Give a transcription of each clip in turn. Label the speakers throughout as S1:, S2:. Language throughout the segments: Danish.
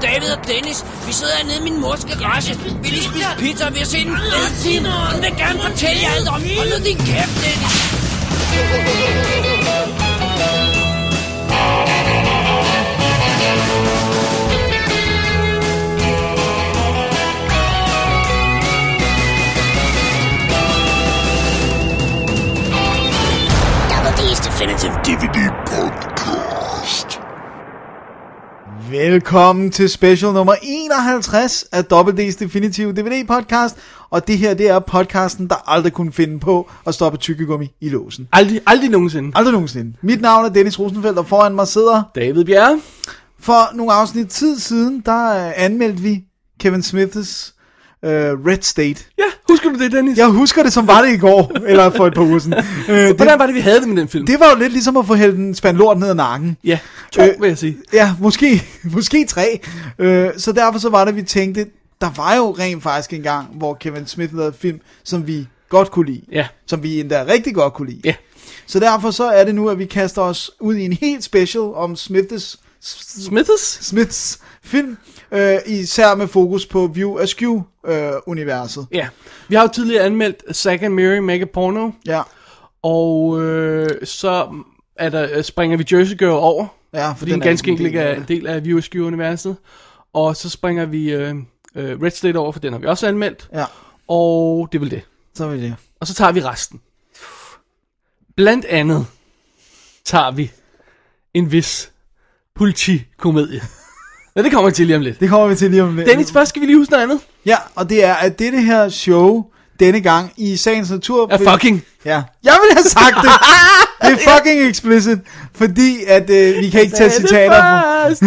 S1: Dennis. Vi sidder hernede i min mors garage. Vi lige spise pizza, og vi har set en fed film. Hun vil gerne fortælle jer alt om. Hold nu din kæft, Dennis.
S2: Double D's Definitive DVD
S3: Velkommen til special nummer 51 af WD's Definitive DVD podcast, og det her det er podcasten, der aldrig kunne finde på at stoppe tykkegummi i låsen.
S4: Aldrig, aldrig nogensinde.
S3: Aldrig nogensinde. Mit navn er Dennis Rosenfeldt, og foran mig sidder...
S4: David Bjerre.
S3: For nogle afsnit tid siden, der øh, anmeldte vi Kevin Smiths øh, Red State.
S4: Ja, husker du det, Dennis?
S3: Jeg husker det som var det i går, eller for et par uger siden. Øh,
S4: Hvordan
S3: det,
S4: var det, vi havde det med den film?
S3: det var jo lidt ligesom at få hældt en spand lort ned ad nakken.
S4: Ja, to,
S3: Øh,
S4: øh, vil jeg sige.
S3: Ja, måske, måske tre. Øh, så derfor så var det, vi tænkte, der var jo rent faktisk en gang, hvor Kevin Smith lavede film, som vi godt kunne lide.
S4: Ja.
S3: Som vi endda rigtig godt kunne lide.
S4: Ja.
S3: Så derfor så er det nu, at vi kaster os ud i en helt special om Smiths,
S4: Smithers?
S3: Smiths film, øh, især med fokus på View øh, Askew-universet.
S4: Ja. Vi har jo tidligere anmeldt Zack and Mary Make a Porno,
S3: ja.
S4: og øh, så er der, øh, springer vi Jersey Girl over,
S3: Ja, for
S4: fordi
S3: den
S4: den
S3: er
S4: ganske
S3: ikke en
S4: enkelt ikke
S3: del af
S4: er en del af VSQ-universet. Og så springer vi øh, øh, Red State over, for den har vi også anmeldt,
S3: Ja,
S4: og det er vel det.
S3: så er vi det.
S4: Og så tager vi resten. Blandt andet tager vi en vis politikomedie. Ja, det kommer til lige om lidt.
S3: Det kommer vi til lige om lidt.
S4: Dennis, først skal vi lige huske noget andet.
S3: Ja, og det er, at dette her show, denne gang i sagens natur...
S4: Ja, fucking.
S3: Ja. Jeg ville have sagt det. Det er fucking explicit, fordi at øh, vi kan ikke tage citater. fra-
S4: Først.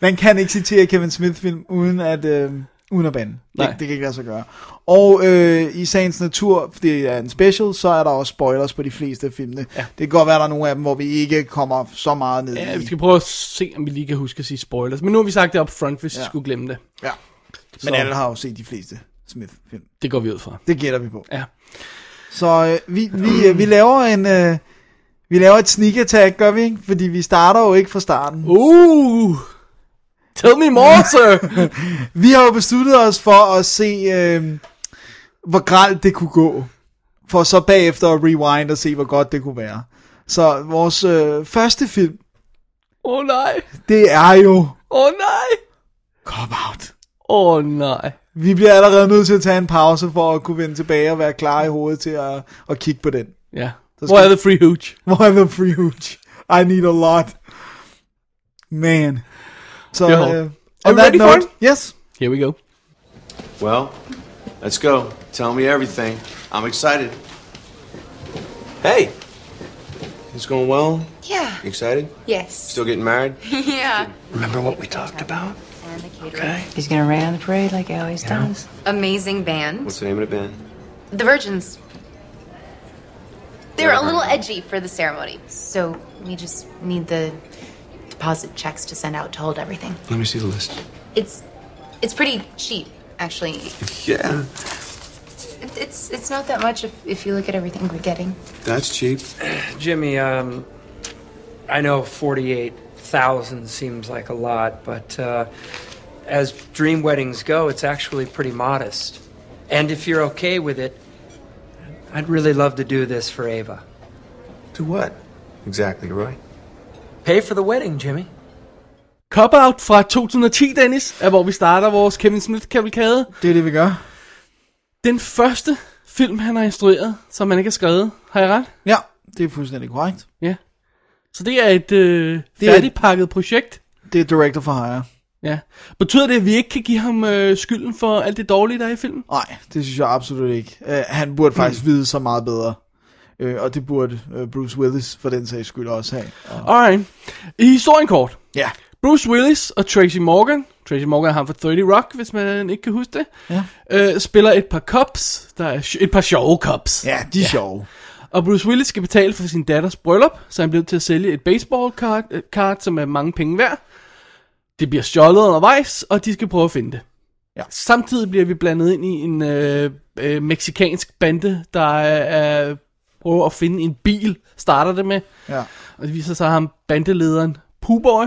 S3: Man kan ikke citere Kevin Smith film uden at øh, uden at bande. Det,
S4: Nej.
S3: det kan ikke lade sig gøre. Og øh, i sagens natur, fordi det er en special, så er der også spoilers på de fleste af filmene. Ja. Det kan godt være, der er nogle af dem, hvor vi ikke kommer så meget ned
S4: Ja,
S3: i.
S4: vi skal prøve at se, om vi lige kan huske at sige spoilers. Men nu har vi sagt det op front, hvis ja.
S3: Ja.
S4: vi skulle glemme det.
S3: Ja.
S4: Så
S3: Men alle har jo set de fleste Smith film.
S4: det går vi ud fra.
S3: Det gætter vi på.
S4: Ja.
S3: Så øh, vi, vi, øh, vi laver en... Øh, vi laver et sneak attack, gør vi ikke? Fordi vi starter jo ikke fra starten.
S4: Uh, tell me more, sir.
S3: Vi har jo besluttet os for at se, øh, hvor gralt det kunne gå. For så bagefter at rewind og se, hvor godt det kunne være. Så vores øh, første film,
S4: Åh oh, nej,
S3: det er jo
S4: åh oh, nej,
S3: Cop Out.
S4: åh oh, nej.
S3: Vi bliver allerede nødt til at tage en pause for at kunne vende tilbage og være klar i hovedet til at, at kigge på den.
S4: Ja,
S3: skal-
S4: hvor er The Free Hooch?
S3: More the free hooch. I need a lot. Man. Så,
S4: Jo.
S3: øh,
S4: Are
S3: on
S4: you
S3: that
S4: ready for
S3: note, yes.
S4: Here we go.
S5: Well, let's go. Tell me everything. I'm excited. Hey! It's going well?
S6: Yeah.
S5: You excited?
S6: Yes.
S5: Still getting married?
S6: Yeah.
S7: Remember what we talked about? Okay.
S8: He's gonna rain on the parade like he always does.
S6: Amazing band.
S5: What's the name of the band?
S6: The Virgins. They were a little edgy for the ceremony, so we just need the deposit checks to send out to hold everything.
S7: Let me see the list.
S6: It's it's pretty cheap, actually.
S7: Yeah.
S6: It- It's it's not that much if, if you look at everything we're getting.
S5: That's cheap.
S9: Jimmy, um, I know 48,000 seems like a lot, but uh, as dream weddings go, it's actually pretty modest. And if you're okay with it, I'd really love to do this for Ava.
S5: To what? Exactly, Roy.
S9: Pay for the wedding, Jimmy.
S4: Cop Out fra 2010, Dennis, er hvor vi starter vores Kevin Smith-kavalkade.
S3: Det er det, vi gør.
S4: Den første film, han har instrueret, som han ikke har skrevet. Har jeg ret?
S3: Ja, det er fuldstændig korrekt.
S4: Ja. Så det er et øh,
S3: Det er-
S4: færdigpakket projekt.
S3: Det er Director for Hire.
S4: Ja. Betyder det, at vi ikke kan give ham øh, skylden for alt det dårlige, der er i filmen?
S3: Nej, det synes jeg absolut ikke. Uh, han burde faktisk vide så meget bedre. Uh, og det burde uh, Bruce Willis for den sags skyld også have. Og,
S4: Alright. I historien kort.
S3: ja.
S4: Bruce Willis og Tracy Morgan, Tracy Morgan er ham fra 30 Rock, hvis man ikke kan huske det,
S3: Ja.
S4: øh, spiller et par cops, der er sj- et par sjove cops.
S3: ja, de er ja. sjove.
S4: Og Bruce Willis skal betale for sin datters bryllup, så han bliver nødt til at sælge et baseballkart, øh, kart, som er mange penge værd. Det bliver stjålet undervejs, og de skal prøve at finde det.
S3: Ja.
S4: Samtidig bliver vi blandet ind i en øh, øh, meksikansk bande, der øh, prøver at finde en bil, starter det med.
S3: Ja.
S4: Og det viser sig, at ham bandelederen Pooboy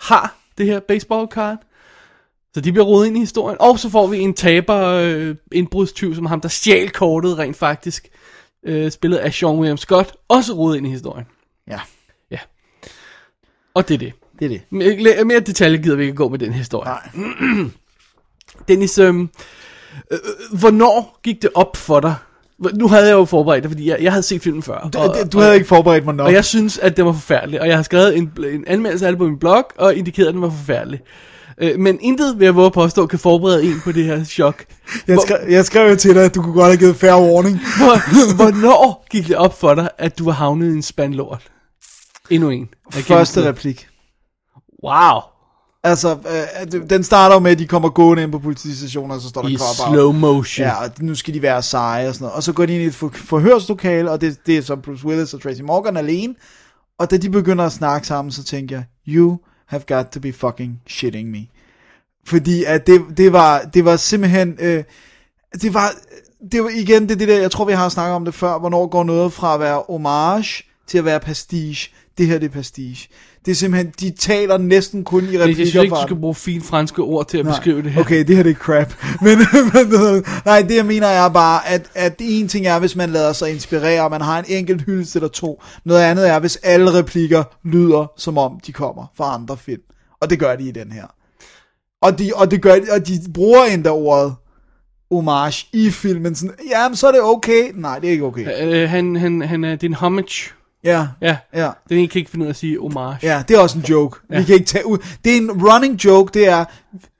S4: har det her baseballkart. Så de bliver rodet ind i historien. Og så får vi en taber øh, indbrudstyv, som ham, der stjal kortet rent faktisk. Øh, spillet af Sean William Scott. Også rodet ind i historien.
S3: Ja,
S4: Og det er det.
S3: det er det.
S4: Mere, mere detaljer gider vi ikke gå med den historie.
S3: Nej.
S4: Dennis, øhm, øh, øh, hvornår gik det op for dig? Hvor- Nu havde jeg jo forberedt dig, fordi jeg, jeg havde set filmen før.
S3: Du, du havde ikke forberedt mig nok.
S4: Og jeg synes, at den var forfærdelig. Og jeg har skrevet en, en anmeldelse af det på min blog, og indikeret, at den var forfærdelig. Øh, men intet, vil jeg våge at påstå, kan forberede en på det her chok.
S3: jeg, skrev, jeg skrev jo til dig, at du kunne godt have givet fair warning.
S4: Hvor, hvornår gik det op for dig, at du var havnet i en spand lort? Endnu en. af
S3: Første
S4: gennemsnit.
S3: replik.
S4: Wow.
S3: Altså, øh, den starter jo med, at de kommer gående ind på politistationen, og så står der
S4: I
S3: cop-out.
S4: slow motion.
S3: Ja, og nu skal de være seje og sådan noget. Og så går de ind i et for- forhørslokale, og det, det er så Bruce Willis og Tracy Morgan alene. Og da de begynder at snakke sammen, så tænker jeg, you have got to be fucking shitting me. Fordi at det, det, var, det var simpelthen... Øh, det var, det var igen det, er det der, jeg tror vi har snakket om det før, hvornår går noget fra at være homage til at være pastiche. Det her det er pastiche. Det er simpelthen, de taler næsten kun i
S4: Jeg synes
S3: replikker
S4: ikke, du
S3: fra
S4: skal bruge fine franske ord til at beskrive det her.
S3: Okay, det her det er crap. Men, men øh, nej, det jeg mener er bare, at, at en ting er, hvis man lader sig inspirere, og man har en enkelt hyldest eller to. Noget andet er, hvis alle replikker lyder, som om de kommer fra andre film. Og det gør de i den her. Og de, og det gør, og de bruger endda ordet homage i filmen. Sådan, Jamen, så er det okay. Nej, det er ikke okay.
S4: Øh, han, han, han er, det er en homage.
S3: Ja,
S4: Ja.
S3: ja.
S4: Den ene kan ikke finde ud af at sige homage.
S3: Ja, det er også en joke. Ja. Vi kan ikke tage ud. Det er en running joke, det er,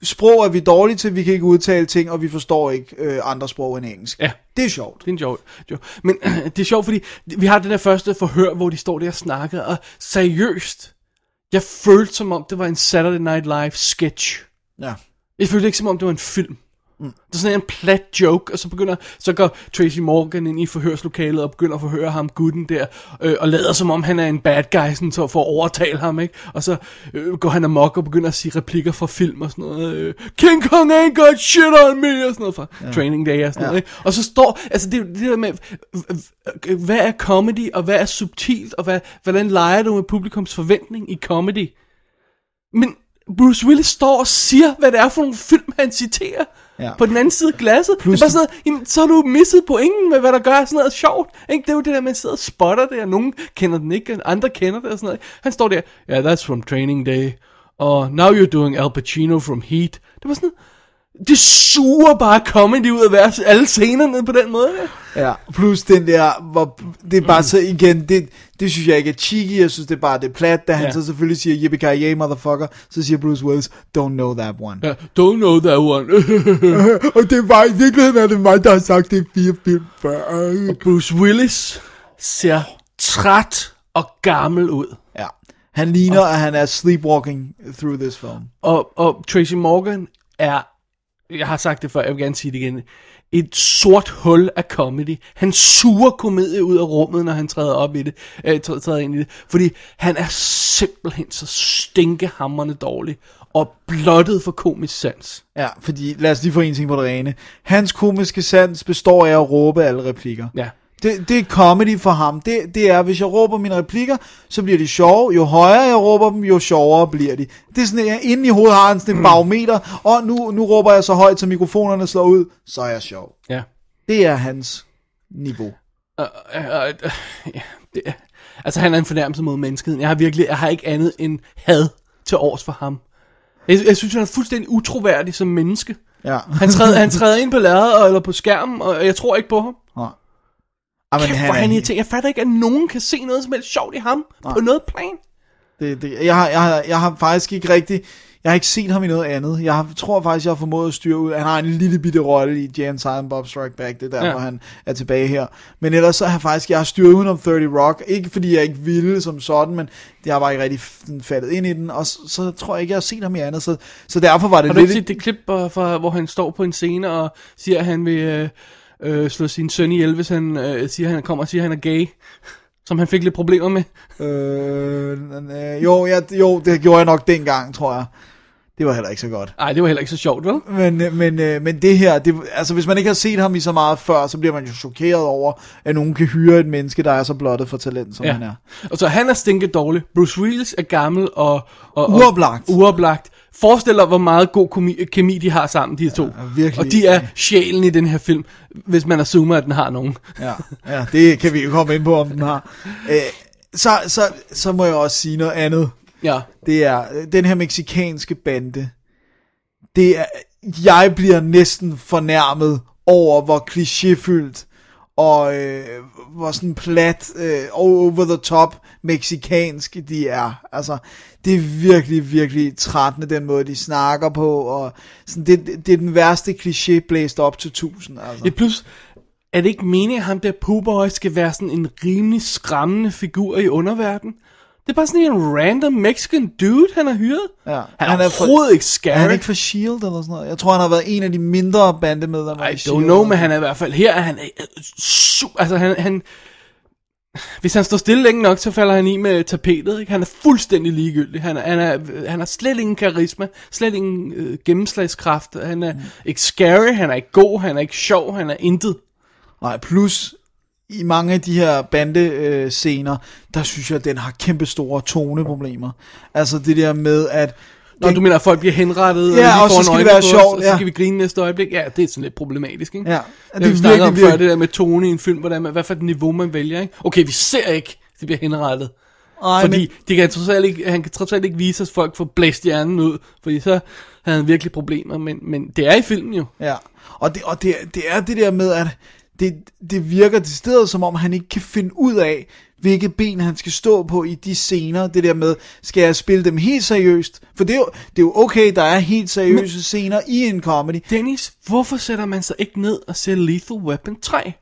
S3: sprog er vi dårlige til, vi kan ikke udtale ting, og vi forstår ikke øh, andre sprog end engelsk.
S4: Ja.
S3: Det er sjovt.
S4: Det er en joke. joke. Men det er sjovt, fordi vi har det der første forhør, hvor de står der og snakker, og seriøst, jeg følte som om, det var en Saturday Night Live sketch.
S3: Ja.
S4: Jeg følte ikke som om, det var en film. Mm. Det er sådan en plat joke, og så begynder, så går Tracy Morgan ind i forhørslokalet og begynder at forhøre ham, gutten der, øh, og lader som om, han er en bad guy, sådan, så for at overtale ham, ikke? Og så øh, går han amok og begynder at sige replikker fra film og sådan noget. Øh, King Kong ain't got shit on me, og sådan noget fra ja. Training Day og sådan ja. noget, ikke? Og så står, altså det, er jo det der med, øh, øh, hvad er comedy, og hvad er subtilt, og hvad, hvordan leger du med publikums forventning i comedy? Men Bruce Willis står og siger, hvad det er for nogle film, han citerer.
S3: Ja.
S4: Ja. På den anden side af glasset. Plus, det er bare sådan noget, jamen, så har du misset pointen med, hvad der gør sådan noget sjovt. Ikke? Det er jo det der, man sidder og spotter det, og nogen kender den ikke, og andre kender det og sådan noget. Han står der, yeah, that's from Training Day. Og now you're doing Al Pacino from Heat. Det var sådan, det suger bare comedy ud af hver- alle scenerne på den måde. ikke?
S3: Ja. Plus den der, hvor det er bare så igen, det, det synes jeg ikke er cheeky, jeg synes det er bare det er plat, da han
S4: Ja.
S3: så selvfølgelig siger, yippee motherfucker, så siger Bruce Willis, don't know that one.
S4: Ja, don't know that one.
S3: og det var i virkeligheden er det mig, der har sagt det i fire film før.
S4: Bruce Willis ser træt og gammel ud.
S3: Ja. Han ligner, at han er sleepwalking through this film.
S4: Og, og Tracy Morgan er, jeg har sagt det før, jeg vil gerne sige det igen, et sort hul af comedy. Han suger komedie ud af rummet, når han træder op i det, øh, træ- træder ind i det, fordi han er simpelthen så stinkehammerende dårlig og blottet for komisk sans.
S3: Ja, fordi lad os lige få en ting på det rene. Hans komiske sans består af at råbe alle replikker.
S4: Ja.
S3: Det, det er comedy for ham. Det, det er, hvis jeg råber mine replikker, så bliver de sjove. Jo højere jeg råber dem, jo sjovere bliver de. Det er sådan, at jeg inde i hovedet har han
S4: Mm.
S3: sådan en barometer, og nu, nu råber jeg så højt, så mikrofonerne slår ud, så er jeg sjov.
S4: Ja.
S3: Det er hans niveau.
S4: Øh, øh, øh, ja, det, er- altså han er en fornærmelse mod menneskeheden. Jeg har virkelig, jeg har ikke andet end had til års for ham. Jeg, jeg synes, han er fuldstændig utroværdig som menneske.
S3: Ja.
S4: Han træder, han træder ind på lærredet og- eller på skærmen, og jeg tror ikke på ham.
S3: Ej, men
S4: Kæft, hvor
S3: han
S4: er han
S3: er,
S4: irriterende. Jeg fatter ikke, at nogen kan se noget som helst sjovt i ham Nej. på noget plan.
S3: det, det, jeg, har, jeg, har, jeg har faktisk ikke rigtig... Jeg har ikke set ham i noget andet. Jeg har, tror faktisk, jeg har formået at styre ud. Han har en lille bitte rolle i Jan Silent Bob Strike Back. Det er derfor, ja.
S4: Ja.
S3: han er tilbage her. Men ellers så har jeg faktisk, jeg har styret udenom 30 Rock. Ikke fordi jeg ikke ville som sådan, men jeg har bare ikke rigtig sådan faldet ind i den. Og så, så tror jeg ikke, jeg har set ham i andet. Så, så derfor var det
S4: Har du ikke
S3: lidt...
S4: set det klip, hvor, fra, hvor han står på en scene og siger, at han vil øh, øh, slå sin søn ihjel, hvis han, øh, siger, han kommer og siger, at han er gay? Som han fik lidt problemer med.
S3: Øh, øh, jo, jeg, jo, det gjorde jeg nok dengang, tror jeg. Det var heller ikke så godt.
S4: Nej, det var heller ikke så sjovt, vel?
S3: Men, øh, men, øh, men det her, det, altså hvis man ikke har set ham i så meget før, så bliver man jo chokeret over, at nogen kan hyre et menneske, der er så blottet for talent, som ja. han er.
S4: Og så han er stinket dårlig. Bruce Willis er gammel og... og og-
S3: Uoplagt.
S4: Uoplagt. Forestil dig, hvor meget god komi- kemi de har sammen, de her to.
S3: Ja, virkelig.
S4: og de er sjælen i den her film, hvis man assumer, at den har nogen.
S3: Ja, ja, det kan vi jo komme ind på, om den har. Øh, så, så, så må jeg også sige noget andet.
S4: Ja.
S3: Det er øh, den her meksikanske bande. Det er, jeg bliver næsten fornærmet over, hvor klichéfyldt og øh, hvor sådan plat, øh, over the top meksikansk de er. Altså, det er virkelig, virkelig trættende, den måde, de snakker på, og sådan, det, det- det er den værste kliché blæst op til tusind. Altså.
S4: Ja, plus, er det ikke meningen, at ham der Poohboy skal være sådan en rimelig skræmmende figur i underverdenen? Det er bare sådan en random Mexican dude, han har hyret.
S3: Ja.
S4: Han,
S3: Han
S4: han
S3: er
S4: er
S3: fra-
S4: overhovedet ikke
S3: Er
S4: scary.
S3: han ikke fra S.H.I.E.L.D. E eller sådan noget? Jeg tror, han har været en af de mindre bandemedlemmer i
S4: I
S3: E
S4: don't
S3: S.H.I.E.L.D.
S4: know, men han er i hvert fald her, er han er super, altså han, han, hvis han står stille længe nok, så falder han i med tapetet, ikke? Han er fuldstændig ligegyldig, han, er- han, er, han har slet ingen karisma, slet ingen øh, gennemslagskraft, han er mm. ikke scary, han er ikke god, han er ikke sjov, han er intet.
S3: Nej, plus i mange af de her bandescener, øh, scener, der synes jeg, at den har kæmpe store toneproblemer. Altså det der med, at...
S4: Når
S3: den-
S4: du mener, at folk bliver henrettet,
S3: Ja,
S4: lige
S3: og så skal
S4: foran
S3: det
S4: øjnene
S3: være
S4: på os,
S3: sjovt,
S4: og så
S3: ja.
S4: skal vi grine næste øjeblik, ja, det er sådan lidt problematisk, ikke?
S3: Ja,
S4: det,
S3: det
S4: det
S3: er
S4: vi snakker om
S3: virkelig,
S4: før,
S3: virkelig-
S4: det der med tone i en film, hvordan man, hvad for et niveau man vælger, ikke? Okay, vi ser ikke, de bliver henrettet.
S3: Ej,
S4: Fordi
S3: men-
S4: de kan trods alt ikke, han kan trods alt ikke vise, at folk får blæst hjernen ud, fordi så havde han virkelig problemer, men, men det er i filmen jo.
S3: Ja, og, det, og det, det er det der med, at det, det virker til stedet, som om han ikke kan finde ud af, hvilket ben han skal stå på i de scener. Det der med, skal jeg spille dem helt seriøst? For det er jo, det er jo okay, der er helt seriøse men... scener i en comedy.
S4: Dennis, hvorfor sætter man sig ikke ned og ser Lethal Weapon 3?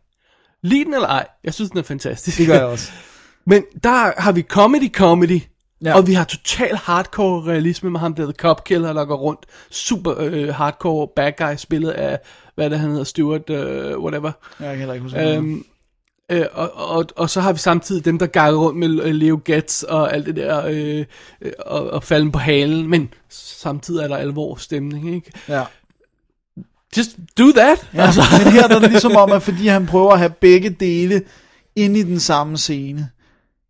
S4: Lige den eller ej? Jeg synes, den er fantastisk.
S3: også.
S4: Men der har vi comedy comedy,
S3: Ja.
S4: ja. og vi har total hardcore realisme med ham der The Cop Killer, der går rundt. Super øh, hardcore bad guy spillet af, hvad er det han hedder, Stuart, øh, whatever.
S3: Jeg kan heller ikke huske øhm...
S4: Øhm, øh, og, og, og så har vi samtidig dem, der gakker rundt med øh, Leo Getz og alt det der, øh, øh, og, og falden på halen, men samtidig er der alvor stemning, ikke?
S3: Ja.
S4: Just do that!
S3: Ja, altså. men her er det ligesom om, at fordi han prøver at have begge dele ind i den samme scene.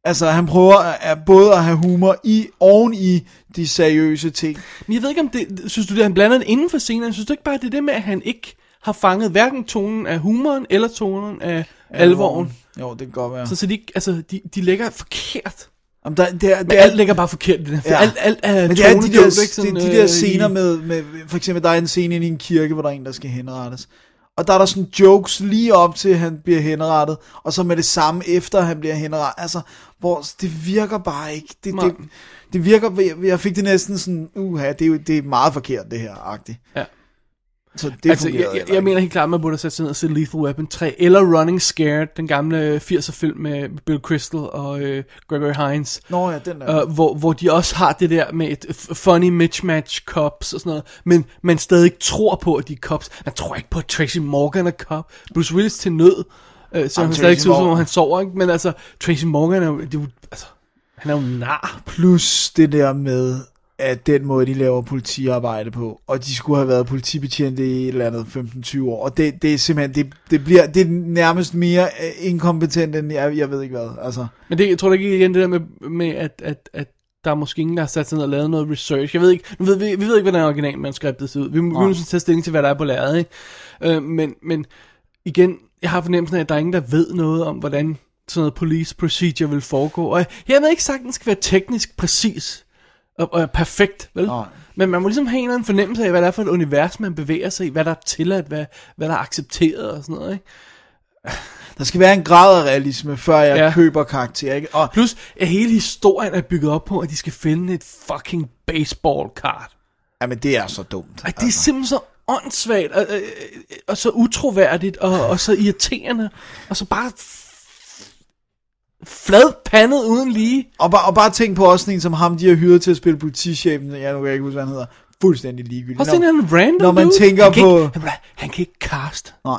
S3: Altså, han prøver at, at både at have humor i, oven i de seriøse ting.
S4: Men jeg ved ikke, om det, synes du, det er han blandet inden for scenen? Synes du ikke bare, det er det med, at han ikke har fanget hverken tonen af humoren eller tonen af alvoren?
S3: Jo, det kan godt være.
S4: Så, så de, ikke- altså, de, de ligger forkert.
S3: Jamen, der, det er, det
S4: Men
S3: er,
S4: alt ligger bare forkert i den her film.
S3: Ja.
S4: Alt, alt er
S3: men det er de der,
S4: tonedøvt, ikke?
S3: det,
S4: Sådan,
S3: er de der
S4: øh,
S3: scener med, med, for eksempel, der er en scene inde i en kirke, hvor der er en, der skal henrettes. Og der er der sådan jokes lige op til, at han bliver henrettet, og så med det samme efter, at han bliver henrettet. Altså, hvor det virker bare ikke. Det,
S4: Nej.
S3: det, det virker, jeg- jeg fik det næsten sådan, uha, det er, jo, det er meget forkert, det her, agtigt.
S4: Ja.
S3: Så det
S4: altså, jeg, jeg, jeg mener helt klart, man burde have sat sig ned og set Lethal Weapon 3, eller Running Scared, den gamle 80'er film med Bill Crystal og øh, Gregory Hines,
S3: Nå ja, den der.
S4: øh, hvor, hvor de også har det der med et f- funny mismatch cops og sådan noget, men man stadig tror på, at de er cops. Man tror ikke på, at Tracy Morgan er cop. Bruce Willis til nød, øh, så
S3: Jamen,
S4: han
S3: Tracy
S4: stadig ser ud som om
S3: Morgan.
S4: han sover, ikke? men altså, Tracy Morgan er jo, det er jo altså, han er jo en nar.
S3: Plus det der med, at den måde, de laver politiarbejde på, og de skulle have været politibetjente i et eller andet 15-20 år, og det, det er simpelthen, det, det bliver, det er nærmest mere øh, inkompetent, end jeg, jeg ved ikke hvad, altså.
S4: Men det, jeg tror da ikke igen det der med, med at, at, at der er måske ingen, der har sat sig ned og lavet noget research. Jeg ved ikke, nu ved, vi, vi ved ikke, hvordan originalmanuskriptet ser ud. Vi, må- vi må sådan tage stilling til, hvad der er på lærredet, ikke? Øh, men, men igen, jeg har fornemmelsen af, at der er ingen, der ved noget om, hvordan sådan noget police procedure vil foregå. Og hermed ikke sagt, at den skal være teknisk præcis og, og perfekt, vel?
S3: Nej.
S4: Men man må ligesom have en eller anden fornemmelse af, hvad det er for et univers, man bevæger sig i, hvad der er tilladt, hvad, hvad der er accepteret og sådan noget, ikke?
S3: Der skal være en grad af realisme, før jeg ja.
S4: Ja.
S3: køber karakter, ikke? Og
S4: Plus, at hele historien er bygget op på, at de skal finde et fucking baseballkart.
S3: jamen, det er så dumt. altså.
S4: Ej, det er simpelthen så åndssvagt, og, øh, øh, og så utroværdigt, og, og så irriterende, og så bare f- fladpandet uden lige.
S3: Og, bare, og bare tænk på også sådan en som ham, de har hyret til at spille politichefen, jeg nu kan jeg ikke huske, hvad han hedder, fuldstændig ligegyldig.
S4: Og sådan
S3: Nå,
S4: en random
S3: når man
S4: dude.
S3: tænker
S4: han kan
S3: på-
S4: Ikke, han, kan- han kan ikke cast.
S3: Nej.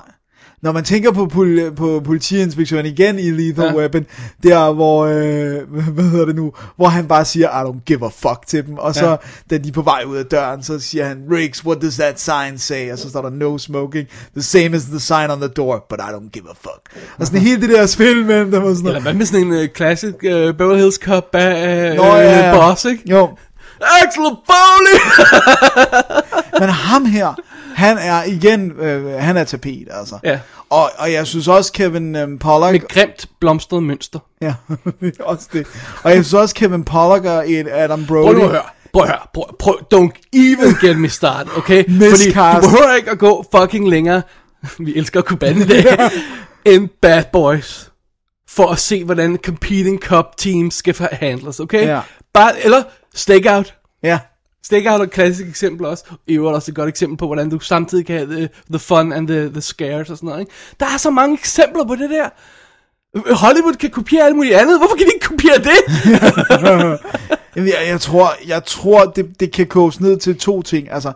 S3: Når man tænker på, pol- på politiinspektøren igen i Lethal ja.
S4: Ja.
S3: Weapon, der hvor, øh, hvad hedder det nu, hvor han bare siger, I don't give a fuck til dem, og så, ja.
S4: Ja.
S3: da de er på vej ud af døren, så siger han, Riggs, what does that sign say? Og så står der, no smoking, the same as the sign on the door, but I don't give a fuck. Og sådan hele det der spil mellem dem og sådan
S4: Eller
S3: noget.
S4: hvad med sådan en øh, klassisk øh, Beverly Hills Cop af øh,
S3: Nå, ja, ja.
S4: boss, ikke?
S3: Jo,
S4: Axel Foley!
S3: Men ham her, han er igen, øh, han er tapet, altså.
S4: Ja.
S3: Og, og jeg synes også, Kevin øh, Pollak...
S4: Med grimt blomstret mønster.
S3: Ja, det er også det. Og jeg synes også, Kevin Pollak og et Adam
S4: Prøv
S3: Brody...
S4: nu at høre. Prøv at høre. Prøv, prøv, don't even get me started, okay? Fordi
S3: Miscast.
S4: du behøver ikke at gå fucking længere. Vi elsker Kuban i dag. end Bad Boys. For at se, hvordan competing cup teams skal handles, okay?
S3: Ja.
S4: Bare, eller stakeout.
S3: Ja,
S4: Stakeout er et klassisk eksempel også. I øvrigt også et godt eksempel på, hvordan du samtidig kan have the, the fun and the, the scares og sådan noget. Ikke? Der er så mange eksempler på det der. Hollywood kan kopiere alt muligt andet. Hvorfor kan de ikke kopiere det?
S3: Jamen, jeg, jeg tror, jeg tror det, det kan koges ned til to ting. Altså,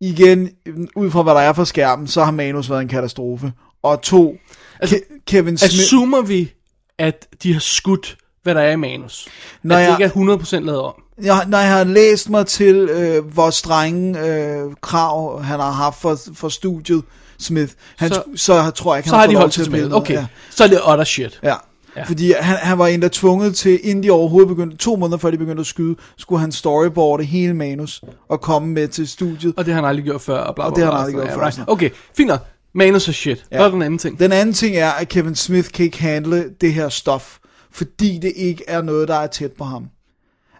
S3: igen, ud fra hvad der er for skærmen, så har manus været en katastrofe. Og to, altså, Ke- Kevin Smith...
S4: Assumer vi, at de har skudt, hvad der er i manus?
S3: Nå,
S4: at det
S3: ja.
S4: ikke er 100% lavet om?
S3: jeg, når jeg har læst mig til, øh, hvor strenge øh, krav han har haft for, for studiet, Smith, han,
S4: Så-
S3: så, så tror jeg ikke, han
S4: Så har
S3: fået
S4: de
S3: lov
S4: holdt
S3: til
S4: sig
S3: at
S4: tilbage.
S3: billede.
S4: Okay,
S3: Ja.
S4: så er det other shit.
S3: Ja.
S4: Ja.
S3: ja. Fordi han, han var en, der tvunget til, inden de overhovedet begyndte, to måneder før de begyndte at skyde, skulle han storyboarde hele manus og komme med til studiet.
S4: Og det har han aldrig gjort før. Og, bla, bla,
S3: Og det har
S4: bla,
S3: han aldrig
S4: sådan
S3: gjort
S4: noget.
S3: før,
S4: Right.
S3: sådan
S4: Okay, fint nok. Manus er shit. Ja. Hvad er den anden ting?
S3: Den anden ting er, at Kevin Smith kan ikke handle det her stof, fordi det ikke er noget, der er tæt på ham.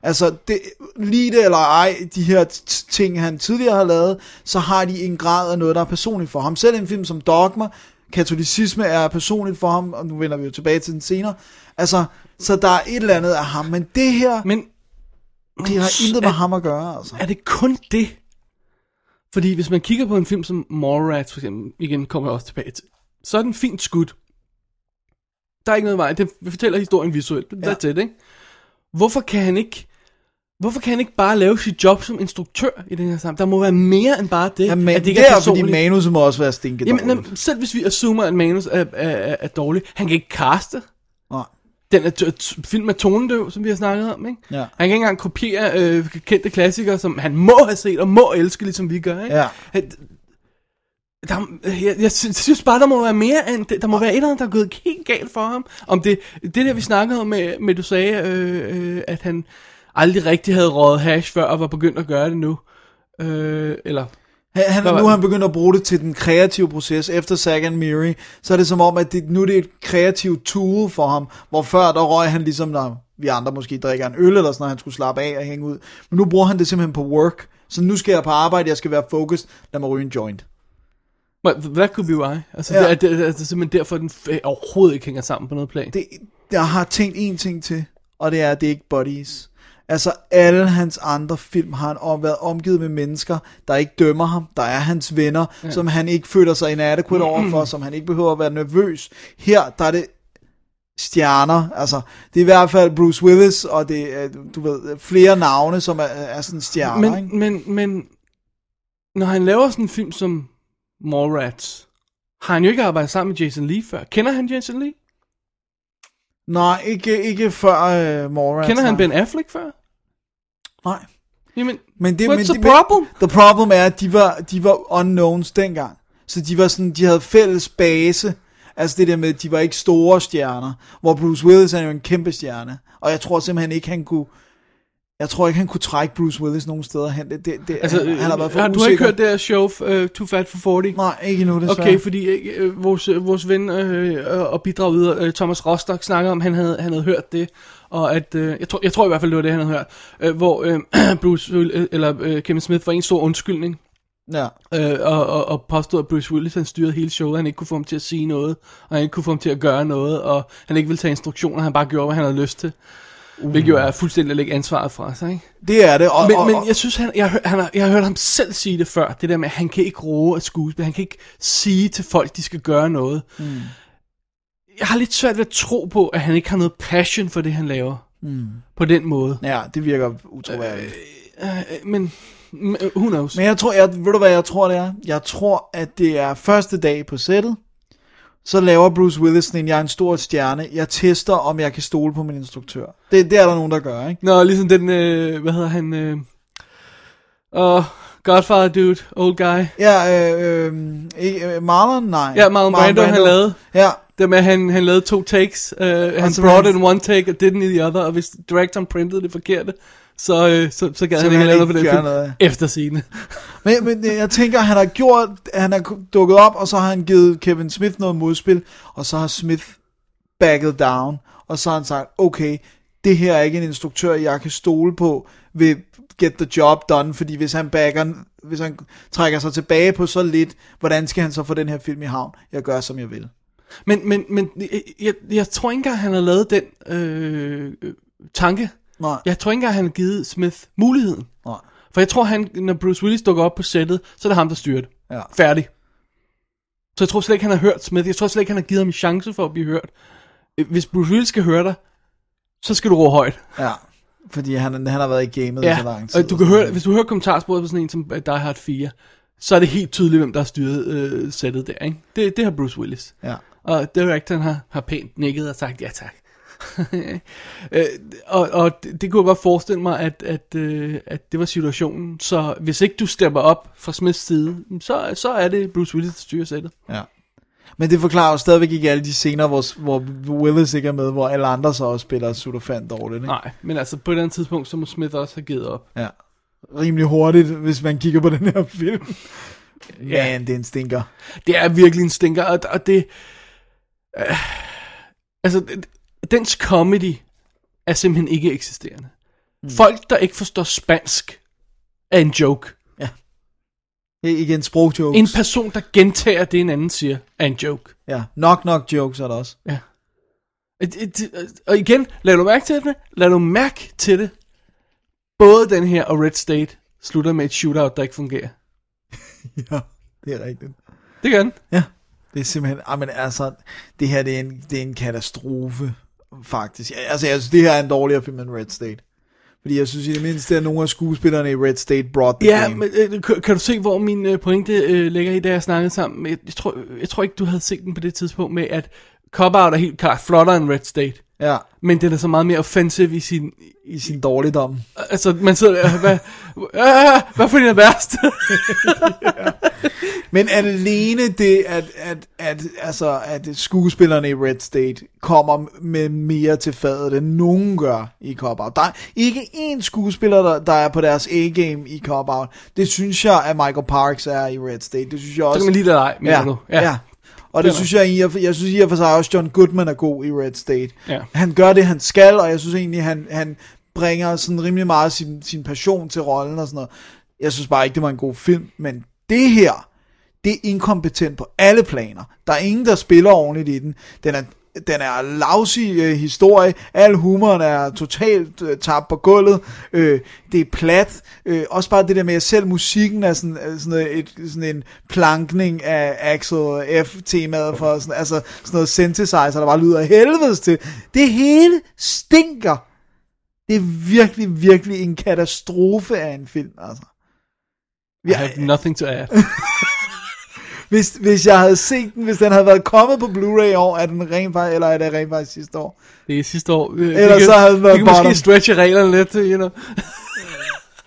S3: Altså, det, lige det eller ej, de her t- ting, han tidligere har lavet, så har de en grad af noget, der er personligt for ham. Selv en film som Dogma, katolicisme er personligt for ham, og nu vender vi jo tilbage til den senere. Altså, så der er et eller andet af ham, men det her,
S4: Men
S3: det har intet med ham at gøre, altså.
S4: er det kun det? Fordi hvis man kigger på en film som Mallrats, for eksempel, igen kommer jeg også tilbage til, så er den fint skudt. Der er ikke noget vej. Det fortæller historien visuelt. Det er ja. ikke? Hvorfor kan han ikke... Hvorfor kan han ikke bare lave sit job som instruktør i den her sammenhæng? Der må være mere end bare det.
S3: Ja, men
S4: at
S3: det
S4: ikke
S3: der,
S4: er
S3: fordi
S4: personligt.
S3: manuset må også være stinket
S4: Jamen,
S3: dårligt.
S4: jamen, selv hvis vi assumer, at manus er, er, er, er dårlig, han kan ikke kaste.
S3: Nej.
S4: Den er t- t- film er tonedøv, som vi har snakket om, ikke?
S3: Ja.
S4: Han kan ikke engang kopiere øh, kendte klassikere, som han må have set og må elske, ligesom vi gør, ikke?
S3: Ja.
S4: Han- Der, jeg, jeg sy- synes bare, der må være mere end det. Der må være et eller andet, der er gået helt galt for ham. Om det, det der, vi snakkede om med, med du sagde, øh, øh, at han aldrig rigtig havde røget hash før, og var begyndt at gøre det nu. Øh, eller
S3: Han, han,
S4: Hvad var
S3: nu er han
S4: det?
S3: begyndt at bruge det til den kreative proces efter Zack and Miri, så er det som om, at det, nu er det et kreativt tool for ham, hvor før der røg han ligesom, når vi andre måske drikker en øl, eller sådan når han skulle slappe af og hænge ud. Men nu bruger han det simpelthen på work, så nu skal jeg på arbejde, jeg skal være focused, lad mig ryge en joint.
S4: But that could be why. Altså,
S3: Ja.
S4: ja. det, er, det, er, det er simpelthen derfor, den f- overhovedet ikke hænger sammen på noget plan. Det,
S3: Det, jeg har tænkt en ting til, og det er, at det er ikke buddies. Altså alle hans andre film har han om, været omgivet med mennesker, der ikke dømmer ham, der er hans venner, ja. som han ikke føler sig inadequate overfor, som han ikke behøver at være nervøs. Her, der er det stjerner, altså det er i hvert fald Bruce Willis, og det er, du ved, flere navne, som er, er sådan stjerner, men, ikke?
S4: men, men, men, når han laver sådan en film som Mallrats, har han jo ikke arbejdet sammen med Jason Lee før. Kender han Jason Lee?
S3: Nej, ikke, ikke før uh, Mora.
S4: Kender han Ben Affleck før?
S3: Nej.
S4: Jamen,
S3: Men det,
S4: What's
S3: men,
S4: the
S3: det,
S4: problem?
S3: Men, the problem er, at de var, de var unknowns dengang. Så de var sådan, de havde fælles base. Altså det der med, at de var ikke store stjerner. Hvor Bruce Willis er jo en kæmpe stjerne. Og jeg tror simpelthen ikke, han kunne... Jeg tror ikke, han kunne trække Bruce Willis nogen steder hen. Det, det, det,
S4: altså,
S3: han, han har været for
S4: har, du har
S3: usikker.
S4: ikke hørt det her show, uh, Too Fat for 40?
S3: Nej, ikke endnu, desværre.
S4: Okay, fordi øh, vores, øh, vores ven øh, og- og bidragyder, øh, Thomas Rostock, snakker om, at han havde, han havde hørt det, og at, øh, jeg, tror, jeg tror i hvert fald, det var det, han havde hørt, øh, hvor øh, Bruce, Will- øh, eller øh, Kevin Smith var en stor undskyldning,
S3: Ja.
S4: øh, og, og, og påstod, at Bruce Willis han styrede hele showet, han ikke kunne få ham til at sige noget, og han ikke kunne få ham til at gøre noget, og han ikke ville tage instruktioner, han bare gjorde, hvad han havde lyst til. Uh. Hvilket jo er fuldstændig at lægge ansvaret fra sig, ikke?
S3: Det er det. Og,
S4: Men,
S3: og,
S4: men jeg synes, han, jeg, hør- han har, jeg har hørt ham selv sige det før, det der med, at han kan ikke roe af skuespil, han kan ikke sige til folk, de skal gøre noget. Mm. Jeg har lidt svært ved at tro på, at han ikke har noget passion for det, han laver. Mm. På den måde.
S3: Ja, det virker utroværdigt.
S4: Øh, Men, men who knows? Men,
S3: Men jeg tror, jeg, ved du hvad jeg tror det er? Jeg tror, at det er første dag på sættet, så laver Bruce Willis sådan en, jeg er en stor stjerne, jeg tester, om jeg kan stole på min instruktør. Det, det er der nogen, der gør, ikke?
S4: Nå, ligesom den, øh, hvad hedder han? Øh, oh, Godfather dude, old guy.
S3: Ja, øh, øh, ikke, øh, Marlon? Nej.
S4: Ja, Marlon Brando, han lavede.
S3: Ja,
S4: Det med, at han, han lavede to takes. Uh, han
S3: så
S4: brought
S3: var
S4: in one take og didn't in the other. Og hvis directoren printede det forkerte, så, øh, så, så gad
S3: Så
S4: han
S3: vil
S4: ikke
S3: han
S4: lave noget
S3: ikke
S4: på den
S3: gøre
S4: film
S3: noget.
S4: efter scene.
S3: Men, men øh, jeg tænker, han har gjort, han er dukket op, og så har han givet Kevin Smith noget modspil, og så har Smith backed down, og så har han sagt, okay, det her er ikke en instruktør, jeg kan stole på, vil get the job done, fordi hvis han backer, hvis han trækker sig tilbage på så lidt, hvordan skal han så få den her film i havn? Jeg gør, som jeg vil.
S4: Men, men, men jeg, jeg, jeg tror ikke engang, han har lavet den øh, øh, tanke.
S3: Nej.
S4: Jeg tror ikke engang, han har givet Smith muligheden.
S3: Nej.
S4: For jeg tror, han, når Bruce Willis dukker op på sættet, så er det ham, der styrer det.
S3: Ja.
S4: Færdig. Så jeg tror slet ikke, han har hørt Smith. Jeg tror slet ikke, han har givet ham en chance for at blive hørt. Øh, Hvis Bruce Willis skal høre dig, så skal du råbe højt.
S3: Ja, fordi han, han har været i gamet i så lang tid.
S4: og du kan høre, hvis du hører kommentarsporet på sådan en som øh, Die Hard 4, så er det helt tydeligt, hvem der har styret øh, sættet der. Ikke? Det, det har Bruce Willis.
S3: Ja.
S4: Og directoren har, har pænt nikket og sagt ja tak. øh, og, og det, det kunne jeg godt forestille mig, at, at, øh, at det var situationen. Så hvis ikke du stepper op fra Smiths side, så, så er det Bruce Willis, der styrer sættet.
S3: Ja. Men det forklarer jo stadigvæk ikke alle de scener, hvor, hvor Willis ikke er med, hvor alle andre så også spiller Sutterfan dårligt. Ikke?
S4: Nej, men altså på et eller andet tidspunkt, så må Smith også have givet op.
S3: Ja. Rimelig hurtigt, hvis man kigger på den her film.
S4: Ja.
S3: Man, det er en stinker.
S4: Det er virkelig en stinker, og, og det... Øh, altså, det- dens comedy er simpelthen ikke eksisterende. Mm. Folk, der ikke forstår spansk, er en joke.
S3: Det er igen sprogjokes.
S4: En person, der gentager det, en anden siger, er en joke.
S3: ja. Knock knock jokes er der også.
S4: Et- et- et- Og igen, lad du mærke til det? Lad du mærke til det? Både den her og Red State slutter med et shootout, der ikke fungerer.
S3: Ja, det er rigtigt.
S4: Det gør den.
S3: Ja, det er simpelthen, ah, men altså, det her det er, en, det er en katastrofe, faktisk. Ja, Altså, jeg synes, det her er en dårligere film end Red State. Fordi jeg synes i det mindste, at nogle af skuespillerne i Red State brought the
S4: Ja,
S3: game.
S4: men øh, kan- kan du se, hvor min øh, pointe øh, ligger i, da jeg snakkede sammen? med- Jeg tror, jeg tror ikke, du havde set den på det tidspunkt med, at Cop-Out er helt klart flottere end Red State.
S3: Ja,
S4: Men den er så meget mere offensive i sin...
S3: i sin dårligdom.
S4: Altså, man sidder der, hvad, øh, hvad for den er værst?
S3: Men alene det, at, at, at, altså, at skuespillerne i Red State kommer med mere til fadet, end nogen gør i Cop Out. Der er ikke én skuespiller, der, der er på deres A-game i Cop Out. Det synes jeg, at Michael Parks er i Red State. Det synes jeg
S4: så
S3: også.
S4: kan man lige lade dig, mener
S3: ja,
S4: du?
S3: ja. ja. Og
S4: Det er
S3: det synes jeg, i og for- jeg synes i og for sig også, John Goodman er god i Red State.
S4: Ja.
S3: Han gør det, han skal, og jeg synes egentlig, han, han bringer sådan rimelig meget sin, sin passion til rollen og sådan noget. Jeg synes bare ikke, det var en god film, men det her, det er inkompetent på alle planer. Der er ingen, der spiller ordentligt i den. Den er, den er lousy øh, historie. Al humoren er totalt øh, tabt på gulvet. Øh, det er plat. Øh, også bare det der med, at selv musikken er sådan, er sådan, et, sådan en plankning af Axel F-temaet for sådan, altså sådan noget synthesizer, der bare lyder af helvedes til. Det hele stinker. Det er virkelig, virkelig en katastrofe af en film, altså.
S4: I have nothing to add.
S3: Hvis, hvis jeg havde set den, hvis den havde været kommet på Blu-ray i år, er den rent faktisk, eller er det rent faktisk sidste år?
S4: Det er sidste år.
S3: Ellers så havde den været
S4: Vi kan måske
S3: bottom.
S4: stretche reglerne lidt, you know.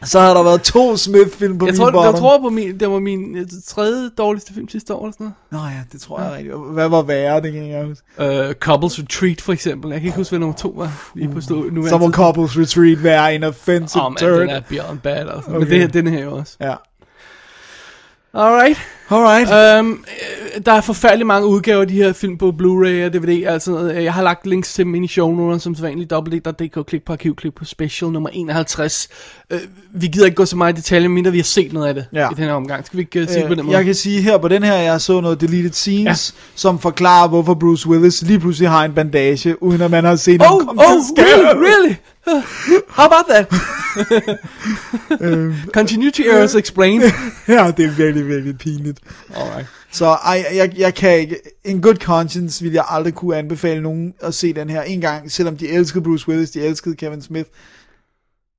S3: Så har der været to Smith-film på
S4: Jeg
S3: min
S4: tror,
S3: bottom.
S4: jeg tror på min, det var min øh, tredje dårligste film sidste år, eller sådan
S3: Nå ja, det tror jeg rigtigt. Hvad var værre, det kan jeg ikke huske.
S4: noget. Uh, Couples Retreat, for eksempel. Jeg kan ikke huske, hvad nummer to var. Lige på stå, nu
S3: Så må Couples Retreat være en offensive
S4: oh, man,
S3: turd.
S4: den er beyond bad, altså. Okay. Men
S3: Okay.
S4: det her, den her jo også.
S3: Ja.
S4: Alright.
S3: Alright.
S4: Um, der er forfærdelig mange udgaver af de her film på Blu-ray og DVD og alt altså sådan noget. Jeg har lagt links til dem inde i shownoterne, som vanligt www.dk, klik på arkivklip på special nummer 51. Uh, vi gider ikke gå så meget i detaljer, mindre vi har set noget af det
S3: Ja.
S4: i den her omgang. Skal vi ikke uh, sige det på den
S3: Øh,
S4: måde?
S3: jeg kan sige her på den her, jeg så noget deleted scenes, ja. som forklarer, hvorfor Bruce Willis lige pludselig har en bandage, uden at man har set
S4: Oh,
S3: ham komme
S4: oh,
S3: til skade.
S4: really, really? Uh, How about that?
S3: Øhm.
S4: Continuity errors explained.
S3: Ja, det er virkelig, virkelig pinligt.
S4: Alright.
S3: Så ej, jeg, jeg kan ikke, en good conscience vil jeg aldrig kunne anbefale nogen at se den her en gang, selvom de elskede Bruce Willis, de elskede Kevin Smith.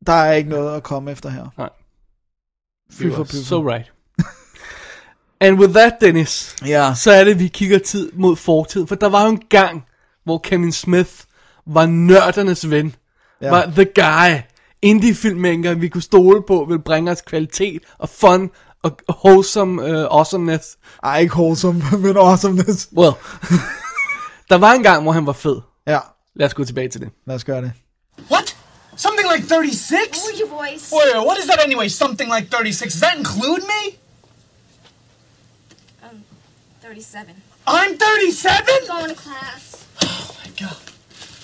S3: Der er ikke noget at komme efter her.
S4: Nej.
S3: Fy for pyffen.
S4: So right. And with that, Dennis,
S3: Ja.
S4: Ah. så er det, vi kigger tid mod fortid. For der var jo en gang, hvor Kevin Smith var nørdernes ven. Ja. Var the guy. Indie-filmmaker, vi kunne stole på, vil bringe os kvalitet og fun og wholesome uh, awesomeness.
S3: Ej, ikke wholesome, men awesomeness.
S4: Well, der var en gang, hvor han var fed.
S3: Ja,
S4: Lad os gå tilbage til det.
S3: lad os gøre det.
S2: What?
S10: Something like 36?
S11: Oh,
S1: Lower your voice.
S10: Wait, wait, what is that anyway? Something like 36. Does that include me?
S1: Um, 37.
S10: I'm 37?
S1: Going to class.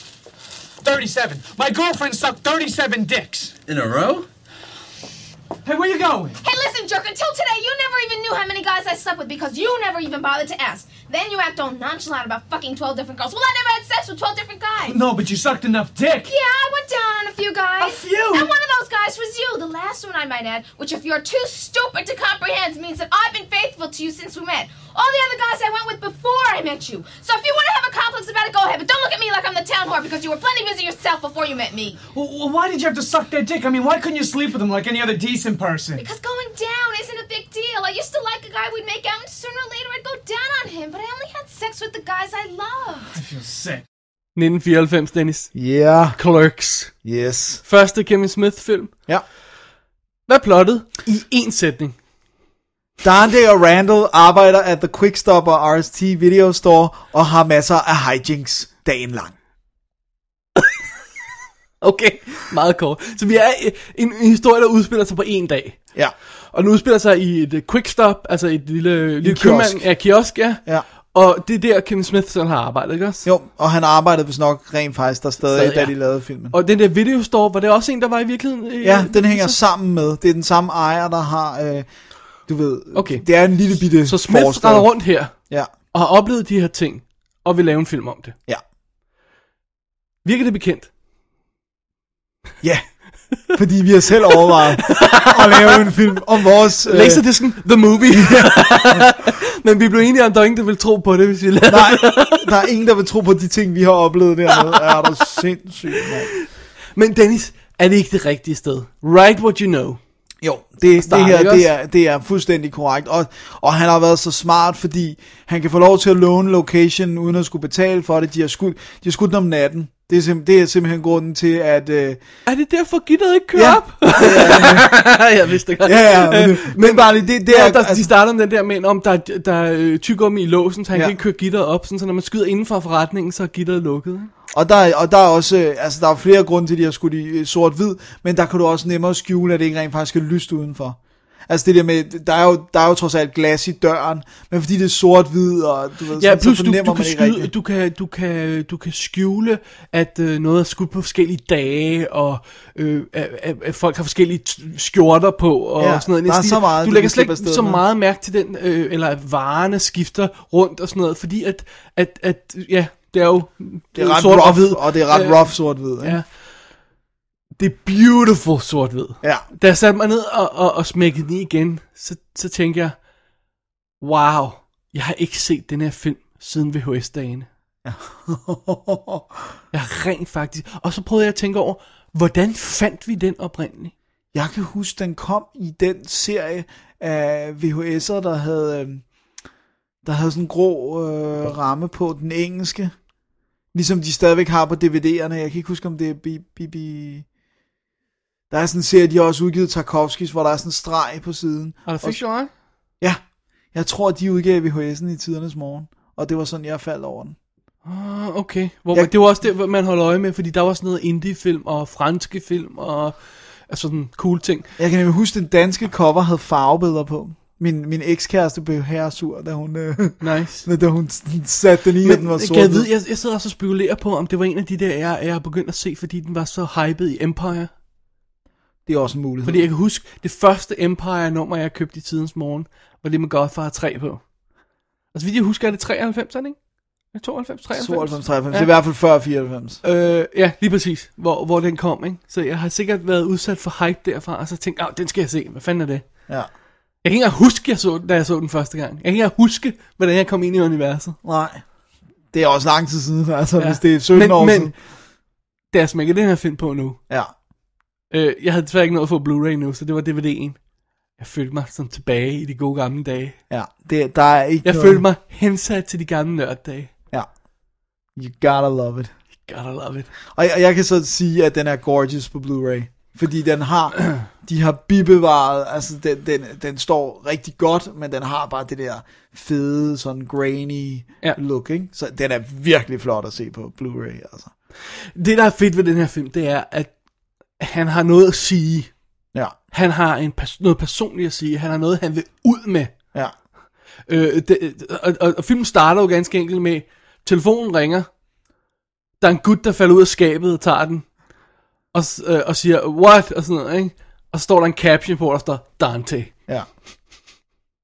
S10: 37. My girlfriend sucked 37 dicks.
S12: In a row?
S10: Hey, where you going?
S1: Hey, listen, jerk. Until today, you never even knew how many guys I slept with because you never even bothered to ask. Then you act all nonchalant about fucking 12 different girls. Well, I never had sex with 12 different guys.
S10: No, but you sucked enough dick.
S1: Yeah, I went down on a few guys.
S10: A few?
S1: And one of those guys was you, the last one I might add, which, if you're too stupid to comprehend, means that I've been faithful to you since we met. All the other guys I went with before I met you. So if you want to have a complex about it, go ahead. But don't look at me like I'm the town whore because you were plenty busy yourself before you met me.
S10: Well, well, why did you have to suck their dick? I mean, why couldn't you sleep with them like any other decent person?
S1: Because going down isn't a big deal. I used to like a guy we'd make out, and sooner or later I'd go down on him, but I only had sex with the guys I loved.
S10: I feel sick.
S4: 1994, Dennis.
S3: Yeah.
S4: Clerks.
S3: Yes.
S4: Første Kevin Smith-film.
S3: Ja.
S4: Hvad er plottet? I én sætning.
S3: Dante og Randall arbejder at The Quickstop og RST Video Store og har masser af hijinks dagen lang.
S4: Okay, meget kort. Så vi er øh, en, en historie, der udspiller sig på en dag.
S3: Ja.
S4: Og den udspiller sig i et øh, quick stop, altså et lille, lille købmand,
S3: kiosk.
S4: ja, kiosk, ja.
S3: Ja.
S4: Og det er der, Kevin Smith selv har arbejdet, ikke også?
S3: Jo, og han arbejdede vist nok rent faktisk der stadig,
S4: Stadig,
S3: da
S4: ja.
S3: de lavede filmen.
S4: Og den der videostore, var det også en, der var i virkeligheden? øh,
S3: Ja, den hænger
S4: så-
S3: sammen med. Det er den samme ejer, der har, øh, du ved,
S4: Okay.
S3: det er en lille bitte
S4: Så Smith
S3: forstad.
S4: render rundt her,
S3: Ja,
S4: og har oplevet de her ting, og vil lave en film om det.
S3: ja.
S4: Virker det bekendt?
S3: Ja, fordi vi har selv overvejet at lave en film om vores... Øh,
S4: Laserdisken, The Movie. Men vi blev enige om, at der var ingen, der ville tro på det, hvis vi lavede
S3: nej, der er ingen, der vil tro på de ting, vi har oplevet dernede. Er du sindssygt, mand.
S4: Men Dennis, er det ikke det rigtige sted? Write what you know.
S3: Jo, det,
S4: Start,
S3: det her
S4: ikke også?
S3: det er, det er fuldstændig korrekt. Og, og han har været så smart, fordi han kan få lov til at låne location, uden at skulle betale for det. De har skudt, de har skudt den om natten. Det er, sim- det er simpelthen grunden til, at... Øh,
S4: Er det derfor, gitteret ikke kører
S3: Ja.
S4: op? jeg vidste det godt.
S3: Ja, ja, men-
S4: Øh,
S3: men bare lige, det- det
S4: ja,
S3: er-
S4: der,
S3: altså-
S4: de starter med den der med, om der, er- der er øh, tyggegummi i låsen, så han
S3: Ja.
S4: ja. kan ikke køre gitteret op. Sådan, så når man skyder inden for forretningen, så er gitteret lukket. ikke?
S3: Og der, er- og der er også, øh, altså der er flere grunde til, at de har skudt i øh, sort-hvid, men der kan du også nemmere skjule, at det ikke rent faktisk er lyst udenfor. Altså det der med, der er jo, der er jo trods alt glas i døren, men fordi det er sort-hvid, og du ved,
S4: Ja,
S3: sådan,
S4: plus
S3: så
S4: du,
S3: fornemmer man
S4: du, kan
S3: ikke
S4: skyde,
S3: rigtigt.
S4: du, kan, du, kan, du kan skjule, at øh, noget er skudt på forskellige dage, og øh, at, at- at folk har forskellige t- skjorter på, og
S3: Ja,
S4: sådan noget.
S3: der er
S4: Næsten-
S3: så meget,
S4: du
S3: du
S4: lægger
S3: kan
S4: slet
S3: slippe
S4: ikke
S3: afsted
S4: så
S3: med.
S4: meget mærke til den, øh, eller at varerne skifter rundt og sådan noget, fordi at, at, at ja, det er jo
S3: Det er ret
S4: sort og
S3: rough,
S4: hvid.
S3: og det er ret
S4: Øh,
S3: rough sort-hvid. ikke?
S4: Ja. Det er beautiful sort-hvid.
S3: ja.
S4: Da jeg satte mig ned og, og, og smækkede den i igen, så, så tænkte jeg, wow, jeg har ikke set den her film siden VHS-dagene. Jeg har rent faktisk. Og så prøvede jeg at tænke over, hvordan fandt vi den oprindeligt?
S3: Jeg kan huske, den kom i den serie af VHS'er, der havde, øhm, der havde sådan en grå øh, ramme på den engelske. Ligesom de stadigvæk har på DVD'erne. Jeg kan ikke huske, om det er BB... Der er sådan en serie, de har også udgivet Tarkovskis, hvor der er sådan en streg på siden.
S4: Artificial
S3: Ja, jeg tror, de udgav VHS'en i tidernes morgen. Og det var sådan, jeg faldt over den.
S4: Ah, okay. Hvor
S3: Jeg-
S4: man, det var også det, hvor man holdt øje med, fordi der var sådan noget indie-film og franske film og altså sådan cool ting.
S3: Jeg kan nemlig huske, at den danske cover havde farvebilleder på. Min, min ekskæreste blev herresur, da hun... Øh,
S4: Nice.
S3: Men da hun satte den i, at den var
S4: kan
S3: sort.
S4: jeg, vide, jeg, jeg sidder også og spekulerer på, om det var en af de der, jeg, jeg begyndte at se, fordi den var så hyped i Empire.
S3: Det er også en mulighed.
S4: Fordi jeg kan huske, det første Empire-nummer, jeg købte i tidens morgen, var det med Godfather 3 på. Og så vidt jeg husker, er det 92, er det ikke? Er det 92, 93?
S3: 92, 93. Det
S4: Ja.
S3: er i hvert fald før 94.
S4: Øh, ja, lige præcis, hvor, hvor den kom, ikke? Så jeg har sikkert været udsat for hype derfra, og så tænkt, "Åh, den skal jeg se, hvad fanden er det?
S3: Ja.
S4: Jeg kan ikke engang huske, jeg så, den, da jeg så den første gang. Jeg kan ikke engang huske, hvordan jeg kom ind i universet.
S3: Nej. Det er også lang tid siden, altså, ja. hvis det er 17
S4: men,
S3: år
S4: men,
S3: siden.
S4: da jeg smækker den her film på nu,
S3: Ja.
S4: øh, jeg havde desværre ikke noget at få Blu-ray nu, så det var DVD'en. Jeg følte mig sådan tilbage i de gode gamle dage.
S3: Ja. Det, der er ikke
S4: Jeg
S3: noget.
S4: følte mig hensat til de gamle nørddage.
S3: Ja. You gotta love it.
S4: Gotta love it.
S3: Og jeg, jeg kan så sige, at den er gorgeous på Blu-ray. Fordi den har, de har bibevaret, altså den, den, den står rigtig godt, men den har bare det der fede, sådan grainy
S4: Ja.
S3: look, ikke? Så den er virkelig flot at se på Blu-ray, altså.
S4: Det, der er fedt ved den her film, det er, at han har noget at sige.
S3: Ja.
S4: Han har en pers- noget personligt at sige. Han har noget, han vil ud med.
S3: Ja.
S4: Øh, det, og, og, og filmen starter jo ganske enkelt med, telefonen ringer, der er en gut, der falder ud af skabet og tager den, og, s- øh, og siger, what? Og sådan noget, ikke? Og så står der en caption på, der står, Dante.
S3: Ja.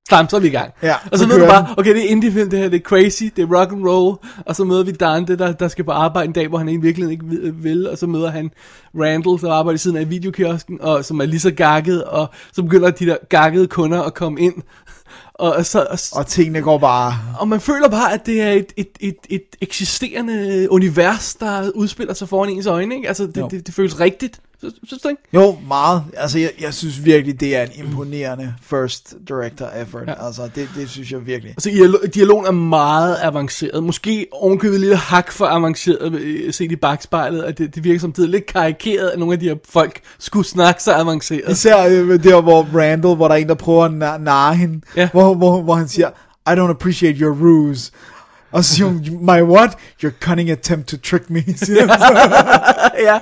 S4: Slam, så er vi i gang.
S3: Ja,
S4: og så,
S3: så
S4: ved du
S3: kører
S4: bare, okay, det er indie-film, det her, det er crazy, det er rock and roll, og så møder vi Dante, der, der skal på arbejde en dag, hvor han i virkeligheden ikke vil- vil, og så møder han Randall, der arbejder i siden af videokiosken, og som er lige så gakket, og så begynder de der gakkede kunder at komme ind, og, og så, og, s-
S3: Og tingene går bare...
S4: og man føler bare, at det er et, et, et, et eksisterende univers, der udspiller sig foran ens øjne, ikke? Altså,
S3: Jo.
S4: det, det, det føles rigtigt, Sy- synes du ikke?
S3: Jo, meget. Altså, jeg, jeg synes virkelig, det er en imponerende first director effort. Ja. Altså, det, det synes jeg virkelig.
S4: Altså, dialo- dialogen er meget avanceret. Måske ovenkøbet et lille hak for avanceret, øh, set i bagspejlet, at det, det virker som det er lidt karikeret, at nogle af de her folk skulle snakke så avanceret.
S3: Især øh, der, hvor Randall, hvor der er en, der prøver at nar- narre hende,
S4: Ja.
S3: hvor, hvor, hvor han siger, I don't appreciate your ruse. Og så siger hun, my what? Your cunning attempt to trick me. Siger hun så.
S4: ja.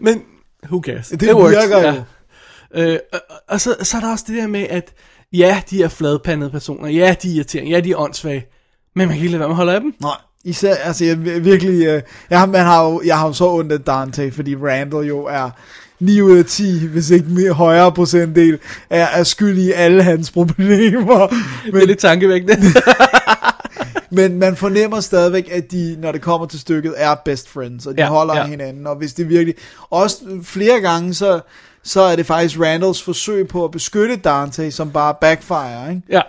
S4: Men, who cares?
S3: Det virker jo.
S4: Øh, og, og- og så, så er der også det der med, at ja, de er fladpandede personer, ja, de er irriterende, ja, de er åndssvage, men man kan ikke lade være med at holde af dem.
S3: Nej. Især, altså jeg vir- virkelig, øh, jeg, har- man har jo, jeg har jo så ondt af Dante, fordi Randall jo er 9 ud af 10, hvis ikke mere højere procentdel, er, er skyld i alle hans problemer.
S4: Det er lidt tankevækkende.
S3: Men man fornemmer stadigvæk, at de, når det kommer til stykket, er best friends, og de
S4: Ja,
S3: ja, holder
S4: ja.
S3: ja. hinanden, og hvis det virkelig... Også flere gange, så, så er det faktisk Randalls forsøg på at beskytte Dante, som bare backfire, ikke?
S4: ja.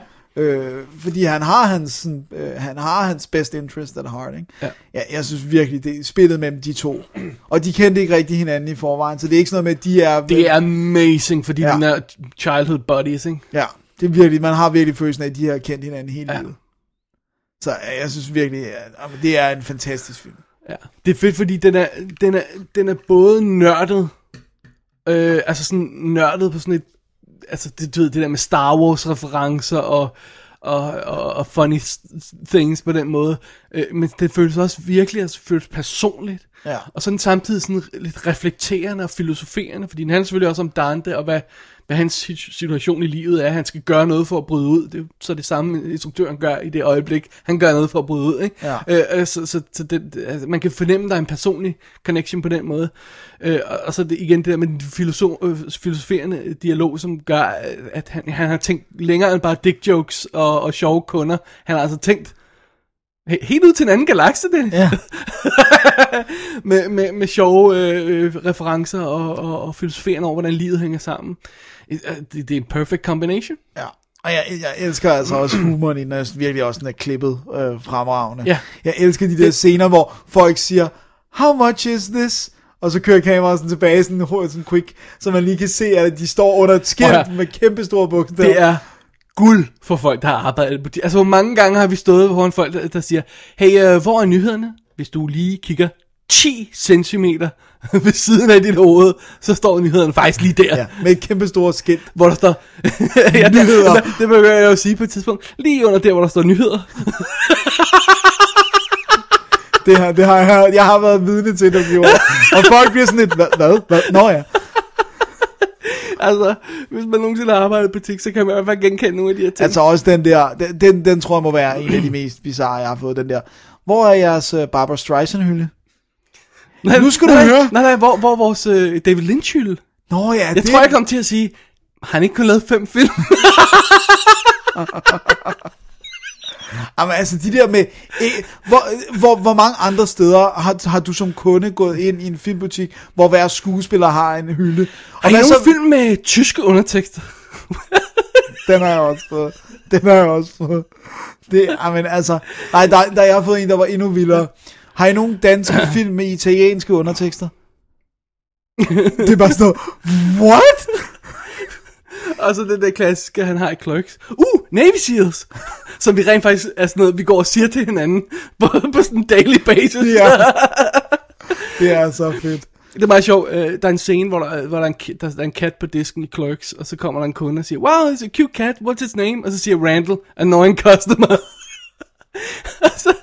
S3: Øh, fordi han har hans, sådan, øh, han har hans best interest at heart, ikke?
S4: Ja.
S3: Jeg, jeg synes virkelig, det er spillet mellem de to. Og de kendte ikke rigtig hinanden i forvejen, så det er ikke sådan noget med, at de er...
S4: Det er amazing, fordi ja.
S3: Ja.
S4: de er childhood buddies, ikke?
S3: Ja, det er virkelig, man har virkelig følelsen af, at de har kendt hinanden hele
S4: Ja.
S3: livet. Så øh, jeg synes virkelig, at, at det er en fantastisk film.
S4: Ja. Det er fedt, fordi den er, den er, den er både nørdet, øh, altså sådan nørdet på sådan et, altså det, du ved, det der med Star Wars referencer og, og, og, og funny s- things på den måde, øh, men det føles også virkelig, altså føles personligt,
S3: Ja.
S4: og sådan samtidig sådan lidt reflekterende og filosoferende, fordi den handler selvfølgelig også om Dante og hvad, hvad hans sit- situation i livet er. Han skal gøre noget for at bryde ud. Det er jo så det samme, instruktøren gør i det øjeblik. Han gør noget for at bryde ud. Ikke?
S3: Ja.
S4: Øh, øh, så så, så det, det- altså, man kan fornemme, at der er en personlig connection på den måde. Øh, og, og så det, igen det der med den filosof, øh, filosoferende dialog, som gør, øh, at han, han har tænkt længere end bare dick jokes og, og sjove kunder. Han har altså tænkt he- helt ud til en anden galakse, det.
S3: Ja.
S4: med, med, med sjove øh, øh, referencer og, og, og filosoferen over, hvordan livet hænger sammen. Øh, øh, Det, det er en perfect combination.
S3: Ja. Og jeg, jeg elsker altså også humoren i den, og jeg synes virkelig også den er klippet øh, fremragende.
S4: Ja.
S3: Jeg elsker de der scener, hvor folk siger, how much is this? Og så kører kameraet sådan tilbage, sådan, hurtigt, sådan quick, så man lige kan se, at de står under et skilt
S4: Prøv at høre.
S3: med kæmpe store bogstaver.
S4: Det er guld for folk, der har arbejdet på det. Altså, hvor mange gange har vi stået foran folk, der, der siger, hey, øh, hvor er nyhederne? Hvis du lige kigger 10 cm ved siden af dit hoved, så står nyhederne faktisk lige der.
S3: Ja, med et kæmpe store skilt.
S4: Hvor der står ja, det,
S3: Nyheder.
S4: det, det begynder jeg jo at sige på et tidspunkt Lige under der hvor der står nyheder
S3: Det, her, det har jeg, hørt. jeg har været vidne til, det i år. Og folk bliver sådan lidt, hvad? hvad? hvad? Nå ja.
S4: Altså hvis man nogensinde har arbejdet i butik Så kan man i hvert fald genkende nogle af de her ting
S3: Altså også den der, den, den, den tror jeg må være en af de mest bizarre, jeg har fået, den der. Hvor er jeres øh, Barbara Streisand-hylde?
S4: nej,
S3: nu skal du
S4: nej,
S3: høre.
S4: Nej nej hvor, hvor er vores øh, David Lynch hylde
S3: Nå ja,
S4: Jeg
S3: det...
S4: tror jeg kom til at sige Har han ikke kun lavet fem film
S3: Jamen altså de der med, eh, hvor, hvor, hvor mange andre steder har, har du som kunde gået ind i en filmbutik, hvor hver skuespiller har en hylde?
S4: Og
S3: Og
S4: der
S3: hvad
S4: er
S3: så
S4: nogle film med tyske undertekster.
S3: Den har jeg også fået. Den har jeg også fået. Det, amen, altså, nej, der, der, jeg har fået en, der var endnu vildere. Har I nogen danske film med italienske undertekster? det er bare sådan noget, what?
S4: Og så den der klassiske, han har i Clerks. Uh, Navy Seals! Som vi rent faktisk er sådan noget, vi går og siger til hinanden på, på sådan en daily basis.
S3: Det er, det er så fedt.
S4: Det er meget sjovt. Øh, Der er en scene, hvor der, hvor der, er en, ki- der, der er en kat på disken i Clerks, og så kommer der en kunde og siger, Wow, it's a cute cat, what's its name? Og så siger Randall, annoying customer. Og så,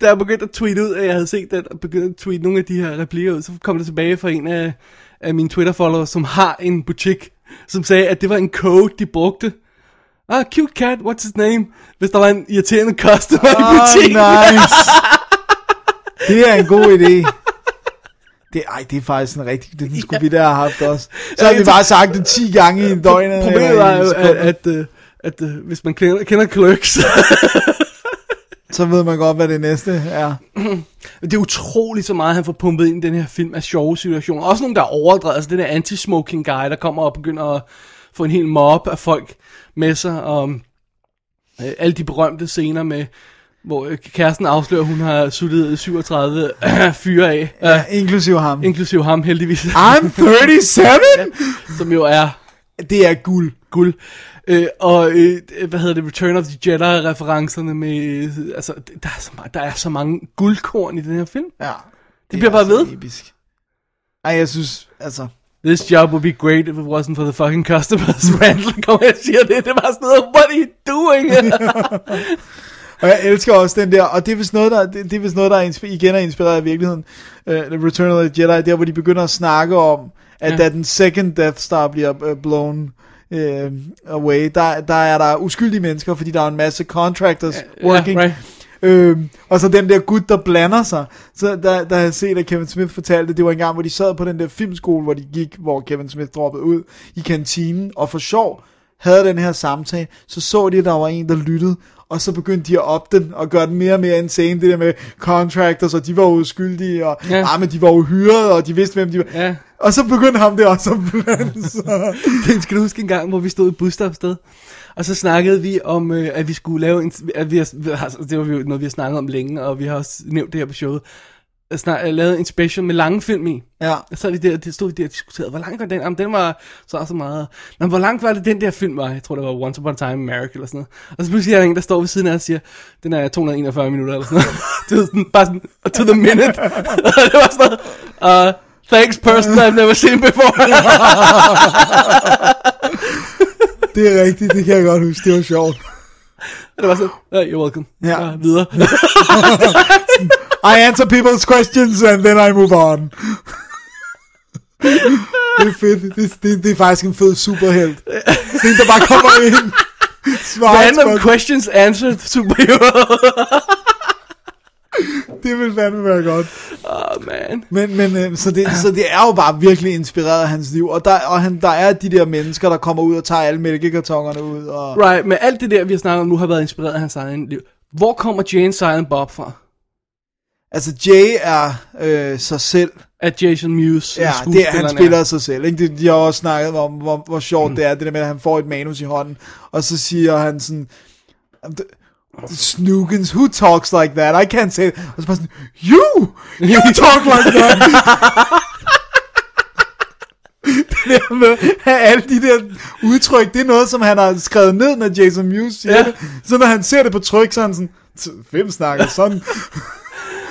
S4: da jeg begyndte at tweete ud, at jeg havde set den, og begyndte at tweete nogle af de her replikker ud, så kom det tilbage fra en af, af mine Twitter-followers, som har en butik, som sagde, at det var en code, de brugte. Ah, cute cat, what's his name? Hvis der var en irriterende customer i
S3: Åh,
S4: butikken.
S3: nice. Det er en god idé. Det, ej, det er faktisk en rigtig... Den skulle vi der have haft også. Så har vi bare sagt det 10 gange i en døgn. eller
S4: Problemet
S3: i
S4: var jo,
S3: sekunder.
S4: at, at, øh, at øh, hvis man kender, kender Clerks,
S3: så ved man godt, hvad det næste er.
S4: det er utroligt så meget, han får pumpet ind i den her film af sjove situationer. Også nogle, der er overdrevet. Altså den der anti-smoking guy, der kommer og begynder at få en hel mob af folk med sig. Og øh, alle de berømte scener med, hvor øh, kæresten afslører, at hun har suttet 37 fyre af. Ja,
S3: inklusive ham.
S4: Inklusive ham, heldigvis.
S3: I'm 37?
S4: som jo er...
S3: Det er guld.
S4: Guld. Øh, og øh, hvad hedder det, Return of the Jedi-referencerne med, øh, altså, der er, så, ma- der er så mange guldkorn i den her film.
S3: Ja. altså
S4: Det, det bliver bare ved.
S3: Episk. Ej, jeg synes, altså...
S4: This job would be great if it wasn't for the fucking customers. Randall kommer og siger det. Det var sådan noget, what are you doing?
S3: Og jeg elsker også den der, og det er vist noget, der, det, det er vist noget, der er insp- igen er inspireret af virkeligheden. Uh, The Return of the Jedi, der hvor de begynder at snakke om, at
S4: Ja.
S3: ja. da den second Death Star bliver uh, blown uh, away, der, der er der uskyldige mennesker, fordi der er en masse contractors
S4: ja,
S3: working.
S4: right.
S3: Øhm, og så den der gut, der blander sig. Så der, der har jeg set, at Kevin Smith fortalte, det var en gang, hvor de sad på den der filmskole, hvor de gik, hvor Kevin Smith droppede ud i kantinen, og for sjov havde den her samtale, så så de, at der var en, der lyttede, og så begyndte de at op den, og gøre den mere og mere insane, det der med contractors, og de var uskyldige, og
S4: Ja.
S3: ja. ah, men de var uhyret, og de vidste, hvem de var.
S4: Ja.
S3: Og så begyndte ham der også at blande sig.
S4: Den skal du huske en gang, hvor vi stod i et busstopsted, og så snakkede vi om, øh, at vi skulle lave en... At vi har, altså, det var jo noget, vi har snakket om længe, og vi har også nævnt det her på showet. At Snak, øh, lavet en special med lange film i.
S3: Ja.
S4: Og så er vi der, det stod vi der og diskuterede, hvor lang var den? Jamen, den var så og så meget. Men hvor langt var det, den der film var? Jeg tror, det var Once Upon a Time in America eller sådan noget. Og så pludselig er der en, der står ved siden af og siger, den er 241 minutter eller sådan noget. det var sådan, bare sådan, to the minute. Og det var sådan noget, uh, thanks person I've never seen before.
S3: Det er rigtigt, det kan jeg godt huske, det var sjovt.
S4: Og det var sådan, oh, you're welcome.
S3: Ja.
S4: Og videre.
S3: I answer people's questions, and then I move on. det er fedt. Det, det, det er faktisk en fed superhelt. Det er en, der bare kommer ind. Svarer
S4: Random
S3: spørgsmål.
S4: questions answered, superhero.
S3: Det vil fandme være godt.
S4: Åh, oh, man.
S3: Men, men øh, så, det, så det er jo bare virkelig inspireret af hans liv. Og der, og han, der er de der mennesker, der kommer ud og tager alle mælkekartongerne ud. Og...
S4: Right, men alt det der, vi har snakket om nu, har været inspireret af hans egen liv. Hvor kommer Jane Silent Bob fra?
S3: Altså, Jay er øh, sig selv.
S4: At Jason Mewes
S3: Ja, det er, han spiller sig selv. Ikke? Det, de har jo også snakket om, hvor, hvor sjovt mm. det er, det der med, at han får et manus i hånden, og så siger han sådan, Snookens, who talks like that? I can't say it. Og så bare sådan, you! You talk like that! det der med, at alle de der udtryk, det er noget, som han har skrevet ned, når Jason Mewes siger
S4: Ja.
S3: ja. det. Så når han ser det på tryk, så er han sådan, "T- hvem snakker sådan?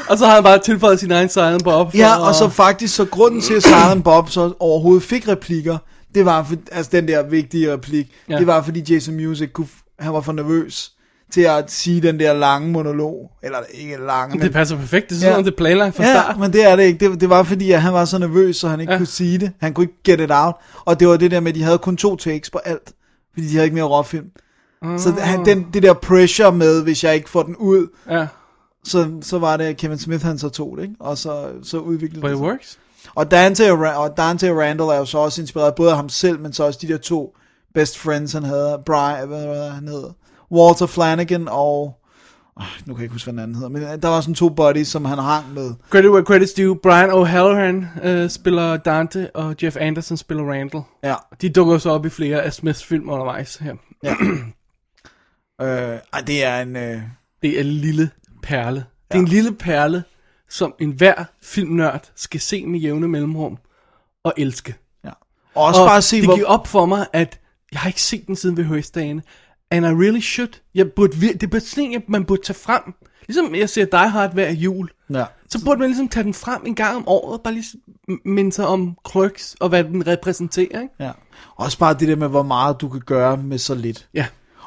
S4: Og så har han bare tilføjet sin egen Silent Bob. for-
S3: Ja, og så faktisk, så grunden til, at Silent Bob så overhovedet fik replikker, det var, for, altså den der vigtige replik,
S4: Ja.
S3: ja. det var, fordi Jason Music kunne, han var for nervøs til at sige den der lange monolog, eller ikke lange,
S4: Det
S3: men...
S4: passer perfekt. Det er sådan,
S3: Ja.
S4: ja. det er planlagt fra
S3: Ja,
S4: start.
S3: men det er det ikke. Det, det var fordi, at han var så nervøs, så han ikke ja. kunne sige det. Han kunne ikke get it out. Og det var det der med, at de havde kun to takes på alt, fordi de havde ikke mere råfilm. Mm. Så
S4: Ah.
S3: han, den, det der pressure med, hvis jeg ikke får den ud,
S4: Ja.
S3: så, så var det, at Kevin Smith han så tog det, ikke? og så, så udviklede
S4: But
S3: det
S4: it
S3: sig.
S4: works.
S3: Og Dante og, Ra- og Dante og Randall er jo så også inspireret både af ham selv, men så også de der to best friends, han havde. Brian, hvad var det, han hed? Walter Flanagan og... Oh, nu kan jeg ikke huske, hvad den anden hedder. Men øh, der var sådan to buddies, som han hang med.
S4: Credit where credit's due. Brian O'Halloran øh, spiller Dante, og Jeff Anderson spiller Randall.
S3: Ja.
S4: De dukker så op i flere af Smiths film undervejs her.
S3: ja. øh, ej, det er en... Øh,
S4: Det er en lille perle. Det er en lille perle, som enhver filmnørd skal se med jævne mellemrum og elske.
S3: og også
S4: og
S3: og bare se,
S4: det
S3: hvor...
S4: gik op for mig, at jeg har ikke set den siden ved høstdagene. And I really should. Jeg burde, vir- det er sådan en, jeg- man burde tage frem. Ligesom jeg ser Die Hard hver jul.
S3: Ja.
S4: Så burde man ligesom tage den frem en gang om året, bare lige s- m- minde sig om Clerks og hvad den repræsenterer. Ikke?
S3: ja. Også bare det der med, hvor meget du kan gøre med så lidt.
S4: Ja.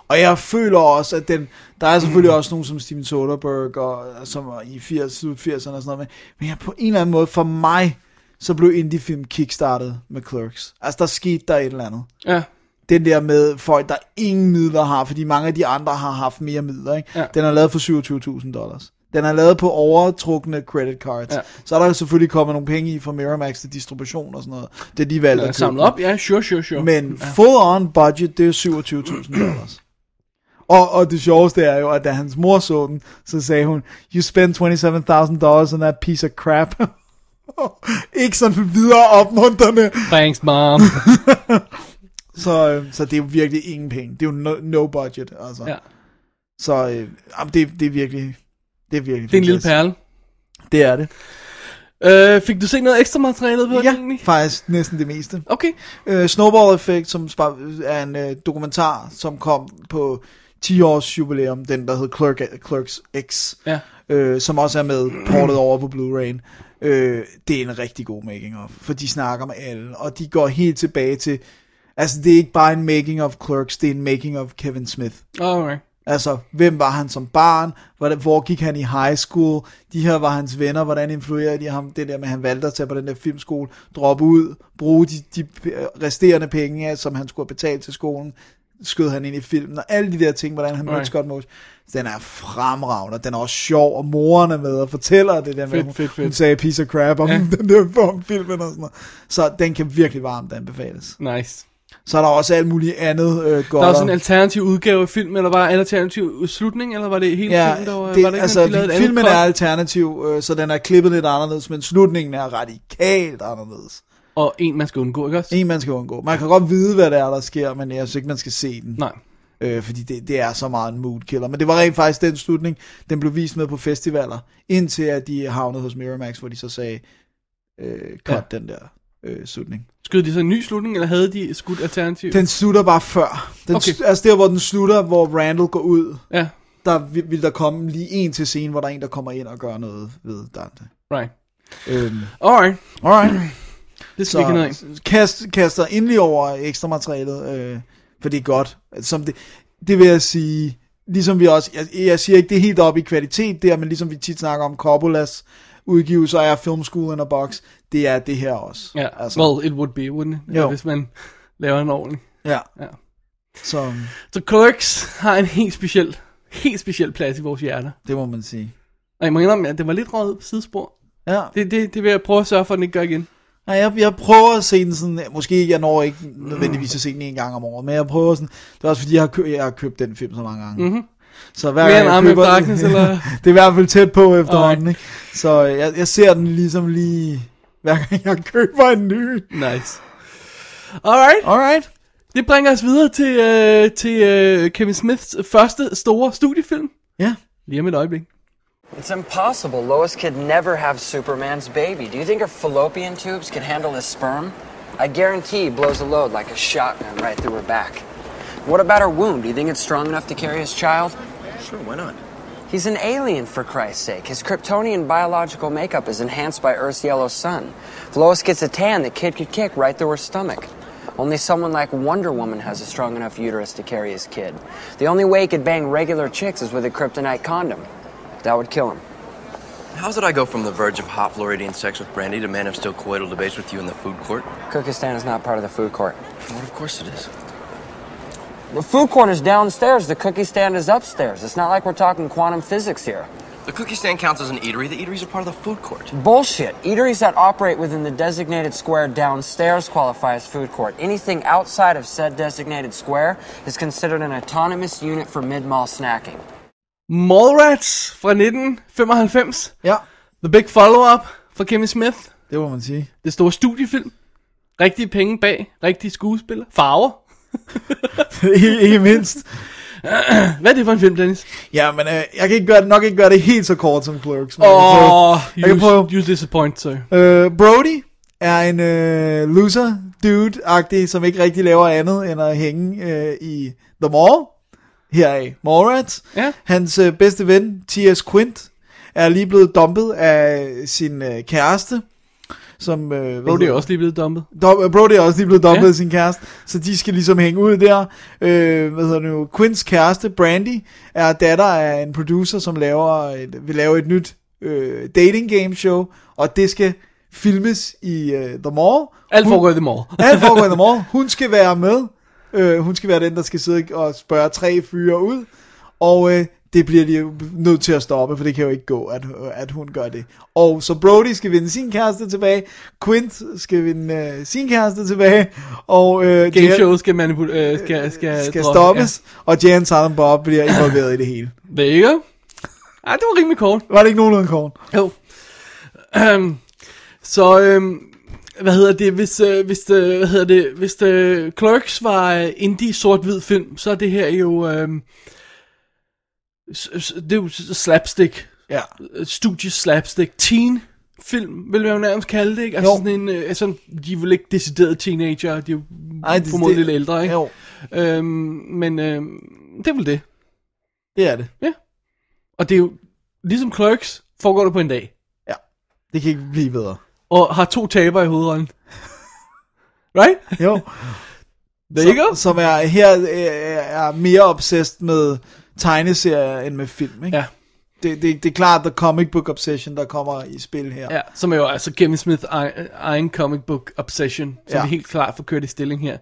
S3: Og jeg føler også, at den, der er selvfølgelig også nogen som Steven Soderbergh, og, som var i 80, slut 80'erne og sådan noget, men, men jeg, på en eller anden måde, for mig, så blev indie-film kickstartet med Clerks. Altså, der skete der et eller andet.
S4: Ja.
S3: Den der med folk, der ingen midler har, fordi mange af de andre har haft mere midler. Ikke?
S4: Ja.
S3: Den er lavet for 27.000 dollars. Den er lavet på overtrukne credit cards.
S4: Ja.
S3: Ja. Så er der selvfølgelig kommet nogle penge i fra Miramax til distribution og sådan noget. Det er de valgte
S4: Ja,
S3: at købe
S4: samlet
S3: den.
S4: op, ja, sure, sure, sure.
S3: Men
S4: ja.
S3: full on budget, det er 27.000 dollars. Og, og det sjoveste er jo, at da hans mor så den, så sagde hun, you spent 27.000 dollars on that piece of crap. Ikke sådan videre opmunterne.
S4: Thanks, mom.
S3: Så, øh, så det er jo virkelig ingen penge. Det er jo no, no budget, altså.
S4: Ja.
S3: Så øh, jamen, det, det er virkelig... Det er virkelig
S4: Det er en lille perle.
S3: Det er det.
S4: Øh, fik du set noget ekstra materialet på
S3: ja,
S4: den egentlig?
S3: faktisk næsten det meste.
S4: Okay.
S3: Øh, Snowball Effect, som spa- er en øh, dokumentar, som kom på 10 års jubilæum, den der hed Clerk, Clerks X,
S4: Ja.
S3: øh, som også er med portet over på Blu-ray. Øh, det er en rigtig god making of, for de snakker med alle, og de går helt tilbage til, altså det er ikke bare en making of Clerks, det er en making of Kevin Smith.
S4: Alright.
S3: Altså, hvem var han som barn? Hvordan, hvor gik han i high school? De her var hans venner. Hvordan influerede de ham? Det der med, at han valgte at tage på den der filmskole, droppe ud, bruge de, de øh, resterende penge, som han skulle have betalt til skolen, skød han ind i filmen, og alle de der ting, hvordan han mødte
S4: Right.
S3: Scott Moses. Den er fremragende, og den er også sjov, og moren er med og fortæller det der med,
S4: Fedt,
S3: hun,
S4: fedt, fedt.
S3: hun sagde piece of crap om,
S4: Ja.
S3: den der, om filmen og sådan noget. Så den kan virkelig varmt anbefales.
S4: Nice.
S3: Så er der også alt muligt andet øh, godt.
S4: Der er også en alternativ udgave af filmen, eller var en alternativ slutning, eller var det hele filmen, der var,
S3: det,
S4: var det ikke
S3: altså,
S4: sådan, de lavede et
S3: filmen
S4: andet
S3: er
S4: cut?
S3: alternativ, øh, så den er klippet lidt anderledes, men slutningen er radikalt anderledes.
S4: Og en, man skal undgå, ikke også?
S3: En, man skal undgå. Man kan godt vide, hvad det er, der sker, men jeg synes ikke, man skal se den.
S4: Nej.
S3: Øh, fordi det, det er så meget en mood killer. Men det var rent faktisk den slutning, den blev vist med på festivaler, indtil at de havnede hos Miramax, hvor de så sagde, øh, cut ja. den der øh, slutning.
S4: Skød de så en ny slutning, eller havde de skudt alternativ?
S3: Den slutter bare før. Den
S4: Okay.
S3: okay. altså der, hvor den slutter, hvor Randall går ud,
S4: Ja,
S3: der vil, vil der komme lige en til scene, hvor der er en, der kommer ind og gør noget ved Dante.
S4: right.
S3: Øhm,
S4: Alright,
S3: Alright.
S4: det skal vi ikke have noget af.
S3: Så kast, kaster endelig over ekstra materialet, øh, for det er godt. Som det, det vil jeg sige, ligesom vi også, jeg, jeg siger ikke, det er helt op i kvalitet der, men ligesom vi tit snakker om Coppolas udgivelser er Film School in a Box, det er det her også.
S4: Ja, altså. well, it would be, wouldn't it?
S3: Jo.
S4: Hvis man laver en ordentlig.
S3: ja.
S4: Ja.
S3: Så
S4: Så Clerks har en helt speciel, helt speciel plads i vores hjerter.
S3: det må man sige.
S4: Og jeg må indrømme, at det var lidt røget ud på sidespor.
S3: Ja.
S4: Det, det, det vil jeg prøve at sørge for, at den ikke gør igen.
S3: Nej, jeg, jeg prøver at se den sådan, måske ikke- jeg når ikke nødvendigvis at se den en gang om året, men jeg prøver sådan, det er også fordi, jeg har, kø, jeg har købt den film så mange gange.
S4: Mhm.
S3: Så hver
S4: Mere
S3: gang
S4: end
S3: jeg
S4: Army of
S3: køber den-
S4: Darkness, eller?
S3: det er i hvert fald tæt på efterhånden, ikke? Så øh, jeg, jeg ser den ligesom lige, hver gang jeg køber en ny.
S4: Nice. Alright.
S3: Alright.
S4: Det bringer os videre til, øh, til øh, Kevin Smiths første store studiefilm.
S3: Ja.
S4: Lige om et øjeblik.
S13: It's impossible. Lois could never have Superman's baby. Do you think her fallopian tubes can handle his sperm? I guarantee he blows a load like a shotgun right through her back. What about her womb? Do you think it's strong enough to carry his child? Sure, why not? He's an alien, for Christ's sake. His Kryptonian biological makeup is enhanced by Earth's yellow sun. If Lois gets a tan, the kid could kick right through her stomach. Only someone like Wonder Woman has a strong enough uterus to carry his kid. The only way he could bang regular chicks is with a kryptonite condom. That would kill him.
S14: How did I go from the verge of hot Floridian sex with Brandy to man of still coital debates with you in the food court?
S13: Kyrgyzstan is not part of the food court.
S14: Well, of course it is.
S13: The food court is downstairs. The cookie stand is upstairs. It's not like we're talking quantum physics here.
S14: The cookie stand counts as an eatery. The eateries are part of the food court.
S13: Bullshit. Eateries that operate within the designated square downstairs qualify as food court. Anything outside of said designated square is considered an autonomous unit for mid-mall snacking.
S4: Mallrats fra 1995.
S3: Ja.
S4: The Big Follow-Up fra Kevin Smith.
S3: Det må man sige.
S4: Det store studiefilm. Rigtige penge bag. Rigtige skuespillere. Farver.
S3: ikke, ikke mindst.
S4: Hvad er det for en film, Dennis?
S3: Ja, men øh, jeg kan ikke gøre, nok ikke gøre det helt så kort som Clerks. men jeg kan prøve.
S4: Åh,
S3: jeg kan prøve.
S4: oh, you, you disappoint, sir.
S3: Øh, Brody er en øh, loser dude-agtig, som ikke rigtig laver andet end at hænge øh, i The Mall. Heraf Mallrats.
S4: Ja.
S3: Hans øh, bedste ven, T.S. Quint, er lige blevet dumpet af sin øh, kæreste. Som, øh, hvad
S4: Brody
S3: hedder-
S4: er også lige blevet dumpet.
S3: Dom, Brody er også lige blevet dumpet
S4: Ja.
S3: ja. af sin kæreste, så de skal ligesom hænge ud der. Øh, hvad hedder det nu? Quinns kæreste, Brandy, er datter af en producer, som laver et, vil lave et nyt øh, dating game show, og det skal filmes i øh, The Mall.
S4: Alt
S3: Hun-
S4: foregår i The Mall.
S3: Alt foregår i The Mall. Hun skal være med. Øh, hun skal være den, der skal sidde og spørge tre fyre ud. Og øh, det bliver de jo nødt til at stoppe, for det kan jo ikke gå, at, at hun gør det. Og så Brody skal vinde sin kæreste tilbage. Quint skal vinde øh, sin kæreste tilbage. Og øh, Jan-
S4: Gameshowet skal, manipul- øh, skal, skal,
S3: skal
S4: droppe,
S3: stoppes. Ja. Og Jan Silent Bob bliver involveret i det hele.
S4: Ja. Det er ikke? Ej, det var rimelig kort.
S3: Var det ikke nogenlunde kort?
S4: Jo. Øhm, så, øhm, hvad hedder det, hvis, øh, hvis, øh, hvad hedder det, hvis øh, Clerks var øh, indie sort-hvid film, så er det her jo, øhm, s- s- det er jo s- slapstick.
S3: Ja.
S4: Studie slapstick. Teen film, vil jeg jo nærmest kalde det, ikke? Altså sådan en, øh, sådan, de er vel ikke decideret teenager, de er jo
S3: Ej, det- det-
S4: formodentlig lidt ældre, ikke?
S3: Jo.
S4: Øhm, men øhm, det er vel det.
S3: Det er det.
S4: Ja. Og det er jo, ligesom Clerks, foregår det på en dag.
S3: Det kan ikke blive bedre.
S4: Og har to taber i hovedrollen. right?
S3: Jo.
S4: There you go.
S3: Som, som er her øh, er mere obsessed med tegneserier end med film, ikke?
S4: Ja.
S3: Det, det, det er klart, the comic book obsession, der kommer i spil her.
S4: Ja, som er jo altså Kevin Smith egen- egen comic book obsession, som
S3: Ja.
S4: ja. er helt klart for Curtis Stilling her.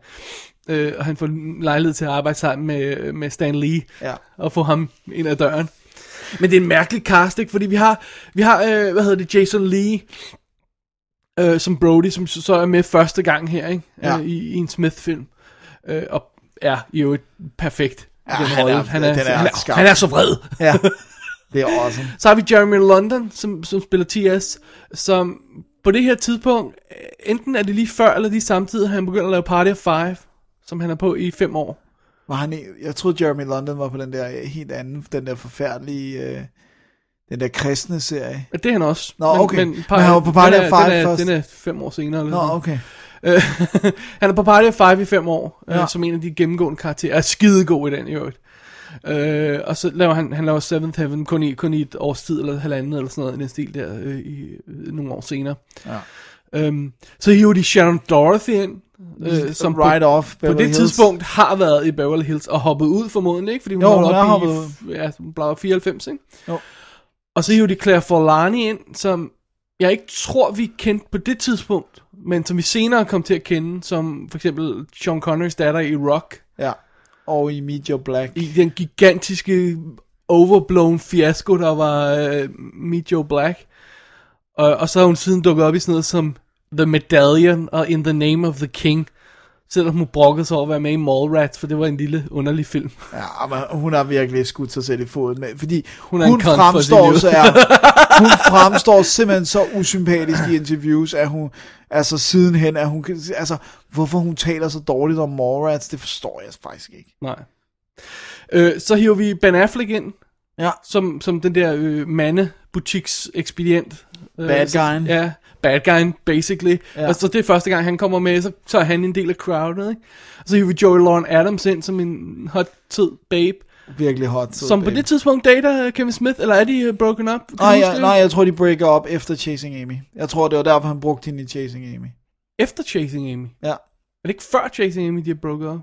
S4: Øh, og han får lejlighed til at arbejde sammen med, med Stan Lee,
S3: Ja.
S4: og få ham ind ad døren. Men det er en mærkelig cast, ikke? Fordi vi har, vi har øh, hvad hedder det, Jason Lee, øh, som Brody, som så- så er med første gang her, ikke?
S3: Ja.
S4: Øh, i, i en Smith-film. Øh, og er jo et perfekt. i
S3: Ja,
S4: den
S3: han
S4: rolle.
S3: er-
S4: han, er,
S3: den
S4: han,
S3: er
S4: er,
S3: skarp.
S4: han er så vred.
S3: Ja. Det er awesome.
S4: Så har vi Jeremy London, som, som spiller T.S., som på det her tidspunkt, øh, enten er det lige før eller lige samtidig, han begynder at lave Party of Five, som han er på i fem år.
S3: Var han, i- jeg troede, Jeremy London var på den der øh, helt anden, den der forfærdelige, øh, den der kristne serie.
S4: Ja, Det er han også.
S3: Nå, okay. Men han var på
S4: den
S3: Party
S4: er-
S3: of Five
S4: den er,
S3: først.
S4: Den er fem år senere. Eller
S3: Nå,
S4: sådan.
S3: okay.
S4: Øh, han er på Party of Five i fem år, ja.
S3: Ja.
S4: øh, som en af de gennemgående karakterer. Er skidegod i den, i øvrigt. Øh, og så laver han, han laver Seventh Heaven kun i, kun i et års tid, eller halvandet, eller sådan noget, i den stil der, øh, i, øh, nogle år senere.
S3: Ja.
S4: Øhm, så hiver de Sharon Dorothy ind, øh, som
S3: Right
S4: på,
S3: off
S4: på
S3: Beverly
S4: det
S3: Hills.
S4: tidspunkt har været i Beverly Hills, og hoppet ud formodentlig, ikke? Fordi hun
S3: Jo,
S4: holdt
S3: hun
S4: op
S3: er
S4: i,
S3: hoppet
S4: ud. Ja, hun blev 94, ikke?
S3: Jo.
S4: Og så hiver de Claire Forlani ind, som jeg ikke tror, vi kendte på det tidspunkt, men som vi senere kom til at kende, som for eksempel Sean Connerys datter i Rock,
S3: Ja. Og i Meet Your Black.
S4: i den gigantiske overblown fiasko, der var uh, Meet Joe Black. Og, og så har hun siden dukket op i sådan noget som The Medallion og In the Name of the King, selvom hun brokkede sig over at være med i Mallrats, for det var en lille underlig film.
S3: Ja, men hun har virkelig skudt sig selv i foden med, fordi hun,
S4: er en
S3: hun
S4: kont for
S3: fremstår
S4: sit
S3: så
S4: liv.
S3: er, hun fremstår simpelthen så usympatisk i interviews, at hun, altså sidenhen, at hun, kan- altså, hvorfor hun taler så dårligt om Morats, det forstår jeg faktisk ikke.
S4: Nej. Øh, så hiver vi Ben Affleck ind,
S3: ja.
S4: som, som den der øh, mande butiks ekspedient.
S3: Bad guyen.
S4: Ja, bad guyen, basically.
S3: Ja.
S4: Ja. Og så det er første gang, han kommer med, så, så er han en del af crowdet, ikke? Og så hiver vi Joey Lauren Adams ind som en hot tid babe.
S3: Virkelig hot.
S4: Som på det tidspunkt dater øh, Kevin Smith, eller er de øh, broken up? Kan
S3: Nej,
S4: du huske
S3: jeg,
S4: det?
S3: nej, jeg tror, de breaker op efter Chasing Amy. Jeg tror, det var derfor, han brugte hende i Chasing Amy.
S4: Efter Chasing Amy.
S3: Ja.
S4: Er det ikke før Chasing Amy, de er broken up?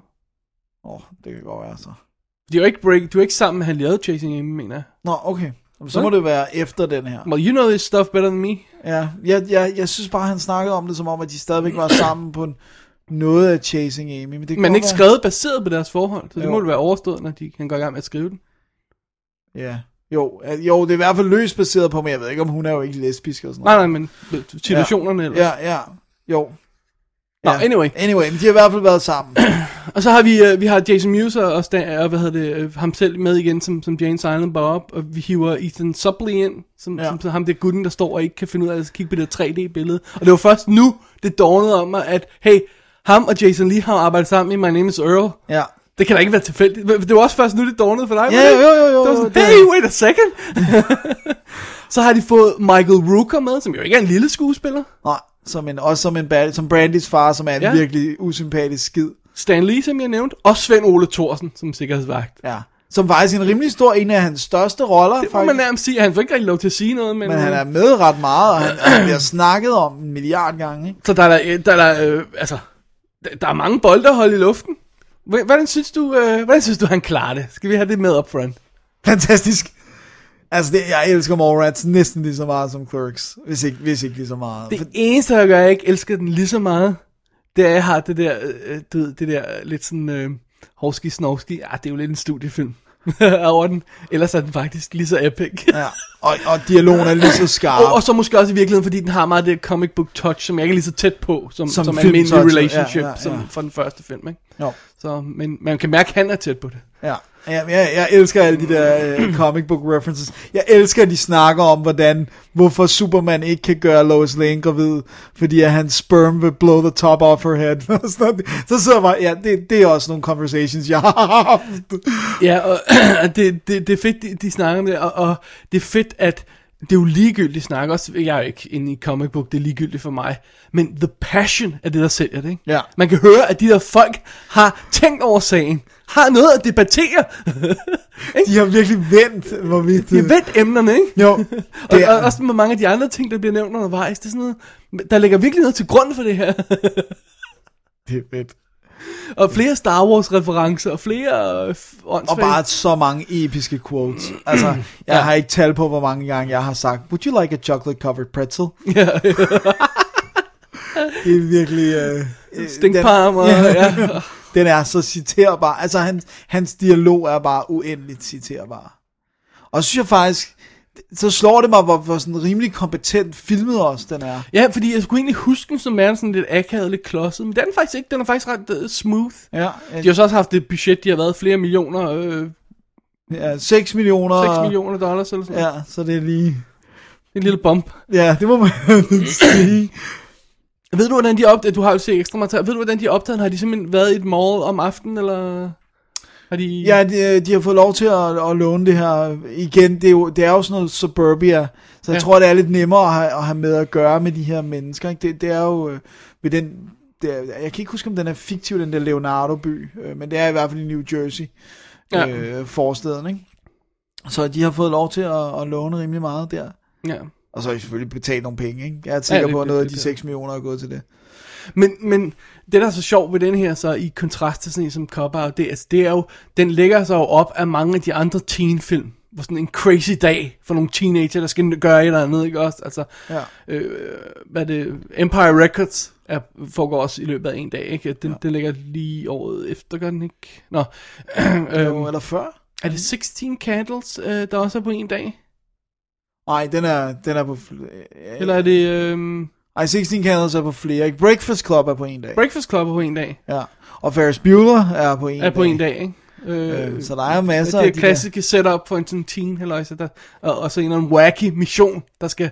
S3: Åh, oh, det kan godt være så.
S4: De er jo ikke, break, du er ikke sammen med, han lavede Chasing Amy, mener jeg.
S3: Nå, okay. Jamen, Så må
S4: Hvad?
S3: det være efter den her.
S4: Well, you know this stuff better than me.
S3: Ja, jeg, jeg, jeg synes bare, han snakkede om det, som om, at de stadigvæk var sammen på en, noget af Chasing Amy. Men, det kan
S4: Men
S3: godt
S4: ikke
S3: være-
S4: skrevet baseret på deres forhold, så det
S3: Jo.
S4: jo. må det være overstået, når de kan gå i gang med at skrive den.
S3: Ja. Jo, øh, jo, det er i hvert fald løst baseret på, men jeg ved ikke, om hun er jo ikke lesbisk og sådan
S4: Nej,
S3: noget.
S4: nej, men situationerne
S3: ja.
S4: ellers.
S3: Ja, ja. Jo.
S4: Nå, anyway.
S3: Anyway, men de har i hvert fald været sammen.
S4: Og så har vi, øh, vi har Jason Mewes og, og, Stan, og hvad hedder det, øh, ham selv med igen, som, som Jane Silent Bob, og vi hiver Ethan Suppley ind, som, ja. som, som ham der gutten, der står og ikke kan finde ud af at kigge på det der 3D-billede. Og det var først nu, det dawnede om mig, at hey, ham og Jason Lee har arbejdet sammen i My Name is Earl.
S3: Ja.
S4: Det kan da ikke være tilfældigt. Det var også først nu, det dawnede for dig.
S3: Ja,
S4: var det ikke?
S3: jo, jo, jo,
S4: Det var
S3: det-
S4: sådan, hey, wait a second. så har de fået Michael Rooker med, som jo ikke er en lille skuespiller.
S3: Nej, som en, også som, en bad, som Brandys far, som er en
S4: Ja.
S3: ja. virkelig usympatisk skid.
S4: Stan Lee, som jeg nævnte, og Svend Ole Thorsen som sikkerhedsvagt.
S3: Ja. som faktisk er en rimelig stor, en af hans største roller.
S4: Det må man nærmest sige, han får ikke rigtig lov til at sige noget, men... øh,
S3: Men han er med ret meget, og han, han bliver snakket om en milliard gange. Ikke?
S4: Så der er, der, der er øh, altså, der- der er mange bolde at holde i luften. H- Hvordan synes du, øh, hvordan synes du han klarer det? Skal vi have det med up front?
S3: Fantastisk. Altså, det, jeg elsker Mallrats næsten lige så meget som Clerks, hvis ikke, hvis ikke lige så meget.
S4: Det eneste, der gør, at jeg ikke elsker den lige så meget, det er, at jeg har det der, øh, du ved, det der lidt sådan øh, hovski snovski ah, det er jo lidt en studiefilm over den. Ellers er den faktisk lige så epic.
S3: ja, og, og dialogen er lige så skarp.
S4: Og, og så måske også i virkeligheden, fordi den har meget det comic book touch, som jeg ikke er lige så tæt på, som,
S3: Som
S4: som, som
S3: film
S4: almindelig
S3: touch, ja,
S4: relationship,
S3: ja, ja.
S4: som fra den første film. Ikke?
S3: Jo.
S4: Så, men man kan mærke, at han er tæt på det.
S3: Ja, jeg, jeg, jeg elsker alle de der øh, comic book references. Jeg elsker, at de snakker om, hvordan hvorfor Superman ikke kan gøre Lois Lane gravid, fordi at hans sperm vil blow the top off her head. Og sådan noget. så sidder jeg bare, ja, det, det er også nogle conversations, jeg har haft.
S4: Ja, og det, det, det er fedt, de, de snakker om det, og, og det er fedt, at det er jo ligegyldigt de snakker også. Jeg er jo ikke inde i comic book, det er ligegyldigt for mig. Men the passion er det, der sælger det, ikke?
S3: Ja.
S4: Man kan høre, at de der folk har tænkt over sagen, har noget at debattere.
S3: de har virkelig vendt, hvor vi...
S4: De har vendt emnerne, ikke?
S3: Jo.
S4: og,
S3: Det er-
S4: og, også med mange af de andre ting, der bliver nævnt undervejs. Det er sådan noget, der ligger virkelig noget til grund for det her.
S3: Det er fedt.
S4: og flere Star Wars-referencer, og flere... Øh, f-
S3: Og bare så mange episke quotes. Altså, jeg ja. har ikke tal på, hvor mange gange jeg har sagt, Would you like a chocolate-covered pretzel?
S4: Ja.
S3: det er virkelig... Øh, øh,
S4: Stinkparm og- ja.
S3: den er så citerbar. Altså, hans, hans dialog er bare uendeligt citerbar. Og så synes jeg faktisk, så slår det mig, hvor, hvor sådan rimelig kompetent filmet også den er.
S4: Ja, fordi jeg skulle egentlig huske den som værende sådan lidt akavet, lidt klodset, men den er faktisk ikke, den er faktisk ret uh, smooth.
S3: Ja,
S4: De har så også haft et budget, de har været flere millioner, øh,
S3: ja 6 millioner.
S4: 6 millioner dollars eller sådan noget.
S3: Ja, så det er lige...
S4: En lille bump.
S3: Ja, det må man sige.
S4: Ved du, hvordan de opdagede, du har jo set ekstra materiale, ved du, hvordan de opdagede, den? har de simpelthen været i et mall om aftenen, eller har de...
S3: Ja, de, øh, de har fået lov til at, at låne det her. Igen, det er jo, det er jo sådan noget suburbia, så jeg
S4: Ja.
S3: tror, det er lidt nemmere at have, at have med at gøre med de her mennesker. Ikke? Det, det er jo øh, ved den... Det er, jeg kan ikke huske, om den er fiktiv, den der Leonardo-by, øh, men det er i hvert fald i New Jersey,
S4: Ja.
S3: øh, forsteden, ikke? Så de har fået lov til at, at låne rimelig meget der.
S4: Ja.
S3: Og så har de selvfølgelig betalt nogle penge, ikke? Jeg er sikker
S4: det-
S3: på, at
S4: det-
S3: noget af
S4: det-
S3: de
S4: det-
S3: 6 millioner er gået til det.
S4: Men, men det, der er så sjovt ved den her, så i kontrast til sådan en som Cop Out, det, er- altså, det er jo, den lægger sig jo op af mange af de andre teenfilm. Hvor sådan en crazy dag for nogle teenager, der skal gøre et eller andet, ikke også? Altså,
S3: Ja.
S4: øh, hvad er det, Empire Records er, foregår også i løbet af en dag, ikke? Den, ja. den ligger lige året efter, gør den ikke? Nå. Øh, Øhm.
S3: Jo, Øhm. eller før?
S4: Er det 16 Candles, øh, der også er på en dag?
S3: Nej, den er, den er på... øh,
S4: Eller er det... Øh,
S3: Ej, 16 Candles er på flere, ikke? Breakfast Club er på en dag.
S4: Breakfast Club er på en dag?
S3: Ja, og Ferris Bueller er på en
S4: er på
S3: dag.
S4: en dag, ikke? Øh,
S3: Øh, så der er masser
S4: det
S3: af
S4: er
S3: de
S4: klassiske de setup for en sådan teen halløjse, der, og, og så en eller anden wacky mission, der skal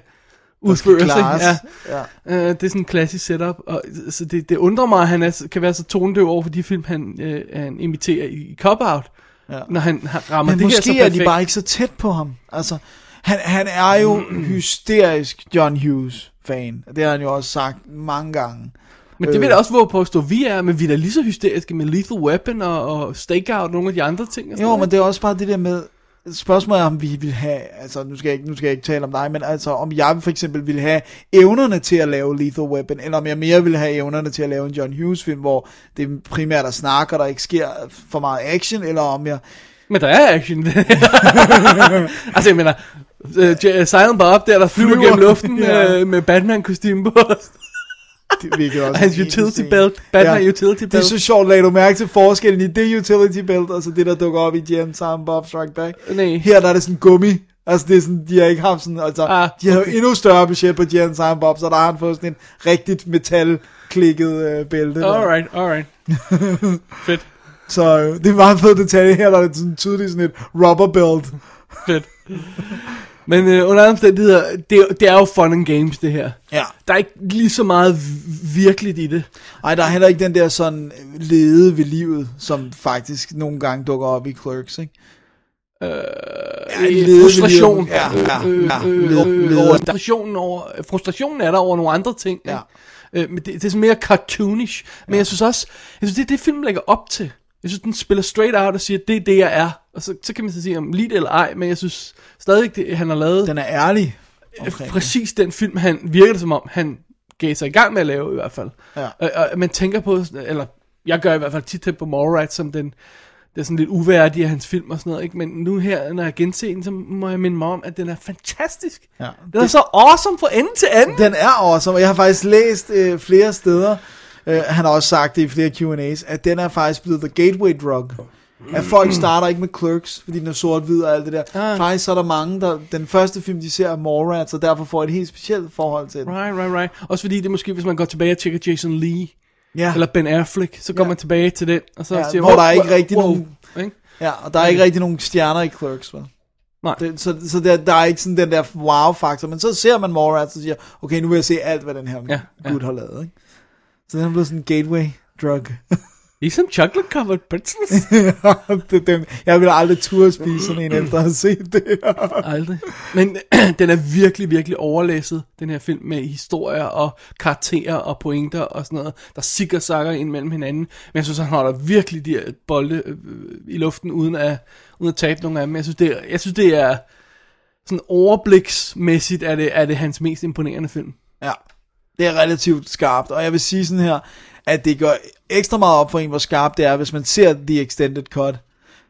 S4: udføres. ikke?
S3: klares,
S4: Ja. Øh, det er sådan en klassisk setup, og, så det, det undrer mig, at han er, kan være så tonedøv over for de film, han, øh, han imiterer i, i Cop Out, ja. når han har- rammer
S3: Men
S4: det her så
S3: måske er de
S4: perfekt.
S3: bare ikke så tæt på ham. Altså, han, han er jo hysterisk John Hughes-fan. Det har han jo også sagt mange gange.
S4: Men
S3: Øh.
S4: det vil jeg også våge på at stå, vi er, men vi er da lige så hysteriske med Lethal Weapon og, og Stakeout og nogle af de andre ting. Og sådan
S3: Jo,
S4: noget,
S3: men det er også bare det der med, spørgsmålet er, om vi vil have, altså nu skal, jeg, ikke- nu skal jeg ikke tale om dig, men altså om jeg for eksempel vil have evnerne til at lave Lethal Weapon, eller om jeg mere vil have evnerne til at lave en John Hughes film, hvor det primært er snak, og der ikke sker for meget action, eller om jeg...
S4: Men der er action. altså, jeg mener, uh, Silent Bob der, der flyver
S3: Flyver.
S4: gennem luften
S3: Ja.
S4: øh, med Batman-kostyme på.
S3: Det virker også
S4: Hans
S3: en
S4: utility
S3: scene.
S4: belt. Batman utility belt.
S3: Det er så sjovt, lagde du mærke til forskellen i det utility belt, og så det, der dukker op i Jam Time Bob Strike Back.
S4: Nej.
S3: Her der er det sådan gummi. Altså det er sådan, de har ikke haft sådan, altså ah, de har
S4: okay.
S3: jo endnu større budget på Jan Time Bob, så der har han fået sådan en rigtigt metal-klikket øh, bælte. der.
S4: Alright, alright. Fedt,
S3: Så øh, det er en meget fed detalje her, der er sådan tydeligt sådan et rubber belt.
S4: fedt. Men øh, under andre omstændigheder, det, er- det er jo fun and games, det her.
S3: Ja.
S4: Der er ikke lige så meget v- virkeligt i det.
S3: Ej, der er heller ikke den der sådan øh, lede ved livet, som faktisk nogle gange dukker op i Clerks, ikke?
S4: Øh,
S3: lede ved
S4: ja,
S3: livet.
S4: frustration.
S3: Ja, ja,
S4: Øh,
S3: ja.
S4: øh,
S3: Lede-
S4: øh,
S3: lede.
S4: over frustrationen, over, frustrationen er der over nogle andre ting. Ja. Øh, men det, det er sådan mere cartoonish. Men jeg synes også, jeg synes, det er det, film lægger op til. Jeg synes, den spiller straight out og siger, det er det, jeg er. Og så, så kan man så sige, om lige det eller ej, men jeg synes stadig, det, han har lavet... Den
S3: er ærlig.
S4: Præcis den film, han virker det som om, han gav sig i gang med at lave i hvert fald.
S3: Ja.
S4: Og, og man tænker på, eller jeg gør i hvert fald tit til på Mallrats, som den, det er sådan lidt uværdige af hans film og sådan noget, ikke? men nu her, når jeg genser den, så må jeg minde mig om, at den er fantastisk.
S3: Ja.
S4: Den er så awesome fra ende til anden.
S3: Den er awesome, og jeg har faktisk læst øh, flere steder, øh, han har også sagt det i flere Q&A's, at den er faktisk blevet the gateway drug. At folk starter ikke med Clerks, fordi den er sort-hvid og alt det der. Ah. Faktisk så er der mange, der den første film, de ser er Mallrats, og derfor får et helt specielt forhold til den.
S4: Right, right, right. Også fordi det er måske, hvis man går tilbage og tjekker Jason Lee,
S3: Ja.
S4: eller Ben Affleck, så går man tilbage til den, og så
S3: ja,
S4: siger
S3: hvor der er
S4: "Wow,
S3: ikke
S4: wow,
S3: rigtig
S4: wow."
S3: nogen...
S4: Ikke?
S3: Ja, og der er ikke rigtig nogen stjerner i Clerks, vel?
S4: Nej.
S3: Det, så så der, der er ikke sådan den der wow-faktor, men så ser man Mallrats og siger, okay, nu vil jeg se alt, hvad den her ja, gut har lavet, ikke? Så den er blevet sådan en gateway-drug.
S4: Ligesom chocolate covered pretzels.
S3: det, den, jeg ville aldrig turde spise sådan en efter at have set det.
S4: Aldrig. Men den er virkelig, virkelig overlæsset, den her film, med historier og karakterer og pointer og sådan noget, der sikker sakker ind mellem hinanden. Men jeg synes, han holder virkelig de her bolde øh, i luften, uden at, uden at tabe nogen af dem. Jeg synes, det er, jeg synes, det er sådan overbliksmæssigt, er det, er det hans mest imponerende film.
S3: Ja, det er relativt skarpt, og jeg vil sige sådan her, at det gør ekstra meget op for en, hvor skarpt det er, hvis man ser The Extended Cut,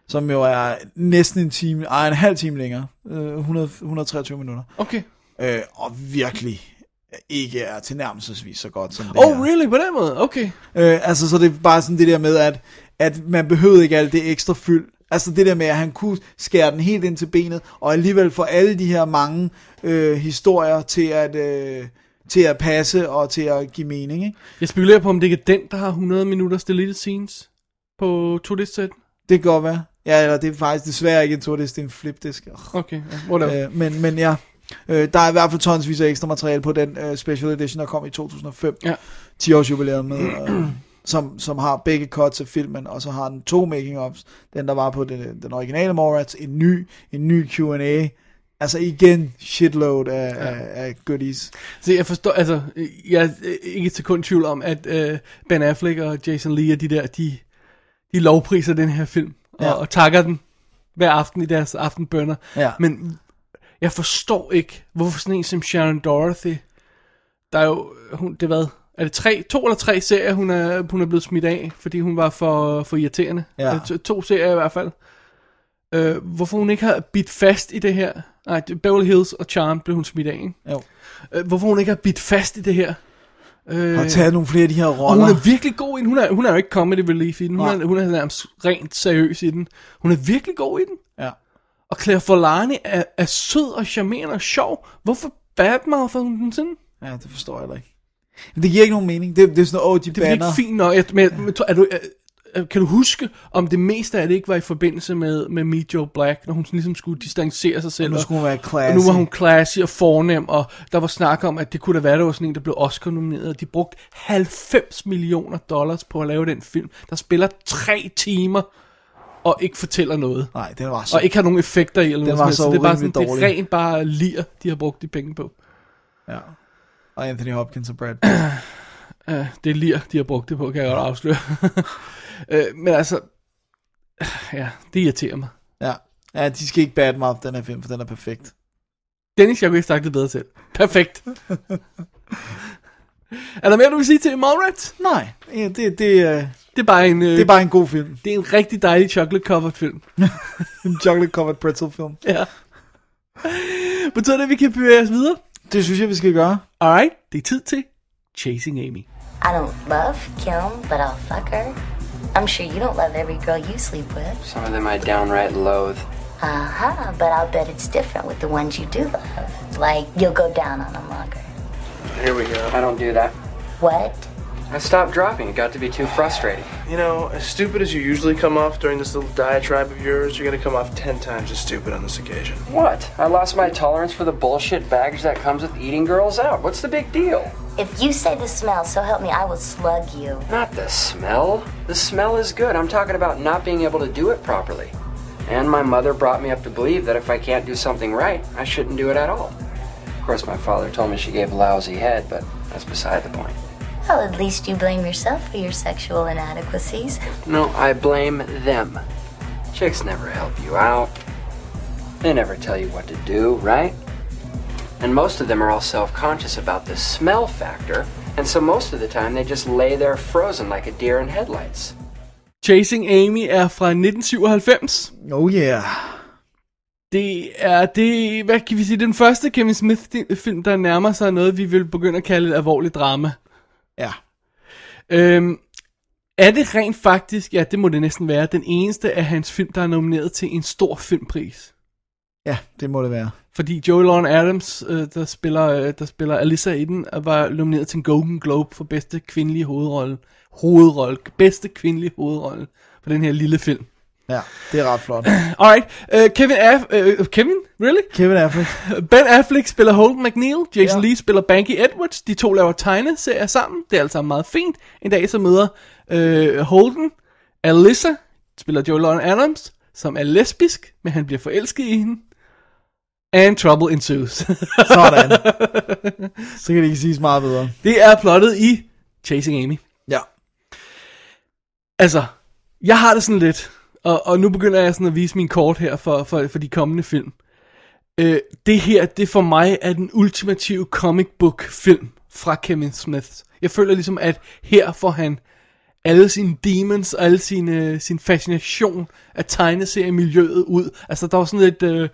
S3: som jo er næsten en time, ej, en halv time længere, øh, 100, 123 minutter.
S4: Okay.
S3: Øh, og virkelig ikke er tilnærmelsesvis så godt som det
S4: Oh,
S3: her.
S4: really? På den måde? Okay.
S3: Øh, altså, så det er bare sådan det der med, at, at man behøvede ikke alt det ekstra fyld. Altså det der med, at han kunne skære den helt ind til benet, og alligevel få alle de her mange øh, historier til at, øh, til at passe og til at give mening. Ikke?
S4: Jeg spekulerer på, om det ikke er den, der har 100 minutters deleted scenes på to list set.
S3: Det kan godt være. Ja, eller det er faktisk desværre ikke en turdisk, det er en flipdisk. Ugh.
S4: Okay, ja, whatever.
S3: Øh, men, men ja, øh, der er i hvert fald tonsvis af ekstra materiale på den øh, special edition, der kom i 2005.
S4: Ja.
S3: 10 års jubilæum med, øh, som, som har begge cuts af filmen, og så har den to making-ups. Den, der var på den, den originale Morats, en ny, en ny Q&A. Altså igen, shitload af, ja. af, af goodies.
S4: Så jeg forstår, altså, jeg er ikke et sekund i tvivl om, at øh, Ben Affleck og Jason Lee og de der, de, de lovpriser den her film, og,
S3: Ja.
S4: ja. og takker den hver aften i deres aftenbønder.
S3: Ja.
S4: Men jeg forstår ikke, hvorfor sådan en som Sharon Dorothy, der er jo, hun, det er hvad, er det tre, to eller tre serier, hun er, hun er blevet smidt af, fordi hun var for, for irriterende.
S3: Ja.
S4: Øh, To, to serier i hvert fald. Øh, hvorfor hun ikke har bidt fast i det her. Nej, det- Beverly Hills og Charm blev hun smidt af, ikke?
S3: Jo.
S4: Øh, hvorfor hun ikke har bidt fast i det her. Øh,
S3: Og taget nogle flere af de her
S4: og hun
S3: roller.
S4: er virkelig god i den. Hun er, hun er jo ikke comedy relief i den. Hun
S3: Nej.
S4: er, hun er nærmest rent seriøs i den. Hun er virkelig god i den.
S3: Ja.
S4: Og Claire Forlani er, er sød og charmerende og sjov. Hvorfor badmouther hun den sådan?
S3: Ja, det forstår jeg heller ikke. Men det giver ikke nogen mening. Det, det er sådan, åh, de
S4: Det er fordi
S3: banner.
S4: ikke fint nok. Jeg, men, men, tror- er du, er, kan du huske, om det meste af det ikke var i forbindelse med, med Meet Joe Black, når hun sådan ligesom skulle distancere sig selv?
S3: Nu skulle hun være
S4: og
S3: classy.
S4: nu var hun classy og fornem, og der var snak om, at det kunne da være, der var sådan en, der blev Oscar-nomineret, og de brugte 90 millioner dollars på at lave den film, der spiller tre timer og ikke fortæller noget.
S3: Nej, den var så...
S4: Og ikke har nogen effekter i, eller
S3: Den var
S4: noget som helst.
S3: så
S4: det er bare sådan,
S3: urimelig
S4: det er
S3: dårlig.
S4: rent bare lir, de har brugt de penge på.
S3: Ja. Og Anthony Hopkins og Brad Pitt.
S4: Uh, det er lir, de har brugt det på, kan jeg godt afsløre. uh, men altså, ja, det irriterer mig.
S3: Ja. ja, de skal ikke badmouth den her film, for den er perfekt.
S4: Dennis, jeg kunne ikke snakke det bedre selv. Perfekt. er der mere, du vil sige til Mallrats?
S3: Nej, ja, det, det, øh,
S4: Det er bare en... Øh,
S3: det er bare en god film.
S4: Det er en rigtig dejlig chocolate-covered film.
S3: En chocolate-covered pretzel-film.
S4: Ja. Betyder det, at vi kan bevæge os videre?
S3: Det synes jeg, vi skal gøre.
S4: Alright, det er tid til Chasing Amy.
S11: I don't love Kim, but I'll fuck her. I'm sure you don't love every girl you sleep with.
S13: Some of them I downright loathe.
S11: Uh huh, but I'll bet it's different with the ones you do love. Like, you'll go down on them longer.
S13: Here we go. I don't do that.
S11: What?
S13: I stopped dropping. It got to be too frustrating.
S15: You know, as stupid as you usually come off during this little diatribe of yours, you're gonna come off ten times as stupid on this occasion.
S13: What? I lost my tolerance for the bullshit baggage that comes with eating girls out. What's the big deal?
S11: If you say the smell, so help me, I will slug you.
S13: Not the smell. The smell is good. I'm talking about not being able to do it properly. And my mother brought me up to believe that if I can't do something right, I shouldn't do it at all. Of course, my father told me she gave lousy head, but that's beside the point.
S11: Well, at least you blame yourself for your sexual inadequacies.
S13: No, I blame them. Chicks never help you out. They never tell you what to do, right? And most of them are all self conscious about the smell factor, and so most of the time they just lay there frozen like a deer in headlights.
S4: Chasing Amy er fra 1997.
S3: Oh yeah.
S4: Det er, det, hvad kan vi sige, den første Kevin Smith-film, der nærmer sig noget, vi vil begynde at kalde et alvorligt drama.
S3: Ja.
S4: Øhm, er det rent faktisk, ja, det må det næsten være, den eneste af hans film, der er nomineret til en stor filmpris?
S3: Ja, det må det være.
S4: Fordi Joey Lauren Adams, øh, der, spiller, øh, der spiller Alyssa i den, øh, var nomineret til en Golden Globe for bedste kvindelige hovedrolle. Hovedrolle. Bedste kvindelige hovedrolle for den her lille film.
S3: Ja, det er ret flot.
S4: Alright, øh, Kevin Aff... Øh, Kevin? Really?
S3: Kevin Affleck.
S4: ben Affleck spiller Holden McNeil, Jason ja. Lee spiller Banky Edwards, de to laver tegneserier sammen, det er altså meget fint. En dag så møder øh, Holden Alyssa, spiller Joe Lauren Adams, som er lesbisk, men han bliver forelsket i hende. And trouble ensues.
S3: Sådan. Så kan det ikke siges meget bedre.
S4: Det er plottet i Chasing Amy.
S3: Ja.
S4: Altså, jeg har det sådan lidt, og, og nu begynder jeg sådan at vise min kort her for, for, for de kommende film. Øh, det her, det for mig er den ultimative comic book film fra Kevin Smith. Jeg føler ligesom, at her får han alle sine demons og alle sine, sin fascination af tegneseriemiljøet ud. Altså, der var sådan lidt... Øh,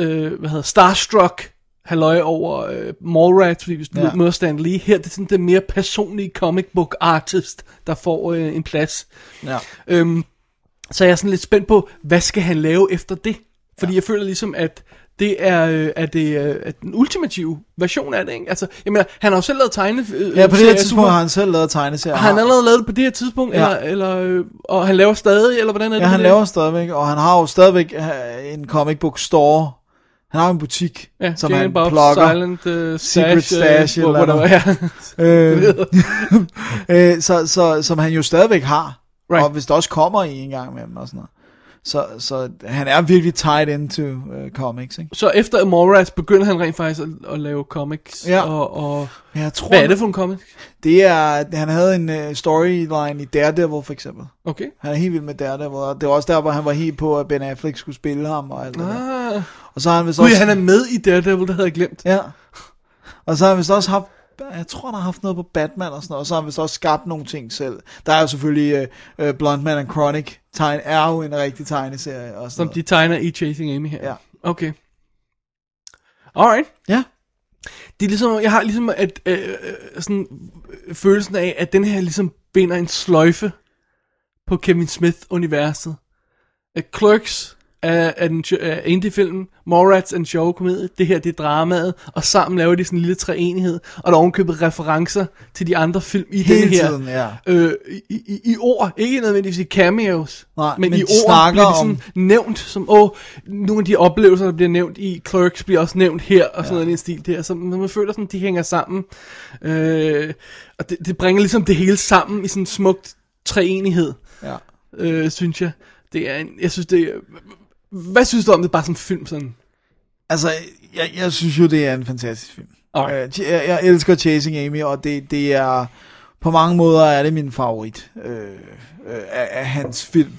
S4: øh, hvad hedder, Starstruck halløj over øh, Mallrats, fordi hvis du
S3: Ja.
S4: ja. møder Stan Lee. Her det er sådan den mere personlige comic book artist, der får øh, en plads.
S3: Ja.
S4: Øhm, så jeg er sådan lidt spændt på, hvad skal han lave efter det? Fordi ja. jeg føler ligesom, at det er, øh, at det øh, at den ultimative version af det, ikke? Altså, jeg mener, han har jo selv lavet tegne... Øh,
S3: Ja, på det
S4: serier,
S3: her tidspunkt
S4: Super-
S3: har han selv lavet tegneserier.
S4: Har han allerede lavet det på det her tidspunkt?
S3: Ja.
S4: Ja. Eller, eller, øh, og han laver stadig, eller hvordan er det?
S3: Ja, han
S4: med det?
S3: laver stadigvæk, og han har jo stadigvæk øh, en comic book store. Han har jo en butik,
S4: Ja,
S3: som
S4: Jane
S3: han
S4: Bob's
S3: plukker.
S4: Silent, øh,
S3: Secret
S4: Stash, øh,
S3: Stash eller
S4: whatever,
S3: noget.
S4: ja.
S3: øh, øh, så, så, som han jo stadigvæk har.
S4: Right.
S3: Og hvis der også kommer i en gang med dem og sådan noget. Så, så han er virkelig tied into øh, comics, ikke?
S4: Så efter Mallrats begynder han rent faktisk at, at lave comics.
S3: Ja.
S4: Og, og
S3: Men jeg tror,
S4: hvad er det for en comic?
S3: Det er, han havde en øh, storyline i Daredevil for eksempel.
S4: Okay.
S3: Han er helt vild med Daredevil, og det var også der, hvor han var helt på, at Ben Affleck skulle spille ham og alt det der.
S4: Ah.
S3: Og så har han vist
S4: Gud,
S3: også...
S4: han er med i Daredevil, det havde jeg glemt.
S3: Ja. Og så har han vist også haft, jeg tror, han har haft noget på Batman og sådan noget, og så har han vist også skabt nogle ting selv. Der er jo selvfølgelig øh, øh, Blunt Man and Chronic, tegn, er jo en rigtig tegneserie og sådan
S4: Som de tegner i Chasing Amy her.
S3: Ja.
S4: Okay. Alright.
S3: Ja.
S4: Det er ligesom, jeg har ligesom at, øh, øh, sådan, øh, følelsen af, at den her ligesom binder en sløjfe på Kevin Smith-universet. At Clerks er, er, den, sjo- er indie-filmen, Morats er en sjov komedie, det her det er dramaet, og sammen laver de sådan en lille treenighed, og der er ovenkøbet referencer til de andre film i
S3: Hele
S4: den her.
S3: tiden, ja.
S4: øh, i, i, I ord, ikke nødvendigvis i cameos,
S3: Nej,
S4: men,
S3: men de
S4: i ord
S3: snakker
S4: bliver det sådan nævnt, som åh, nogle af de oplevelser, der bliver nævnt i Clerks, bliver også nævnt her, og sådan ja. noget i en stil der, så man man føler sådan, de hænger sammen, øh, og det, det bringer ligesom det hele sammen i sådan en smukt treenighed,
S3: Ja.
S4: øh, synes jeg. Det er en, jeg synes det er, hvad synes du om det, bare sådan en film sådan?
S3: Altså, jeg, jeg synes jo, det er en fantastisk film.
S4: Alright.
S3: Øh, Jeg, jeg elsker Chasing Amy, og det, det er... På mange måder er det min favorit øh, øh, af, af hans film.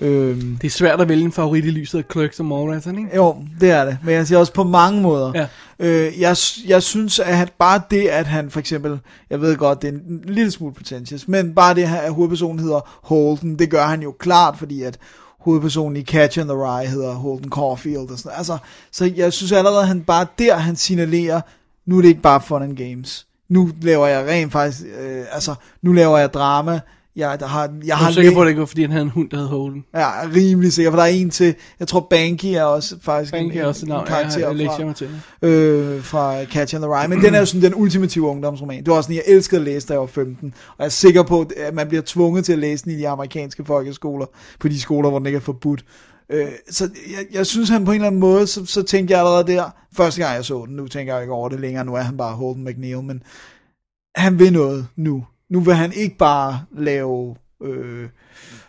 S3: Øhm,
S4: Det er svært at vælge en favorit i lyset af Clerks og Mallrats, ikke?
S3: jo, det er det. Men jeg siger også på mange måder.
S4: Ja.
S3: Øh, jeg, s- jeg synes, at han, bare det, at han for eksempel, jeg ved godt, det er en lille smule pretentious, men bare det, at hovedpersonen hedder Holden, det gør han jo klart, fordi at hovedpersonen i Catch in the Rye hedder Holden Caulfield og sådan noget. altså, Så jeg synes allerede, at han bare der, han signalerer, nu er det ikke bare fun and games. Nu laver jeg rent faktisk, øh, altså, nu laver jeg drama. Jeg, der har, jeg
S4: Jeg
S3: har
S4: er sikker
S3: læ-
S4: på, at det ikke var, fordi han havde en hund, der hed Holden.
S3: Ja, er rimelig sikker, for der er en til, jeg tror Banky er også faktisk
S4: Banky er også et navn, jeg har- jeg læser mig til.
S3: øh, fra Catch and the Rye, men den er jo sådan den ultimative ungdomsroman. Det var også sådan, jeg elskede at læse, da jeg var 15, og jeg er sikker på, at man bliver tvunget til at læse den i de amerikanske folkeskoler, på de skoler, hvor den ikke er forbudt. Øh, så jeg, jeg synes, han på en eller anden måde, så, så tænkte jeg allerede der, første gang jeg så den, nu tænker jeg ikke over det længere, nu er han bare Holden McNeil, men han vil noget nu. Nu vil han ikke bare lave øh,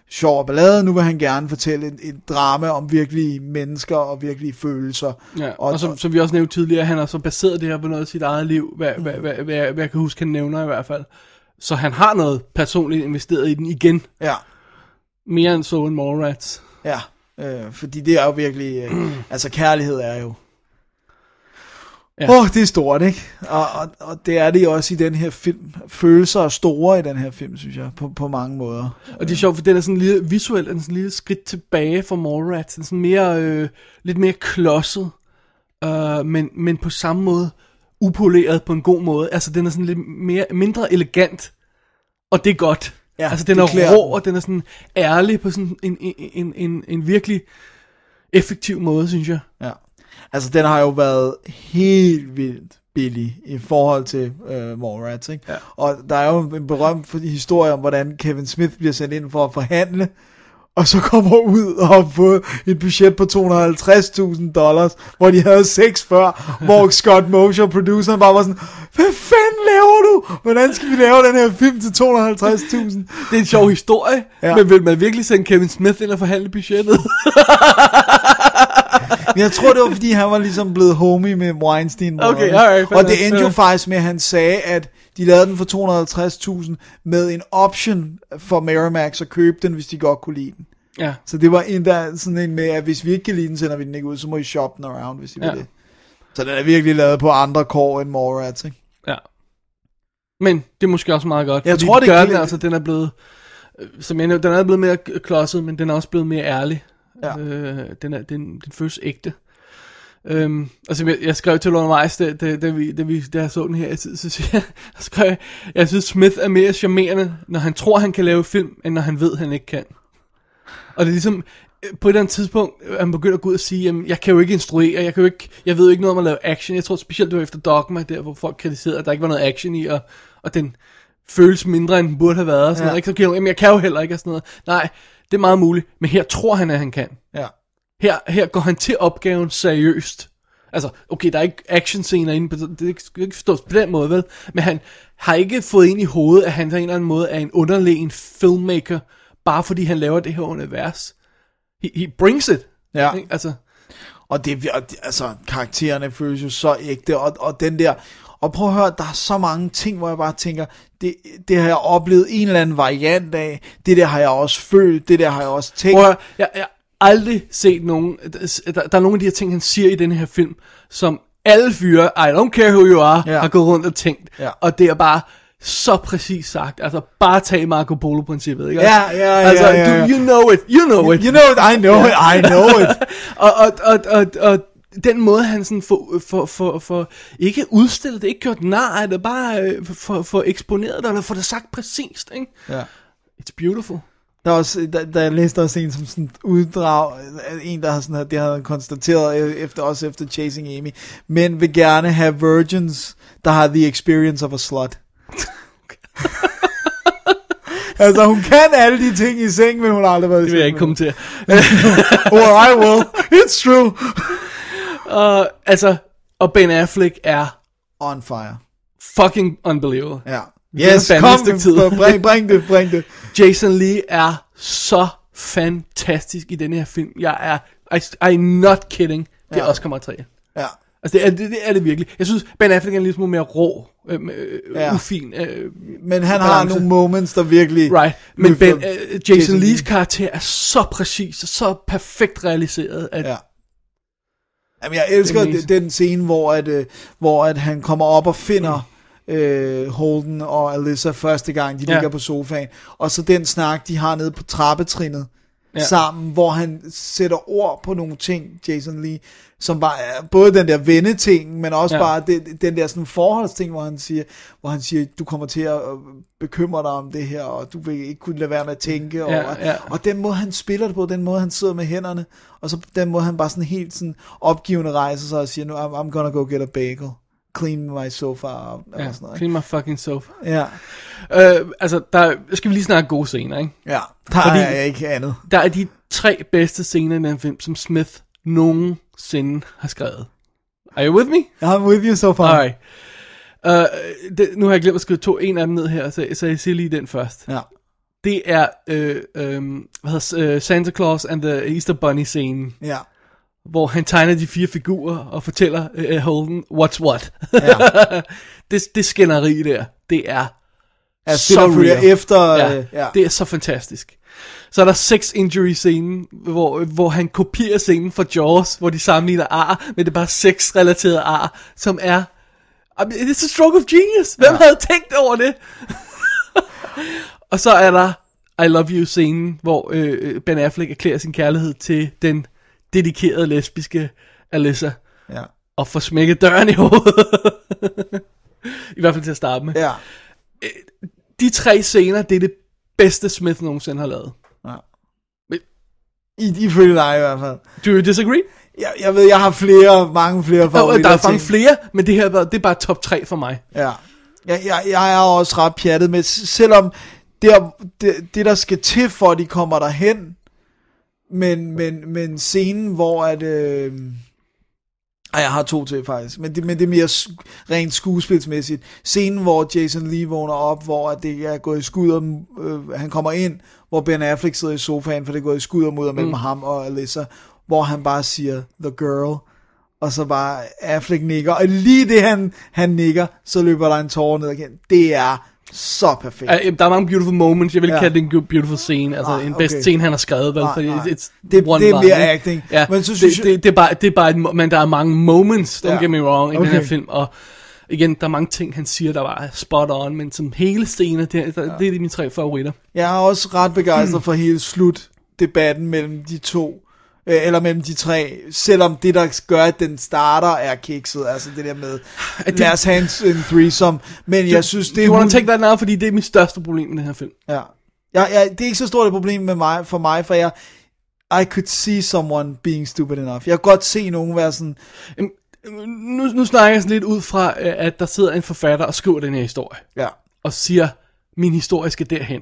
S3: sjov og ballade, nu vil han gerne fortælle en, en drama om virkelige mennesker og virkelige følelser.
S4: Ja, og, og som, som vi også nævnte tidligere, han har så baseret det her på noget af sit eget liv, hvad, mm. hvad, hvad, hvad, hvad jeg kan huske, han nævner i hvert fald. Så han har noget personligt investeret i den igen.
S3: Ja.
S4: Mere end så end Mallrats.
S3: Ja, øh, fordi det er jo virkelig, øh, altså kærlighed er jo, Åh, ja. oh, det er stort, ikke? Og, og, og det er det jo også i den her film. Følelser er store i den her film, synes jeg, på, på mange måder.
S4: Og det er sjovt, for den er sådan lige visuelt er den sådan lige skridt tilbage fra Mallrats. Den er sådan mere, øh, lidt mere klodset, øh, men, men på samme måde upoleret på en god måde. Altså, den er sådan lidt mere, mindre elegant, og det er godt.
S3: Ja,
S4: altså, den
S3: det
S4: er
S3: klæder
S4: rå, og den er sådan ærlig på sådan en, en, en, en, en virkelig effektiv måde, synes jeg.
S3: Ja. Altså, den har jo været helt vildt billig i forhold til øh, Mallrats, ikke? Ja. Og der er jo en berømt historie om, hvordan Kevin Smith bliver sendt ind for at forhandle, og så kommer ud og har fået et budget på 250.000 dollars, hvor de havde seks før, hvor Scott Mosher, produceren, bare var sådan, hvad fanden laver du? Hvordan skal vi lave den her film til 250.000?
S4: Det er en sjov historie,
S3: Ja.
S4: ja. men vil man virkelig sende Kevin Smith ind og forhandle budgettet?
S3: Men jeg tror, det var, fordi han var ligesom blevet homie med Weinstein.
S4: Okay,
S3: brødrene.
S4: alright, fair
S3: og det
S4: nok,
S3: endte jo
S4: fair nok.
S3: faktisk med, at han sagde, at de lavede den for 250.000 med en option for Merrimax at købe den, hvis de godt kunne lide den.
S4: Ja.
S3: Så det var endda sådan en med, at hvis vi ikke kan lide den, sender vi den ikke ud, så må I shoppe den around, hvis I ja.
S4: Ja.
S3: vil det. Så den er virkelig lavet på andre kår end Mallrats, ikke?
S4: Ja. Men det er måske også meget godt.
S3: Jeg
S4: fordi
S3: tror, det
S4: gør
S3: giver
S4: den,
S3: lidt-
S4: altså, den er blevet, øh, som jeg nævnte, den er blevet mere k- klodset, men den er også blevet mere ærlig.
S3: Ja.
S4: Øh, den, er, den, den føles ægte. Øhm, altså, jeg, jeg skrev til Lorne Weiss, da, da, da, vi, da, vi, da jeg så den her, jeg, så, så jeg, jeg skrev, jeg, jeg synes Smith er mere charmerende, når han tror, han kan lave film, end når han ved, han ikke kan. Og det er ligesom, øh, på et eller andet tidspunkt, øh, han begynder at gå ud og sige, jamen, jeg kan jo ikke instruere, jeg, kan jo ikke, jeg ved jo ikke noget om at lave action. Jeg tror specielt, det var efter Dogma, der hvor folk kritiserede, at der ikke var noget action i, og, og den føles mindre, end den burde have været. Og sådan
S3: Ja.
S4: ja. noget, ikke? Så kan jeg, jamen, jeg kan jo heller ikke, og sådan noget. Nej, det er meget muligt, men her tror han, at han kan.
S3: Ja.
S4: Her, her går han til opgaven seriøst. Altså, okay, der er ikke action-scener inde på det, det skal ikke forstås på den måde, vel? Men han har ikke fået ind i hovedet, at han på en eller anden måde er en underlegen filmmaker, bare fordi han laver det her univers. He, he brings it.
S3: Ja.
S4: Ikke? Altså,
S3: Og det, og det- altså, karaktererne føles jo så ægte, og, og den der, og prøv at høre, der er så mange ting, hvor jeg bare tænker, det, det har jeg oplevet en eller anden variant af, det der har jeg også følt, det der har jeg også tænkt.
S4: prøv at, høre, jeg, jeg har aldrig set nogen... Der, der er nogle af de her ting, han siger i den her film, som alle fyre, I don't care who you are,
S3: Ja.
S4: har gået rundt og tænkt.
S3: Ja.
S4: Og det er bare så præcis sagt. Altså, bare tag Marco Polo-princippet, ikke?
S3: Ja, ja, ja,
S4: Altså,
S3: ja, ja.
S4: Do you know it, you know it.
S3: You know it, I know it, I know it.
S4: og, og, og, og, og den måde, han sådan for, for, for, for ikke udstillet det, ikke gjort nar af det, bare øh, for, for eksponeret det, eller for det sagt præcist, ikke?
S3: Ja.
S4: It's beautiful.
S3: Der er også, der, der jeg læste også en som sådan et uddrag, af en der har sådan her, det havde han konstateret øh, efter, også efter Chasing Amy, men vil gerne have virgins, der har the experience of a slut. altså hun kan alle de ting i seng, men hun har aldrig været i
S4: Det vil jeg
S3: seng
S4: ikke
S3: med
S4: kommentere.
S3: Or I will. It's true.
S4: Og, altså, og Ben Affleck er
S3: On fire.
S4: fucking unbelievable.
S3: Ja.
S4: Det er
S3: Yes,
S4: fandme
S3: kom,
S4: et stykke tid.
S3: bring, bring det, bring det.
S4: Jason Lee er så fantastisk i den her film. Jeg er, I, I'm not kidding. Det er
S3: Ja.
S4: ja. Oscar materiale.
S3: Ja.
S4: Altså, det er, det, det er det virkelig. Jeg synes, Ben Affleck er en lille smule mere rå, øh, øh,
S3: Ja.
S4: ja. ufin. Øh,
S3: Men han har
S4: balance.
S3: nogle moments, der virkelig...
S4: Right, men
S3: løfter
S4: ben, uh, Jason, Jason Lees karakter er så præcis og så perfekt realiseret, at
S3: Ja. Jamen, jeg elsker
S4: Det er
S3: den, den scene, hvor, at, øh, hvor at han kommer op og finder øh, Holden og Alyssa første gang, de
S4: Ja.
S3: ligger på sofaen. Og så den snak, de har nede på trappetrinnet ja.
S4: Ja.
S3: sammen, hvor han sætter ord på nogle ting, Jason Lee, som bare er både den der venneting, men også ja.
S4: Ja.
S3: bare det, den der sådan forholdsting, hvor han siger, hvor han siger, du kommer til at øh, bekymre dig om det her, og du vil ikke kunne lade være med at tænke, og,
S4: Ja, ja.
S3: og den måde, han spiller det på, den måde, han sidder med hænderne, og så den måde, han bare sådan helt sådan opgivende rejser sig og siger, nu, I'm, I'm gonna go get a bagel, clean my sofa out, ja.
S4: ja,
S3: og sådan noget. ikke?
S4: clean my fucking sofa.
S3: Ja,
S4: Øh, altså, der skal vi lige snakke gode scener, ikke?
S3: ja, der Fordi,
S4: Fordi-
S3: er ikke andet.
S4: Der er de tre bedste scener i den film, som Smith nogensinde har skrevet. Are you with me?
S3: I'm with you so far.
S4: Alright. Uh, det, nu har jeg glemt at skrive to, en af dem ned her, så, så jeg siger lige den først.
S3: Ja.
S4: Det er øh, øh, hvad hedder, uh, Santa Claus and the Easter Bunny scenen.
S3: Ja.
S4: hvor han tegner de fire figurer og fortæller øh, uh, Holden, what's what.
S3: Ja.
S4: det, det skænderi der, det er
S3: Ja, spin-off-følger
S4: real.
S3: efter,
S4: Ja,
S3: øh, ja.
S4: Det er så fantastisk. Så er der sex injury scenen, hvor, hvor han kopierer scenen fra Jaws, hvor de sammenligner ar, men det er bare sex-relateret ar, som er... I mean, it's a stroke of genius. Hvem ja. havde tænkt over det? Og så er der I Love You scenen, hvor øh, Ben Affleck erklærer sin kærlighed til den dedikerede lesbiske Alyssa.
S3: Ja.
S4: Og får smækket døren i hovedet. I hvert fald til at starte med.
S3: Ja.
S4: De tre scener, det er det bedste Smith nogensinde har lavet.
S3: Ja. I, ifølge dig i hvert fald.
S4: Do you disagree?
S3: Jeg, jeg ved, jeg har flere, mange flere
S4: Og
S3: favoritter
S4: der er mange
S3: ting.
S4: flere, men det her var- det er bare top 3 for mig.
S3: Ja. Jeg, jeg, jeg er også ret pjattet med, s- selvom der, det, det, der skal til for, at de kommer derhen, men, men, men scenen, hvor at... Øh, ej, jeg har to til faktisk, men det, men det er mere s- rent skuespilsmæssigt. Scenen, hvor Jason Lee vågner op, hvor at det er gået i skud, og øh, han kommer ind, hvor Ben Affleck sidder i sofaen, for det er gået i skud og mudder mellem
S4: Mm.
S3: ham og Alyssa, hvor han bare siger, the girl, og så bare Affleck nikker, og lige det han, han nikker, så løber der en tårer ned igen. Det er så perfekt.
S4: Ja, jamen, Der er mange beautiful moments. Jeg vil ikke
S3: Ja.
S4: kalde det en gu- beautiful scene. Altså
S3: Nej,
S4: en bedst
S3: okay.
S4: scene, han har skrevet. Vel,
S3: Nej,
S4: fordi
S3: nej.
S4: It's
S3: Det-
S4: one
S3: det er mere
S4: line, ikke?
S3: acting.
S4: Ja,
S3: Men
S4: men,
S3: så
S4: så
S3: synes
S4: det, det, det, er bare, det er bare et, mo- men der er mange moments, don't
S3: Ja.
S4: get me wrong, i okay. den her
S3: Okay.
S4: film. Og igen, der er mange ting, han siger, der var spot on. Men som hele scener, det, der, ja. det er de mine tre favoritter.
S3: Jeg er også ret begejstret for hele slutdebatten mellem de to, øh, eller mellem de tre, selvom det, der gør, at den starter, er kikset, altså det der med,
S4: det-
S3: lad os have en, en threesome, men jeg synes, det er...
S4: You wanna
S3: hun-
S4: take that now, fordi det er mit største problem med den her film.
S3: Ja. Jeg, jeg, det er ikke så stort et problem med mig, for mig, for jeg... I could see someone being stupid enough. Jeg kan godt se nogen være sådan...
S4: nu, nu snakker jeg sådan lidt ud fra, øh, at der sidder en forfatter og skriver den her historie.
S3: Ja.
S4: Og siger, min historie skal derhen.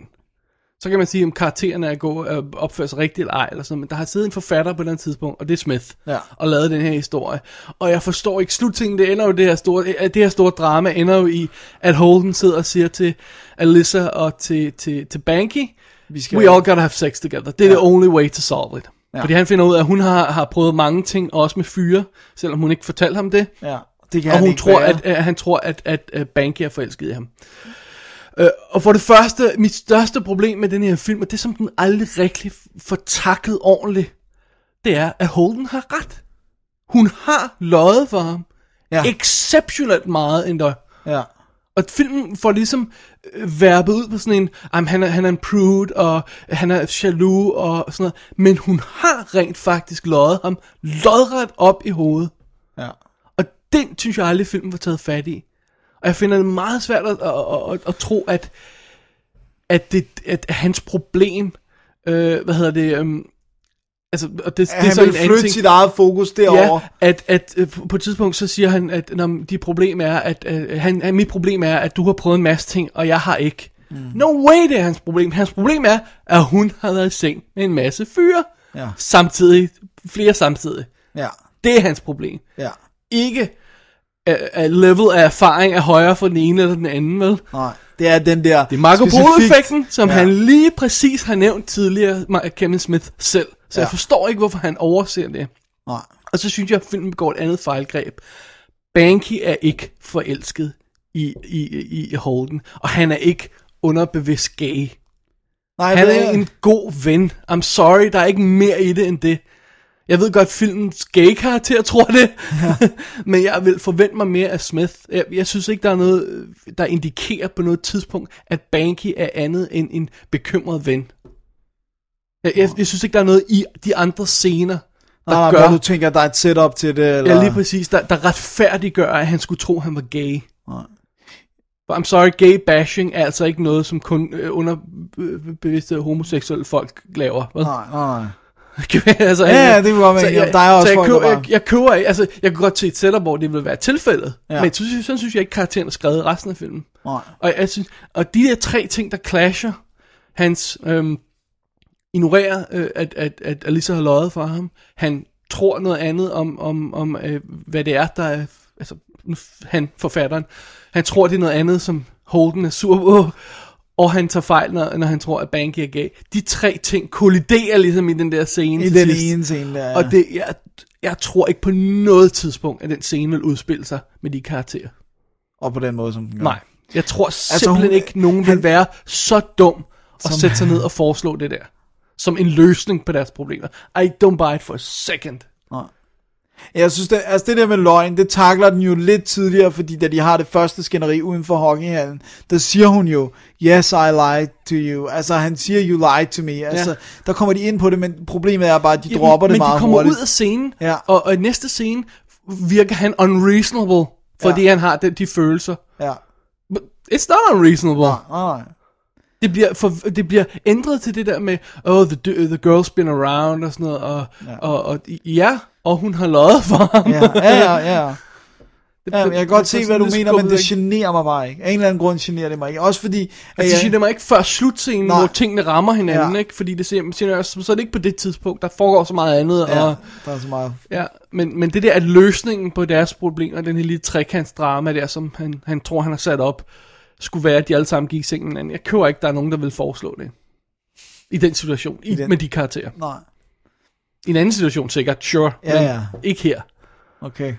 S4: Så kan man sige, om karaktererne er gået, øh, opfører sig rigtigt eller ej, eller sådan, men der har siddet en forfatter på et eller andet tidspunkt, og det er Smith,
S3: Ja.
S4: og lavet den her historie. Og jeg forstår ikke slutningen, det ender jo det her store, at det her store drama ender jo i, at Holden sidder og siger til Alyssa og til, til, til Banky,
S3: Vi skal-
S4: We all gotta have sex together. Det er ja. the only way to solve it.
S3: Ja.
S4: Ja. Fordi han finder ud af, at hun har, har prøvet mange ting, også med fyre, selvom hun ikke fortalte ham det.
S3: Ja, det kan
S4: og
S3: han
S4: hun
S3: ikke
S4: tror,
S3: bære.
S4: at, at, han tror, at, at, at Banky er forelsket i ham. Øh, og for det første, mit største problem med den her film, og det som den aldrig rigtig får taklet ordentligt, det er, at Holden har ret. Hun har løjet for ham.
S3: Ja.
S4: Exceptionelt meget endda.
S3: Ja.
S4: Og filmen får ligesom øh, værpet ud på sådan en, "Jamen, han er, han er en prude, og han er jaloux, og sådan noget. Men hun har rent faktisk løjet ham lodret op i hovedet.
S3: Ja.
S4: Og den synes jeg aldrig, filmen var taget fat i. Og jeg finder det meget svært at, at, at, at tro, at, at, det, at hans problem, øh, hvad hedder det, øhm, altså, og
S3: At
S4: det, det er
S3: han
S4: så en
S3: vil
S4: anden
S3: flytte
S4: ting.
S3: sit eget fokus derover.
S4: Ja, at, at øh, på- på et tidspunkt så siger han, at når de problem er, at, øh, han, at mit problem er, at du har prøvet en masse ting, og jeg har ikke. Mm. No way, det er hans problem. Hans problem er, at hun har været i seng med en masse fyre.
S3: Ja.
S4: Samtidig, flere samtidig.
S3: Ja.
S4: Det er hans problem.
S3: Ja.
S4: Ikke at, at level af erfaring er højere for den ene eller den anden, vel?
S3: Nej, det er den der...
S4: Det er Marco
S3: specifikt-
S4: Polo-effekten, som
S3: Ja.
S4: ja. han lige præcis har nævnt tidligere, Ma- Kevin Smith selv. Så
S3: Ja.
S4: ja. jeg forstår ikke, hvorfor han overser det.
S3: Nej.
S4: Og så synes jeg, at filmen begår et andet fejlgreb. Banky er ikke forelsket i, i, i, i Holden, og han er ikke underbevidst gay.
S3: Nej,
S4: han
S3: det
S4: er
S3: er-
S4: en god ven. I'm sorry, der er ikke mere i det end det. Jeg ved godt, filmens gay-karakter tror det, ja. men jeg vil forvente mig mere af Smith. Jeg, jeg synes ikke, der er noget, øh, der indikerer på noget tidspunkt, at Banky er andet end en bekymret ven. Jeg, jeg, jeg synes ikke, der er noget i de andre scener, der
S3: Nej, nej,
S4: gør,
S3: hvor du tænker, at der er et setup til det, eller...
S4: eller... Ja, lige præcis. Der, der retfærdiggør, at han skulle tro, han var gay.
S3: Nej.
S4: For I'm sorry, gay bashing er altså ikke noget, som kun øh, underbevidste homoseksuelle folk laver. Vel?
S3: Nej, nej, nej.
S4: altså,
S3: Ja, ja, det kan godt være,
S4: Så
S3: ja,
S4: jeg-
S3: der er også
S4: så jeg
S3: folk, der
S4: køber,
S3: bare-
S4: jeg, jeg køber ikke, altså, jeg kan godt se et setup, hvor det vil være tilfældet,
S3: Ja.
S4: ja. men sådan, sådan synes jeg ikke, karakteren er skrevet i resten af filmen.
S3: Nej.
S4: Og, jeg synes, og de der tre ting, der clasher, hans øhm, ignorerer, øh, at, at, at Alisa har løjet for ham, han tror noget andet om, om, om øh, hvad det er, der er, altså nu f- han, forfatteren, han tror, det er noget andet, som Holden er sur på, og han tager fejl, når, når han tror, at Banky er gay. De tre ting kolliderer ligesom i den der scene
S3: I
S4: til
S3: den
S4: sidst.
S3: ene scene, der, ja.
S4: Og det, jeg, jeg tror ikke på noget tidspunkt, at den scene vil udspille sig med de karakterer.
S3: Og på den måde, som den gør.
S4: Nej. Jeg tror simpelthen altså, hun, ikke, nogen vil være så dum at
S3: Som-
S4: sætte sig ned og foreslå det der. Som en løsning på deres problemer. I don't buy it for a second.
S3: Nej. Jeg synes, det, altså det der med løgn, det takler den jo lidt tidligere, fordi da de har det første skænderi uden for hockeyhallen, der siger hun jo, yes, I lied to you. Altså han siger, you lied to me. Altså,
S4: Ja.
S3: Der kommer de ind på det, men problemet er bare, at de dropper det
S4: men
S3: meget
S4: de kommer
S3: hurtigt.
S4: ud af scenen, ja. og, og i næste scene virker han unreasonable, fordi
S3: Ja.
S4: ja. han har de, de følelser.
S3: Ja. Ah,
S4: But it's not unreasonable. Nej,
S3: nej.
S4: Det bliver, for, det bliver ændret til det der med, oh, the, d- the girl's been around, og sådan noget, og ja, og, og, ja og hun har løjet for ham.
S3: Ja, ja, ja. ja.
S4: Det-
S3: Ja, jeg kan
S4: det-
S3: godt
S4: det-
S3: se,
S4: det-
S3: hvad du
S4: det-
S3: mener, men det
S4: skubbede
S3: generer mig bare ikke. Af en eller anden grund generer det mig ikke. Også fordi... at
S4: Altså, det
S3: jeg-
S4: siger det mig ikke før slutscenen,
S3: Nej.
S4: Nej. hvor tingene rammer hinanden, ja. ikke? Fordi det siger, siger jeg, så så er det ikke på det tidspunkt, der foregår så meget andet.
S3: Ja,
S4: og,
S3: der er så meget.
S4: ja men, men det der er løsningen på deres problemer, den her lille trekantsdrama der, som han, han tror, han har sat op, skulle være, at de alle sammen gik i seng med hinanden. Jeg køber ikke, der er nogen, der vil foreslå det. I den situation, I, I
S3: den-
S4: den. med de karakterer.
S3: Nej.
S4: I en anden situation sikkert, sure,
S3: Ja,
S4: men
S3: ja.
S4: ikke her.
S3: Okay.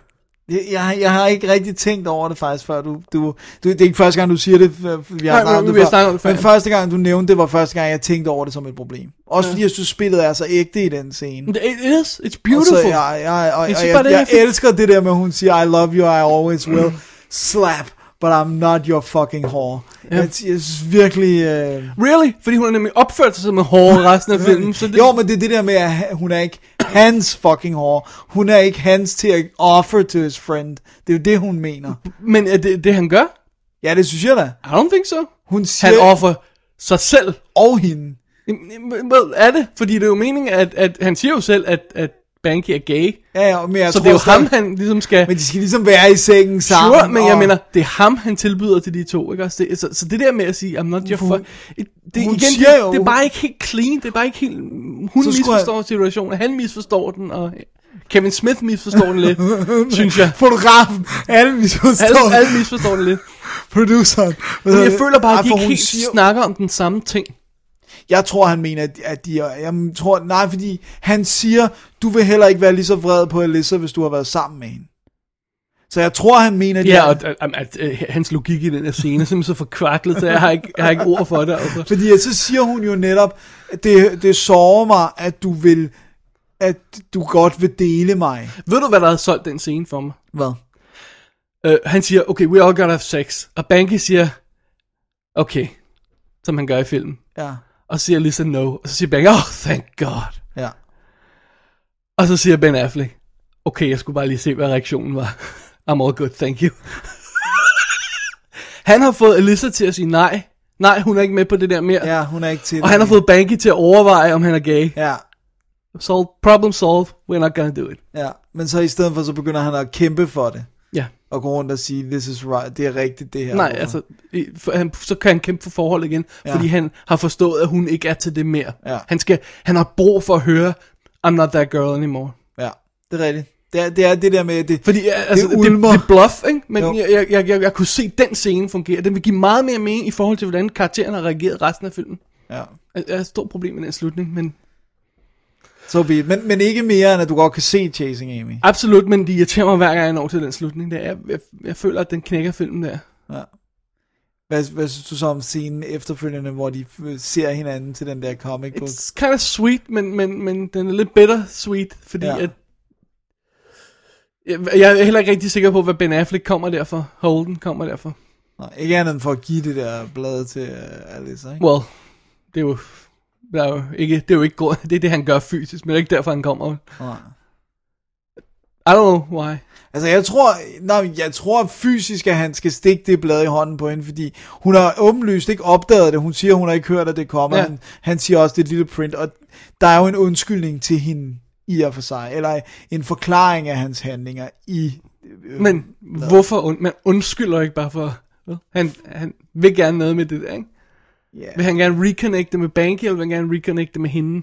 S3: Jeg- Jeg, jeg har ikke rigtig tænkt over det faktisk før du, du, du Det er ikke første gang du siger det øh, Vi har
S4: Nej,
S3: snakket om
S4: vi-
S3: det
S4: vi har
S3: før.
S4: snakket om det før,
S3: Men
S4: ja.
S3: første gang du nævnte det Var første gang jeg tænkte over det som et problem Også fordi jeg synes spillet er så ægte i den scene
S4: It is, it's beautiful.
S3: Og så, jeg, jeg, og, og,
S4: Jeg synes
S3: jeg,
S4: bare, det er
S3: jeg,
S4: fedt.
S3: elsker det der med, at hun siger, I love you, I always will. Slap, but I'm not your fucking whore.
S4: Ja.
S3: Jeg, jeg synes virkelig... Øh...
S4: Really? Fordi hun har nemlig opført sig som en hård resten af filmen. Så det...
S3: Jo, men det er det der med, at ha- hun er ikke hans fucking whore. Hun er ikke hans til at offer to his friend. Det er jo det, hun mener.
S4: Men er det det, han gør?
S3: Ja, det synes jeg da.
S4: I don't think so.
S3: Hun
S4: Han
S3: siger-
S4: offer sig selv.
S3: Og hende.
S4: Well, er det? Fordi det er jo meningen, at, at han siger jo selv, at, at Banky er gay.
S3: Ja, ja, men jeg
S4: så
S3: tror
S4: det er jo
S3: stadig-
S4: ham, han ligesom skal...
S3: Men de skal ligesom være i sengen sammen.
S4: Sure, men jeg
S3: og-
S4: mener, det er ham, han tilbyder til de to, ikke også? Det, så, så det der med at sige, I'm not your fuck... Det, det,
S3: hun
S4: igen,
S3: siger
S4: det,
S3: jo-
S4: det er bare ikke helt clean, det er bare ikke helt... Hun
S3: Så skulle
S4: misforstår situationen, han misforstår den, og Kevin Smith misforstår den lidt, synes jeg.
S3: Fotografen, alle misforstår
S4: Alle,
S3: den.
S4: alle misforstår den lidt.
S3: Produceren.
S4: Men jeg føler bare,
S3: Ej,
S4: at de
S3: for
S4: ikke
S3: hun
S4: helt
S3: siger-
S4: snakker om den samme ting.
S3: Jeg tror, han mener, at- at de er... Jeg tror, nej, fordi han siger, du vil heller ikke være lige så vred på Elissa, hvis du har været sammen med hende. Så jeg tror, han mener... at de
S4: Ja,
S3: er-
S4: og at, at, at, at hans logik i den her scene er simpelthen så forkvaklet, så jeg har ikke, jeg har ikke ord for det. Altså.
S3: Fordi at så siger hun jo netop, at det, det sårer mig, at du vil at du godt vil dele mig.
S4: Ved du, hvad der havde solgt den scene for mig?
S3: Hvad?
S4: Uh, han siger, okay, we all gotta have sex. Og Banky siger, okay, som han gør i filmen.
S3: Ja.
S4: Og så siger Lisa no. Og så siger Banky, oh, thank God.
S3: Ja.
S4: Og så siger Ben Affleck, okay, jeg skulle bare lige se, hvad reaktionen var. I'm all good, thank you. han har fået Elisa til at sige nej. Nej, hun er ikke med på det der mere.
S3: Ja, hun er ikke til
S4: Og
S3: det
S4: han har
S3: mere.
S4: fået Banky til at overveje, om han er gay.
S3: Ja.
S4: Solved, problem solved, we're not gonna do it.
S3: Ja, men så i stedet for, så begynder han at kæmpe for det.
S4: Ja.
S3: Og gå rundt og sige, this is right, det er rigtigt det her.
S4: Nej, altså, i- for, han, så kan han kæmpe for forhold igen,
S3: Ja.
S4: ja. fordi han har forstået, at hun ikke er til det mere.
S3: Ja.
S4: Han, skal, han har brug for at høre, I'm not that girl anymore.
S3: Ja, det er rigtigt. Det er det, er det der med, det,
S4: Fordi, altså, det, det,
S3: ulmer.
S4: det er bluff, ikke? Men
S3: Jo.
S4: jeg, jeg, jeg, jeg, jeg kunne se den scene fungere. Den vil give meget mere mening i forhold til, hvordan karakteren har reageret resten af filmen.
S3: Ja.
S4: Jeg jeg har et stort problem med den slutning, men
S3: Så be it. men, men ikke mere, end at du godt kan se Chasing Amy.
S4: absolut, men de irriterer mig hver gang, jeg når til den slutning. Der. Jeg, jeg, jeg føler, at den knækker filmen der.
S3: Ja. Hvad, hvad synes du så om scenen efterfølgende, hvor de øh, ser hinanden til den der comic book?
S4: It's kind of sweet, men, men, men den er lidt bitter sweet, fordi
S3: Ja.
S4: ja. at... Jeg, jeg er heller ikke rigtig sikker på, hvad Ben Affleck kommer derfor. Holden kommer derfor.
S3: Nej, ikke andet end for at give det der blad til uh, Alice, ikke?
S4: Well, det er jo... Der er jo ikke, det er jo ikke godt. Det er det, han gør fysisk, men det er ikke derfor, han kommer.
S3: Nej.
S4: I don't know why.
S3: Altså, jeg tror, nej, jeg tror fysisk, at han skal stikke det blad i hånden på hende, fordi hun har åbenlyst ikke opdaget det. Hun siger, hun har ikke hørt, at det kommer. Ja.
S4: Ja.
S3: Han, han siger også, det er et lille print, og der er jo en undskyldning til hende i og for sig, eller en forklaring af hans handlinger i... øh,
S4: Men hvorfor? Und, man undskylder ikke bare for... Han, han vil gerne noget med det der, ikke?
S3: Ja.
S4: Vil han gerne reconnecte med Banky, eller vil han gerne reconnecte med hende?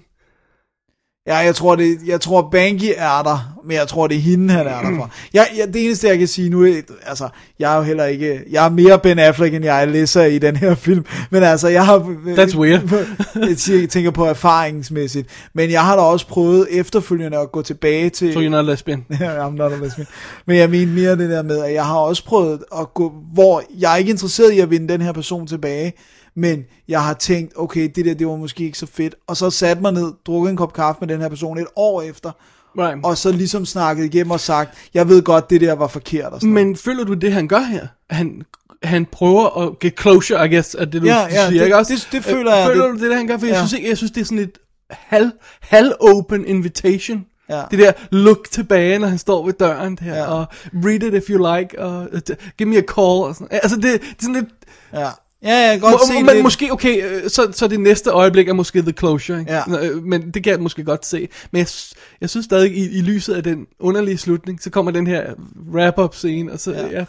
S3: Ja, jeg tror, det, jeg tror Banky er der, men jeg tror, det er hende, han er der for. Jeg, jeg, det eneste, jeg kan sige nu, er- altså, jeg er jo heller ikke, jeg er mere Ben Affleck, end jeg er Lissa i den her film, men altså, jeg har...
S4: That's weird.
S3: jeg siger- tænker på erfaringsmæssigt, men jeg har da også prøvet efterfølgende at gå tilbage til...
S4: So you're not lesbian.
S3: I'm not a lesbian. Men jeg mener mere det der med, at jeg har også prøvet at gå, hvor jeg er ikke interesseret i at vinde den her person tilbage, men jeg har tænkt, okay, det der, det var måske ikke så fedt, og så satte mig ned, drukket en kop kaffe med den her person et år efter,
S4: right.
S3: og så ligesom snakket igennem og sagt, jeg ved godt, det der var forkert. Og sådan.
S4: Men føler du det, han gør her? Han, han prøver at get closure, I guess, at det du
S3: Ja, ja,
S4: siger,
S3: det-
S4: ikke også? Øh,
S3: det- det føler jeg,
S4: Føler
S3: det-
S4: du det, der han gør? For ja.
S3: Ja.
S4: jeg, synes ikke, jeg synes, det er sådan et hal, halv-open invitation.
S3: Ja.
S4: Det der look tilbage, når han står ved døren der, ja. og read it if you like, og uh, t- give me a call, og sådan Altså, det, det er sådan lidt...
S3: Ja, ja jeg kan godt
S4: Må-
S3: se
S4: Men
S3: lidt-
S4: måske, okay, øh, så, så det næste øjeblik er måske the closure, ikke?
S3: Ja.
S4: Nå, øh, Men det kan jeg måske godt se. Men jeg, s- jeg synes stadig, i, i lyset af den underlige slutning, så kommer den her wrap-up scene, og så... Ja. ja.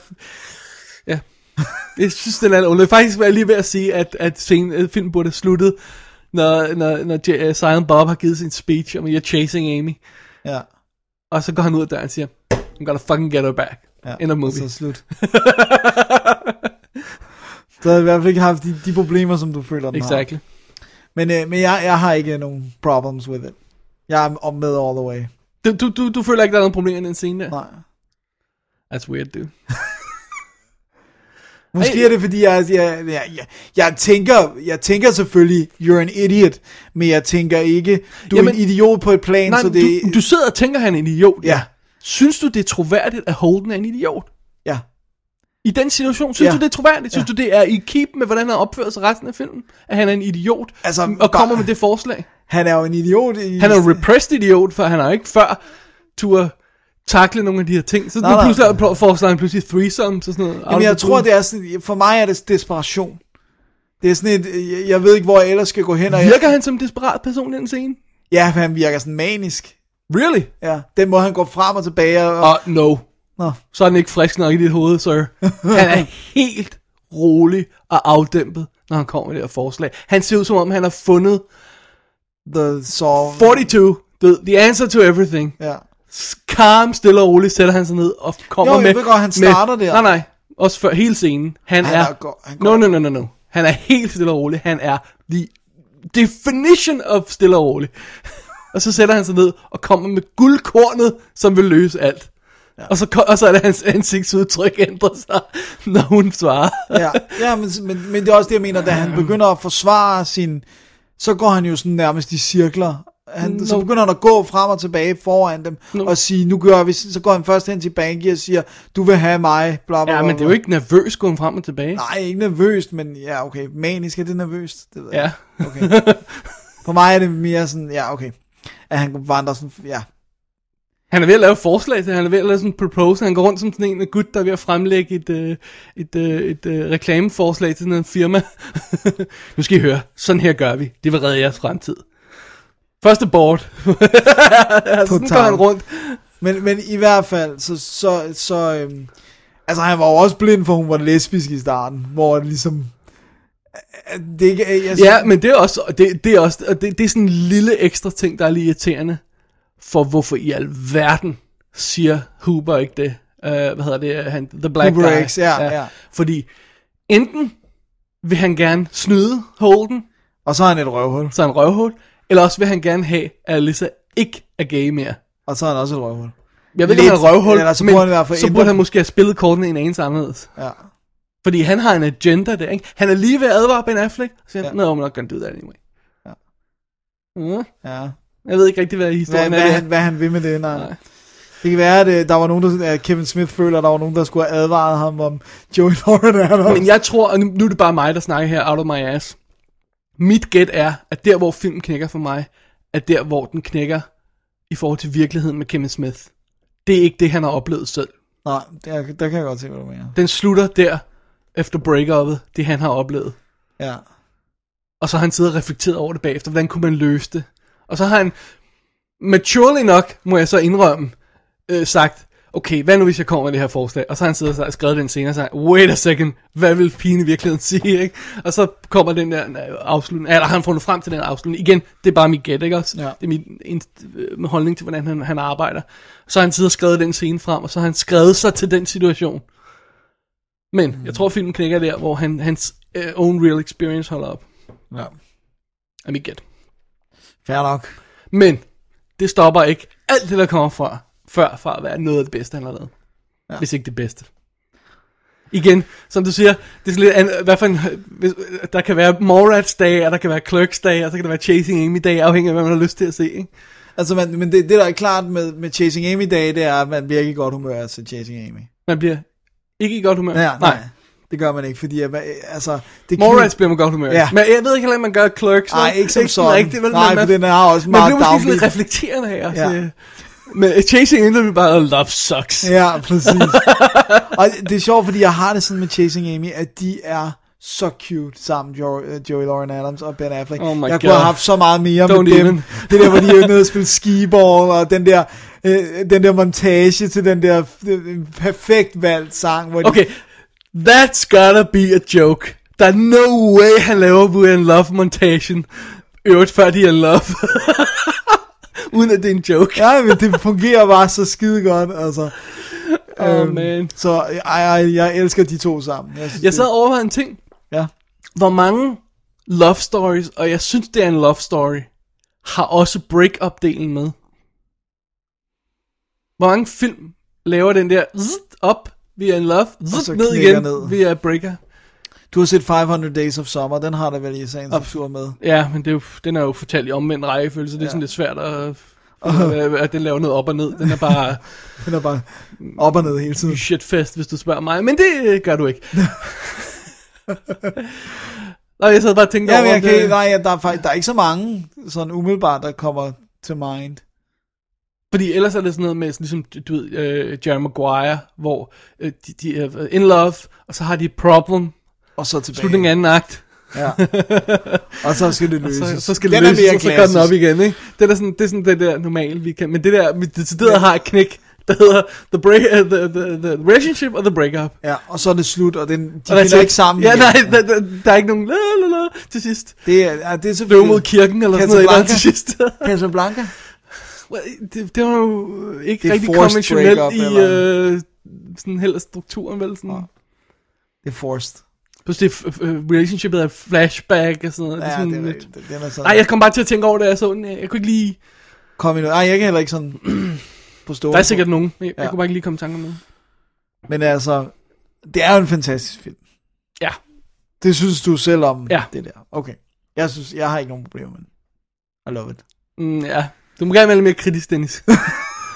S4: ja. Jeg synes, den er lidt underlig. Faktisk var jeg lige ved at sige, at, at scenen, at filmen burde have sluttet, når, når, når J- øh, Silent Bob har givet sin speech om, you're chasing Amy.
S3: Ja.
S4: Og så går han ud af døren og siger, I'm gonna fucking get her back.
S3: Ja,
S4: End of movie.
S3: Så slut. Så har jeg i hvert fald ikke haft de, de problemer, som du føler, den
S4: Exactly.
S3: har. Men, øh, men jeg, jeg har ikke nogen problems with it. Jeg er om med all the way.
S4: Du, du, du, du føler ikke, der er nogen problemer i den scene der?
S3: Nej.
S4: That's weird, dude.
S3: Måske er det, fordi jeg, jeg, jeg, jeg, jeg, tænker, jeg tænker selvfølgelig, you're an idiot, men jeg tænker ikke, du Jamen, er
S4: Jamen-
S3: en idiot på et plan,
S4: Nej,
S3: så det...
S4: du, du sidder og tænker, han er en idiot.
S3: Ja.
S4: Synes du, det er troværdigt, at Holden er en idiot?
S3: Ja.
S4: I den situation, synes
S3: Ja.
S4: du, det er troværdigt? Synes
S3: Ja.
S4: du, det er i keep med, hvordan han opfører sig resten af filmen? At han er en idiot
S3: Altså,
S4: og kommer med det forslag?
S3: Han er jo en idiot i...
S4: Han er en repressed idiot, for han har ikke før tur takle nogle af de her ting. Så
S3: Nej,
S4: nu
S3: nej.
S4: pludselig er- foreslår han pludselig threesomes og sådan noget.
S3: Jamen, jeg tror, det er sådan... For mig er det desperation. Det er sådan et... Jeg, jeg ved ikke, hvor jeg ellers skal gå hen. Og jeg,
S4: Virker han som en desperat person i den scene?
S3: ja, han virker sådan manisk.
S4: Really?
S3: Ja, den måde, han går frem og tilbage og...
S4: Og no.
S3: Nå.
S4: Så er den ikke frisk nok i dit hoved, sir. Han er helt rolig og afdæmpet, når han kommer med det her forslag. Han ser ud som om, han har fundet
S3: the song.
S4: 42, the, the answer to everything.
S3: Ja.
S4: Calm, stille og roligt sætter han sig ned og kommer
S3: Jo, jeg
S4: med...
S3: ved godt, han
S4: med-
S3: starter der.
S4: Nej, nej. Også før hele scenen. Han,
S3: Han
S4: er...
S3: er go- han
S4: no, no, no, no, no. Han er helt stille og rolig. Han er the definition of stille og rolig. og så sætter han sig ned og kommer med guldkornet, som vil løse alt. Ja. Og, så, ko- og så er det hans ansigtsudtryk ændrer sig, når hun svarer.
S3: ja, ja men, men, men det er også det, jeg mener, da han begynder at forsvare sin... Så går han jo sådan nærmest i cirkler. Han, no. Så
S4: Nå.
S3: begynder han at gå frem og tilbage foran dem, no. og sige, nu gør vi... Så går han først hen til Banky og siger, du vil have mig, bla bla
S4: Ja,
S3: bla,
S4: men det er jo
S3: bla.
S4: ikke nervøs gående frem og tilbage.
S3: Nej, ikke nervøst, men ja, okay. Manisk er det nervøst. Det ved jeg
S4: Ja.
S3: ikke. Okay. For mig er det mere sådan, ja, okay. At han vandrer sådan, ja.
S4: Han er ved at lave forslag til, han er ved at lave sådan en proposal. Han går rundt som sådan en gut, der er ved at fremlægge et, øh, et, øh, et, øh, reklameforslag til sådan en firma. nu skal I høre, sådan her gør vi. Det vil redde jeres fremtid. Første board. altså, sådan går han rundt.
S3: Men, men i hvert fald, så, så, så øhm, altså han var jo også blind, for hun var lesbisk i starten, hvor det ligesom, øh, det ikke, jeg, jeg,
S4: Ja, men det er også, og det, det er også, og det, det er sådan en lille ekstra ting, der er lige irriterende, for hvorfor i alverden siger Huber ikke det, uh, hvad hedder det, han, The Black
S3: Huber
S4: Guy.
S3: X, ja, ja.
S4: Fordi enten vil han gerne snyde Holden,
S3: og så er han et røvhul,
S4: så er han røvhul, eller også vil han gerne have, at Alyssa ikke er gay mere.
S3: og så er han også et røvhul.
S4: Jeg ved ikke, om han er røvhul,
S3: eller så
S4: men
S3: burde han i hvert fald
S4: så
S3: ændre
S4: burde han
S3: det.
S4: måske have spillet kortene i en anelse anderledes.
S3: Ja.
S4: Fordi han har en agenda der, ikke? Han er lige ved at advare Ben Affleck, så siger han, no, I'm not gonna do that anyway. Ja.
S3: Ja.
S4: Jeg ved ikke rigtig, hvad
S3: Hvad,
S4: historien
S3: hvad,
S4: er. der.
S3: han, hvad han vil med det, nej.
S4: Nej.
S3: Det kan være, at øh, der var nogen, der, at Kevin Smith føler, at der var nogen, der skulle have advaret ham om Joey Lauren Adams.
S4: Men jeg tror, og nu, nu er det bare mig, der snakker her, out of my ass. Mit gæt er, at der, hvor filmen knækker for mig, er der, hvor den knækker i forhold til virkeligheden med Kevin Smith. Det er ikke det, han har oplevet selv.
S3: Nej, der, der kan jeg godt se, hvad du mener.
S4: Den slutter der, efter break-up'et, det han har oplevet.
S3: Ja.
S4: Og så har han siddet og reflekteret over det bagefter, hvordan kunne man løse det. Og så har han, maturely nok, må jeg så indrømme, øh, sagt, okay, hvad nu hvis jeg kommer med det her forslag? Og så har han siddet og skrevet den senere, og så har han, wait a second, hvad vil pigen i virkeligheden sige, ikke? Og så kommer den der øh, afslutning, eller han fundet frem til den afslutning. Igen, det er bare mit gæt, ikke også? Ja. Det er min inst- øh, holdning til, hvordan han, han arbejder. Så har han siddet og skrevet den scene frem, og så har han skrevet sig til den situation. Men mm. jeg tror, filmen knækker der, hvor han, hans øh, own real experience holder op.
S3: Ja.
S4: Er mit gæt.
S3: Fair nok.
S4: Men det stopper ikke alt det, der kommer fra, før fra at være noget af det bedste, han har lavet. Ja. Hvis ikke det bedste. Igen, som du siger, det er sådan lidt, an- hvad for en, hvis, der kan være Morats dag, og der kan være Clerks dag, og så kan der være Chasing Amy dag, afhængig af, hvad man har lyst til at se. Ikke?
S3: Altså, man, men det, det, der er klart med, med Chasing Amy i dag, det er, at man bliver ikke i godt humør til Chasing Amy.
S4: Man bliver ikke i godt humør.
S3: Ja, nej. nej. Det gør man ikke, fordi at, man- altså... Det
S4: Morats bliver man godt humør.
S3: Ja.
S4: Men jeg ved ikke heller, om man gør Clerks.
S3: Nej,
S4: vel?
S3: ikke som sådan.
S4: Rigtigt, vel?
S3: Nej,
S4: Men man,
S3: for den har også meget
S4: Man bliver måske lidt
S3: downbeat.
S4: reflekterende af.
S3: Ja.
S4: Ja. Men Chasing Amy er bare, love sucks.
S3: Ja, præcis. og det er sjovt, fordi jeg har det sådan med Chasing Amy, at de er så cute sammen, jo, øh, Joey Lauren Adams og Ben Affleck.
S4: Oh my
S3: jeg
S4: God.
S3: kunne have haft så meget mere med
S4: Don't
S3: dem.
S4: even.
S3: Det der, hvor de er nede og spille skiball, og den der, øh, den der montage til den der øh, perfekt valgt sang. Hvor
S4: Okay, that's gotta be a joke. Der er no way, han laver We're in Love montagen. I Øvrigt før de er in love. Uden at det er en joke.
S3: De, ja, men det fungerer bare så skide godt, altså.
S4: Oh,
S3: Øhm,
S4: man.
S3: Så ej, ej, jeg elsker de to sammen. Jeg, synes,
S4: Jeg sad og overvejede en ting.
S3: Ja.
S4: Hvor mange love stories, og jeg synes, det er en love story, har også break-up-delen med. Hvor mange film laver den der zzzt, op, vi er in love, zzzt,
S3: så
S4: ned
S3: knækker
S4: igen,
S3: ned.
S4: vi er breaker.
S3: Du har set 500 Days of Summer, den har der vel i sagens natur med.
S4: Ja, men det er jo, den er jo fortalt i omvendt rækkefølge, så det
S3: Ja.
S4: er ja. sådan lidt svært at, at, at den laver noget op og ned. Den er bare
S3: Den er bare op og ned hele tiden.
S4: shitfest, hvis du spørger mig, men det øh, gør du ikke. Nå, jeg sad bare og tænkte
S3: Ja, men
S4: over
S3: jeg kan,
S4: det.
S3: nej, ja, der, er, fakt- der er ikke så mange, sådan umiddelbart, der kommer til mind.
S4: Fordi ellers er det sådan noget med, sådan ligesom, du ved, øh, Jerry Maguire, hvor øh, de, de er in love, og så har de et problem.
S3: Og så tilbage.
S4: Slutningen af anden akt.
S3: Ja. Og så skal det
S4: Og
S3: løses.
S4: Så, så skal det
S3: Den er
S4: løses,
S3: mere
S4: og så går den op
S3: klassisk.
S4: igen, ikke? Det er sådan, det er sådan det der normale, vi kan. Men det der, det decideret har et knæk, der hedder the, break, uh, the, the, the relationship og the breakup.
S3: Ja, og så er det slut, og den, de
S4: Og that's
S3: finder
S4: it.
S3: ikke sammen
S4: Ja,
S3: igen.
S4: nej, der, der, der, er ikke nogen la, la, la, til sidst.
S3: Det er, ja, det er
S4: Løv
S3: selvfølgelig...
S4: mod kirken eller sådan noget, et eller andet til sidst.
S3: Casablanca.
S4: Well, det, det var jo ikke
S3: Det er
S4: rigtig
S3: forced
S4: konventionelt
S3: breakup,
S4: i
S3: eller-
S4: øh, sådan heller strukturen, vel? Sådan. Ja.
S3: Det er forced.
S4: Pludselig f- f- øh, relationshipet er et flashback og sådan noget.
S3: Ja,
S4: er sådan
S3: det er-
S4: lidt...
S3: det- den er sådan-
S4: Nej, jeg kom bare til at tænke over det, jeg så den. øh, Jeg jeg kunne ikke lige...
S3: Kom i noget. Ej, jeg kan heller ikke sådan på stående.
S4: Der er sikkert nogen. Jeg, ja.
S3: Ja.
S4: jeg kunne bare ikke lige komme i tanke om nogen.
S3: Men altså, det er jo en fantastisk film.
S4: Ja.
S3: Det synes du selv om
S4: Ja.
S3: det der. Okay. Jeg synes, jeg har ikke nogen problemer med den. I love it.
S4: Mm, ja. Du må gerne være lidt mere kritisk, Dennis.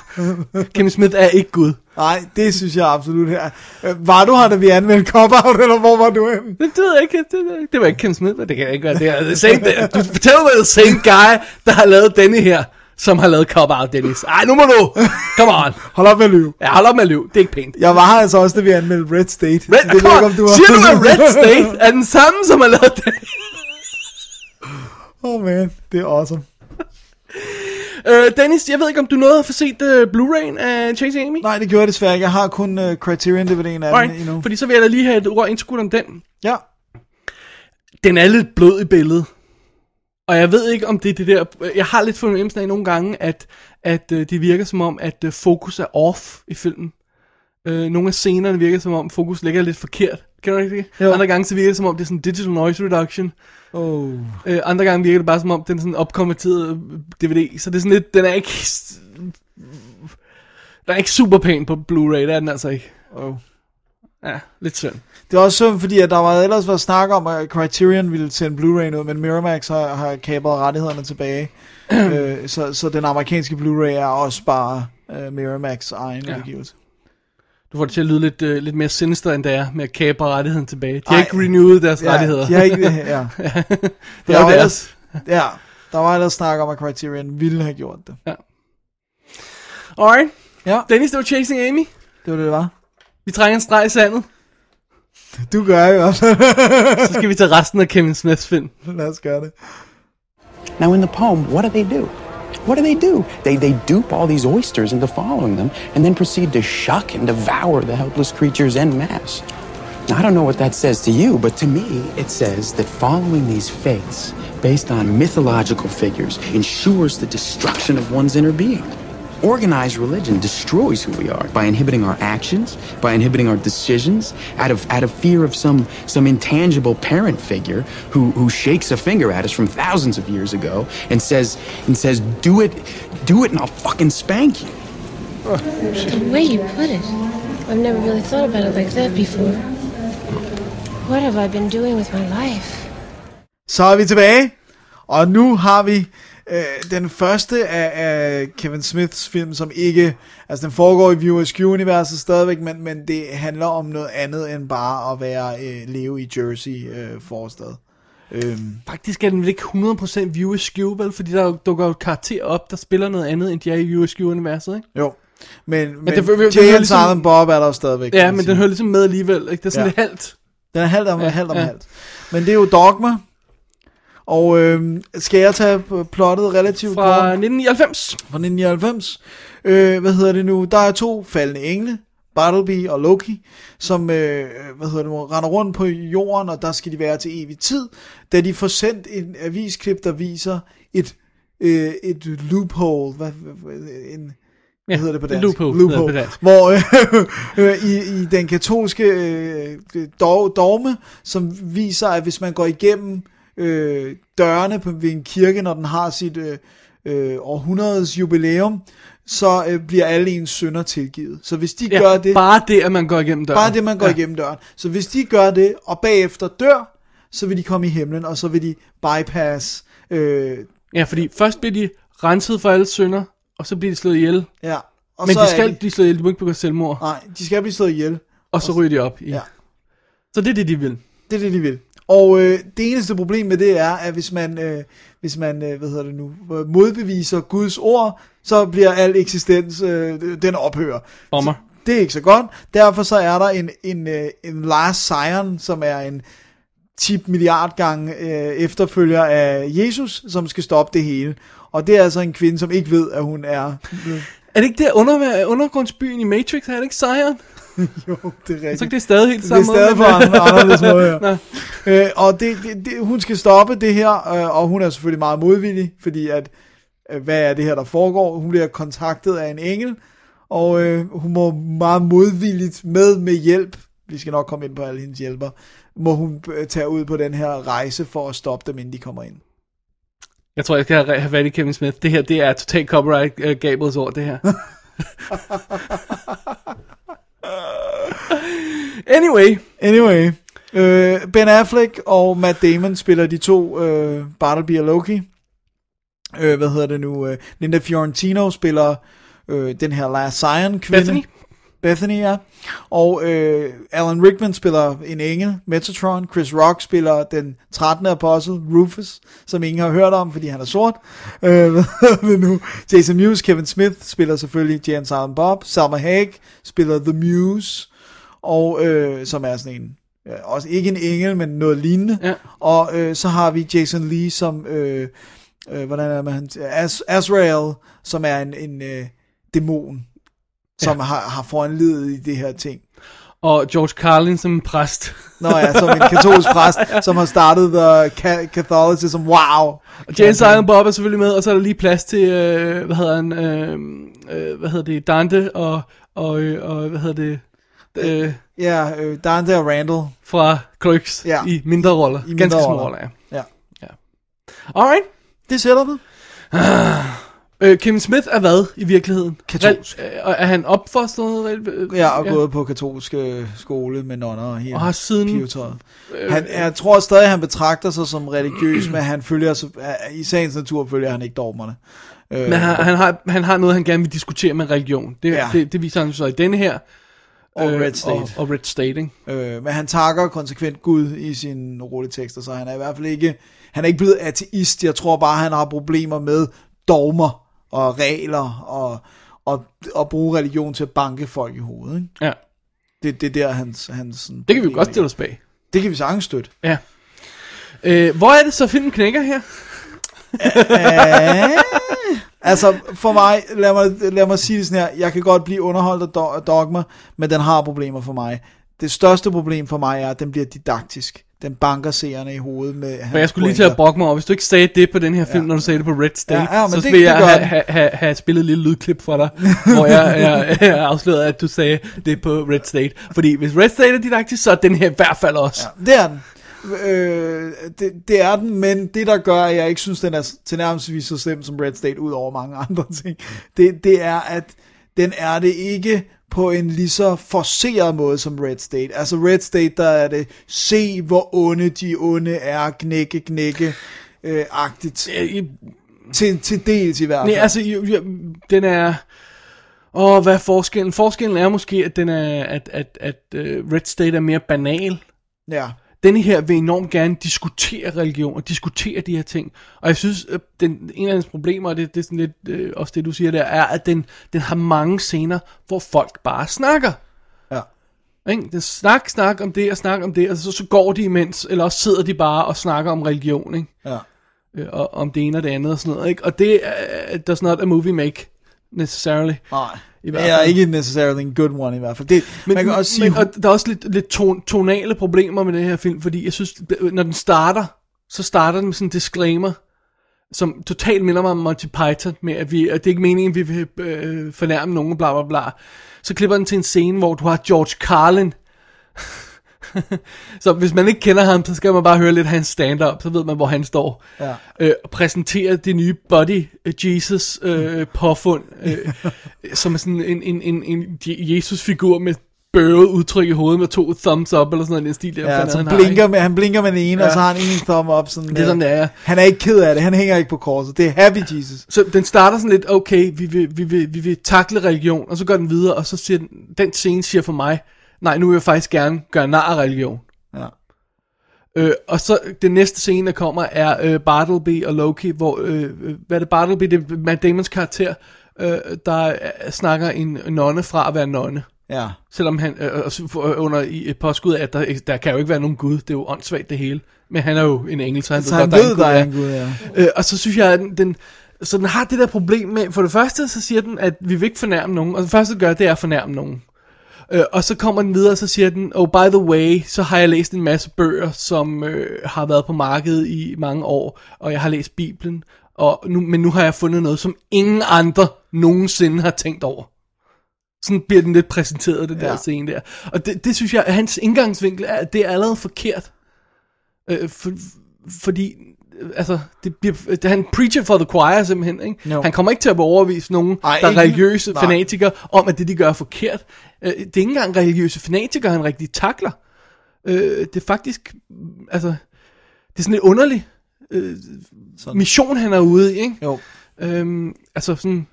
S4: Kim Smith er ikke Gud.
S3: Nej, det synes jeg absolut her. Øh, Var du her, da vi anmeldte Cop-Out, eller hvor var du henne?
S4: Det ved jeg ikke. Det, det, det var ikke Kim Smith, men det kan jeg ikke være. Det er the same, det, du fortæller mig the same guy, der har lavet denne her, som har lavet Cop Out, Dennis. Ej, nu må du. Come on.
S3: Hold op med at lyve.
S4: Ja, hold op med at lyve. Det er ikke pænt.
S3: Jeg var her altså også, da vi anmeldte Red State.
S4: Red,
S3: Så det ved jeg ikke, om
S4: du siger du, at Red State er den samme, som har lavet den?
S3: Åh, oh, man. Det er awesome.
S4: Øh, Dennis, jeg ved ikke, om du nåede at få set uh, Blu-ray'en af Chase Amy?
S3: Nej, det gjorde jeg desværre ikke. Jeg har kun uh, Criterion DVD'en af den
S4: Alright,
S3: endnu.
S4: fordi så vil jeg da lige have et ord indskudt om den.
S3: Ja.
S4: Den er lidt blød i billedet. Og jeg ved ikke, om det er det der... Jeg har lidt fornemmelsen af nogle gange, at, at øh, det virker som om, at øh, fokus er off i filmen. Øh, nogle af scenerne virker som om, fokus ligger lidt forkert. Kan du ikke det?
S3: Jo.
S4: Andre gange så virker det som om, det er sådan digital noise reduction.
S3: Oh.
S4: Øh, andre gange virker det bare som om, den er sådan opkonverteret øh, DVD. Så det er sådan lidt... Den er ikke... s- Den er ikke super pæn på Blu-ray, det er den altså ikke.
S3: Oh.
S4: Ja, lidt synd.
S3: Det er også synd, fordi at der var ellers var snak om, at Criterion ville sende Blu-ray ud, men Miramax har, har kapret rettighederne tilbage. øh, så, så den amerikanske Blu-ray er også bare øh, Miramax egen ja.
S4: Ja.
S3: udgivelse.
S4: Du får det til at lyde lidt, øh, lidt mere sinister, end det er med at kæbe rettigheden tilbage. De har
S3: Ej.
S4: ikke renewet deres
S3: Ja,
S4: rettigheder.
S3: de har ikke- ja.
S4: det er jo deres.
S3: ja, der var ellers snak om, at Criterion ville have gjort det.
S4: Ja. Alright.
S3: Ja.
S4: Dennis, det var Chasing Amy.
S3: Det var det, det var.
S4: Vi trænger en streg i sandet.
S3: Du gør jo også.
S4: Så skal vi til resten af Kevin Smiths film.
S3: Lad os gøre det.
S10: Now, in the poem, what do they do? What do they do? They, they dupe all these oysters into following them and then proceed to shuck and devour the helpless creatures en masse. Now, I don't know what that says to you, but to me, it says that following these faiths based on mythological figures ensures the destruction of one's inner being. Organized religion destroys who we are by inhibiting our actions, by inhibiting our decisions, out of out of fear of some some intangible parent figure who, who shakes a finger at us from thousands of years ago and says and says, do it, do it, and I'll fucking spank you.
S16: The way you put it, I've never really thought about it like that before. What have I been doing with my life?
S3: Så er vi tilbage, og nu har vi øh, den første af, af Kevin Smiths film, som ikke, altså den foregår i View Askew-universet stadigvæk, men, men det handler om noget andet end bare at være øh, leve i Jersey øh, forstad. Øhm,
S4: Faktisk er den vel ikke 100% View Askew, vel? Fordi der dukker jo karakterer op, der spiller noget andet, end de er i View Askew-universet, ikke?
S3: jo, men, men, men
S4: det- det- det
S3: Jay
S4: hører
S3: and
S4: ligesom-
S3: Silent Bob er der jo stadigvæk. kan
S4: Ja,
S3: man
S4: men
S3: sige.
S4: den hører ligesom med alligevel, ikke? Det er sådan
S3: Ja.
S4: lidt halvt.
S3: Den er halvt om ja, halvt om
S4: ja.
S3: ja. halvt. Men det er jo dogma. Og øh, skal jeg tage øh, plottet relativt
S4: Fra
S3: kort?
S4: 1999.
S3: Fra 1999. Øh, hvad hedder det nu? Der er to faldende engle, Bartleby og Loki, som øh, hvad hedder det nu, render rundt på jorden, og der skal de være til evig tid, da de får sendt en avisklip, der viser et, øh, et loophole, hvad, hvad- en, hvad
S4: Ja,
S3: hedder det på
S4: et
S3: dansk?
S4: loophole hedder det på dansk.
S3: Hvor øh, øh, i, i den katolske øh, dog, dogme, som viser, at hvis man går igennem øh, dørene på, ved en kirke, når den har sit øh, øh, århundredes jubilæum, så øh, bliver alle ens synder tilgivet. Så hvis de
S4: Ja,
S3: gør det...
S4: bare det, at man går igennem døren.
S3: Bare det, man går
S4: Ja.
S3: ja. igennem døren. Så hvis de gør det, og bagefter dør, så vil de komme i himlen, og så vil de bypass... Øh,
S4: Ja, fordi først bliver de renset for alle synder, og så bliver de slået ihjel.
S3: Ja.
S4: Og
S3: og
S4: men
S3: så
S4: de
S3: er
S4: skal
S3: de-
S4: blive slået ihjel, de må ikke begå selvmord.
S3: Nej, de skal blive slået ihjel.
S4: Og så ryger de op i. Ja. Så det er det, de vil.
S3: Det er det, de vil. Og øh, det eneste problem med det er, at hvis man, øh, hvis man øh, hvad hedder det nu, øh, modbeviser Guds ord, så bliver al eksistens, øh, den ophører.
S4: Bomber.
S3: Så Det er ikke så godt. Derfor så er der en, en, øh, en Last Sion, som er en 10 milliard gange øh, efterfølger af Jesus, som skal stoppe det hele. Og det er altså en kvinde, som ikke ved, at hun er...
S4: Er det ikke der under, undergrundsbyen i Matrix? Er det ikke Sion?
S3: jo, det er rigtigt.
S4: Så det er stadig helt
S3: det er
S4: samme
S3: stadig på andre, anderledes måde,
S4: ja.
S3: ja. øh, og det, det, det, hun skal stoppe det her, øh, og hun er selvfølgelig meget modvillig, fordi at, øh, hvad er det her, der foregår? Hun bliver kontaktet af en engel, og øh, hun må meget modvilligt med med hjælp, vi skal nok komme ind på alle hendes hjælper, må hun øh, tage ud på den her rejse for at stoppe dem, inden de kommer ind.
S4: Jeg tror, jeg skal have, have fat i Kevin Smith. Det her, det er totalt copyright uh, Gabriels ord, det her. anyway.
S3: Anyway. Øh, ben Affleck og Matt Damon spiller de to, øh, Bartleby og Loki. Øh, hvad hedder det nu? Øh, Linda Fiorentino spiller øh, den her Last Sion kvinde.
S4: Bethany.
S3: Bethany, ja. Og øh, Alan Rickman spiller en engel, Metatron. Chris Rock spiller den 13. apostel, Rufus, som ingen har hørt om, fordi han er sort. Øh, hvad hedder det nu? Jason Mewes, Kevin Smith spiller selvfølgelig Jan Silent Bob. Salma Hayek spiller The Muse, og, øh, som er sådan en øh, også ikke en engel, men noget lignende.
S4: Ja.
S3: Og øh, så har vi Jason Lee som, øh, øh, hvordan er det, han, As- Azrael, som er en, en øh, dæmon, som har, har foranledet i det her ting.
S4: Og George Carlin som en præst.
S3: Nå ja, som en katolsk præst, som har startet The Ca- Catholicism, wow.
S4: Og Jane Silent Bob er selvfølgelig med, og så er der lige plads til, øh, hvad hedder han, øh, øh, hvad hedder det, Dante og, og, øh, og hvad hedder det, øh,
S3: Ja, øh, Dante og Randall.
S4: fra Clerks
S3: Ja.
S4: i mindre roller.
S3: I mindre
S4: Ganske små
S3: roller.
S4: roller, ja.
S3: Ja.
S4: ja. Alright.
S3: Det sætter det.
S4: Øh, Kevin Smith er hvad i virkeligheden?
S3: Katolsk.
S4: Rel- øh, Og er han opfostret? øh,
S3: Ja, og gået på katolsk øh, skole med nonner og hele
S4: Og har siden-
S3: pivetøjet.
S4: Øh,
S3: Han, jeg tror stadig, han betragter sig som religiøs, men han følger, så- i sagens natur følger han ikke dogmerne. Øh,
S4: Men han, han, har, han har noget, han gerne vil diskutere med religion. Det, ja.
S3: Ja.
S4: det, det viser han så i denne her.
S3: Og
S4: øh,
S3: Red State.
S4: Og, og Red State, ikke?
S3: Øh, men han takker konsekvent Gud i sine rulletekster, så han er i hvert fald ikke, han er ikke blevet ateist. Jeg tror bare, han har problemer med dogmer og regler og, og, og bruge religion til at banke folk i hovedet. Ikke?
S4: Ja.
S3: Det, det er der, hans... hans sådan,
S4: Det kan vi jo godt stille os bag.
S3: Det kan vi sagtens støtte.
S4: Ja. Øh, hvor er det så filmen knækker her?
S3: Æh, Altså, for mig, lad mig, lad mig sige det sådan her, jeg kan godt blive underholdt af do- af dogma, men den har problemer for mig. Det største problem for mig er, at den bliver didaktisk. Den banker seerne i hovedet med
S4: Men jeg skulle lige til at brokke mig over, hvis du ikke sagde det på den her film, ja. når du sagde det på Red State,
S3: Ja, ja, men
S4: så
S3: det-
S4: vil
S3: det
S4: jeg
S3: gør
S4: have,
S3: den.
S4: have, have, have spillet et lille lydklip for dig, hvor jeg, jeg, jeg afslørede, at du sagde det på Red State. Fordi hvis Red State er didaktisk, så er den her i hvert fald også. Ja.
S3: Det er den. Øh, det, det er den, men det der gør, at jeg ikke synes, den er tilnærmelsesvis så slem som Red State, ud over mange andre ting, det, det er, at den er det ikke på en lige så forceret måde som Red State. Altså Red State, der er det, se hvor onde de onde er, knække, knække, øh, agtigt. Til, til dels i hvert fald.
S4: Nej, altså, jo, jo, den er... Åh, hvad er forskellen? Forskellen er måske, at, den er, at, at, at uh, Red State er mere banal.
S3: Ja.
S4: Denne her vil enormt gerne diskutere religion og diskutere de her ting. Og jeg synes, at den, en af hans problemer, og det, det er sådan lidt øh, også det, du siger der, er, at den, den har mange scener, hvor folk bare snakker.
S3: Ja.
S4: Ikke? Den snak, snak om det og snak om det, og så, så går de imens, eller også sidder de bare og snakker om religion. Ikke?
S3: Ja.
S4: øh, og om det ene og det andet og sådan noget, ikke? Og det uh, does not a movie make, necessarily.
S3: Nej,
S4: I
S3: det er ikke necessarily en good one i hvert fald. Det,
S4: Men,
S3: man kan også sige,
S4: men og der er også lidt, lidt ton, tonale problemer med den her film, fordi jeg synes, når den starter, så starter den med sådan en disclaimer, som totalt minder mig om Monty Python, med at, vi, at det er ikke meningen, at vi vil øh, fornærme nogen, bla bla bla. Så klipper den til en scene, hvor du har George Carlin, så hvis man ikke kender ham, så skal man bare høre lidt af hans stand-up, så ved man, hvor han står.
S3: Ja.
S4: Øh, og præsenterer det nye Body Jesus
S3: Mm.
S4: øh, påfund, øh, som er sådan en, en, en, en Jesus-figur med bøvet udtryk i hovedet med to thumbs up, eller sådan noget, i den stil der. hvad
S3: Ja,
S4: fanden
S3: så
S4: han
S3: han
S4: har, ikke?
S3: blinker med, han blinker med den ene,
S4: Ja.
S3: ja. og så har han en thumb op. Sådan,
S4: Det er sådan,
S3: øh,
S4: det er, ja.
S3: Han er ikke ked af det, han hænger ikke på korset. Det er happy Jesus.
S4: Så den starter sådan lidt, okay, vi vil, vi, vil, vi vil takle religion, og så går den videre, og så siger den, den scene siger for mig, nej, nu vil jeg faktisk gerne gøre nar af religion.
S3: Ja.
S4: Øh, og så den næste scene, der kommer, er øh, Bartleby og Loki, hvor, øh, øh, hvad er det Bartleby, det er Matt Damons karakter, øh, der øh, snakker en nonne fra at være nonne.
S3: Ja.
S4: Selvom han, øh, og så får- under i et påskud af, at der, der kan jo ikke være nogen gud, det er jo åndssvagt det hele. Men han er jo en engel, så han,
S3: Så han
S4: godt,
S3: ved, der er en gud, ja.
S4: Øh, og så synes jeg, at den, den, så den har det der problem med, for det første så siger den, at vi vil ikke fornærme nogen, og det første den gør, det er at fornærme nogen. Øh, og så kommer den videre, og så siger den, oh by the way, så har jeg læst en masse bøger, som øh, har været på markedet i mange år, og jeg har læst Bibelen, og nu, men nu har jeg fundet noget, som ingen andre nogensinde har tænkt over. Sådan bliver den lidt præsenteret, den der
S3: Ja.
S4: scene der. Og det, det synes jeg, at hans indgangsvinkel, er, det er allerede forkert. Øh, for, fordi, øh, altså, det bliver, det, han preacher for the choir simpelthen, ikke?
S3: Jo.
S4: Han kommer ikke til at overbevise nogen, Ej,
S3: Ej,
S4: der er
S3: ikke-
S4: religiøse
S3: nej.
S4: fanatikere, om at det de gør er forkert. Øh, det er ikke engang religiøse fanatikere, han rigtig takler. Øh, det er faktisk, mm, altså, det er sådan lidt underlig øh, mission, han er ude i, ikke?
S3: Jo.
S4: Øhm, altså sådan,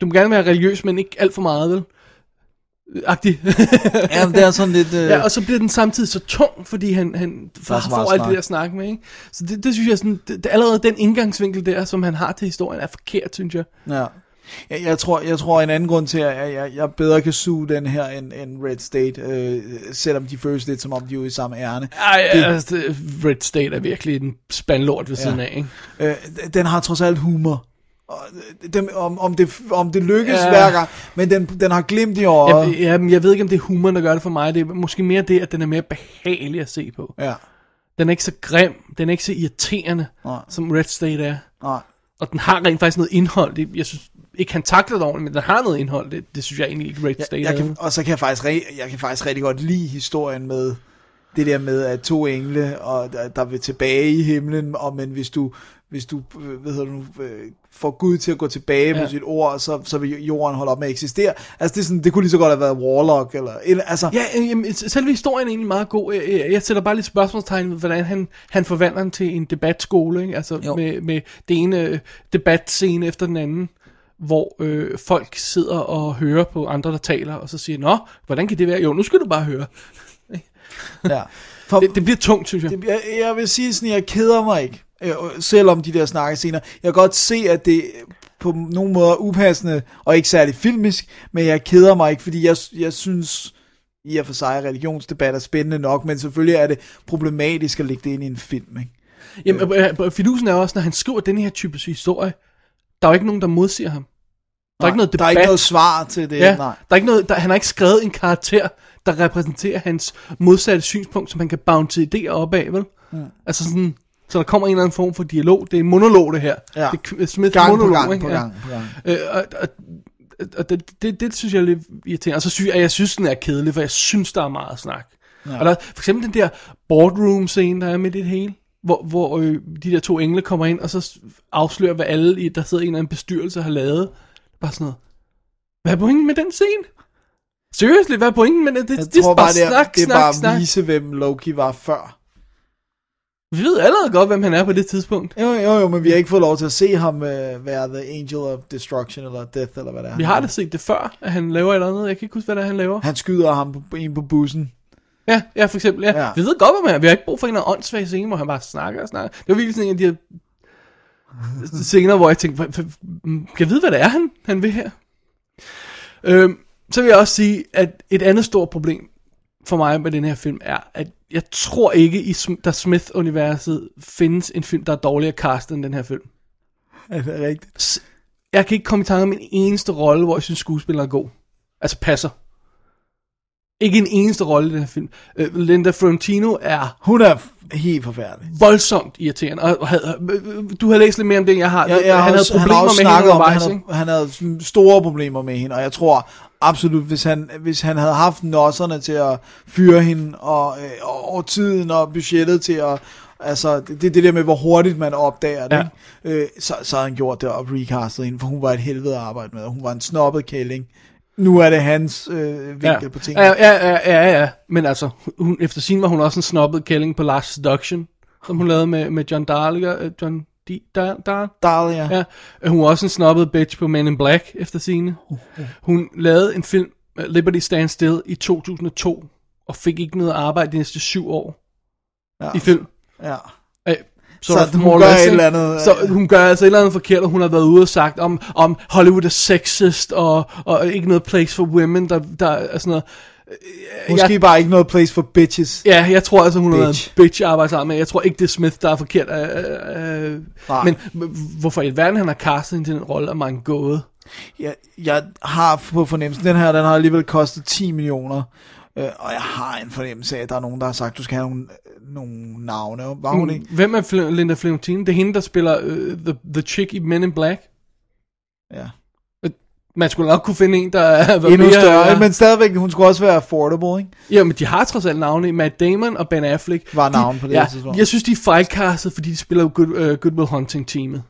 S4: du må gerne være religiøs, men ikke alt for meget, vel? Agtig.
S3: Jamen, det er sådan lidt, øh,
S4: Ja, og så bliver den samtidig så tung, fordi han, han
S3: Der er så meget
S4: får alt det
S3: snak.
S4: der snak med, ikke? Så det, det synes jeg sådan, det, det, allerede den indgangsvinkel der, som han har til historien, er forkert, synes jeg.
S3: Ja. Jeg, jeg, tror, jeg tror, en anden grund til, at jeg, jeg, jeg bedre kan suge den her end, end Red State, øh, selvom de føles lidt som om, de er ude i samme ærne.
S4: Ej,
S3: Det-
S4: det, altså, det- Red State er virkelig en spandlort ved ja. siden af, ikke?
S3: Øh, d- den har trods alt humor. Og, øh, dem, om, om, det, om det lykkes
S4: Ja.
S3: ja. hver gang, men den, den har glimt i øjet.
S4: Jeg, jeg, jeg ved ikke, om det er humoren, der gør det for mig. Det er måske mere det, at den er mere behagelig at se på.
S3: Ja.
S4: Den er ikke så grim, den er ikke så irriterende,
S3: Nej.
S4: som Red State er.
S3: Nej.
S4: Og den har rent faktisk noget indhold. Det, jeg synes ikke, han takler det ordentligt, men den har noget indhold. Det, det synes jeg egentlig ikke, Red State
S3: jeg, jeg
S4: havde.
S3: kan, og så kan jeg, faktisk, re- jeg kan faktisk rigtig godt lide historien med det der med, at to engle, og der, der vil tilbage i himlen, og men hvis du, hvis du øh, hvad hedder det nu, øh, får Gud til at gå tilbage ja.
S4: Ja.
S3: på sit ord, så, så vil jorden holde op med at eksistere. Altså det, er sådan, det kunne lige så godt have været Warlock, eller, eller altså,
S4: Ja, øh, jamen, s- selve historien er egentlig meget god. Jeg, jeg, jeg sætter bare lidt spørgsmålstegn ved, hvordan han, han forvandler den til en debatskole. Ikke? Altså med, med det ene øh, debatscene efter den anden, hvor øh, folk sidder og hører på andre, der taler, og så siger, Nå, hvordan kan det være? Jo, nu skal du bare høre.
S3: ja. For,
S4: det, det bliver tungt, synes jeg.
S3: Det, jeg, jeg vil sige sådan, jeg keder mig ikke, øh, selvom de der snakker senere. Jeg kan godt se, at det på nogle måder er upassende, og ikke særlig filmisk, men jeg keder mig ikke, fordi jeg, jeg synes i og for sig, at religionsdebat er spændende nok, men selvfølgelig er det problematisk at lægge det ind i en film, ikke?
S4: Jamen, øh, øh, fidusen er også, når han skriver den her type historie, Der er jo ikke nogen, der modsiger ham. Der er
S3: Nej,
S4: ikke noget
S3: der
S4: debat.
S3: er ikke noget svar til det,
S4: Ja,
S3: nej.
S4: Der er ikke noget, der, han har ikke skrevet en karakter, der repræsenterer hans modsatte synspunkt, som han kan bounce idéer op af, vel?
S3: Mm.
S4: Altså sådan, så der kommer en eller anden form for dialog. Det er en monolog, det her.
S3: Ja.
S4: Det er Smith
S3: Gang på
S4: monolog,
S3: gang
S4: ikke?
S3: på
S4: Ja.
S3: gang på gang.
S4: Øh, og, og, og det, det, det, synes jeg er lidt irriterende. Og så synes jeg, jeg synes, den er kedelig, for jeg synes, der er meget snak.
S3: Ja.
S4: Ja. Og der er for eksempel den der boardroom-scene, der er med det hele, hvor, hvor øh, de der to engle kommer ind, og så s- afslører, hvad alle, i, der sidder i en eller anden bestyrelse, har lavet. Bare sådan noget. Hvad er pointen med den scene? Seriously, hvad er pointen med det? Det, det er bare,
S3: det er,
S4: snak,
S3: det er
S4: snak,
S3: bare
S4: snak.
S3: at vise, hvem Loki var før.
S4: Vi ved allerede godt, hvem han er på det tidspunkt.
S3: Jo, jo, jo, men vi har ikke fået lov til at se ham øh, være The Angel of Destruction, eller Death, eller hvad det er.
S4: Vi har da set det før, at han laver et eller andet. Jeg kan ikke huske, hvad det er, han laver.
S3: Han skyder ham på, en på bussen.
S4: Ja, ja, for eksempel. Ja.
S3: Ja.
S4: ja. Vi ved godt, hvad man er. Vi har ikke brug for en eller anden åndssvag scene, hvor han bare snakker og snakker. Det var virkelig sådan en af de her scener, hvor jeg tænkte, "Hvad- hvad- mm, kan jeg vide, hvad det er, han, han vil her? Øhm, så vil jeg også sige, at et andet stort problem for mig med den her film er, at jeg tror ikke, i Sm- der Smith-universet findes en film, der er dårligere castet end den her film.
S3: Er det rigtigt?
S4: S- Jeg kan ikke komme i tanke om en eneste rolle, hvor jeg synes, skuespilleren er god. Altså passer. Ikke en eneste rolle i den her film. Øh, Linda Frontino er...
S3: Hun er helt forfærdelig.
S4: Voldsomt irriterende. Og, og havde, øh, øh, du har læst lidt mere om det, end jeg har.
S3: Jeg, jeg
S4: han
S3: har
S4: havde
S3: også-
S4: problemer
S3: han har også
S4: med hende
S3: snakket om, at
S4: undervejs,
S3: han havde,
S4: ikke?
S3: han havde sådan store problemer med hende, og jeg tror absolut, hvis han, hvis han havde haft nosserne til at fyre hende, og, øh, og, og tiden og budgettet til at, altså det det, det der med, hvor hurtigt man opdager det, ja. øh, så, så havde han gjort det og recastet hende, for hun var et helvede at arbejde med, og hun var en snobbet kælling. Nu er det hans øh, vinkel
S4: ja.
S3: på tingene.
S4: Ja, ja, ja, ja, ja. Men altså, hun, efter sin var hun også en snobbet kælling på Last Seduction, som hun lavede med, med John Darliger, øh, John D, Dar, Dar,
S3: Darl, ja.
S4: ja. Øh, Hun var også en snobbet bitch på Men in Black, efter sine. Hun lavede en film, øh, Liberty Stand Still, i 2002, og fik ikke noget arbejde de næste syv år
S3: Ja.
S4: i film.
S3: Ja.
S4: Øh,
S3: Så
S4: er der
S3: hun
S4: more or
S3: gør
S4: less,
S3: et
S4: ikke?
S3: eller andet,
S4: altså-
S3: øh.
S4: Så hun gør altså et eller andet forkert, og hun har været ude og sagt om, om Hollywood er sexist, og, og ikke noget place for women, der, der er sådan noget.
S3: Måske
S4: jeg-
S3: bare ikke noget place for bitches.
S4: Ja, jeg tror altså, hun har været
S3: Bitch.
S4: en bitch at arbejde sammen med. Jeg tror ikke, det er Smith, der er forkert. Øh, øh, øh. Men h- hvorfor i alverden han har castet hende til den rolle, er mig en gåde.
S3: jeg, jeg har på fornemmelsen, den her, den har alligevel kostet 10 millioner, øh, og jeg har en fornemmelse af, at der er nogen, der har sagt, du skal have nogle, nogle navne, var hun ikke?
S4: Mm. Hvem er Fl- Linda Flintine? Det er hende, der spiller øh, the, the Chick i Men in Black.
S3: Ja.
S4: Man skulle nok kunne finde en, der er
S3: Endnu større, men stadigvæk, hun skulle også være affordable, ikke?
S4: Ja, men de har trods alt navne. Matt Damon og Ben Affleck.
S3: Var navne
S4: de,
S3: på det her tidspunkt.
S4: Jeg synes, de er fejlkastet, fordi de spiller jo good, uh, Goodwill Hunting-teamet.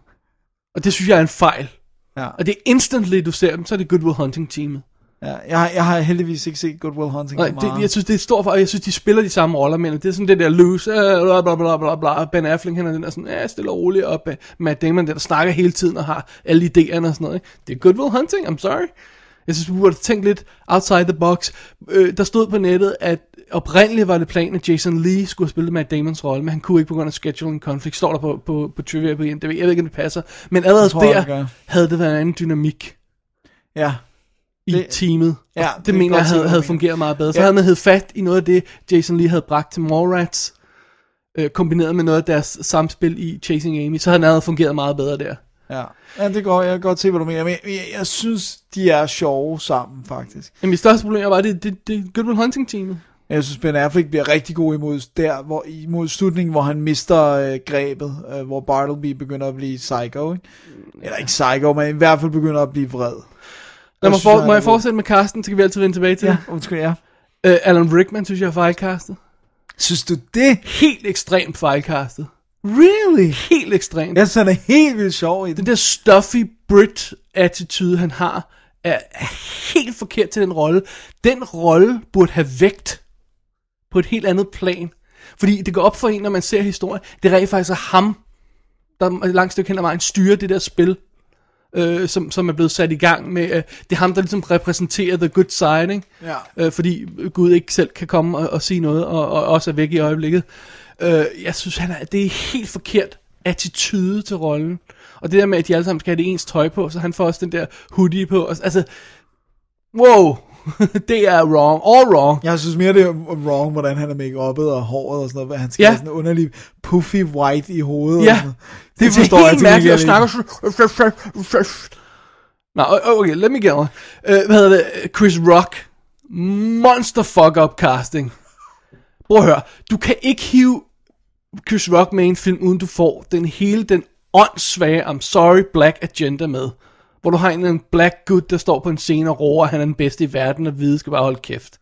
S4: Og det synes jeg er en fejl.
S3: Ja.
S4: Og det er instantly, du ser dem, så er det Goodwill Hunting-teamet.
S3: Ja, jeg, har, jeg har heldigvis ikke set Good Will Hunting
S4: Nej,
S3: så
S4: det,
S3: meget.
S4: jeg synes, det er stor for, og jeg synes, de spiller de samme roller, men det er sådan det der loose, øh, bla bla bla bla bla, og Ben Affleck, han er den der sådan, ja, stille og rolig, og Ben- Matt Damon, der, der snakker hele tiden og har alle idéerne og sådan noget. Ikke? Det er Goodwill Hunting, I'm sorry. Jeg synes, vi burde tænke lidt outside the box. Øh, der stod på nettet, at oprindeligt var det planen, at Jason Lee skulle spille Matt Damons rolle, men han kunne ikke på grund af scheduling conflict, står der på, på, på trivia på IMDb. Jeg ved ikke, om det passer, men allerede
S3: Det tror jeg, det
S4: der
S3: gør.
S4: havde det været en anden dynamik
S3: Ja.
S4: i
S3: Det-
S4: det, teamet.
S3: Ja,
S4: Ja,
S3: det
S4: det, det
S3: er
S4: mener
S3: godt
S4: jeg
S3: set, hvad
S4: havde,
S3: du
S4: havde
S3: mener.
S4: fungeret meget bedre. Så
S3: Ja.
S4: havde man hed fat i noget af det, Jason lige havde bragt til Mallrats, øh, kombineret med noget af deres samspil i Chasing Amy, så havde den allerede fungeret meget bedre der.
S3: Ja. ja, det går, jeg kan godt se, hvad du mener, men jeg, jeg, jeg synes, de er sjove sammen, faktisk.
S4: Men mit største problem var, at det, det, det er Goodwill Hunting-teamet.
S3: Jeg synes, Ben Affleck bliver rigtig god imod, der, hvor, imod slutningen, hvor han mister øh, grebet, øh, hvor Bartleby begynder at blive psycho, ikke?
S4: Mm,
S3: Eller ikke psycho, men i hvert fald begynder at blive vred.
S4: Lad mig
S3: synes,
S4: for,
S3: han
S4: må
S3: er
S4: jeg
S3: god.
S4: fortsætte med Carsten, så kan vi altid vende tilbage til
S3: Ja,
S4: det.
S3: undskyld, ja.
S4: Øh, Alan Rickman synes jeg er fejlkastet.
S3: Synes du det?
S4: Helt ekstremt fejlkastet.
S3: Really?
S4: Helt ekstremt.
S3: Jeg synes, han er helt vildt sjov i den.
S4: Den der stuffy Brit-attitude, han har, er er helt forkert til den rolle. Den rolle burde have vægt på et helt andet plan. Fordi det går op for en, når man ser historien, det er rent faktisk er ham, der et langt stykke hen ad vejen styrer det der spil, øh, som, som er blevet sat i gang med. Øh, det er ham, der ligesom repræsenterer the good side, ikke?
S3: Ja.
S4: øh, fordi Gud ikke selv kan komme og, og sige noget, og, og også er væk i øjeblikket. Øh, jeg synes, han er, det er helt forkert attitude til rollen. Og det der med, at de alle sammen skal have det ens tøj på, så han får også den der hoodie på. Og, altså, wow, det er wrong. All wrong.
S3: Jeg synes mere, det er wrong, hvordan han er make uppet og håret og sådan noget. hvad Han skal
S4: Ja.
S3: ja. sådan underlig puffy white i hovedet.
S4: Ja.
S3: og sådan noget.
S4: Det, det forstår jeg
S3: til
S4: Altså, helt mærkeligt at
S3: gengæld
S4: snakke
S3: ikke.
S4: Nå, o- okay, let me get on. Uh, hvad hedder det? Chris Rock. Monster fuck up casting. Prøv at høre. Du kan ikke hive Chris Rock med i en film, uden du får den hele den åndssvage, I'm sorry, black agenda med. Hvor du har en, eller anden black gut, der står på en scene og roer, at han er den bedste i verden, og hvide skal bare holde kæft.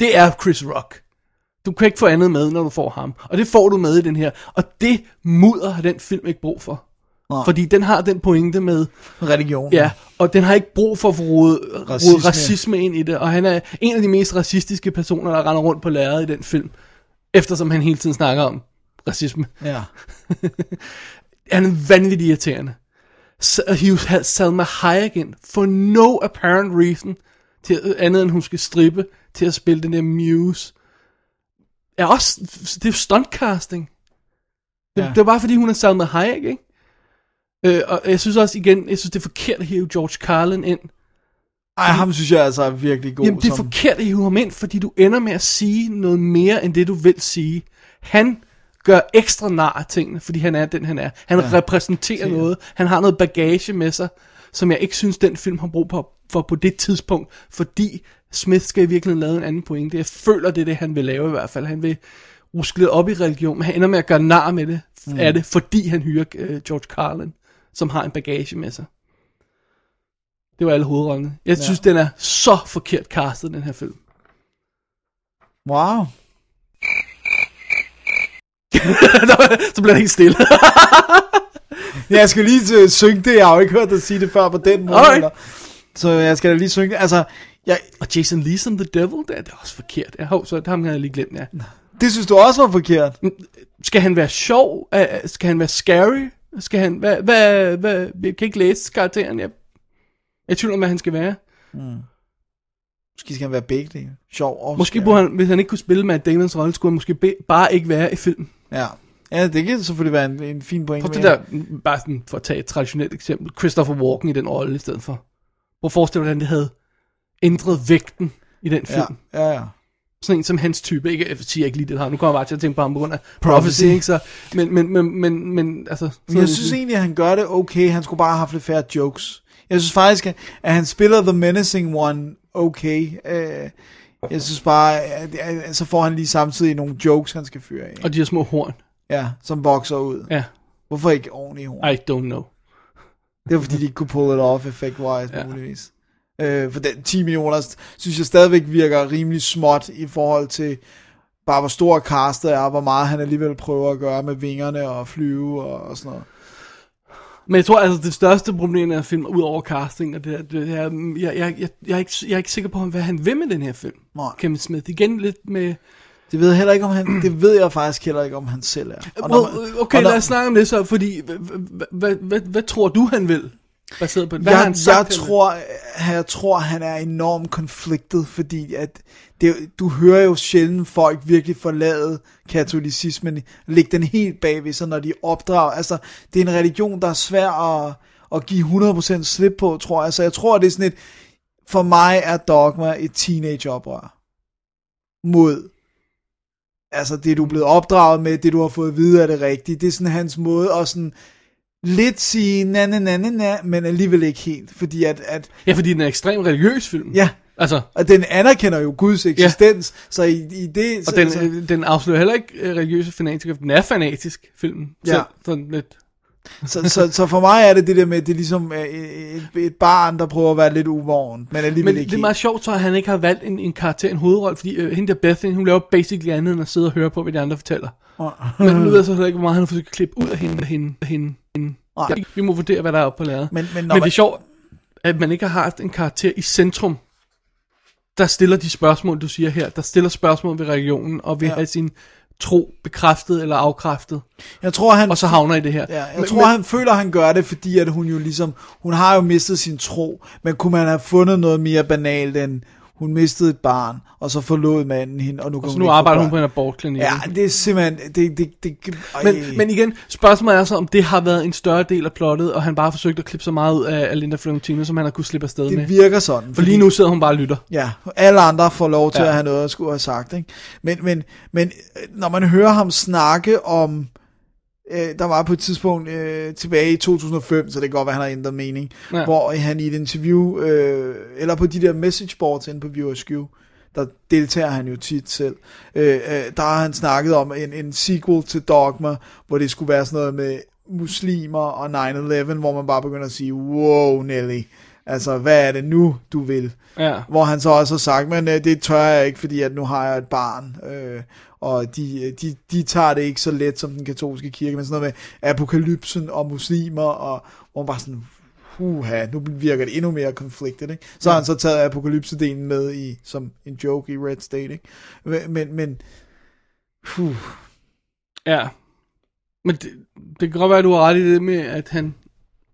S4: Det er Chris Rock. Du kan ikke få andet med, når du får ham. Og det får du med i den her. Og det mudder har den film ikke brug for.
S3: Nej.
S4: Fordi den har den pointe med...
S3: Religion.
S4: Ja, og den har ikke brug for at få rodet racisme.
S3: Racisme.
S4: Rodet racisme ind i det. Og han er en af de mest racistiske personer, der render rundt på lærredet i den film. Eftersom han hele tiden snakker om racisme.
S3: Ja.
S4: han er vanvittigt irriterende. Så at hive Sal- Salma Hayek ind, for no apparent reason, til, øh, andet end hun skal strippe, til at spille den der Muse, er også, det er stuntcasting. Det,
S3: Ja.
S4: det er bare fordi, hun er Salma Hayek, ikke? Øh, og jeg synes også igen, jeg synes det er forkert at hive George Carlin ind.
S3: Ej, ham synes jeg altså er virkelig god.
S4: Jamen det er
S3: som-
S4: forkert at hive ham ind, fordi du ender med at sige noget mere, end det du vil sige. Han gør ekstra nar af tingene, fordi han er den han er. Han
S3: Ja.
S4: ja. repræsenterer
S3: Sikkert.
S4: noget, han har noget bagage med sig, som jeg ikke synes, den film har brug for, for på det tidspunkt, fordi Smith skal i virkeligheden lave en anden pointe. Jeg føler, det er det, han vil lave i hvert fald. Han vil ruske lidt op i religion, men han ender med at gøre nar med det,
S3: Mm.
S4: mm. af det, fordi han hyrer øh, George Carlin, som har en bagage med sig. Det var alle hovedrollerne. Jeg
S3: Ja.
S4: synes, den er så forkert castet, den her film.
S3: Wow.
S4: så bliver det helt stille.
S3: jeg skal lige til- synge det, jeg har jo ikke hørt dig sige det før på den måde.
S4: Alright.
S3: Eller, så jeg skal da lige synge det. Altså, jeg,
S4: Og Jason Lee som The Devil, det er, det er også forkert. Jeg har, så det ham, jeg lige glemt, ja.
S3: det synes du også var forkert.
S4: Skal han være sjov? Øh, Skal han være scary? Skal han, hvad, hvad, hvad, jeg kan ikke læse karakteren. Jeg, jeg er i tvivl om, hvad han skal være.
S3: Mm. Måske skal han være begge dele. Sjov og
S4: Måske
S3: skæv.
S4: burde han, hvis han ikke kunne spille med Damons rolle, skulle han måske be, bare ikke være i filmen.
S3: Ja. ja, det kan selvfølgelig være en, en fin point.
S4: Prøv det der, bare sådan for at tage et traditionelt eksempel, Christopher Walken i den rolle i stedet for. Prøv at forestille dig, hvordan det havde ændret vægten i den film.
S3: Ja, ja, ja.
S4: sådan en som hans type, ikke, jeg siger ikke lige det her, nu kommer jeg bare til at tænke på ham på grund af
S3: Prophecy.
S4: prophecy, ikke, så, men, men, men, men, men altså...
S3: Men jeg synes egentlig, at han gør det okay. Han skulle bare have haft lidt færre jokes. Jeg synes faktisk, at- at han spiller The Menacing One okay. Øh, jeg synes bare, at, at, at så får han lige samtidig nogle jokes, han skal fyre af.
S4: Og de her små horn,
S3: Ja, som vokser ud.
S4: ja,
S3: Hvorfor ikke ordentligt horn?
S4: I don't know.
S3: Det var fordi, de ikke kunne pull it off effect-wise, ja. muligvis. Øh, for den 10 millioner, s- synes jeg stadigvæk virker rimelig småt i forhold til bare hvor stor castet er, og hvor meget han alligevel prøver at gøre med vingerne og flyve og, og sådan noget.
S4: Men jeg tror altså, det største problem er film, ud over casting, og det, er- det er, jeg, jeg, jeg, jeg, er ikke, jeg er ikke sikker på, hvad han vil med den her film,
S3: Nej.
S4: Kevin Smith. Igen lidt med...
S3: Det ved jeg heller ikke, om han, det ved jeg faktisk heller ikke, om han selv er. Og når man-
S4: Well, okay,
S3: og når-
S4: lad os snakke om det så, fordi hvad, hvad, hvad, hvad tror du, han vil? Baseret på det? Hvad har
S3: jeg,
S4: han sagt,
S3: jeg,
S4: han vil?
S3: tror, øh, jeg tror, han er enormt konfliktet, fordi at det, du hører jo sjældent folk virkelig forlade katolicismen, lægge den helt bagved sig, når de opdrager. Altså, det er en religion, der er svær at, at give 100% slip på, tror jeg. Så jeg tror, det er sådan et, for mig er dogma et teenageoprør mod altså det, du er blevet opdraget med, det, du har fået at vide, er det rigtige. Det er sådan hans måde at sådan lidt sige na na na na, na men alligevel ikke helt, fordi at, at
S4: Ja, fordi den er en ekstremt religiøs film.
S3: ja,
S4: Altså,
S3: og den anerkender jo Guds eksistens, ja. så i, i det...
S4: Og
S3: så,
S4: den,
S3: så,
S4: øh, den afslører heller ikke øh, religiøse fanatikere, for den er fanatisk, filmen.
S3: Ja.
S4: Så, sådan lidt.
S3: så, så, så for mig er det det der med, at det er ligesom øh, et, et barn, der prøver at være lidt uvågen, men alligevel
S4: Men
S3: ikke
S4: det er
S3: helt.
S4: meget sjovt, så at han ikke har valgt en, en karakter, en hovedrolle, fordi øh, hende der Bethany, hun laver basically andet end at sidde og høre på, hvad de andre fortæller.
S3: Åh.
S4: Men nu ved jeg så heller ikke, hvor meget han har forsøgt at klippe ud af hende, hende, hende, hende.
S3: Nej.
S4: Jeg, vi må vurdere, hvad der er oppe på lærredet.
S3: Men- men når
S4: men det er
S3: man-
S4: sjovt, at man ikke har haft en karakter i centrum, der stiller de spørgsmål, du siger her, der stiller spørgsmål ved religionen, og vil
S3: Ja.
S4: ja. have sin tro bekræftet eller afkræftet.
S3: Jeg tror, han...
S4: Og så havner i det her.
S3: Ja, jeg
S4: Men-
S3: tror,
S4: men-
S3: han føler, han gør det, fordi at hun jo ligesom, hun har jo mistet sin tro, men kunne man have fundet noget mere banalt end, Hun mistede et barn, og så forlod manden hende, og nu, kan
S4: så
S3: hun
S4: nu
S3: ikke få
S4: arbejder
S3: børn.
S4: hun på en abortklinik.
S3: Ja, det er simpelthen... Det, det, det, Ej.
S4: Men, men igen, spørgsmålet er så, om det har været en større del af plottet, og han bare har forsøgt at klippe så meget ud af af Linda Fiorentino, som han har kunnet slippe afsted
S3: Det
S4: med.
S3: virker sådan,
S4: For
S3: fordi-
S4: lige nu sidder hun bare og lytter.
S3: Ja, alle andre får lov til
S4: Ja.
S3: ja. at have noget at skulle have sagt. Ikke? Men, men, men øh, når man hører ham snakke om, øh, der var på et tidspunkt øh, tilbage i 2005, så det kan godt være, han har ændret mening,
S4: Ja.
S3: ja. hvor han i et interview, øh, eller på de der message boards inde på ViewSQ, der deltager han jo tit selv, øh, øh, der har han snakket om en, en sequel til Dogma, hvor det skulle være sådan noget med muslimer og 9-11, hvor man bare begynder at sige, wow Nelly, altså hvad er det nu, du vil?
S4: Ja.
S3: Hvor han så også har sagt, men øh, det tør jeg ikke, fordi at nu har jeg et barn. Øh, og de, øh, de, de tager det ikke så let som den katolske kirke, men sådan noget med apokalypsen og muslimer, og hvor man bare sådan, huha, nu virker det endnu mere konfliktet. Ikke? Så har han så taget apokalypsedelen med i, som en joke i Red State. Ikke? Men, men, men puh,
S4: Ja. Men det, det kan godt være, at du har ret i det med, at han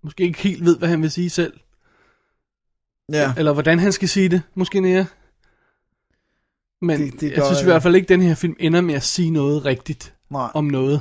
S4: måske ikke helt ved, hvad han vil sige selv.
S3: Ja.
S4: Eller hvordan han skal sige det, måske nære. Men
S3: Det-
S4: det,
S3: det
S4: det jeg
S3: gør
S4: synes i
S3: jeg.
S4: hvert fald ikke, at den her film ender med at sige noget rigtigt
S3: Nej.
S4: om noget.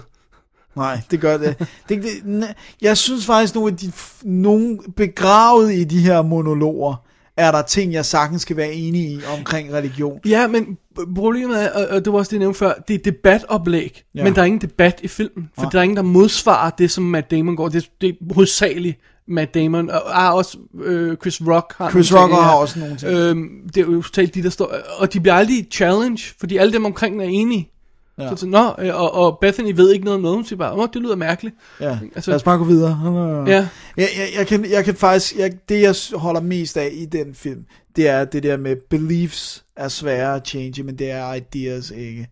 S3: Nej, det gør det. det, det n- jeg synes faktisk, nogle af de f- nogle begravet i de her monologer, er der ting, jeg sagtens skal være enig i omkring religion.
S4: Ja, men b- problemet er, og- og det var også det, jeg nævnte før, det er debatoplæg,
S3: Ja.
S4: ja. men der er ingen debat i filmen, for
S3: Nej.
S4: der er ingen, der modsvarer det, som Matt Damon går. Det, det er hovedsageligt Matt Damon, og har også øh, Chris Rock. Har
S3: Chris
S4: nogle ting
S3: Rock har
S4: her.
S3: også nogle ting.
S4: Øhm, det er jo totalt de, der står, og de bliver aldrig challenge, fordi alle dem omkring er enige.
S3: Ja.
S4: Ja. Så, så, Nå, øh, og, og Bethany ved ikke noget om noget, hun siger bare, åh, det lyder mærkeligt.
S3: Ja, altså,
S4: Altså-
S3: lad os bare gå videre.
S4: Ja.
S3: Jeg, jeg, jeg, kan, jeg kan faktisk, jeg, det jeg holder mest af i den film, det er det der med, beliefs er svære at change, men det er ideas ikke.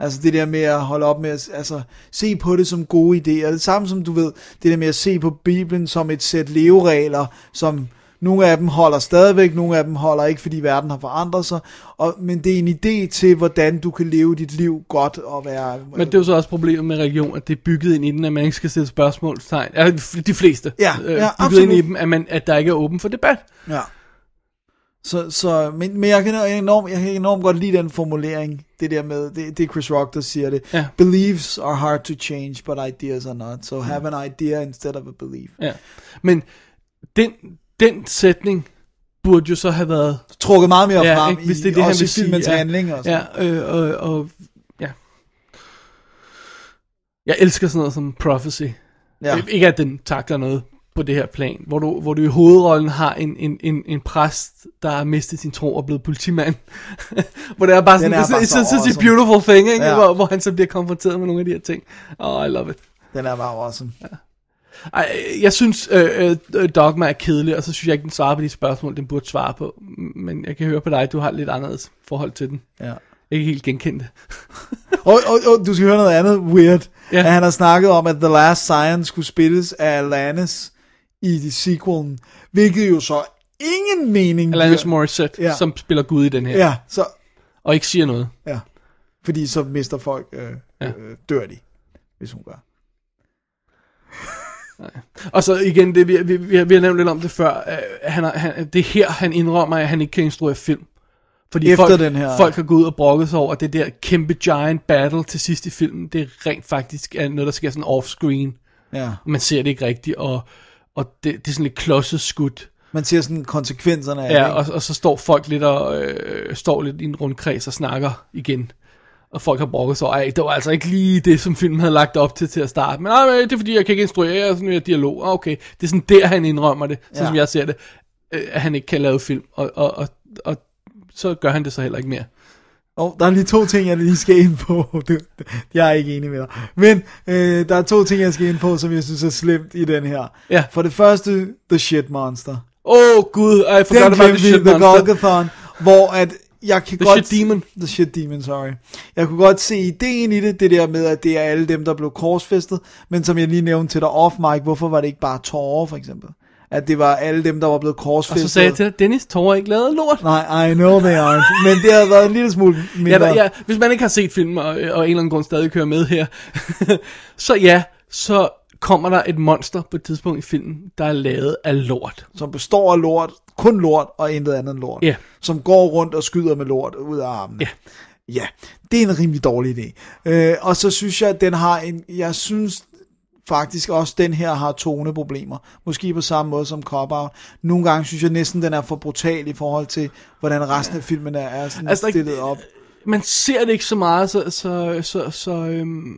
S3: Altså det der med at holde op med at altså, se på det som gode idéer. Det samme som du ved, det der med at se på Bibelen som et sæt leveregler, som nogle af dem holder stadigvæk, nogle af dem holder ikke, fordi verden har forandret sig. Og, men det er en idé til, hvordan du kan leve dit liv godt og være...
S4: Men det er jo så også problemet med religion, at det er bygget ind i den, at man ikke skal stille spørgsmålstegn. Altså, de fleste.
S3: Ja, ja,
S4: bygget
S3: absolut.
S4: ind i dem, at, man, at der ikke er åben for debat.
S3: Ja. Så, så men, men jeg, kan enormt, jeg kan enormt godt lide den formulering, det der med, det, det er Chris Rock, der siger det.
S4: Ja.
S3: Beliefs are hard to change, but ideas are not. So have an idea instead of a belief.
S4: Ja. Men den, den sætning burde jo så have været...
S3: Trukket meget mere frem
S4: ikke? Hvis
S3: i-
S4: det er det, han
S3: også i
S4: vil sige.
S3: filmens
S4: ja.
S3: handling og sådan.
S4: Ja, øh, og, og, ja. Jeg elsker sådan noget som Prophecy.
S3: Ja.
S4: Ik- Ikke at den takler noget på det her plan, hvor du, hvor du i hovedrollen har en, en, en, en præst, der har mistet sin tro og blevet politimand. hvor det er bare
S3: Den
S4: sådan,
S3: er
S4: it's,
S3: bare
S4: it's,
S3: så
S4: it's, such a
S3: awesome.
S4: beautiful thing, ikke?
S3: Ja.
S4: Ja. Hvor, hvor han så bliver konfronteret med nogle af de her ting. Oh, I love it.
S3: Den er bare awesome. Ja.
S4: Ej, jeg synes, øh, øh, Dogma er kedelig, og så synes jeg ikke, den svarer på de spørgsmål, den burde svare på. Men jeg kan høre på dig, du har et lidt anderledes forhold til den.
S3: Ja.
S4: Ikke helt genkendt det.
S3: Og, og, og du skal høre noget andet weird.
S4: Ja.
S3: Ja. At han har snakket om, at The Last Science skulle spilles af Alanis i de sequelen, hvilket jo så ingen mening
S4: Alanis
S3: giver.
S4: Morissette,
S3: Ja.
S4: ja. som spiller Gud i den her.
S3: Ja, så,
S4: Og ikke siger noget.
S3: ja. Fordi så mister folk, øh, ja.
S4: Ja.
S3: øh, dør de, hvis hun gør.
S4: Og så igen, det, vi, vi, vi, har- vi har nævnt lidt om det før, øh, han, har- han, det er her, han indrømmer, at han ikke kan instruere film. Fordi
S3: Efter
S4: folk,
S3: den her-
S4: folk har gået ud og brokket sig over, at det der kæmpe giant battle til sidst i filmen, det er rent faktisk er noget, der sker sådan off-screen.
S3: Ja.
S4: Og Man ser det ikke rigtigt, og, og det, det er sådan lidt klodset skudt.
S3: Man ser sådan konsekvenserne af
S4: Ja,
S3: det. ikke?
S4: og, og så står folk lidt, og, øh, står lidt i en rundkreds og snakker igen. Og folk har brokket sig over, "Ej, det var altså ikke lige det, som filmen havde lagt op til til at starte. Men nej, men det er fordi, jeg kan ikke instruere, og sådan er dialog. Ah, Okay, det er sådan der, han indrømmer det, sådan
S3: Ja.
S4: ja. som jeg ser det, øh, at han ikke kan lave film. Og, og, og, og så gør han det så heller ikke mere.
S3: Og der er lige to ting, jeg lige skal ind på. Det, det- jeg er ikke enig med dig. Men øh, der er to ting, jeg skal ind på, som jeg synes er slemt i den her.
S4: Ja.
S3: For det første, The Shit Monster.
S4: Åh oh, gud, ej, jeg forgot
S3: Den
S4: about the
S3: glemte vi,
S4: shit
S3: The
S4: monster.
S3: Golgathon, hvor at jeg kan
S4: The
S3: godt...
S4: Shit Demon.
S3: The Shit Demon, sorry. Jeg kunne godt se ideen i det, det der med, at det er alle dem, der blev korsfæstet, men som jeg lige nævnte til dig off mic, hvorfor var det ikke bare tårer, for eksempel? At det var alle dem, der var blevet
S4: Og
S3: korsfæstet.
S4: så sagde jeg til dig, Dennis, tårer ikke lavet lort.
S3: Nej, I know they aren't, men det havde været en lille smule
S4: Ja,
S3: mindre.
S4: der, ja, hvis man ikke har set filmen, og, og af en eller anden grund stadig kører med her, så ja, så kommer der et monster på et tidspunkt i filmen, der er lavet af lort.
S3: Som består af lort, kun lort og intet andet end lort.
S4: Ja.
S3: Som går rundt og skyder med lort ud af armene.
S4: Ja.
S3: Ja, det er en rimelig dårlig idé. Øh, og så synes jeg, at den har en... Jeg synes faktisk også, den her har toneproblemer. Måske på samme måde som Cop Out. Nogle gange synes jeg næsten, den er for brutal i forhold til, hvordan resten af filmen er, er sådan altså,
S4: Altså, der er ikke-
S3: stillet op.
S4: Man ser det ikke så meget, så, så, så, så øhm,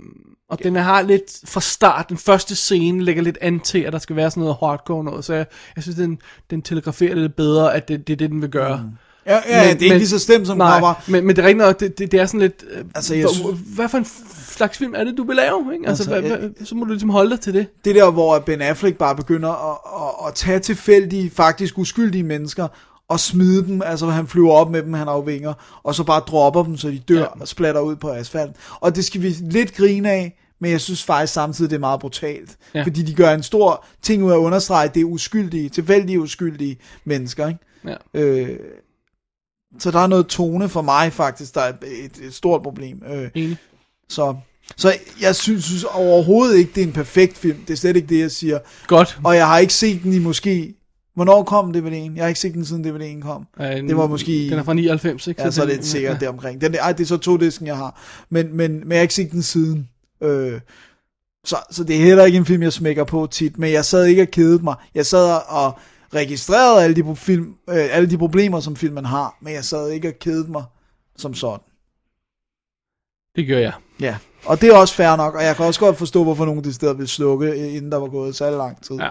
S4: og den har lidt fra start, den første scene lægger lidt an til, at der skal være sådan noget hardcore noget, så jeg, jeg synes, den, den telegraferer lidt bedre, at det, det er det, den vil gøre. Mm.
S3: Ja, ja, det er ikke lige så slemt som
S4: nej,
S3: Cop Out.
S4: Men, men det er rigtigt nok, det, det, det er sådan lidt, øh,
S3: Altså,
S4: altså,
S3: jeg
S4: jeg
S3: synes-
S4: hvor, hvad for en f- slags film er det, du vil lave? Ikke? Altså,
S3: Altså,
S4: altså, hvad,
S3: jeg-
S4: hvad, så må du ligesom holde dig til det.
S3: Det der, hvor Ben Affleck bare begynder at, at, at tage tilfældige, faktisk uskyldige mennesker, og smide dem, altså han flyver op med dem, han afvinger, og så bare dropper dem, så de dør ja. og splatter ud på asfalten. Og det skal vi lidt grine af, men jeg synes faktisk samtidig, det er meget brutalt. Ja.
S4: Ja.
S3: Fordi de gør en stor ting ud af at understrege, at det er uskyldige, tilfældige uskyldige mennesker. Ikke?
S4: Ja.
S3: Øh, så der er noget tone for mig faktisk, der er et, et stort problem. Øh,
S4: Enig.
S3: Så, så jeg synes, synes overhovedet ikke, det er en perfekt film. Det er slet ikke det, jeg siger.
S4: Godt.
S3: Og jeg har ikke set den i måske... Hvornår kom DVD'en? Jeg har ikke set den, siden DVD'en kom.
S4: Øh,
S3: det var måske... i-
S4: Den er fra 99, ikke?
S3: Ja, så er
S4: den-
S3: det sikkert ja. deromkring. Den, ej, det er så to disken, jeg har. Men, men, men jeg har ikke set den siden. Øh, så, så det er heller ikke en film, jeg smækker på tit. Men jeg sad ikke og kedede mig. Jeg sad og- og registrerede alle de, pro- film, øh, alle de problemer, som filmen har. Men jeg sad ikke og kedede mig som sådan.
S4: Det gør jeg.
S3: Ja, og det er også fair nok, og jeg kan også godt forstå, hvorfor nogen de steder ville slukke, øh, inden der var gået særlig lang tid.
S4: Ja.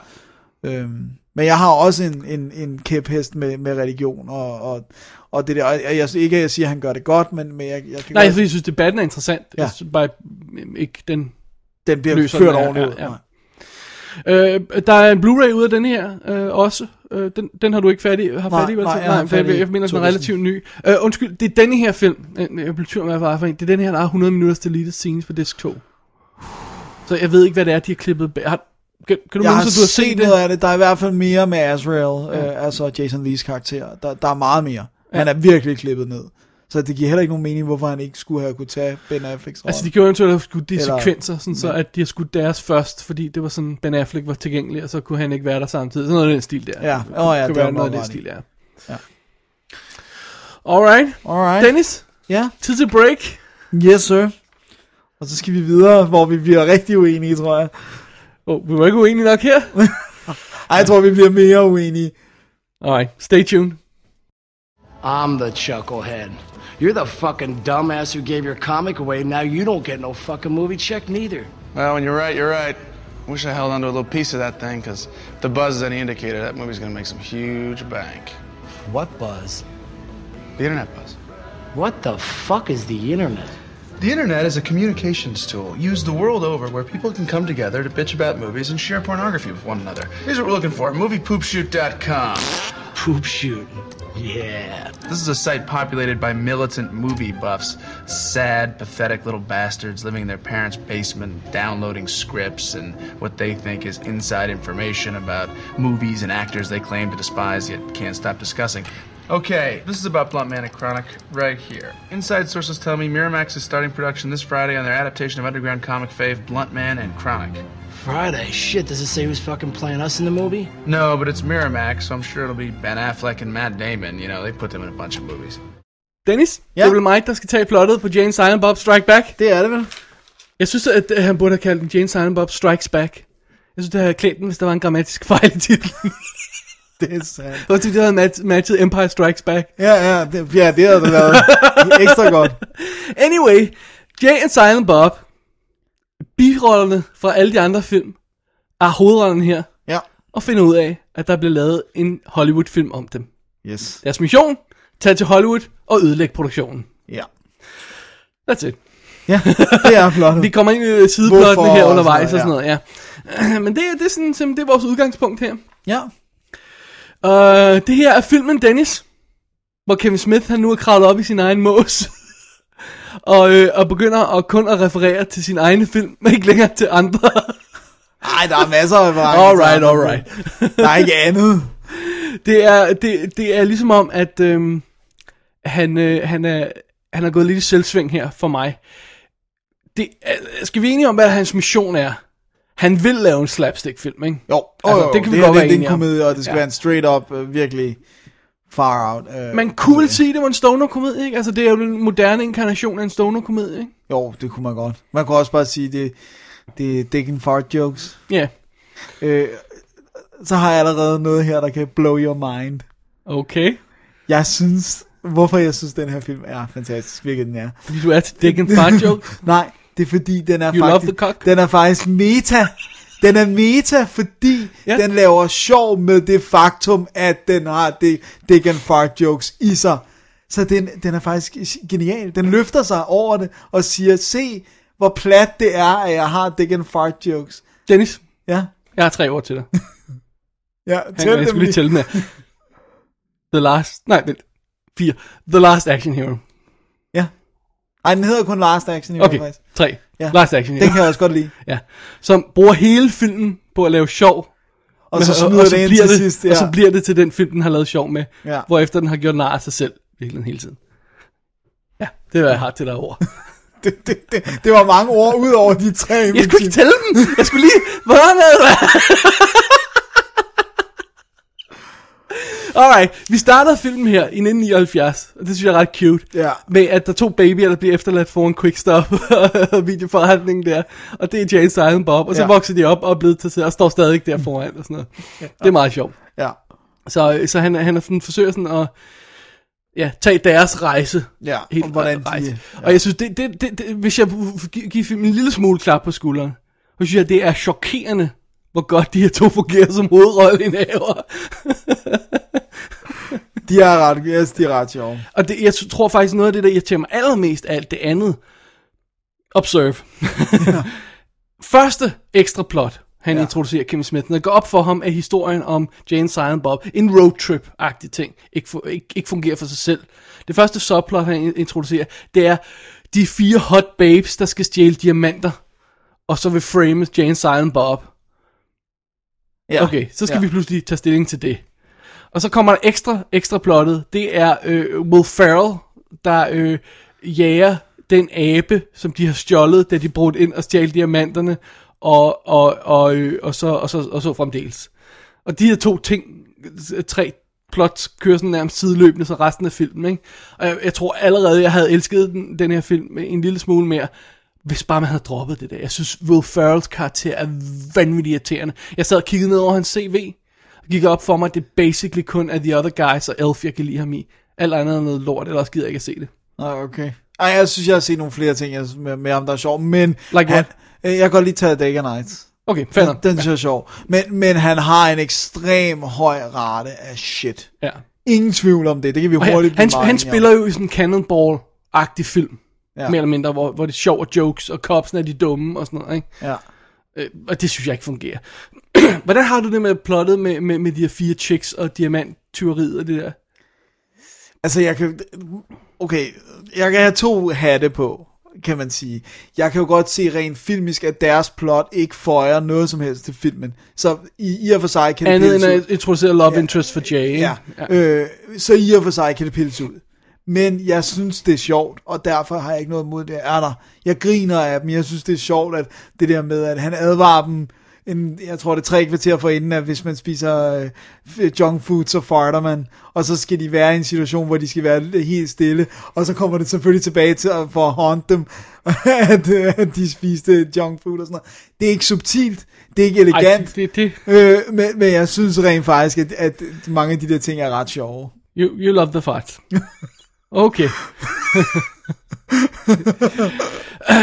S3: Øhm, men jeg har også en, en, en kæphest med, med religion, og, og, og det der, og jeg, jeg, ikke at jeg siger, at han gør det godt, men, men jeg, jeg kan
S4: Nej,
S3: godt,
S4: fordi jeg synes, debatten er interessant.
S3: Ja.
S4: Ja. Jeg synes bare mm, ikke, den
S3: den bliver
S4: løser
S3: ført
S4: den her.
S3: ordentligt ud.
S4: Ja, ja. Øh, der er en Blu-ray ud af den her øh, også. Øh, den, den har du ikke færdig, har
S3: Nej,
S4: færdig, vel?
S3: nej, jeg har den
S4: for jeg,
S3: færdig i
S4: jeg mener, den er
S3: 2000.
S4: relativt ny. Øh, undskyld, det er denne her film. Øh, Jeg blev i tvivl om, hvad jeg var for en. Det er den her, der har 100 minutters deleted scenes på disk 2. Så jeg ved ikke, hvad det er, de har klippet. bag- Har, kan, kan du
S3: Jeg
S4: mindes,
S3: har
S4: at du
S3: set,
S4: har set det?
S3: noget af det, der er i hvert fald mere med Azrael, ja. øh, altså Jason Lees karakter, der, der er meget mere. Ja. Han er virkelig klippet ned. Så det giver heller ikke nogen mening, hvorfor han ikke skulle have kunne tage Ben Afflecks rolle.
S4: Altså, de gjorde eventuelt at skudt de
S3: Eller- Mm.
S4: Eller, sekvenser, sådan så at de har skudt deres først, fordi det var sådan, Ben Affleck var tilgængelig, og så kunne han ikke være der samtidig. Sådan noget af den stil der.
S3: Ja, åh ja,
S4: kunne
S3: det
S4: være
S3: var
S4: noget
S3: meget
S4: af den
S3: ret i.
S4: stil der.
S3: Ja.
S4: Alright.
S3: Alright.
S4: Dennis?
S3: Ja?
S4: Tid til break.
S3: Yes, sir. Og så skal vi videre, hvor vi bliver rigtig uenige, tror jeg.
S4: Oh, vi var ikke uenige nok her.
S3: Ej, jeg tror, vi bliver mere uenige.
S4: Alright, stay tuned.
S17: I'm the chucklehead. You're the fucking dumbass who gave your comic away. Now you don't get no fucking movie check neither.
S15: Well, when you're right, you're right. Wish I held on to a little piece of that thing, because if the buzz is any indicator, that movie's gonna make some huge bank. What buzz? The internet buzz.
S17: What the fuck is the internet?
S15: The internet is a communications tool used the world over where people can come together to bitch about movies and share pornography with one another. Here's what we're looking for moviepoopshoot.com. Poop shoot. Yeah. This is a site populated by militant movie buffs. Sad, pathetic little bastards living in their parents' basement, downloading scripts and what they think is inside information about movies and actors they claim to despise yet can't stop discussing. Okay, this is about Blunt Man and Chronic right here. Inside sources tell me Miramax is starting production this Friday on their adaptation of underground comic fave Blunt Man and Chronic.
S17: Friday. Shit, does it say who's fucking playing us in the movie?
S15: No, but it's Miramax, so I'm sure it'll be Ben Affleck and Matt Damon. You know, they put them in a bunch of movies.
S4: Dennis, ja? det er vel mig, der skal tage plottet på Jane Silent Bob Strike Back?
S3: Det er det vel.
S4: Jeg synes, at øh, han burde have kaldt den Jane Silent Bob Strikes Back. Jeg synes, det havde klædt den, hvis der var en grammatisk fejl i titlen.
S3: det er sandt.
S4: Det var til, det havde match- matchet Empire Strikes Back.
S3: Ja, ja, det, ja, det havde det været ekstra godt.
S4: Anyway, Jay and Silent Bob, birollerne fra alle de andre film, er hovedrollen her.
S3: Ja.
S4: Og finder ud af, at der bliver lavet en Hollywood-film om dem.
S3: Yes.
S4: Deres mission, tag til Hollywood og ødelægge produktionen.
S3: Ja.
S4: That's it.
S3: Ja, det er flot.
S4: Vi kommer ind i
S3: Hvorfor
S4: sideplottene her
S3: og
S4: undervejs og
S3: sådan
S4: sådan
S3: noget,
S4: noget, ja. Men det, er- det, er sådan, simpelthen- det er vores udgangspunkt her.
S3: Ja.
S4: Uh, det her er filmen Dennis, hvor Kevin Smith han nu er kravlet op i sin egen mås. og, øh, og begynder at kun at referere til sin egen film, men ikke længere til andre.
S3: Nej, der er masser af referencer.
S4: Alright, alright.
S3: Der er ikke andet.
S4: det, er, det, det er ligesom om, at øhm, han, øh, han, er, han er gået lidt i øh, selvsving her for mig. Det, er- skal vi være enige om, hvad hans mission er? Han vil lave en slapstick-film, ikke?
S3: Jo,
S4: altså,
S3: jo,
S4: det kan vi
S3: det,
S4: godt
S3: her, det, det
S4: være
S3: er en
S4: enige om.
S3: komedie, og det skal
S4: Ja.
S3: ja. være en straight up, uh, virkelig far out. Uh,
S4: Man kunne vel sige, det var en stoner-komedie, ikke? Altså, det er jo den moderne inkarnation af en stoner-komedie, ikke?
S3: Jo, det kunne man godt. Man kunne også bare sige, det, det er dick and fart jokes.
S4: Ja.
S3: Øh, så har jeg allerede noget her, der kan blow your mind.
S4: Okay.
S3: Jeg synes, hvorfor jeg synes, den her film er fantastisk, hvilket den er.
S4: Fordi du er til dick and fart jokes?
S3: Nej, det er fordi, den er,
S4: You love the
S3: faktisk, den er faktisk meta. Den er meta, fordi yeah. den laver sjov med det faktum, at den har det dick and fart jokes i sig. Så den, den er faktisk genial. Den løfter sig over det og siger, se hvor plat det er, at jeg har dick and fart jokes.
S4: Dennis?
S3: Ja?
S4: Jeg har tre ord til dig.
S3: Ja,
S4: Hang on, jeg
S3: tæl dem
S4: skulle lige
S3: lige.
S4: tælle med. The Last... Nej, vent. Fire. The Last Action Hero.
S3: Ej, den hedder kun Last Action Hero,
S4: Okay,
S3: faktisk.
S4: tre.
S3: Ja.
S4: Last Action Hero.
S3: Den kan jeg også godt lide.
S4: Ja. Som bruger hele filmen på at lave sjov.
S3: Og
S4: Men-
S3: så smider det ind
S4: bliver
S3: til sidst, ja.
S4: Og så bliver det til den film, den har lavet sjov med.
S3: Ja.
S4: Hvorefter den har gjort nar af sig selv. Virkelig hele tiden. Ja, det er, hvad jeg har til dig over.
S3: Det var mange ord ud over de tre.
S4: jeg skulle ikke tælle dem. Jeg skulle lige... Hvordan er det? Alright, vi startede filmen her i 1979, og det synes jeg er ret cute.
S3: Ja.
S4: Med at der er to babyer, der bliver efterladt foran Quickstop og videoforretningen der. Og det er Jane Silent Bob, og så
S3: Ja.
S4: ja. vokser de op og er blevet til og står stadig der foran og sådan noget. Det er meget sjovt.
S3: Ja.
S4: Så, øh, så han, han er sådan, forsøger sådan at ja, tage deres rejse.
S3: Ja, og hvordan de-
S4: Ja. Og jeg synes, det, det, det, det, hvis jeg kunne gi- give filmen en lille smule klap på skulderen, så synes jeg, det er chokerende, hvor godt de her to fungerer som hovedrolleindehaver.
S3: De er ret, yes, de er ret sjove.
S4: Og det, jeg tror faktisk, noget af det, der irriterer mig allermest af alt det andet, observe. Første ekstra plot, han ja. introducerer Kevin Smith, når det går op for ham, at historien om Jane Silent Bob, en roadtrip-agtig ting, ikke, fu- ikke, ikke fungerer for sig selv. Det første subplot, han in- introducerer, det er de fire hot babes, der skal stjæle diamanter, og så vil frame Jane Silent Bob.
S3: Ja.
S4: Okay, så skal
S3: Ja.
S4: ja. vi pludselig tage stilling til det. Og så kommer der ekstra, ekstra plottet. Det er øh, Will Ferrell, der øh, jager den abe, som de har stjålet, da de brugt ind og stjal diamanterne, og, og, og, øh, og, så, og, så, og så fremdeles. Og de her to ting, øh, tre plots, kører sådan nærmest sideløbende, så resten af filmen, ikke? Og jeg, jeg tror allerede, jeg havde elsket den, den her film en lille smule mere, hvis bare man havde droppet det der. Jeg synes, Will Ferrells karakter er vanvittigt irriterende. Jeg sad og kiggede ned over hans CV, og gik op for mig, at det basically kun er The Other Guys og Elf, jeg kan lide ham i. Alt andet er noget lort, ellers gider jeg ikke at se det.
S3: Nej, okay. Ej, jeg synes, jeg har set nogle flere ting jeg- med, med ham, der er sjov, men...
S4: Like
S3: han, øh, jeg kan godt lige tage Dagger Nights.
S4: Okay, fair
S3: Den,
S4: nok.
S3: den synes jeg er sjov. Men, men han har en ekstrem høj rate af shit.
S4: Ja.
S3: Ingen tvivl om det, det kan vi
S4: Og her,
S3: hurtigt blive
S4: han,
S3: meget
S4: han
S3: enige om.
S4: spiller jo i sådan en Cannonball-agtig film.
S3: Ja.
S4: Ja. Mere eller mindre, hvor, hvor det er sjov og jokes, og copsen er de dumme og sådan noget, ikke?
S3: Ja.
S4: Øh, og det synes jeg ikke fungerer. Hvordan har du det med plottet med, med, med de her fire chicks og diamanttyveriet og det der?
S3: Altså, jeg kan... Okay, jeg kan have to hatte på, kan man sige. Jeg kan jo godt se rent filmisk, at deres plot ikke føjer noget som helst til filmen. Så i, i og for sig kan det
S4: Andet
S3: pilles
S4: end
S3: ud.
S4: at introducere love ja. interest for Jay, ikke?
S3: Ja. Øh, så i og for sig kan det pilles ud. Men jeg synes, det er sjovt, og derfor har jeg ikke noget imod det. Er der. Jeg griner af dem. Jeg synes, det er sjovt, at det der med, at han advarer dem, en, jeg tror, det er tre kvarter for inden, at hvis man spiser øh, f- junk food, så farter man. Og så skal de være i en situation, hvor de skal være l- helt stille. Og så kommer det selvfølgelig tilbage til at, for at haunt dem, at, øh, at de spiste junk food og sådan noget. Det er ikke subtilt. Det er ikke elegant.
S4: Ej, det, det,
S3: Øh, men, men jeg synes rent faktisk, at, at mange af de der ting er ret sjove.
S4: You, you love the fart. Okay.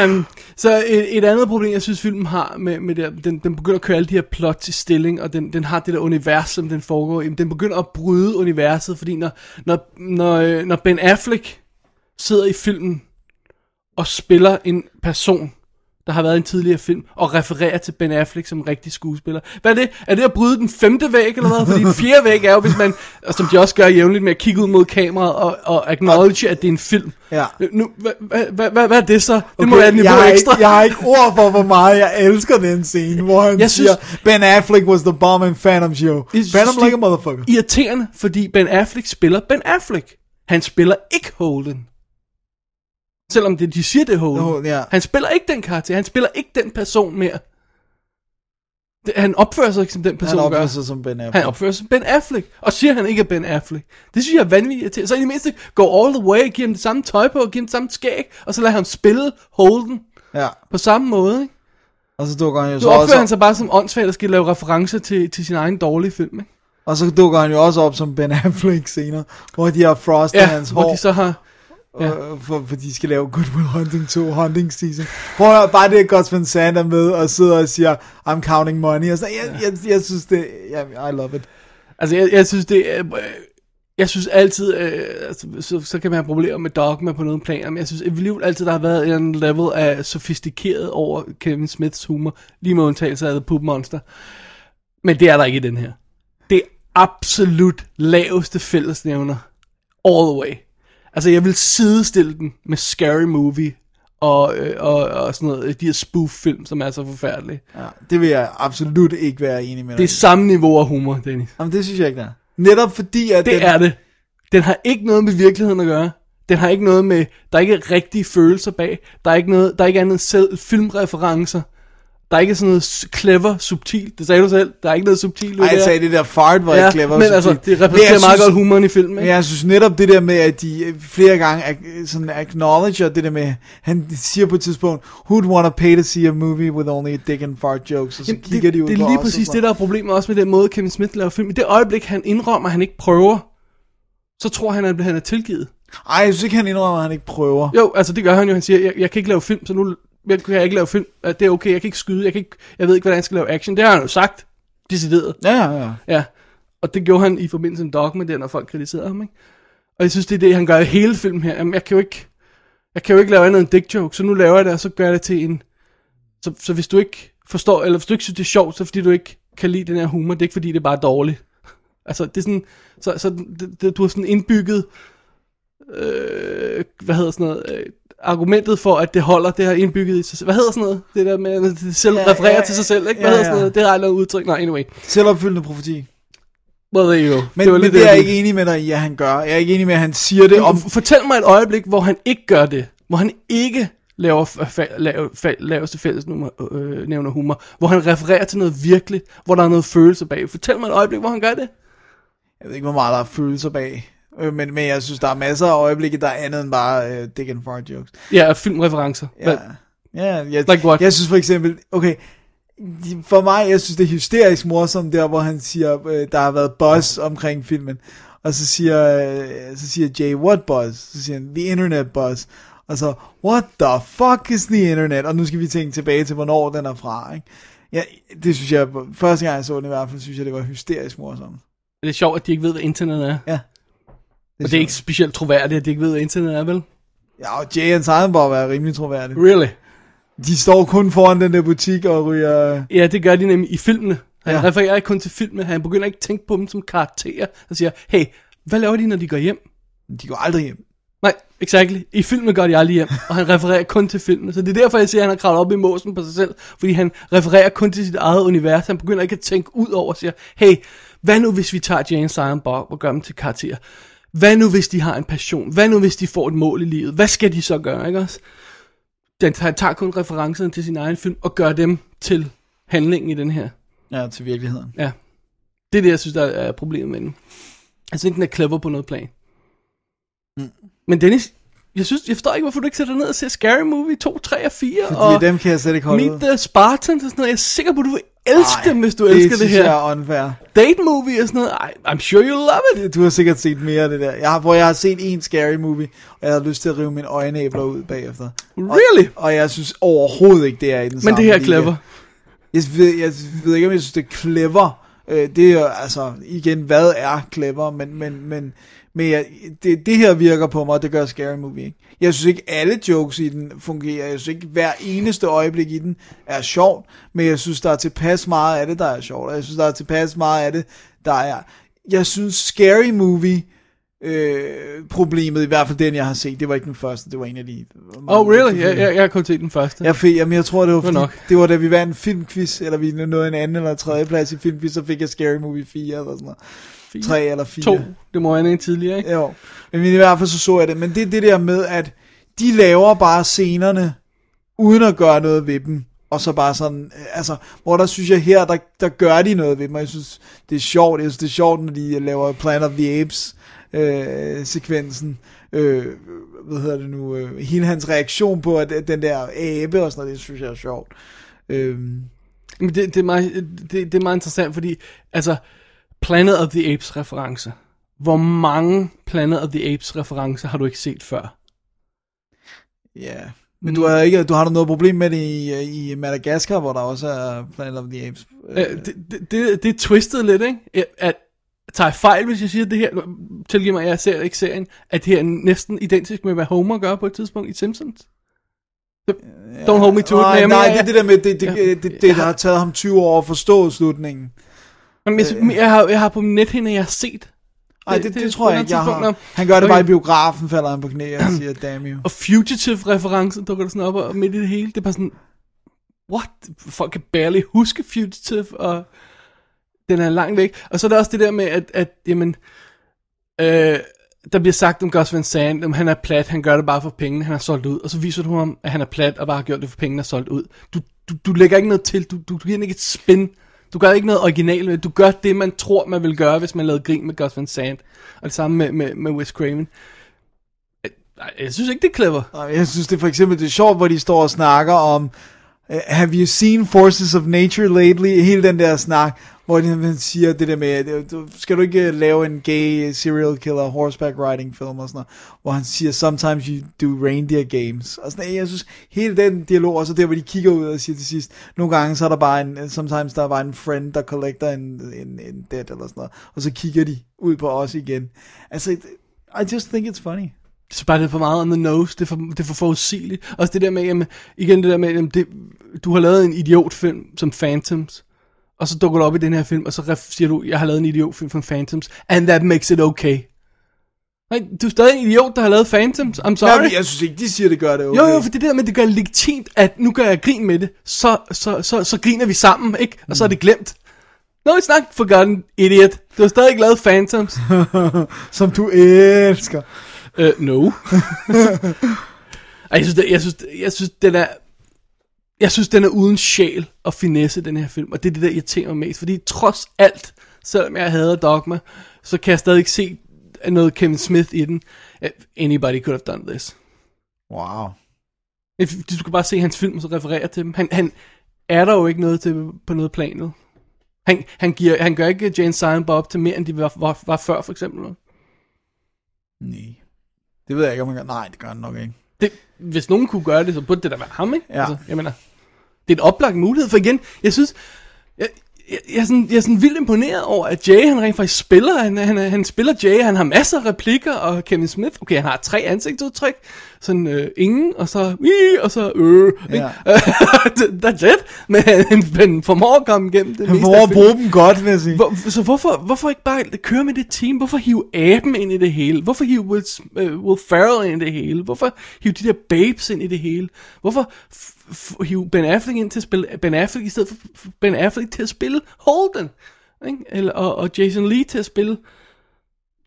S4: um, så et, et andet problem, jeg synes, filmen har med, med det, her- den, den begynder at køre alle de her plot til stilling, og den, den har det der univers, som den foregår i. Men Den begynder at bryde universet, fordi når, når, når, øh, når Ben Affleck sidder i filmen og spiller en person, der har været i en tidligere film, og refererer til Ben Affleck som en rigtig skuespiller. Hvad er det? Er det at bryde den femte væg, eller hvad? Fordi den fjerde væg er jo, hvis man, og som de også gør jævnligt med at kigge ud mod kameraet og, og acknowledge, at det er en film.
S3: Ja.
S4: Nu, hvad, hvad, hvad, hvad, hvad er det så? Det må være et niveau
S3: jeg, har
S4: ekstra.
S3: Ikke, jeg har ikke ord for, hvor meget jeg elsker den scene, hvor han jeg
S4: Jeg
S3: siger,
S4: synes-
S3: synes, Ben Affleck was the bomb in Phantom Show. Phantom like a motherfucker.
S4: Irriterende, fordi Ben Affleck spiller Ben Affleck. Han spiller ikke Holden. Selvom det, de siger det er Holden.
S3: Holden, ja.
S4: Han spiller ikke den karakter. Han spiller ikke den person mere. Det, han opfører sig ikke som den person,
S3: Han opfører
S4: gør.
S3: sig som Ben Affleck.
S4: Han opfører sig som Ben Affleck. Og siger han ikke er Ben Affleck. Det synes jeg er vanvittigt til. Så i det mindste gå all the way, giver ham det samme tøj på, giver ham det samme skæg, og så lader han spille Holden
S3: ja.
S4: på samme måde. Ikke?
S3: Og så dukker han jo
S4: Så
S3: så
S4: opfører
S3: også
S4: han sig bare som åndssvagt, der skal lave referencer til, til sin egen dårlige film. Ikke?
S3: Og så dukker han jo også op som Ben Affleck senere, hvor de har frostet
S4: Ja,
S3: hans
S4: hvor
S3: hår.
S4: de så har...
S3: Ja. For, for, de skal lave Good Will Hunting 2 Hunting Season. Prøv at høre, bare det, at Godsman Sand er med og sidder og siger, I'm counting money. Og så, jeg, jeg, jeg, synes det, jeg, I love it.
S4: Altså, jeg, jeg synes, det er... øh, Jeg synes altid, øh, altså, så, så kan man have problemer med dogma på nogle planer, men jeg synes alligevel altid, der har været en eller anden level af sofistikeret over Kevin Smiths humor, lige med undtagelse af The Poop Monster. Men det er der ikke i den her. Det er absolut laveste fællesnævner. All the way. Altså, jeg vil sidestille den med Scary Movie og, øh, og, og sådan noget, de her spoof-film, som er så forfærdelige.
S3: Ja, det vil jeg absolut ikke være enig med
S4: Det er
S3: dig.
S4: samme niveau af humor, Dennis.
S3: Jamen, det synes jeg ikke, der Netop fordi, at
S4: Det
S3: den-
S4: er det. Den har ikke noget med virkeligheden at gøre. Den har ikke noget med, der er ikke rigtige følelser bag. Der er ikke noget, der er ikke andet end selv filmreferencer. Der er ikke sådan noget s- clever, subtilt. Det sagde du selv. Der er ikke noget subtilt. i
S3: Ej, jeg
S4: her.
S3: sagde det der fart var
S4: ja,
S3: ikke clever.
S4: Men
S3: så
S4: altså,
S3: fint.
S4: det
S3: Men jeg
S4: repræsenterer meget
S3: synes-
S4: godt humoren i filmen.
S3: Men
S4: Ikke?
S3: jeg synes netop det der med, at de øh, flere gange ac- sådan acknowledger det der med, han siger på et tidspunkt, who'd wanna pay to see a movie with only a dick and fart jokes, og så Jamen, kigger
S4: det,
S3: de ud
S4: det
S3: på
S4: er lige
S3: os og
S4: præcis
S3: sådan
S4: det, der er problemet også med den måde, Kevin Smith laver film. I det øjeblik, han indrømmer, at han ikke prøver, så tror han, at han er tilgivet.
S3: Ej, jeg synes ikke, han indrømmer, at han ikke prøver.
S4: Jo, altså det gør han jo. Han siger, jeg, jeg kan ikke lave film, så nu jeg kan jeg ikke lave film. Øh, Det er okay, jeg kan ikke skyde, jeg, kan ikke, jeg ved ikke, hvordan jeg skal lave action. Det har han jo sagt, decideret.
S3: Ja, ja, ja.
S4: ja. Og det gjorde han i forbindelse med Dogma, der når folk kritiserede ham. Ikke? Og jeg synes, det er det, han gør i hele filmen her. Jamen, jeg kan jo ikke, jeg kan jo ikke lave andet end dick joke, så nu laver jeg det, og så gør jeg det til en... Så, så hvis du ikke forstår, eller hvis du ikke synes, det er sjovt, så er det, fordi du ikke kan lide den her humor, det er ikke fordi, det er bare dårligt. Altså, det er sådan, så, så det, det, du har sådan indbygget, øh, hvad hedder sådan noget, øh, argumentet for, at det holder, det har indbygget i sig selv. Hvad hedder sådan noget? Det der med, at det selv
S3: Ja,
S4: ja, refererer
S3: ja,
S4: ja, til sig selv, ikke? Hvad
S3: ja,
S4: ja, hedder sådan
S3: ja.
S4: noget? Det har jeg lavet udtryk. Nej, anyway.
S3: Selvopfyldende profeti.
S4: Well, there you go.
S3: Men
S4: det
S3: det,
S4: var
S3: men
S4: lidt
S3: det, det er jeg
S4: jeg
S3: ikke enig med dig i, at han gør. Jeg er ikke enig med, at han siger det. Om,
S4: Fortæl mig et øjeblik, hvor han ikke gør det. Hvor han ikke laver fa- fa- lave, fa- laveste fælles nummer, øh, nævner humor. Hvor han refererer til noget virkeligt. Hvor der er noget følelse bag. Fortæl mig et øjeblik, hvor han gør det.
S3: jeg ved ikke, hvor meget der er følelser bag. Øh, Men, men jeg synes, der er masser af øjeblikke, der er andet end bare uh, dick and fart jokes.
S4: Ja, filmreferencer.
S3: Ja.
S4: Hvad-
S3: Ja, jeg,
S4: Like what?
S3: jeg synes for eksempel, okay, de- for mig, jeg synes det er hysterisk morsomt der, hvor han siger, øh, der har været buzz omkring filmen, og så siger, øh, så siger Jay, what buzz? Så siger han, the internet buzz. Og så, what the fuck is the internet? Og nu skal vi tænke tilbage til, hvornår den er fra, ikke? Ja, det synes jeg, første gang jeg så den i hvert fald, synes jeg, det var hysterisk morsomt.
S4: Det er sjovt, at de ikke ved, hvad internet er.
S3: Ja.
S4: og det er ikke specielt troværdigt, at de ikke ved, hvad internet er, vel?
S3: Ja, og Jay and Silent Bob er rimelig troværdig.
S4: Really?
S3: De står kun foran den der butik og ryger...
S4: Ja, det gør de nemlig i filmene. Han
S3: Ja.
S4: ja. refererer ikke kun til filmene, han begynder ikke at tænke på dem som karakterer. Han siger, hey, hvad laver de, når de går hjem?
S3: De går aldrig hjem.
S4: Nej, exactly. I filmen gør de aldrig hjem, og han refererer kun til filmene. Så det er derfor, jeg siger, at han har kravlet op i måsen på sig selv, fordi han refererer kun til sit eget univers. Han begynder ikke at tænke ud over og siger, hey, hvad nu hvis vi tager Jane Silent Bob og gør dem til karakterer? Hvad nu hvis de har en passion? Hvad nu hvis de får et mål i livet? Hvad skal de så gøre, ikke også? Den, han tager kun referencerne til sin egen film og gør dem til handlingen i den her.
S3: Ja, til virkeligheden.
S4: Ja. Det er det, jeg synes, der er problemet med den. Jeg synes ikke, den er clever på noget plan.
S3: Mm.
S4: Men Dennis, jeg, synes, jeg forstår ikke, hvorfor du ikke sætter dig ned og ser Scary Movie 2, 3 og 4.
S3: Fordi
S4: og
S3: dem kan jeg slet ikke holde ud.
S4: Meet the Spartans og sådan noget. Jeg er sikker på, at du vil elske
S3: Ej,
S4: dem, hvis du
S3: det
S4: øh, elsker det
S3: synes
S4: her.
S3: jeg er unfair.
S4: Date Movie og sådan noget. Ej, I'm sure you love
S3: it. Du har sikkert set mere af det der. Jeg har, hvor jeg har set en scary movie, og jeg har lyst til at rive mine øjenæbler ud bagefter.
S4: Really?
S3: Og, og jeg synes overhovedet ikke, det er i den
S4: Men
S3: samme
S4: det her er
S3: liga.
S4: clever.
S3: Jeg ved, jeg ved ikke, om jeg synes, det er clever. Øh, Det er jo, altså, igen, hvad er clever? Men, men, men, men jeg, det, det her virker på mig, og det gør Scary Movie ikke. Jeg synes ikke, alle jokes i den fungerer. Jeg synes ikke, hver eneste øjeblik i den er sjovt. Men jeg synes, der er tilpas meget af det, der er sjovt. Og jeg synes, der er tilpas meget af det, der er... Jeg synes, Scary Movie... Øh, problemet, i hvert fald den, jeg har set, det var ikke den første, det var en af de...
S4: Oh, really? Jeg, jeg, jeg har kun set den første.
S3: Jeg fik, jamen, jeg tror, det var,
S4: Det var
S3: fordi,
S4: nok.
S3: det var da vi vandt en filmquiz, eller vi nåede en anden eller tredje plads i filmquiz, så fik jeg Scary Movie 4 eller sådan noget. 3 eller 4.
S4: To. Det må jeg en tidligere, ikke?
S3: Jo. Men i hvert fald så så jeg det. Men det er det der med, at de laver bare scenerne, uden at gøre noget ved dem. og så bare sådan, øh, altså, hvor der synes jeg her, der, der gør de noget ved mig. Jeg synes, det er sjovt. Jeg synes, det er sjovt, når de øh, laver Planet of the Apes øh, sekvensen. Øh, hvad hedder det nu? Øh, hele hans reaktion på, at, at den der abe og sådan noget, det synes jeg er sjovt. Øh,
S4: Men det, det, er meget, det, det er meget interessant, fordi altså Planet of the Apes reference. Hvor mange Planet of the Apes referencer har du ikke set før?
S3: Ja, men du har ikke du har da noget problem med det i, øh, i Madagaskar, hvor der også er Planet of the Apes.
S4: Øh, det, det, det, det er twistet lidt, ikke? At, at tager jeg fejl, hvis jeg siger det her, tilgiv mig, jeg ser ikke serien, at det her er næsten identisk med, hvad Homer gør på et tidspunkt i Simpsons. Don't hold me to it, men
S3: nej,
S4: jeg
S3: nej,
S4: mener,
S3: det er det der med, det, det, det, det, det der har taget ham 20 år at forstå slutningen.
S4: Jamen, jeg, synes- jeg, har, jeg har på min nethinde, jeg har set.
S3: Nej, det, det, det, tror jeg ikke, jeg har.
S4: tidspunkt, når-
S3: Han gør det bare i
S4: Okay.
S3: biografen, falder han på knæ og siger, damn you.
S4: Og Fugitive-referencen dukker der sådan op og midt i det hele. Det er bare sådan, what? Folk kan barely huske Fugitive, og den er langt væk. Og så er der også det der med, at, at jamen, øh, der bliver sagt om Gus Van Sant, om han er plat, han gør det bare for pengene, han er solgt ud. Og så viser du ham, at han er plat og bare har gjort det for pengene og solgt ud. Du, du, du lægger ikke noget til, du, du, du giver den ikke et spin. Du gør ikke noget originalt med det. Du gør det, man tror, man vil gøre, hvis man lavede grin med Gus Van Sant. Og det samme med, med, med Wes Craven. Jeg, jeg synes ikke, det er clever.
S3: Nej, Jeg synes det er for eksempel, det er sjovt, hvor de står og snakker om, øh, have you seen forces of nature lately? Hele den der snak, hvor de han siger det der med, øh, du- skal du ikke øh, lave en gay serial killer horseback riding film og sådan noget, hvor han siger, sometimes you do reindeer games. Og sådan, øh, jeg synes, hele den dialog, og så der, hvor de kigger ud og siger til sidst, nogle gange så er der bare en, øh, sometimes der er bare en friend, der collector en, en, en debt eller sådan noget, og så kigger de ud på os igen. Altså, I just think it's funny.
S4: Jeg synes bare, det er for meget on the nose. Det er for, det er for forudsigeligt. Også det der med, jamen, igen det der med, jamen, det, du har lavet en idiotfilm som Phantoms, og så dukker du op i den her film, og så ref- siger du, jeg har lavet en idiotfilm som Phantoms, and that makes it okay. Nej, du er stadig en idiot, der har lavet Phantoms. I'm sorry.
S3: Nej, men jeg synes ikke, de siger, det gør det okay.
S4: Jo, jo, for det der med, det gør legitimt, at nu gør jeg grin med det, så, så, så, så griner vi sammen, ikke? Og så er det glemt. No, it's not forgotten, idiot. Du har stadig ikke lavet Phantoms.
S3: Som du elsker.
S4: Uh, no. Ej, jeg synes, det, jeg, synes, jeg synes, den er... Jeg synes, den er uden sjæl og finesse, den her film. Og det er det, der irriterer mig mest. Fordi trods alt, selvom jeg hader Dogma, så kan jeg stadig ikke se noget Kevin Smith i den. Uh, Anybody could have done this.
S3: Wow.
S4: If, du skal bare se hans film, og så referere til dem. Han, han er der jo ikke noget til på noget planet. Han, han, giver, han gør ikke Jane Silent Bob til mere, end de var, var, var før, for eksempel.
S3: Nej. Det ved jeg ikke, om han gør. Nej, det gør han nok ikke.
S4: Det, hvis nogen kunne gøre det, så burde det da være ham, ikke?
S3: Ja.
S4: Altså, jeg mener, det er en oplagt mulighed, for igen, jeg synes, jeg, jeg, jeg, er, sådan, jeg er sådan vildt imponeret over, at Jay, han rent faktisk spiller, han, han, er- han spiller Jay, han har masser af replikker, og Kevin Smith, okay, han har tre ansigtsudtryk, sådan øh, ingen, og så, "Ih", og så, øh,
S3: Ja.
S4: ja. that's it, men han, han formår at komme igennem det
S3: Han
S4: meste
S3: formår
S4: af
S3: at
S4: filmen.
S3: bruge dem godt, vil jeg sige.
S4: Hvor, så hvorfor, hvorfor ikke bare køre med det team? Hvorfor hive aben ind i det hele? Hvorfor hive Will, S- øh, Will Ferrell ind i det hele? Hvorfor hive de der babes ind i det hele? Hvorfor f- f- hive Ben Affleck ind til at spille Ben Affleck i stedet for f- Ben Affleck til at spille Holden? Ikke? Eller, og, og Jason Lee til at spille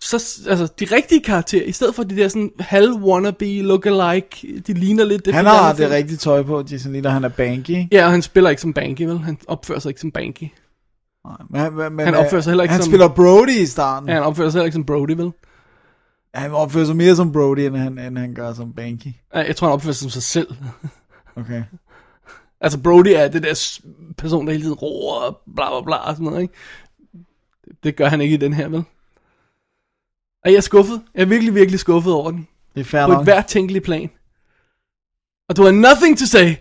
S4: så, s- altså, de rigtige karakterer, i stedet for de der sådan halv wannabe, look-alike, de ligner lidt det.
S3: han
S4: fra
S3: har
S4: gamle
S3: det
S4: film.
S3: rigtige tøj på, Jason Lee, når han er banky. ikke?
S4: Ja, og han spiller ikke som Banky, vel? Han opfører sig ikke som Banky.
S3: Mm. Men, han- men, men,
S4: han
S3: øh,
S4: opfører sig heller ikke
S3: Han
S4: som...
S3: spiller Brody i starten.
S4: Ja, han opfører sig heller ikke som Brody, vel?
S3: Han opfører sig mere som Brody, end han, end han gør som banky.
S4: Ej, Jeg tror, han opfører sig som sig selv.
S3: Okay.
S4: altså, Brody er det der s- person, der hele tiden roer og bla bla bla og sådan noget, ikke? Det gør han ikke i den her, vel? Og jeg er skuffet. Jeg er virkelig, virkelig skuffet over den.
S3: Det er fair
S4: På
S3: nok.
S4: et hvert tænkeligt plan. Og du har nothing to say.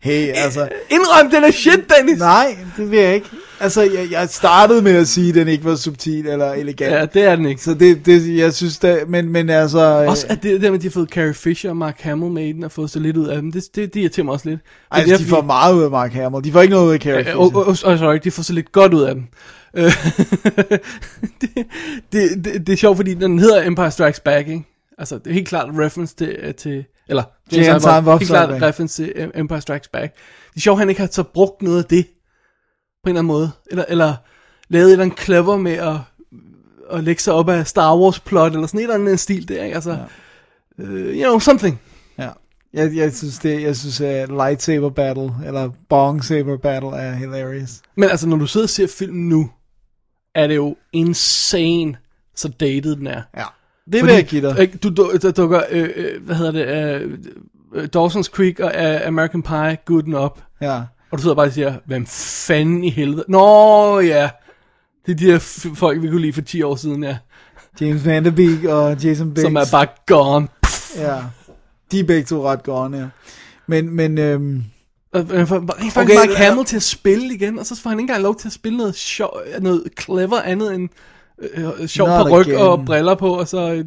S3: Hey, altså...
S4: Indrøm, den er shit, Dennis!
S3: Nej, det vil jeg ikke. Altså, jeg, jeg startede med at sige, at den ikke var subtil eller elegant.
S4: Ja, det er den ikke.
S3: Så det, det jeg synes da... Men, men altså... øh,
S4: Også at det der med, at de har fået Carrie Fisher og Mark Hamill med i den, og fået så lidt ud af dem, det, det, det irriterer mig også lidt.
S3: Ej,
S4: Men jeg-
S3: altså, de får meget ud af Mark Hamill. De får ikke noget ud af Carrie
S4: Øh, Og,
S3: Fisher.
S4: og, og, og sorry, de får så lidt godt ud af dem. Øh, det, det, det, det er sjovt, fordi den hedder Empire Strikes Back, ikke? Altså, det er helt klart reference til... øh, til eller,
S3: Til Hans
S4: Simon,
S3: Simon
S4: Helt klart
S3: Wolfgang.
S4: reference til øh, Empire Strikes Back. Det er sjovt, han ikke har så brugt noget af det, på en eller anden måde. Eller, eller lavet et eller andet clever med at, at lægge sig op af Star Wars plot, eller sådan et eller andet stil der, ikke? Altså, ja. you know, øh, something.
S3: Ja. Jeg, jeg synes, det, jeg synes uh, lightsaber battle, eller bong saber battle, er hilarious.
S4: Men altså, når du sidder og ser filmen nu, er det jo insane, så dated den er.
S3: Ja. Det vil jeg give dig.
S4: øh, Du, du, der dukker, øh, øh, hvad hedder det, øh, øh, Dawson's Creek og øh, American Pie, gooden op.
S3: Ja.
S4: Og du sidder bare og siger, hvem fanden i helvede? Nå ja, det er de der f- folk, vi kunne lide for 10 år siden, ja.
S3: James Van Der Beek og Jason Biggs.
S4: Som er bare gone.
S3: Ja. De er begge to ret gone, ja. Men, men, øhm,
S4: Øh, Rent faktisk okay, Mark Hamill til at spille igen, og så får han ikke engang lov til at spille noget, sjov, noget clever andet end øh, øh, sjov
S3: Not
S4: paryk
S3: again.
S4: og briller på, og så øh,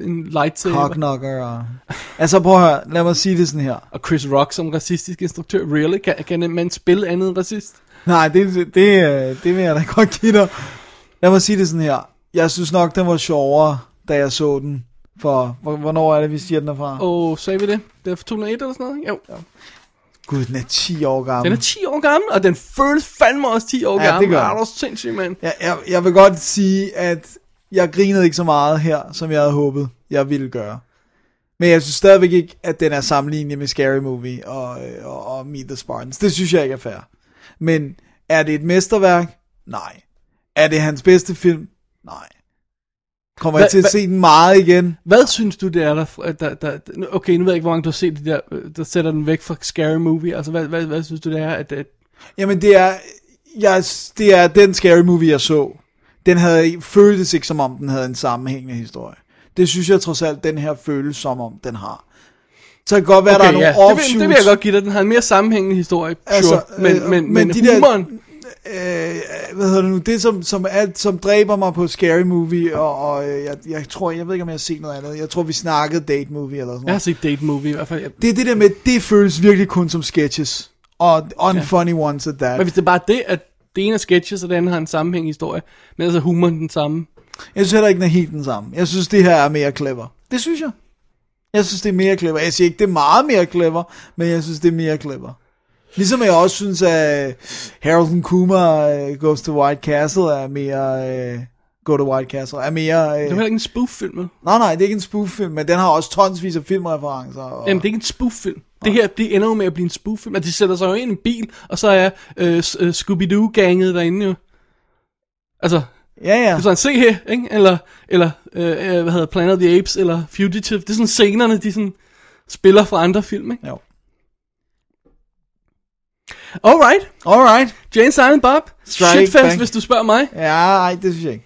S4: en lightsaber.
S3: Cocknocker og... Altså prøv at høre, lad mig sige det sådan her.
S4: Og Chris Rock som racistisk instruktør, really? Kan, kan man spille andet end racist?
S3: Nej, det, det, øh, det vil jeg da godt give dig. Lad mig sige det sådan her. Jeg synes nok, den var sjovere, da jeg så den. For, hvor- hvornår er det, vi siger den er fra?
S4: Og sagde vi det? Det er fra 2001 eller sådan noget? Jo. Ja.
S3: Gud, den er 10 år gammel.
S4: Den er 10 år gammel, og den føles fandme også 10 år
S3: Ja, det
S4: gammel.
S3: gør den.
S4: Er du sindssyg, mand?
S3: Jeg, jeg, jeg vil godt sige, at jeg grinede ikke så meget her, som jeg havde håbet, jeg ville gøre. Men jeg synes stadigvæk ikke, at den er sammenlignet med Scary Movie og, øh, og, og Meet the Spartans. Det synes jeg ikke er fair. Men er det et mesterværk? Nej. Er det hans bedste film? Nej. Kommer jeg til at se den meget igen?
S4: Hvad synes du, det er, der, der, der... nu- Okay, nu ved jeg ikke, hvor mange du har set det der, øh, der sætter den væk fra Scary Movie. Altså, hvad, hvad, hvad synes du, det er, at... at
S3: Jamen det er, jeg, det er den scary movie, jeg så. Den havde, føltes ikke som om, den havde en sammenhængende historie. Det synes jeg trods alt, den her føles som om, den har. Så kan godt være, der er nogle
S4: ja. det,
S3: offshoots.
S4: vil, det vil jeg godt give dig. Den har en mere sammenhængende historie, altså, sure. Men, øh, men, men, men
S3: der-
S4: humoren... Der...
S3: øh, hvad hedder det nu, det som, som, alt, som dræber mig på Scary Movie, og, og øh, jeg, jeg tror, jeg ved ikke, om jeg har set noget andet, jeg tror, vi snakkede Date Movie eller sådan
S4: Jeg har
S3: noget.
S4: set Date Movie i hvert fald. Jeg,
S3: Det er det der med, det føles virkelig kun som sketches, og unfunny ones at that.
S4: men hvis det er bare det, at det ene er sketches, og det andet har en sammenhængende historie, men altså humoren den samme.
S3: Jeg synes heller ikke, den er helt den samme. Jeg synes, det her er mere clever. Det synes jeg. Jeg synes, det er mere clever. Jeg siger ikke, det er meget mere clever, men jeg synes, det er mere clever. Ligesom jeg også synes, at øh, Harold Kumar øh, Goes to White Castle er mere... Øh, Go to White Castle er mere... Øh,
S4: Det er jo heller ikke en spoof-film, vel?
S3: Nej, nej, det er ikke en spoof-film, men den har også tonsvis af filmreferencer. Og...
S4: Jamen, det er ikke en spoof-film. Det her, det ender jo med at blive en spoof-film, og de sætter sig jo ind i en bil, og så er øh, s- øh, Scooby-Doo-ganget derinde jo. Altså,
S3: ja, ja.
S4: sådan, se her, ikke? Eller, eller øh, øh, hvad hedder Planet of the Apes, eller Fugitive. Det er sådan scenerne, de sådan spiller fra andre film, ikke?
S3: Jo.
S4: Alright.
S3: Alright.
S4: Jane Silent Bob.
S3: Strike
S4: Shitfest,
S3: back.
S4: hvis du spørger mig.
S3: Ja, nej, det synes jeg ikke.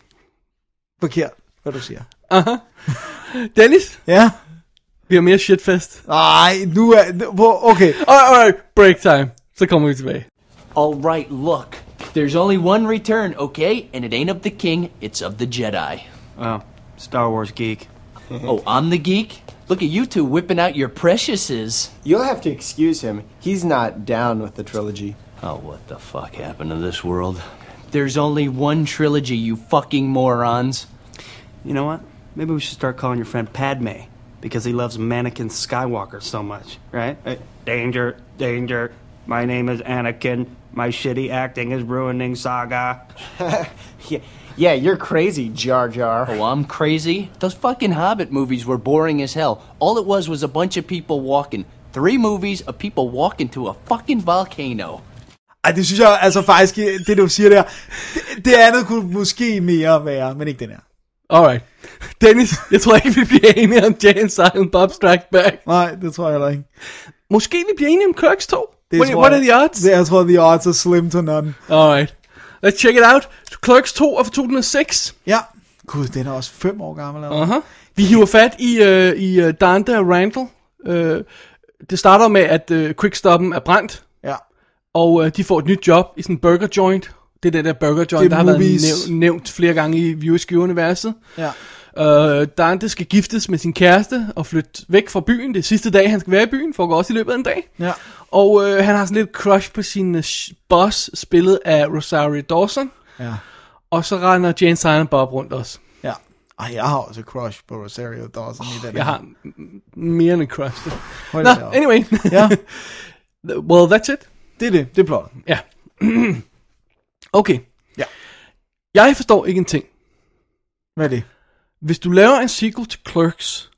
S3: Forkert, hvad du siger.
S4: Aha. Dennis?
S3: Ja? Ah.
S4: Vi har mere shitfest.
S3: Nej, nu er... nu- hvor- Okay.
S4: Alright, break time. Så kommer vi tilbage.
S18: All right, look. There's only one return, okay? And it ain't of the king, it's of the Jedi. Oh, Star Wars geek. oh, I'm the geek? Look at you two whipping out your preciouses.
S19: You'll have to excuse him. He's not down with the trilogy.
S18: Oh, what the fuck happened to this world? There's only one trilogy, you fucking morons.
S20: You know what? Maybe we should start calling your friend Padme because he loves mannequin Skywalker so much, right? Uh, Danger, danger. My name is Anakin. My shitty acting is ruining Saga.
S19: yeah, yeah, you're crazy, Jar Jar.
S18: Oh, I'm crazy? Those fucking Hobbit movies were boring as hell. All it was was a bunch of people walking. Three movies of people walking to a fucking volcano.
S3: Ej, det synes jeg altså faktisk, det du siger der, det, det andet kunne måske mere være, men ikke den her.
S4: Alright. Dennis, jeg tror ikke, vi bliver enige om Jane Silent Bob Strike Back.
S3: Nej, det tror jeg heller ikke.
S4: Måske vi bliver enige om Kirk's 2?
S3: Det
S4: What,
S3: tror
S4: what
S3: jeg-
S4: are the odds?
S3: Det, jeg tror, the odds are slim to none.
S4: Alright. Let's check it out. Clerks 2 er fra 2006.
S3: Ja. Gud, den er også fem år gammel. Eller?
S4: Aha. Vi hiver fat i, øh, i øh, Dante og Randall. Øh, det starter med, at øh, Quickstoppen er brændt.
S3: Ja.
S4: Og øh, de får et nyt job i sådan en burger joint. Det er den der burger joint,
S3: Det er
S4: der har været
S3: movies.
S4: nævnt, nævnt flere gange i Viewersky-universet.
S3: Ja.
S4: Øh, Dante skal giftes med sin kæreste og flytte væk fra byen. Det er sidste dag, han skal være i byen, foregår også i løbet af en dag.
S3: Ja.
S4: Og øh, han har sådan lidt crush på sin øh, sh- boss, spillet af Rosario Dawson.
S3: Ja.
S4: Og så render Jane Silent Bob rundt også.
S3: Ja. Ej, jeg har også et crush på Rosario Dawson i den her.
S4: Jeg har m- mere end en crush. Nå,
S3: Hold da op.
S4: anyway.
S3: Ja.
S4: well, that's it.
S3: Det er det. Det er plottet.
S4: Ja. okay.
S3: Ja.
S4: Jeg forstår ikke en ting.
S3: Hvad er det?
S4: Hvis du laver en sequel til Clerks,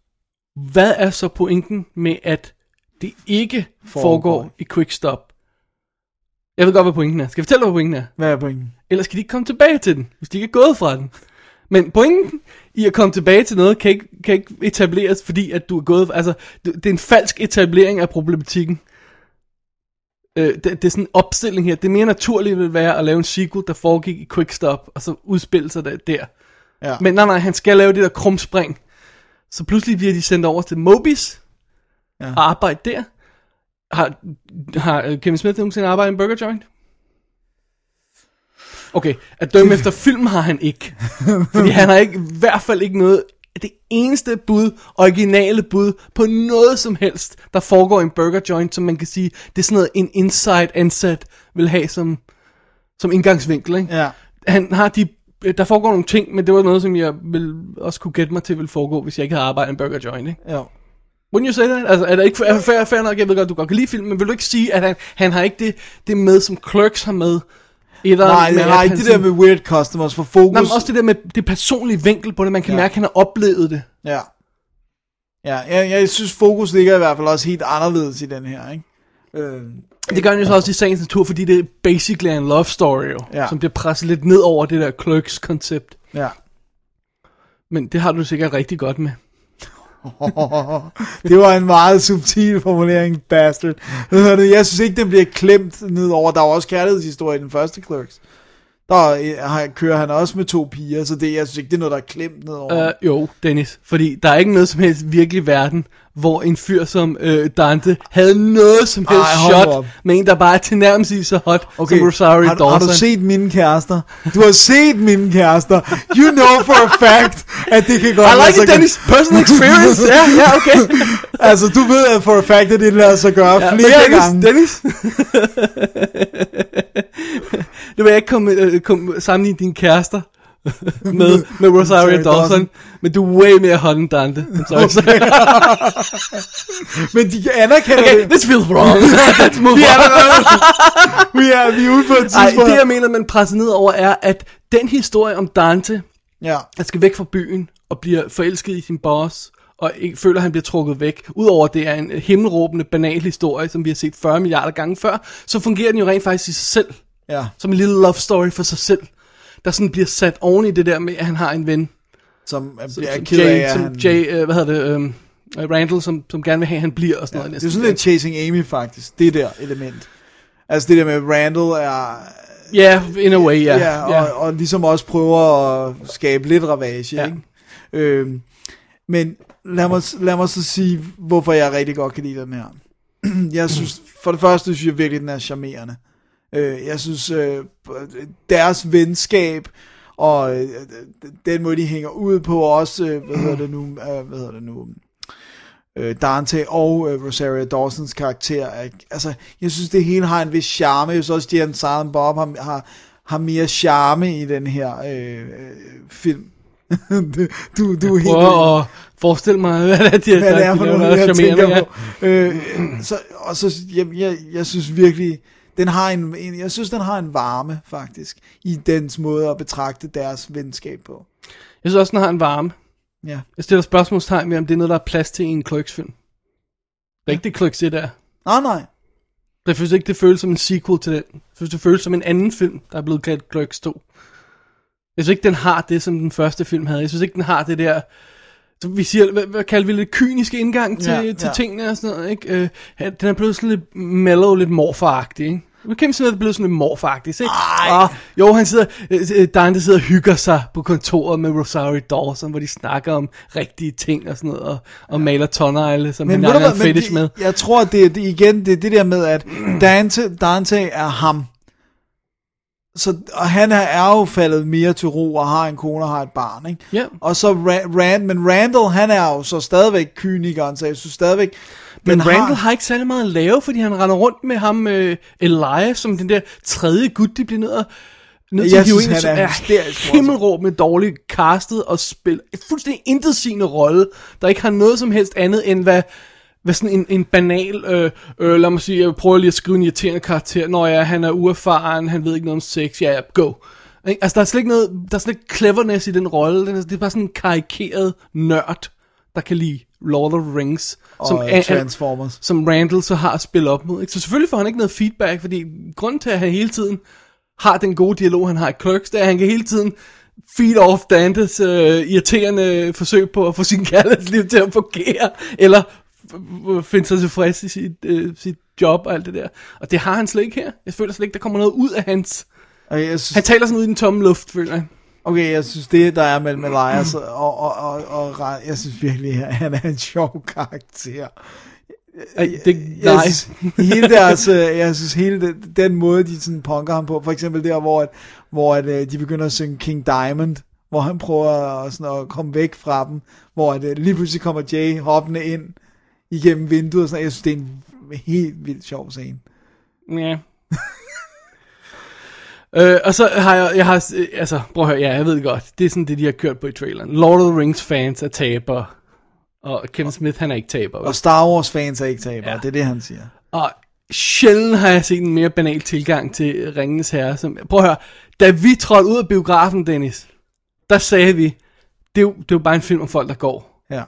S4: Hvad er så pointen med, at det ikke foregår,
S3: Foregår.
S4: foregår i Quick Stop? Jeg ved godt, hvad pointen er. Skal jeg fortælle dig, hvad pointen er?
S3: Hvad er pointen?
S4: Ellers kan de ikke komme tilbage til den, hvis de ikke er gået fra den. Men pointen i at komme tilbage til noget, kan ikke, kan ikke etableres, fordi at du er gået... Altså, det, det er en falsk etablering af problematikken. Øh, det, det er sådan en opstilling her. Det mere naturlige vil være at lave en sequel, der foregik i Quick Stop, og så udspille sig der. der.
S3: Ja.
S4: Men nej, nej, han skal lave det der krumspring. Så pludselig bliver de sendt over til Mobis,
S3: ja.
S4: og arbejde der. Har, har øh, Kevin Smith nogensinde arbejdet i en burger joint? Okay, at dømme efter film har han ikke. Fordi han har ikke, i hvert fald ikke noget, det eneste bud, originale bud, på noget som helst, der foregår i en burger joint, som man kan sige, det er sådan noget, en inside ansat vil have som, som indgangsvinkel, ikke?
S3: Ja.
S4: Han har de, der foregår nogle ting, men det var noget, som jeg vil også kunne gætte mig til, ville foregå, hvis jeg ikke havde arbejdet i en burger joint, ikke?
S3: Ja.
S4: Wouldn't you say that? Altså, er det ikke er det fair, fair nok? Jeg ved godt, du godt kan lide filmen, men vil du ikke sige, at han, han har ikke det, det med, som Clerks har med? Eller
S3: Nej, nej, det der med weird customers for fokus.
S4: Nej, men også det der med det personlige vinkel på det, man kan
S3: Ja.
S4: ja. mærke, at han har oplevet det.
S3: Ja. Ja, jeg, jeg synes fokus ligger i hvert fald også helt anderledes i den her, ikke? Øh,
S4: Det gør han jo så også i sagens natur, fordi det er basically en love story, jo,
S3: Ja.
S4: ja. som bliver presset lidt ned over det der Clerks-koncept.
S3: Ja.
S4: Men det har du sikkert rigtig godt med.
S3: det var en meget subtil formulering, bastard. Hvad hedder det? Jeg synes ikke, den bliver klemt ned over. Der var også kærlighedshistorie i den første Clerks. Der øh, har- kører han også med to piger, så det, jeg synes ikke, det er noget, der er klemt ned over.
S4: Uh, jo, Dennis, fordi der er ikke noget som helst virkelig verden, hvor en fyr som øh, Dante havde noget som helst
S3: Ej,
S4: Ej,
S3: hold
S4: shot
S3: op.
S4: med en, der bare er tilnærmest lige så hot okay. som Rosario
S3: har, du-
S4: Dawson.
S3: har du set mine kærester? Du har set mine kærester. You know for a fact, at det kan godt
S4: I like
S3: lade sig
S4: it,
S3: gøre.
S4: Dennis. Personal experience. Ja, ja, okay.
S3: altså, du ved at for a fact, at det lader sig gøre
S4: Ja, men
S3: flere
S4: Dennis,
S3: gange.
S4: Dennis. Nu vil jeg ikke komme, øh, komme sammenligne dine kærester med, med Rosario
S3: Rosario Dawson.
S4: Dawson, men du er way mere hot end Dante. I'm sorry.
S3: Okay. Men de anerkender
S4: Okay,
S3: det.
S4: this feels wrong. Let's move
S3: vi
S4: on.
S3: Er, vi er, vi er ude på et
S4: Ej,
S3: tidspunkt.
S4: det jeg mener, man presser ned over, er, at den historie om Dante,
S3: ja.
S4: der skal væk fra byen og bliver forelsket i sin boss, og ikke, føler, at han bliver trukket væk. Udover at det er en øh, himmelråbende, banal historie, som vi har set 40 milliarder gange før, så fungerer den jo rent faktisk i sig selv.
S3: Ja.
S4: Som en lille love story for sig selv. Der sådan bliver sat oven i det der med, at han har en ven.
S3: Som er-
S4: som,
S3: er
S4: som
S3: ked
S4: Jay,
S3: af, at
S4: som
S3: han-
S4: Jay, øh, hvad hedder det, øhm, øh, Randall, som, som gerne vil have, at han bliver og sådan ja, noget.
S3: Det er sådan lidt Chasing Amy, faktisk. Det der element. Altså, det der med Randall er...
S4: Ja, yeah, in a way, ja.
S3: ja, og,
S4: Ja.
S3: og ligesom også prøver at skabe lidt ravage, ja. ikke? Øhm, men lad mig, lad mig så sige, hvorfor jeg rigtig godt kan lide den her. Jeg synes, for det første synes jeg virkelig, den er charmerende. Øh, jeg synes, øh, deres venskab og øh, den måde, de hænger ud på, og også, øh, hvad hedder det nu, øh, hvad hedder det nu, øh, Dante og øh, Rosario Dawsons karakter. Er, altså, jeg synes, det hele har en vis charme. Jeg synes også, at Silent Bob har, har, har mere charme i den her øh, øh, film. du, du er helt...
S4: Prøv at forestille mig, hvad det er, de har
S3: hvad det er
S4: sagt,
S3: for
S4: de laver,
S3: noget,
S4: der er
S3: jeg
S4: charmerende,
S3: tænker
S4: ja.
S3: på. Øh, så, og så, jeg, jeg, jeg synes virkelig, den har en, en, jeg synes, den har en varme, faktisk, i dens måde at betragte deres venskab på.
S4: Jeg synes også, den har en varme.
S3: Ja.
S4: Jeg stiller spørgsmålstegn ved, om det er noget, der er plads til i en Clerks-film. Det er ikke det, Clerks 1 er.
S3: Nej, nej.
S4: Jeg synes ikke, det føles som en sequel til den. Jeg synes, det føles som en anden film, der er blevet kaldt Clerks 2. Jeg synes ikke, den har det, som den første film havde. Jeg synes ikke, den har det der... som Vi siger, hvad, hvad kalder vi det? Kyniske indgang til,
S3: Ja,
S4: ja, til
S3: ja.
S4: ja. tingene og sådan noget, ikke? Øh, han- den er blevet sådan lidt mellow, lidt morfaragtig, ikke? Nu kan vi sådan blevet sådan lidt morfaragtig, ikke? Ah, jo, han sidder, øh, øh, Dante sidder og hygger sig på kontoret med Rosario Dawson, hvor de snakker om rigtige ting og sådan noget, og, og maler tonegle, som men,
S3: ved
S4: han
S3: du
S4: har en
S3: hvad, men
S4: fetish med.
S3: det, Jeg tror, det er det, igen det, er det der med, at Dante, Dante er ham. Så, og han er, er jo faldet mere til ro og har en kone og har et barn. Ikke?
S4: Ja.
S3: Og så Ra- Rand, men Randall, han er jo så stadigvæk kynikeren, så jeg synes stadigvæk...
S4: Men
S3: den
S4: Randall har ikke særlig meget at lave, fordi han render rundt med ham, øh, Elias, som den der tredje gut, de bliver nødt og nødt til
S3: Jeg
S4: at hive
S3: synes,
S4: ind, i,
S3: han
S4: som
S3: er
S4: er
S3: hysterisk, Walter.
S4: himmelråb med dårligt castet og spil. Et fuldstændig intetsigende rolle, der ikke har noget som helst andet end hvad, hvad sådan en, en banal, øh, øh, lad mig sige, jeg prøver lige at skrive en irriterende karakter, når jeg, han er uerfaren, han ved ikke noget om sex, ja, ja, go. Ikke? Altså, der er slet ikke noget, der er slet ikke cleverness i den rolle, Den er- det er bare sådan en karikeret nørd, der kan lide Lord of the Rings.
S3: Og
S4: er-
S3: Transformers.
S4: Som Randall så har at spille op mod. Ikke? Så selvfølgelig får han ikke noget feedback, fordi grunden til, at han hele tiden har den gode dialog, han har i Clerks, det er, at han kan hele tiden feed off Dantes øh, irriterende forsøg på at få sin kærlighedsliv til at fungere, eller f- f- finde sig tilfreds i sit, øh, sit job og alt det der. Og det har han slet ikke her. Jeg føler slet ikke, der kommer noget ud af hans...
S3: Synes...
S4: Han taler sådan ud i den tomme luft, føler jeg.
S3: Okay, jeg synes, det der er mellem Elias og, og, og, og, og Ra- jeg synes virkelig, at han er en sjov karakter.
S4: Ej, det,
S3: Jeg
S4: nej.
S3: synes, hele deres, øh, jeg synes hele den, den måde, de sådan punker ham på, for eksempel der, hvor, at, hvor at, øh, de begynder at synge King Diamond, hvor han prøver at, sådan, at komme væk fra dem, hvor at, øh, lige pludselig kommer Jay hoppende ind igennem vinduet, og sådan, noget. jeg synes, det er en helt vildt sjov scene.
S4: Ja. øh, og så har jeg, jeg har, øh, altså, prøv at høre, ja, jeg ved godt, det er sådan det, de har kørt på i traileren. Lord of the Rings fans er tabere, og Kevin Smith, han er ikke taber.
S3: Og Star Wars fans er ikke tabere, ja. det er det, han siger.
S4: Og sjældent har jeg set en mere banal tilgang til Ringenes Herre. Som, prøv at høre, da vi trådte ud af biografen, Dennis, der sagde vi, det er jo, det er jo bare en film om folk, der går.
S3: Ja.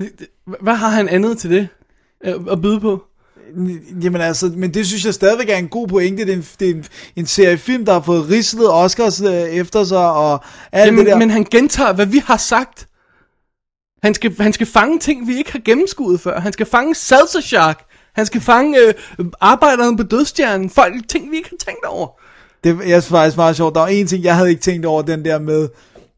S4: Det- det- hva- Hvad har han andet til det øh, at byde på?
S3: Jamen altså, men det synes jeg stadigvæk er en god pointe. Det er en, det er en, en serie film, der har fået rislet Oscars øh, efter sig, og alt
S4: Jamen,
S3: det der.
S4: men han gentager, hvad vi har sagt. Han skal, han skal fange ting, vi ikke har gennemskuet før. Han skal fange Salsa Shark. Han skal fange øh, arbejderen på dødstjernen. Folk, ting, vi ikke har tænkt over.
S3: Det jeg synes faktisk meget sjovt. Der var en ting, jeg havde ikke tænkt over, den der med,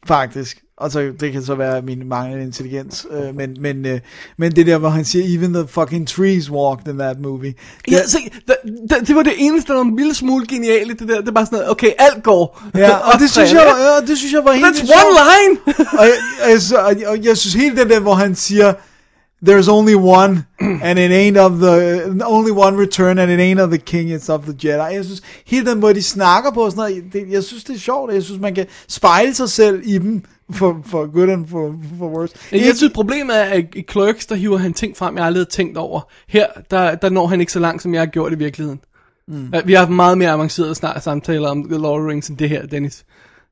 S3: faktisk. Og så, det kan så være min manglende intelligens. Øh, men, men, øh, men det der, hvor han siger, even the fucking trees walked in that movie.
S4: Ja, se, der, der, det var det eneste, der var en lille smule genialt i det der. Det er bare sådan noget, okay, alt går.
S3: Ja, og det synes jeg,
S4: Optræder.
S3: ja, og det synes jeg var helt
S4: That's
S3: vildt
S4: one
S3: sjovt.
S4: line!
S3: og, jeg, altså, og, jeg, og jeg synes helt den der, hvor han siger, there's only one, and it ain't of the, only one return, and it ain't of the king, it's of the Jedi. Jeg synes, hele den måde, de snakker på og sådan noget, det, jeg synes, det er sjovt, og jeg synes, man kan spejle sig selv i dem, for, for good and for, for worse.
S4: Jeg synes, problemet er, at i Clerks, der hiver han ting frem, jeg aldrig havde tænkt over. Her, der, der når han ikke så langt, som jeg har gjort i virkeligheden.
S3: Mm.
S4: Mm. Vi har haft meget mere avancerede snak- samtaler om The Lord of the Rings end det her, Dennis.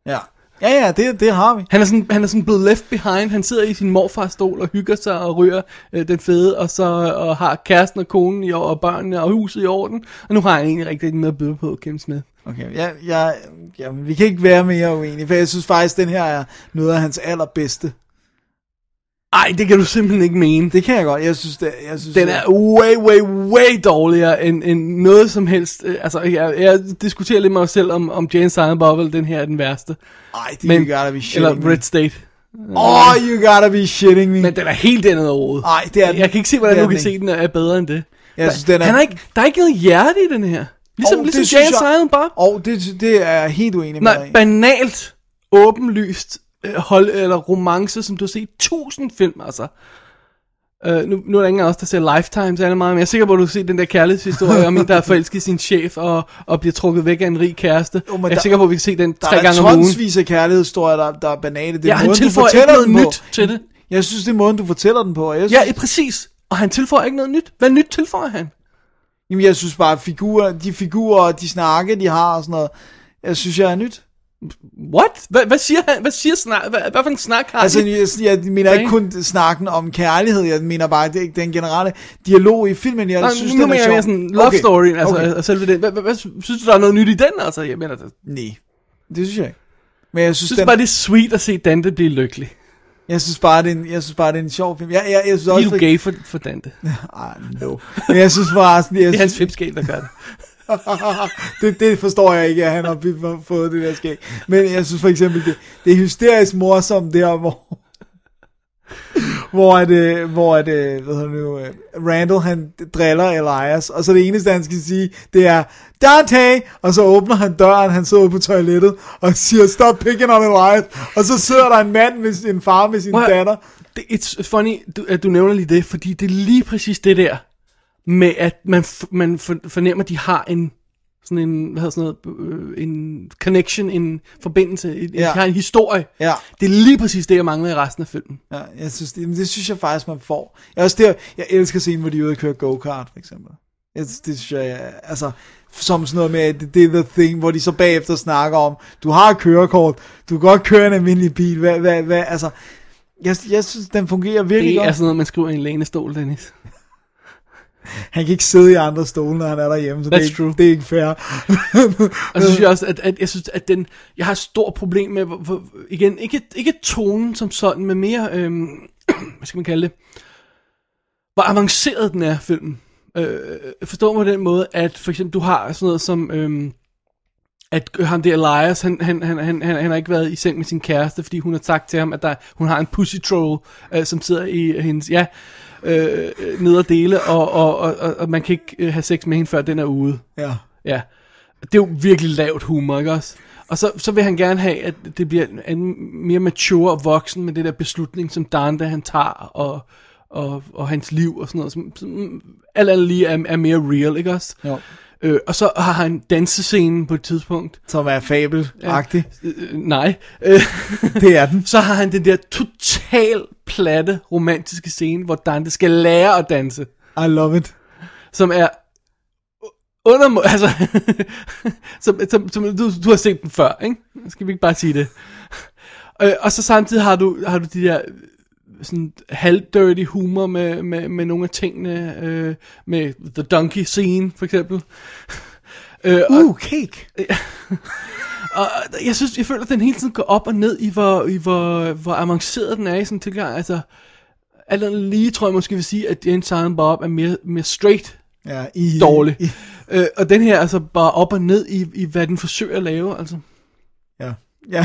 S3: Ja. Ja, ja, det, det har vi.
S4: Han er, sådan, han er sådan blevet left behind. Han sidder i sin morfars stol og hygger sig og ryger øh, den fede, og så og har kæresten og konen i, or- og børnene og huset i orden. Og nu har han egentlig rigtig ikke noget at byde på, Kim Smith.
S3: Okay, jeg, jeg, jamen, vi kan ikke være mere uenige, for jeg synes faktisk, den her er noget af hans allerbedste.
S4: Ej, det kan du simpelthen ikke mene.
S3: Det kan jeg godt. Jeg synes, det, jeg synes
S4: Den
S3: det-
S4: er way, way, way dårligere end, end noget som helst. Øh, Altså, jeg, jeg diskuterer lidt med mig selv, om, om Jane Silent Bob, den her er den værste.
S3: Ej, det you gotta be shitting
S4: Eller
S3: me.
S4: Red State.
S3: Oh, you gotta be shitting me.
S4: Men den er helt andet overhovedet.
S3: Nej, det er den.
S4: Jeg kan ikke se, hvordan
S3: Det er
S4: du kan
S3: den
S4: se,
S3: ikke.
S4: den er bedre end det.
S3: Jeg
S4: Der-
S3: synes, den er-
S4: Han er ikke, der er ikke noget hjerte i den her. Ligesom,
S3: Og
S4: ligesom
S3: det
S4: Jane
S3: synes jeg-
S4: Silent Bob.
S3: Og det, det er jeg helt uenig med dig
S4: Nej,
S3: i.
S4: banalt, åbenlyst øh, hold, eller romance, som du har set i tusind film, altså. Uh, nu, nu er der ingen af os, der ser Lifetime særlig meget, men jeg er sikker på, at du har set den der kærlighedshistorie om en, der har forelsket sin chef og, og bliver trukket væk af en rig kæreste.
S3: Jo,
S4: Jo,
S3: men
S4: jeg er
S3: der-
S4: sikker på, at vi kan se den
S3: Der
S4: tre
S3: er
S4: gange om ugen.
S3: tonsvis af kærlighedshistorier, der, der er banale. Det er
S4: Ja, han
S3: måden, du
S4: tilføjer
S3: fortæller
S4: ikke
S3: den
S4: noget
S3: på.
S4: nyt til det.
S3: Jeg synes, det er måden, du fortæller den på. og Jeg synes,
S4: Ja, ja, præcis. Og han tilføjer ikke noget nyt. Hvad nyt tilføjer han?
S3: Jamen, jeg synes bare, at figurer, de figurer og de snakke, de har og sådan noget, jeg synes, jeg er nyt.
S4: What? Hvad, hvad siger han? Hvad siger snak? Hvad, hvad for en snak har
S3: Altså,
S4: de?
S3: jeg, jeg mener ikke kun snakken om kærlighed, jeg mener bare det, er ikke den generelle dialog i filmen, jeg
S4: Nej,
S3: synes,
S4: nu
S3: den er
S4: mener jeg
S3: sjov.
S4: mere sådan love
S3: Okay,
S4: story, altså,
S3: okay.
S4: og selve den. Hvad, hvad, hvad, synes du, der er noget nyt i den, altså? Jeg mener, det,
S3: Nej, det synes jeg ikke. Men jeg synes,
S4: synes, synes
S3: den-
S4: bare, det er sweet at se Dante blive lykkelig.
S3: Jeg synes bare, det er en, jeg synes bare, det er en sjov film. Jeg, jeg, jeg synes også,
S4: Lige du gay for, for Dante.
S3: Ej, Ah, no. Men jeg synes bare, sådan, jeg
S4: Det er
S3: synes,
S4: hans fipskab, der gør det.
S3: det, det forstår jeg ikke, at han har bi- fået det der skæg. Men jeg synes for eksempel, det, det er hysterisk morsomt der, hvor... Hvor er det, hvor er det, hvad hedder det nu, øh, Randall han driller Elias, og så det eneste han skal sige, det er, Dante, og så åbner han døren, han sidder ude på toilettet, og siger, stop picking on Elias, og så sidder der en mand med sin far med sin
S4: Prøv at-
S3: datter.
S4: Det, it's funny, du, at du nævner lige det, fordi det er lige præcis det der, med at man, f- man for, fornemmer, at de har en sådan en, hvad hedder sådan noget, øh, en connection, en forbindelse, en,
S3: Ja.
S4: de har en historie.
S3: Ja.
S4: Det er lige præcis det, jeg mangler i resten af filmen.
S3: Ja, jeg synes, det, men det synes jeg faktisk, man får. Jeg, også der, jeg elsker scenen, hvor de er ude og køre go-kart, for eksempel. Jeg, synes- det synes jeg, ja, altså, som sådan noget med, at det, det er the thing, hvor de så bagefter snakker om, du har et kørekort, du kan godt køre en almindelig bil, hvad, hvad, hvad, altså, Jeg, jeg synes, den fungerer virkelig
S4: Det
S3: godt.
S4: er sådan noget, man skriver i en lænestol, Dennis.
S3: Han kan ikke sidde i andre stole, når han er derhjemme, så det er,
S4: That's
S3: ikke, det er ikke fair.
S4: Og så synes jeg også, at, at jeg synes, at den, jeg har et stort problem med, hvor, hvor, igen, ikke, ikke tonen som sådan, men mere, øhm, hvad skal man kalde det, hvor avanceret den er, filmen. Øh, forstår man på den måde, at for eksempel du har sådan noget som, øhm, at ham der Elias, han, han, han, han, han, han har ikke været i seng med sin kæreste, fordi hun har sagt til ham, at der, hun har en pussy troll, øh, som sidder i hendes, ja, øh, nederdele, og, og, og, og, og man kan ikke øh, have sex med hende, før den er ude.
S3: Ja.
S4: Ja. Det er jo virkelig lavt humor, ikke også? Og så, så vil han gerne have, at det bliver en, en mere mature og voksen med det der beslutning, som Danda han tager, og, og, og hans liv og sådan noget. Som, som, alt andet lige er, er mere real, ikke også?
S3: Jo.
S4: Øh, og så har han dansescenen på et tidspunkt.
S3: Som er fabelagtig.
S4: Ja, øh, nej. Øh,
S3: det er den.
S4: Så har han den der total platte romantiske scene, hvor Dante skal lære at danse.
S3: I love it.
S4: Som er under... Altså, som, som, som, du, du har set den før, ikke? Skal vi ikke bare sige det? Øh, og så samtidig har du, har du de der øh, sådan halvdirty humor med, med, med nogle af tingene, øh, med The Donkey Scene, for eksempel. Øh, uh, og,
S3: cake!
S4: og jeg synes, jeg føler, at den hele tiden går op og ned i, hvor, i hvor, hvor avanceret den er i sådan en tilgang. Altså, alt andet lige tror jeg måske vil sige, at Jane Silent Bob er mere, mere straight
S3: ja, i,
S4: dårlig. I, øh, og den her er altså bare op og ned i, i hvad den forsøger at lave, altså.
S3: Ja. Ja.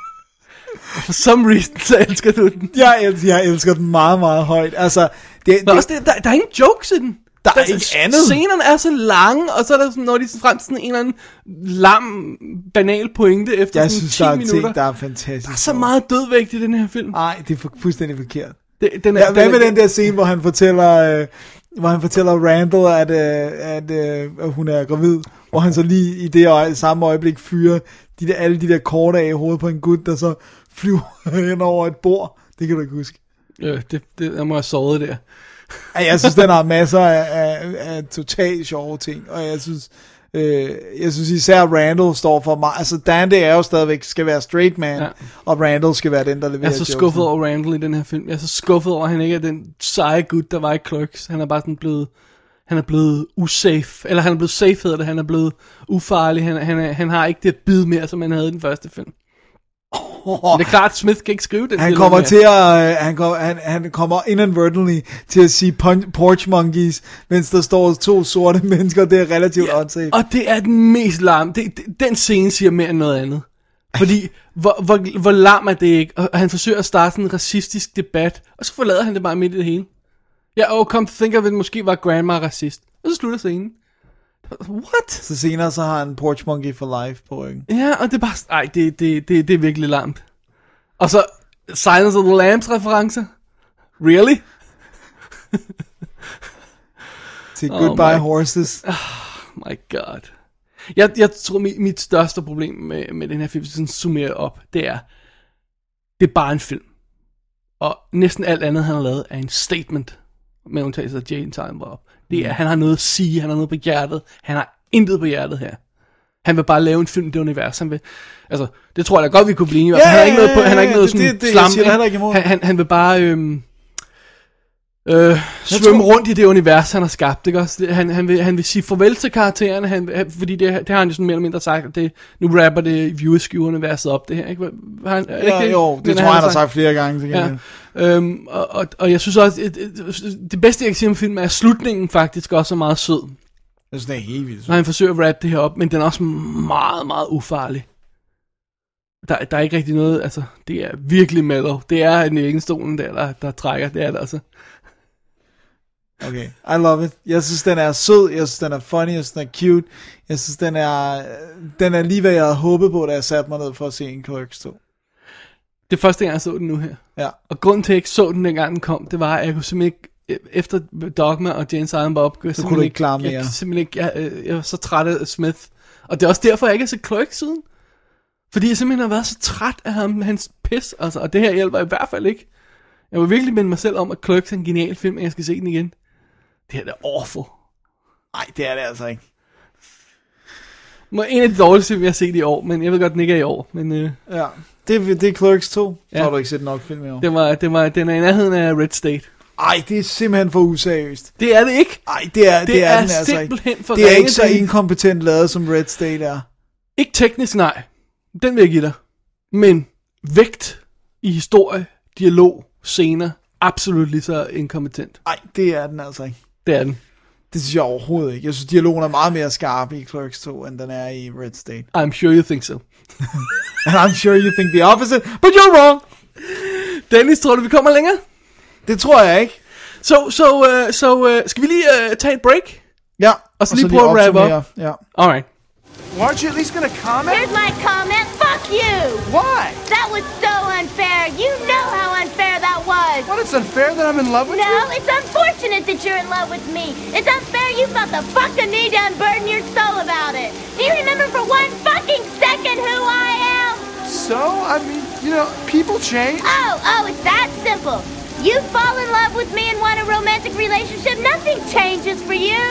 S4: For some reason, så elsker du den.
S3: Jeg elsker, jeg elsker den meget, meget højt. Altså, det,
S4: Men også det, der, der er ingen jokes i den.
S3: Der er ikke andet.
S4: Scenerne er så lange, og så er der sådan, når de sådan frem til sådan en eller anden lam, banal pointe efter
S3: jeg
S4: sådan
S3: synes,
S4: 10
S3: der er
S4: minutter.
S3: ting, der er fantastisk. Der er
S4: så meget dødvægt i den her film.
S3: Nej, det er fu- fuldstændig forkert.
S4: Det, den er,
S3: Ja, hvad
S4: den er,
S3: med den der scene, hvor han fortæller, øh, hvor han fortæller Randall, at, øh, at, øh, at hun er gravid, hvor han så lige i det øje, samme øjeblik fyrer de der, alle de der kort af i hovedet på en gut, der så flyver hen over et bord. Det kan du ikke huske.
S4: Øh, det, det, der må jeg sove der.
S3: Ej, Jeg synes, den har masser af, af, af totalt sjove ting, og jeg synes, øh, jeg synes især Randall står for mig. Altså Dante er jo stadigvæk, skal være straight man, ja.
S4: Ja.
S3: og Randall skal være den, der leverer
S4: Jeg er så
S3: jokesen.
S4: skuffet over Randall i den her film. Jeg er så skuffet over, at han ikke er den seje gut, der var i Clerks. Han er bare sådan blevet... Han er blevet usafe. Eller han er blevet safe, hedder det. Han er blevet ufarlig. Han, han, er, han har ikke det bid mere, som han havde i den første film. Oh, det er klart, at Smith kan ikke skrive den
S3: Han
S4: dialog
S3: kommer
S4: mere.
S3: til at, øh, han, kom, han, han kommer inadvertently til at sige pon- porch monkeys, mens der står to sorte mennesker, det er relativt yeah. åndssigt.
S4: Og det er den mest larm. Det, det, den scene siger mere end noget andet. Fordi, hvor, hvor, hvor larm er det ikke? Og han forsøger at starte sådan en racistisk debat, og så forlader han det bare midt i det hele. Ja, og kom think of it, måske var grandma racist. Og så slutter scenen. What?
S3: Så senere så har han porch monkey for life på ryggen.
S4: Ja, og det er bare... Ej, det, det, det, det er virkelig larmt. Og så Silence of the Lambs reference. Really?
S3: Til
S4: Oh
S3: Goodbye
S4: my-
S3: Horses.
S4: My god. Jeg, jeg tror, mit, mit største problem med, med den her film, hvis jeg sådan summerer op, det er, det er bare en film. Og næsten alt andet, han har lavet, er en statement, med undtagelse af Jane Time Bob. Det er,
S18: Mm.
S4: han har noget at sige, han har noget på hjertet, han har intet på hjertet her. Han vil bare lave en film i det univers, han vil. Altså, det tror jeg da godt, vi kunne blive enige om.
S3: Ja,
S4: han har ikke
S3: ja,
S4: noget, på,
S3: ja,
S4: han har ikke
S3: ja,
S4: noget
S3: det-
S4: sådan
S3: det- det- jeg
S4: slam,
S3: siger dig heller ikke imod.
S4: han, han, han vil bare... Øhm, Øh, svømme
S3: tror-
S4: rundt i det univers, han har skabt, ikke også? Det- Han, han, vil, han vil sige farvel til karaktererne, han, han, fordi det, det har han jo sådan mere eller mindre sagt, at det, nu rapper det viewerskew-universet op, det her, ikke? Hvad- Har han, er
S3: Ja,
S4: ikke det,
S3: jo, det
S4: mener
S3: tror jeg, han har sagt flere gange til
S4: Ja.
S3: gengæld.
S4: Øhm, og, og, og jeg synes også, at, at det bedste, jeg kan sige om filmen, er, at slutningen faktisk også er meget sød.
S3: Jeg synes, det er helt vildt.
S4: Når han forsøger at rappe det her op, men den er også meget, meget ufarlig. Der, der er ikke rigtig noget, altså, det er virkelig mellow. Det er en æggenstolen der, der, der trækker, det er det altså.
S3: Okay, I love it. Jeg synes, den er sød, jeg synes, den er funny, jeg synes, den er cute. Jeg synes, den er, øh, den er lige, hvad jeg havde håbet på, da jeg satte mig ned for at se en Clerks 2.
S4: Det er første gang, jeg så den nu her.
S3: Ja.
S4: Og grunden til, at jeg ikke så den, dengang den kom, det var, at jeg kunne simpelthen ikke, øh, efter Dogma og Jane Silent Bob, kunne jeg
S3: Så kunne du
S4: simpelthen
S3: ikke klare
S4: Jeg,
S3: mere.
S4: kunne simpelthen ikke, jeg, øh, jeg var så træt af Smith. Og det er også derfor, jeg ikke er så klog siden. Fordi jeg simpelthen har været så træt af ham, hans pis, altså, og det her hjælper i hvert fald ikke. Jeg må virkelig minde mig selv om, at Clerks er en genial film, og jeg skal se den igen. Det her det er awful.
S3: Nej, det er det altså ikke.
S4: Må en af de dårligste film, jeg har set i år, men jeg ved godt, den ikke er i år. Men, øh,
S3: Ja, Det, det er Clerks 2. Ja. Så
S4: Ja.
S3: har du ikke set nok film i år.
S4: Den, var, den, var, den er i nærheden af Red State.
S3: Ej, det er simpelthen for useriøst.
S4: Det er det ikke.
S3: Nej, det er, det,
S4: Det
S3: det er,
S4: er
S3: den altså
S4: simpelthen
S3: ikke.
S4: for
S3: Det er
S4: ringe
S3: ikke så
S4: til-
S3: inkompetent lavet, som Red State er.
S4: Ikke teknisk, nej. Den vil jeg give dig. Men vægt i historie, dialog, scener, absolut lige så inkompetent.
S3: Nej, det er den altså ikke.
S4: Det er den.
S3: Det synes jeg overhovedet ikke. Jeg synes, dialogen er meget mere skarp i Clerks 2, end den er i Red State.
S4: I'm sure you think so.
S3: And I'm sure you think the opposite, but you're wrong.
S4: Dennis, tror du, vi kommer længere?
S3: Det tror jeg ikke.
S4: Så, så, øh, så øh, skal vi lige øh, tage et break?
S3: Ja.
S4: Og så lige prøve at wrap
S3: opsummere.
S4: up.
S3: Ja.
S4: Alright.
S1: Aren't you at least gonna comment? Here's my comment. Fuck you! Why? That was so unfair. You know how unfair that was. What? It's unfair that I'm in love
S21: with
S1: no,
S21: you?
S1: No, it's unfortunate that you're in love with me. It's unfair you felt the fucking need to unburden your soul about it. Do you remember for one fucking second who I am?
S22: So, I mean, you know, people change.
S1: Oh, oh, it's that simple. You fall in love with me and want a romantic relationship, nothing changes for you.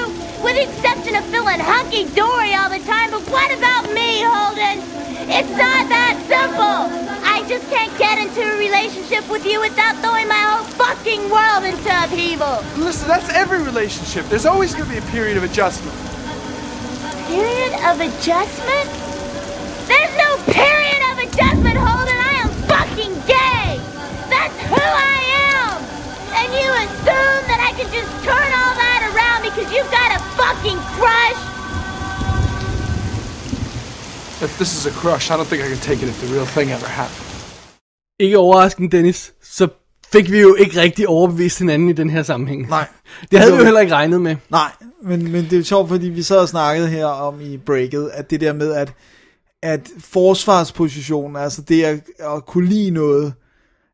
S1: With the exception of feeling hunky-dory all the time, but what about me, Holden? It's not that simple. I just can't get into a relationship with you without throwing my whole fucking world into upheaval.
S22: Listen, that's every relationship. There's always going to be a period of adjustment.
S1: Period of adjustment? There's no period of adjustment, Holden. I am fucking gay. That's who I am. And you assume that I can just turn all that around because you've got a fucking crush?
S22: If this is a crush, I don't think I can take it if the real thing ever happened.
S4: Ikke overraskende, Dennis, så fik vi jo ikke rigtig overbevist hinanden i den her sammenhæng.
S3: Nej.
S4: Det havde
S3: Det var-
S4: vi jo heller ikke regnet med.
S3: Nej, men, men det er jo sjovt, fordi vi sad og snakkede her om i breaket, at det der med, at, at forsvarspositionen, altså det at, at kunne lide noget,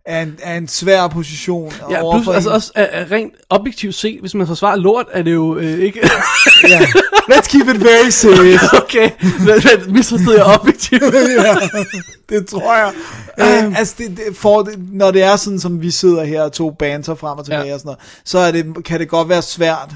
S3: er en, er en svær position.
S4: Ja,
S3: overfor
S4: plus, altså
S3: en.
S4: også er, er rent objektivt set, hvis man forsvarer lort, er det jo øh, ikke...
S3: ja. Let's keep it very serious.
S4: okay, men- men misforstod jeg objektivt.
S3: ja, det tror jeg. Øh, altså, det, det, for, det- når det er sådan, som vi sidder her og to banter frem og tilbage ja. og sådan noget, så er det, kan det godt være svært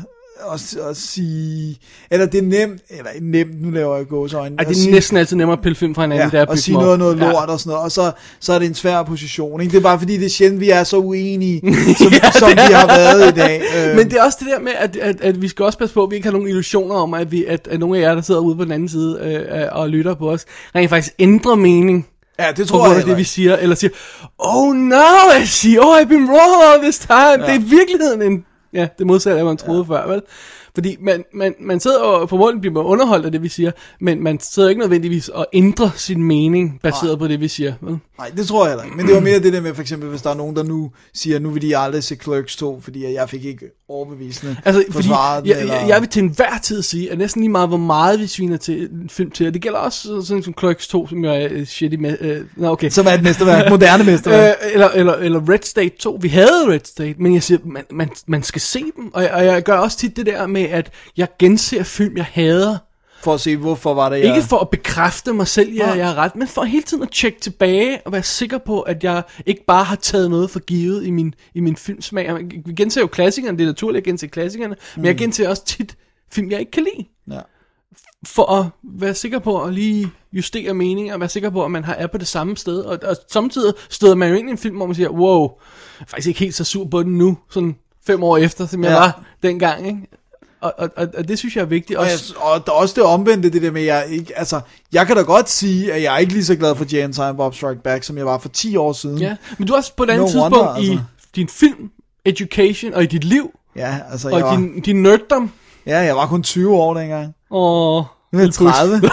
S3: at, at sige, eller det er nemt, eller nemt, nu laver jeg gåseøjne.
S4: Ej,
S3: at
S4: det er
S3: sige-
S4: næsten altid nemmere at pille film fra hinanden,
S3: Ja,
S4: der er at
S3: og
S4: bygge
S3: sige
S4: dem op.
S3: noget, noget
S4: Ja.
S3: lort og sådan noget, og så, så er det en svær position. Ikke? Det er bare fordi, det er sjældent, vi er så uenige, som, ja, som
S4: det
S3: vi
S4: er.
S3: har været i dag. Øh,
S4: Men det er også det der med, at, at, at vi skal også passe på, at vi ikke har nogen illusioner om, at, vi, at, at nogle af jer, der sidder ude på den anden side øh, og lytter på os, rent faktisk ændrer mening.
S3: Ja, det
S4: på
S3: tror
S4: grund
S3: jeg
S4: af
S3: heller
S4: det, vi siger. Eller siger, oh no, I see, oh, I've been wrong all this time. Ja. Det er i virkeligheden en, ja, det modsatte af, hvad man troede ja. før, vel? Fordi man, man, man sidder og formodentlig bliver man underholdt af det, vi siger, men man sidder ikke nødvendigvis og ændrer sin mening baseret
S3: Nej.
S4: på det, vi siger. Vel?
S3: Nej, det tror jeg heller ikke. Men det var mere det der med, for eksempel, hvis der er nogen, der nu siger, nu vil de aldrig se Clerks 2, fordi jeg fik ikke overbevisende
S4: Altså, fordi
S3: forsvaret den,
S4: jeg,
S3: eller...
S4: jeg, jeg vil til enhver tid sige, at næsten lige meget, hvor meget vi sviner til en film til, og det gælder også sådan- sådan som Clerks 2, som jeg er øh, shitty med. Øh, nå, okay.
S3: Som er et mesterværk, moderne mesterværk.
S4: Øh, eller, eller, eller Red State 2. Vi havde Red State, men jeg siger, man, man, man skal se dem, og jeg, og jeg gør også tit det der med, at jeg genser film, jeg hader.
S3: For at se, hvorfor var det, jeg...
S4: Ikke for at bekræfte mig selv, at jeg,
S3: Nej.
S4: jeg er ret, men for hele tiden at tjekke tilbage og være sikker på, at jeg ikke bare har taget noget for givet i min, i min filmsmag. Og Vi genser jo klassikerne, det er naturligt at gense klassikerne, mm. men jeg
S3: Mm.
S4: genser også tit film, jeg ikke kan lide.
S3: Ja.
S4: For at være sikker på at lige justere meninger, og være sikker på, at man har- er på det samme sted. Og, og samtidig støder man jo ind i en film, hvor man siger, wow, jeg er faktisk ikke helt så sur på den nu, sådan fem år efter, som jeg
S3: Ja.
S4: var dengang, ikke? Og, og, og, og det synes jeg er vigtigt.
S3: Og, jeg, og der er også det omvendte, det der med, at jeg ikke, altså, jeg kan da godt sige, at jeg er ikke lige så glad for Jane Time Bob Strike Back, som jeg var for 10 år siden.
S4: Ja, men du er også på et andet
S3: No
S4: no tidspunkt
S3: wonder,
S4: wonder, i
S3: altså.
S4: din film, education og i dit liv.
S3: Ja, altså,
S4: og
S3: jeg
S4: i
S3: var-
S4: din, din nerddom.
S3: Ja, jeg var kun 20 år dengang.
S4: Og...
S3: Nu er jeg 30. Tænk,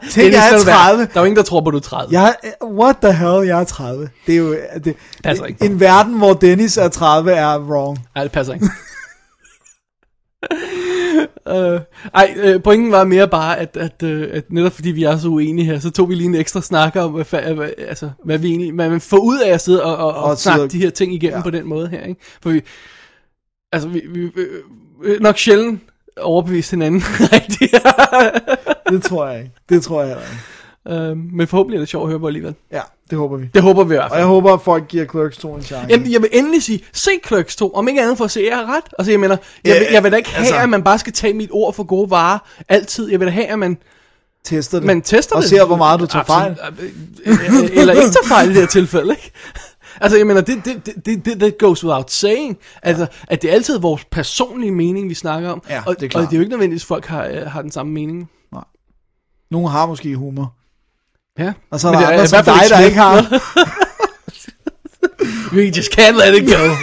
S4: Dennis,
S3: jeg
S4: lad
S3: er
S4: du være.
S3: 30.
S4: Der er jo ingen, der tror på, du er 30.
S3: Jeg, er- what the hell, jeg er 30. Det er jo det, det,
S4: Passer altså ikke.
S3: en verden, hvor Dennis er 30, er wrong.
S4: Nej, det passer ikke. Øh, ej, øh, pointen var mere bare, at, at, øh, at netop fordi vi er så uenige her, så tog vi lige en ekstra snak om, hvad, fa- hvad, altså, hvad vi egentlig, hvad man får ud af at sidde og, og, og,
S3: Og
S4: og snakke
S3: sidde-
S4: de her ting igennem ja. på den måde her. Ikke? For vi, altså, vi, vi øh, øh, nok sjældent overbevist hinanden rigtigt.
S3: det tror jeg ikke. Det tror jeg ikke.
S4: Øh, men forhåbentlig er det sjovt at høre på alligevel.
S3: Ja, det håber vi.
S4: Det håber vi i hvert
S3: Og jeg håber, at folk giver Clerks 2 en chance.
S4: Jamen, jeg vil endelig sige, se Clerks 2, om ikke andet for at se, at jeg har ret. Altså, jeg mener, jeg,
S3: Ja,
S4: vil, jeg vil da ikke have,
S3: altså-
S4: at man bare skal tage mit ord for gode varer altid. Jeg vil da have, at man
S3: tester det.
S4: Man tester
S3: og
S4: det.
S3: ser, hvor meget du tager fejl.
S4: Absolut. Eller ikke tager fejl i det her tilfælde, ikke? Altså, jeg mener, det, det, det, det, det that goes without saying. Altså, at det er altid vores personlige mening, vi snakker om.
S3: Ja,
S4: og,
S3: det er klart.
S4: og det er jo ikke nødvendigvis, at folk har, øh, har den samme mening.
S3: Nej. Nogle har måske humor.
S4: Ja.
S3: Og så er
S4: Men
S3: der
S4: det er
S3: andre
S4: i
S3: som
S4: hvert fald
S3: dig,
S4: ikke
S3: der ikke har.
S4: We just can't let it go.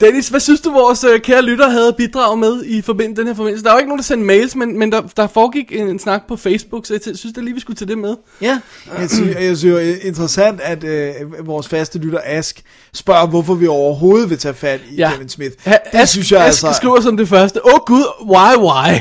S4: Dennis, hvad synes du, vores øh, kære lytter havde bidrag med i forbind- den her forbindelse? Der er jo ikke nogen, der sendte mails, men, men der, der foregik en, en snak på Facebook, så jeg t- synes da lige, vi skulle tage det med.
S3: Ja. Jeg synes, jeg synes jo, det er interessant, at øh, vores faste lytter Ask spørger, hvorfor vi overhovedet vil tage fat i ja. Kevin Smith.
S4: Ha-
S3: det
S4: Ask,
S3: synes jeg
S4: Ask
S3: altså...
S4: skriver som det første, åh oh, gud, why, why?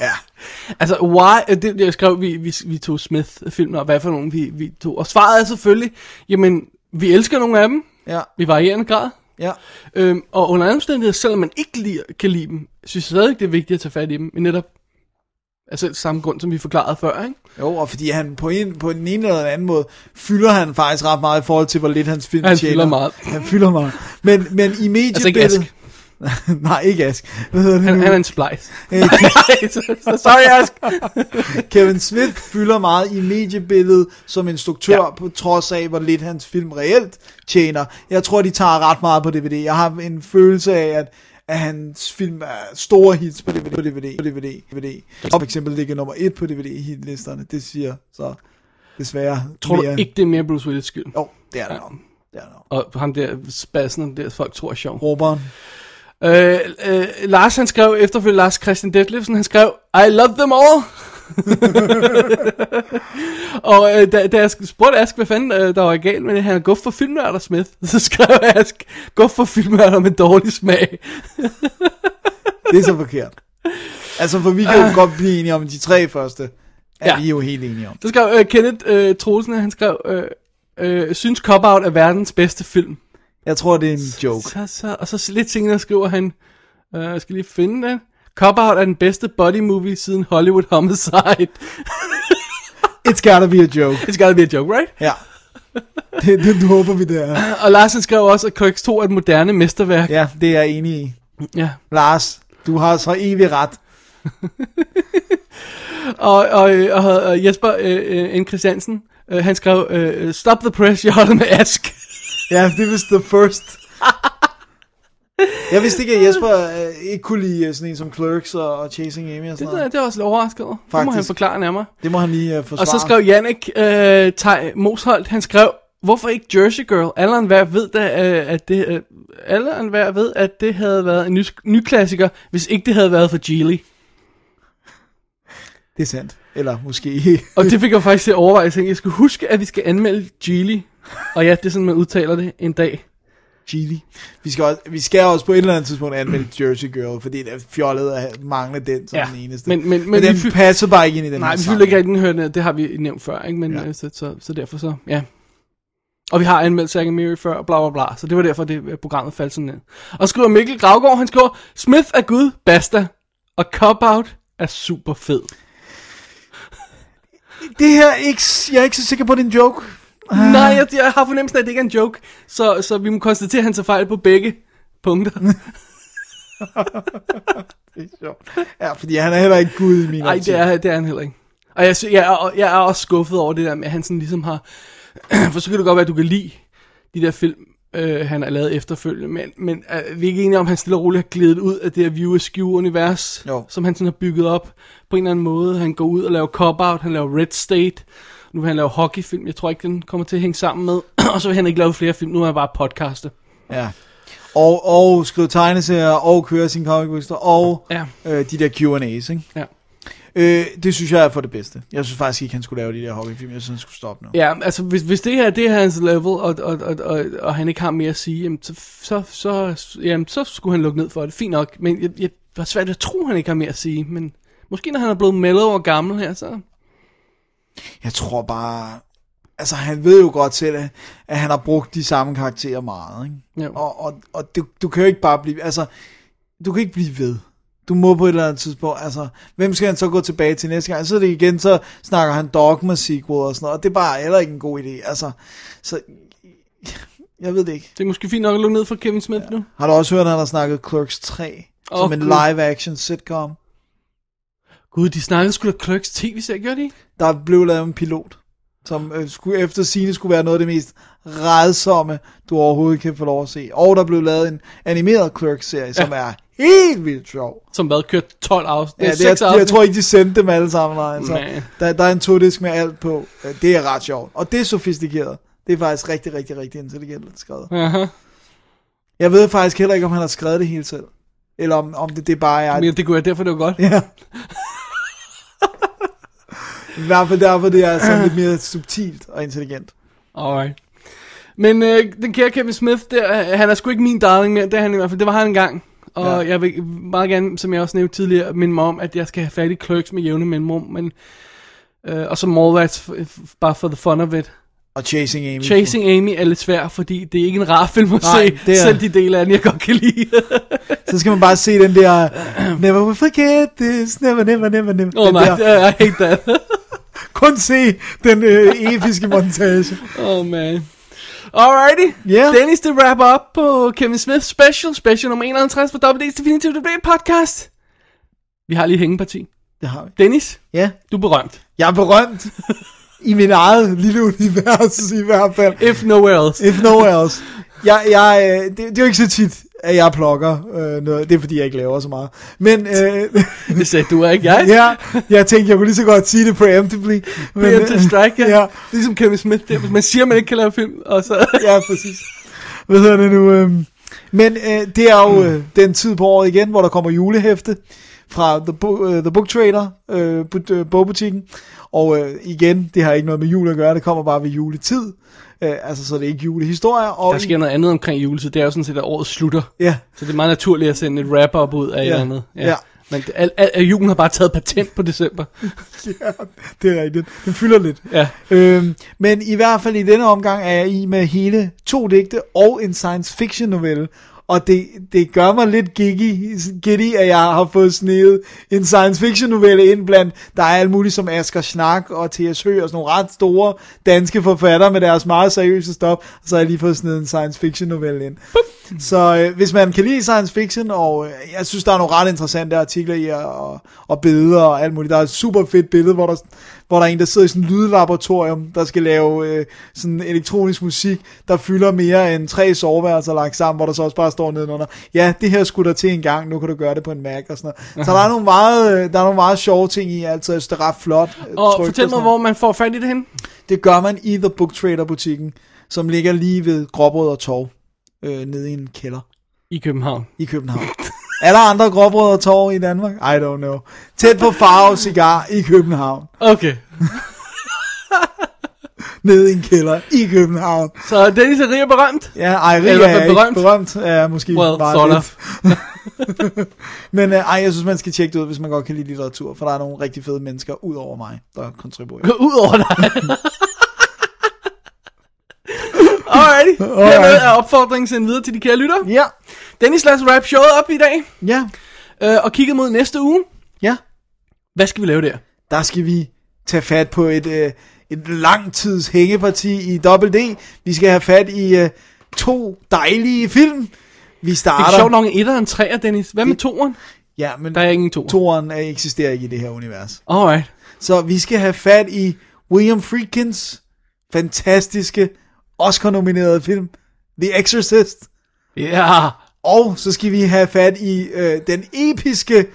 S3: Ja.
S4: altså, why, øh, det, jeg skrev, vi, vi, vi tog Smith-filmer, og hvad for nogle vi, vi tog. Og svaret er selvfølgelig, jamen, vi elsker nogle af dem.
S3: Ja.
S4: I varierende grad.
S3: Ja.
S4: Øhm, og under andre omstændigheder, selvom man ikke lige kan lide dem, synes jeg stadig, det er vigtigt at tage fat i dem. Men netop Altså samme grund, som vi forklarede før, ikke?
S3: Jo, og fordi han på, en, på den ene eller den anden måde, fylder han faktisk ret meget i forhold til, hvor lidt hans film
S4: Han
S3: tjener.
S4: fylder meget.
S3: Han fylder meget. Men, men i mediebilledet...
S4: Altså ikke Ask.
S3: Nej, ikke Ask. Hvad hedder det
S4: Han-
S3: nu?
S4: han er en splice.
S3: Øh,
S4: Sorry, Ask.
S3: Kevin Smith fylder meget i mediebilledet som instruktør, ja. på trods af, hvor lidt hans film reelt tjener. Jeg tror, de tager ret meget på DVD. Jeg har en følelse af, at at hans film er store hits på DVD, på DVD, på DVD, DVD. Og for eksempel ligger nummer et på DVD-hitlisterne, det siger så desværre
S4: Tror du
S3: mere.
S4: ikke, det er mere Bruce Willis skyld?
S3: Jo, det er det nok.
S4: Og ham der spassen, der folk tror er sjov.
S3: Råberen.
S4: Øh, øh, Lars, han skrev efterfølgende, Lars Christian Detlefsen, han skrev, I love them all. og øh, da, da jeg spurgte Ask, hvad fanden øh, der var galt med det, han er guf for filmnørder, Smith. Så skrev Ask, guf for filmnørder med dårlig smag.
S3: Det er så forkert. Altså, for vi kan jo godt blive enige om at de tre første, er
S4: Ja.
S3: ja. vi jo helt enige om.
S4: Så skrev øh, Kenneth øh, Troelsen, han skrev, øh, øh, synes Cop Out er verdens bedste film.
S3: Jeg tror, det er en joke.
S4: Så, så, og så lidt senere skriver han, øh, jeg skal lige finde den. Cop Out er den bedste body movie siden Hollywood Homicide.
S3: It's gotta be a joke.
S4: It's gotta be a joke, right?
S3: Ja. Det, det håber vi, det er.
S4: Og Larsen skrev også, at KX2 er et moderne mesterværk.
S3: Ja, det er jeg enig i.
S4: Ja.
S3: Lars, du har så evig ret.
S4: Og, og, øh, og, og Jesper øh, øh, N. Christiansen, øh, han skrev, øh, Stop the press, jeg holder med Ask.
S3: Ja, det var the first. Jeg vidste ikke, at Jesper øh, ikke kunne lide øh, sådan en som Clerks og, og Chasing Amy og sådan
S4: Det,
S3: noget.
S4: det, det er også lidt overrasket over. Det må
S3: Faktisk.
S4: han forklare nærmere.
S3: Det må han lige øh,
S4: Og
S3: forsvare.
S4: så skrev Jannik øh, Tej Mosholdt, han skrev, hvorfor ikke Jersey Girl? Alle og enhver ved, da, øh, at det, øh, alle og enhver ved, at det havde været en ny, ny klassiker, hvis ikke det havde været for Geely.
S3: Det er sandt. Eller måske ikke.
S4: Og det fik jeg faktisk til at overveje. Jeg tænkte, jeg skulle huske, at vi skal anmelde Geely. Og ja, det er sådan, man udtaler det en dag.
S3: Geely. Vi skal, også, vi skal også på et eller andet tidspunkt anmelde Jersey Girl, fordi det er fjollet at have- mangle den som
S4: Ja,
S3: den eneste.
S4: men- men-
S3: men,
S4: men
S3: men den
S4: vi fy-
S3: passer bare ikke ind i den
S4: Nej,
S3: her
S4: vi fylder ikke rigtig den hørende, det har vi nævnt før, ikke? Men, ja. så, så, så derfor så, ja. Og vi har anmeldt Zack and Mary før, og bla bla bla, så det var derfor, det øh, programmet faldt sådan ned. Og så skriver Mikkel Gravgaard, han skriver, Smith er gud, basta, og Cop Out er super fed.
S3: Det her, er ikke, jeg er ikke så sikker på, at det er en joke.
S4: Nej, jeg, jeg har fornemmelsen af, at det ikke er en joke, så, så vi må konstatere, at han tager fejl på begge punkter.
S3: Ja, fordi han er heller ikke gud i min
S4: Nej, det er, det er han heller ikke. Og jeg, sy- jeg, er, jeg er også skuffet over det der med, at han sådan ligesom har... For så kan det godt være, at du kan lide de der film, øh, han har lavet efterfølgende, men, men er vi ikke enige om, at han stille og roligt har glædet ud af det her View Askew univers, jo. som han sådan har bygget op på en eller anden måde. Han går ud og laver Cop-Out, han laver Red State, nu vil han lave hockeyfilm, jeg tror ikke, den kommer til at hænge sammen med. og så vil han ikke lave flere film, nu er han bare podcaster.
S3: Ja. Og, og skrive tegneserier, og køre sine comic books, og
S4: ja.
S3: øh, de der Q&A's, ikke?
S4: Ja.
S3: Øh, det synes jeg er for det bedste. Jeg synes faktisk ikke, han skulle lave de der hockeyfilm. Jeg synes, han skulle stoppe nu.
S4: Ja, altså hvis, hvis det her det er hans level, og, og, og, og, og han ikke har mere at sige, jamen, så, så, så, jamen, så skulle han lukke ned for det. Fint nok, men jeg, jeg var svært ved at tro, han ikke har mere at sige. Men måske når han er blevet mellow og gammel her, så...
S3: Jeg tror bare... Altså, han ved jo godt selv, at- at han har brugt de samme karakterer meget, ikke?
S4: Jo.
S3: Og, og, og du, du kan jo ikke bare blive... Altså, du kan ikke blive ved. Du må på et eller andet tidspunkt, altså, hvem skal han så gå tilbage til næste gang? Altså, Så er det igen, så snakker han dogma sequel og sådan noget, og det er bare heller ikke en god idé, altså, så, jeg ved det ikke.
S4: Det er måske fint nok at lukke ned for Kevin Smith ja. nu.
S3: Har du også hørt, at han har snakket Clerks 3? Oh,
S4: Åh,
S3: som en
S4: Gud.
S3: live-action sitcom.
S4: Gud, de snakkede sgu da Clerks tv-serie, gjorde de ikke?
S3: Der blev lavet en pilot, som øh, skulle, efter sine skulle være noget af det mest redsomme, du overhovedet kan få lov at se. Og der blev lavet en animeret Clerks-serie, som er helt vildt sjov.
S4: Som hvad, kørte 12 afsnit?
S3: Ja, det er,
S4: øh, seks
S3: jeg, jeg tror ikke, de sendte dem alle sammen. Nej. Altså,
S4: Man.
S3: der, der er en todisk med alt på. Øh, Det er ret sjovt. Og det er sofistikeret. Det er faktisk rigtig, rigtig, rigtig intelligent skrevet.
S4: Aha.
S3: Jeg ved faktisk heller ikke, om han har skrevet det hele selv. Eller om, om det, det bare er...
S4: Men det kunne være derfor, det var godt.
S3: Ja. I hvert fald derfor, det er sådan lidt mere subtilt og intelligent.
S4: Alright. Men øh, den kære Kevin Smith, der, øh, han er sgu ikke min darling mere, det er han i hvert fald, det var han engang. Og ja. jeg vil meget gerne, som jeg også nævnte tidligere, minde mig om, at jeg skal have fat i Clerks med jævne mellemrum, men, øh, og så Mallrats, f- f- bare for the fun of it.
S3: Og Chasing Amy.
S4: Chasing Amy er lidt svær, fordi det er ikke en rar film at
S3: Nej,
S4: Nej,
S3: det
S4: se,
S3: er-
S4: er... selv de dele af den, jeg godt kan lide.
S3: Så skal man bare se den der... Never will forget this, never, never, never, never.
S4: Åh oh,
S3: den
S4: nej,
S3: der,
S4: jeg hate that.
S3: kun se den øh, episke montage.
S4: Oh man. Alrighty.
S3: Yeah.
S4: Dennis, det wrap up på Kevin Smith special, special nummer 51 for WD's Definitive Debate podcast. Vi har lige et hængeparti.
S3: Det har vi.
S4: Dennis?
S3: Ja?
S4: Du er berømt.
S3: Jeg er berømt. I min eget lille univers i hvert fald.
S4: If nowhere else.
S3: If nowhere else. Jeg, jeg, øh, det, det er jo ikke så tit, at jeg plukker øh, noget. Det er fordi, jeg ikke laver så meget. Men, øh,
S4: det sagde du, ikke jeg?
S3: ja, jeg tænkte, jeg kunne lige så godt sige det preemptively. Men, øh,
S4: Men, til strike, ja.
S3: ja.
S4: Ligesom Kevin Smith, der, man siger, man ikke kan lave film, og så...
S3: ja, præcis. Hvad hedder det nu? øhm, Men øh, det er jo øh, den tid på året igen, hvor der kommer julehæfte fra The, Bo- øh, The Book Trader, øh, but, øh, bogbutikken. Og øh, igen, det har ikke noget med jul at gøre, det kommer bare ved juletid. Øh, altså, så det er ikke julehistorier. Og
S4: Der sker noget andet omkring juletid, det er jo sådan set, at året slutter.
S3: Ja.
S4: Så det er meget naturligt at sende et wrap-up ud af et
S3: Ja.
S4: eller andet.
S3: Ja.
S4: Men det- al, al, al, julen har bare taget patent på december.
S3: ja, det er rigtigt. Den fylder lidt.
S4: Ja.
S3: Øhm, men i hvert fald i denne omgang er jeg i med hele to digte og en science fiction novelle. Og det, det gør mig lidt giggy, giddy, at jeg har fået sneget en science fiction novelle ind blandt, der er alt muligt som Asger Schnack og T.S. Høgh og sådan nogle ret store danske forfattere med deres meget seriøse stof, og så har jeg lige fået snedet en science fiction novelle ind. Så øh, hvis man kan lide science fiction, og øh, jeg synes, der er nogle ret interessante artikler i, og, og, og billeder og alt muligt. Der er et super fedt billede, hvor der, hvor der er en, der sidder i sådan et lydlaboratorium, der skal lave øh, sådan elektronisk musik, der fylder mere end tre soveværelser lagt sammen, hvor der så også bare står nedenunder, ja, det her skulle der til en gang, nu kan du gøre det på en Mac og sådan noget. Så der er nogle meget, øh, der er nogle meget sjove ting i, altså jeg synes, det er ret flot. øh,
S4: Og
S3: trykt
S4: fortæl
S3: sådan
S4: mig,
S3: noget.
S4: hvor man får fat i det hen.
S3: Det gør man i The Book Trader butikken, som ligger lige ved Gråbrød og Torv, øh, nede i en kælder.
S4: I København.
S3: I København. er der andre gråbrød og tår i Danmark? I don't know. Tæt på Farve Cigar i København.
S4: Okay.
S3: Nede i en kælder i København.
S4: Så Dennis er rig og berømt.
S3: Ja, ej,
S4: Eller i
S3: Rig
S4: hvert
S3: er
S4: fald
S3: ikke berømt.
S4: berømt.
S3: berømt. Ja, måske
S4: Well,
S3: bare
S4: sort
S3: lidt.
S4: of.
S3: Men øh, ej, jeg synes, man skal tjekke det ud, hvis man godt kan lide litteratur, for der er nogle rigtig fede mennesker ud over mig, der kontribuerer.
S4: Gå ud over dig. Alrighty.
S3: Alright.
S4: Hermed er opfordringen sendt videre til de kære lytter.
S3: Ja.
S4: Dennis, lad os wrap showet op i dag.
S3: Ja.
S4: Øh, og kigge mod næste uge.
S3: Ja.
S4: Hvad skal vi lave der?
S3: Der skal vi tage fat på et, øh, et langtids hængeparti i D. Vi skal have fat i øh, to dejlige film. Vi starter...
S4: Det er sjovt nok en etter og en treer, Dennis. Hvad med toeren?
S3: Ja, men
S4: der er ingen toer.
S3: Toeren er- eksisterer ikke i det her univers.
S4: Alright.
S3: Så vi skal have fat i William Friedkins fantastiske Oscar-nominerede film, The Exorcist.
S4: Ja. Yeah.
S3: Og så skal vi have fat i øh, den episke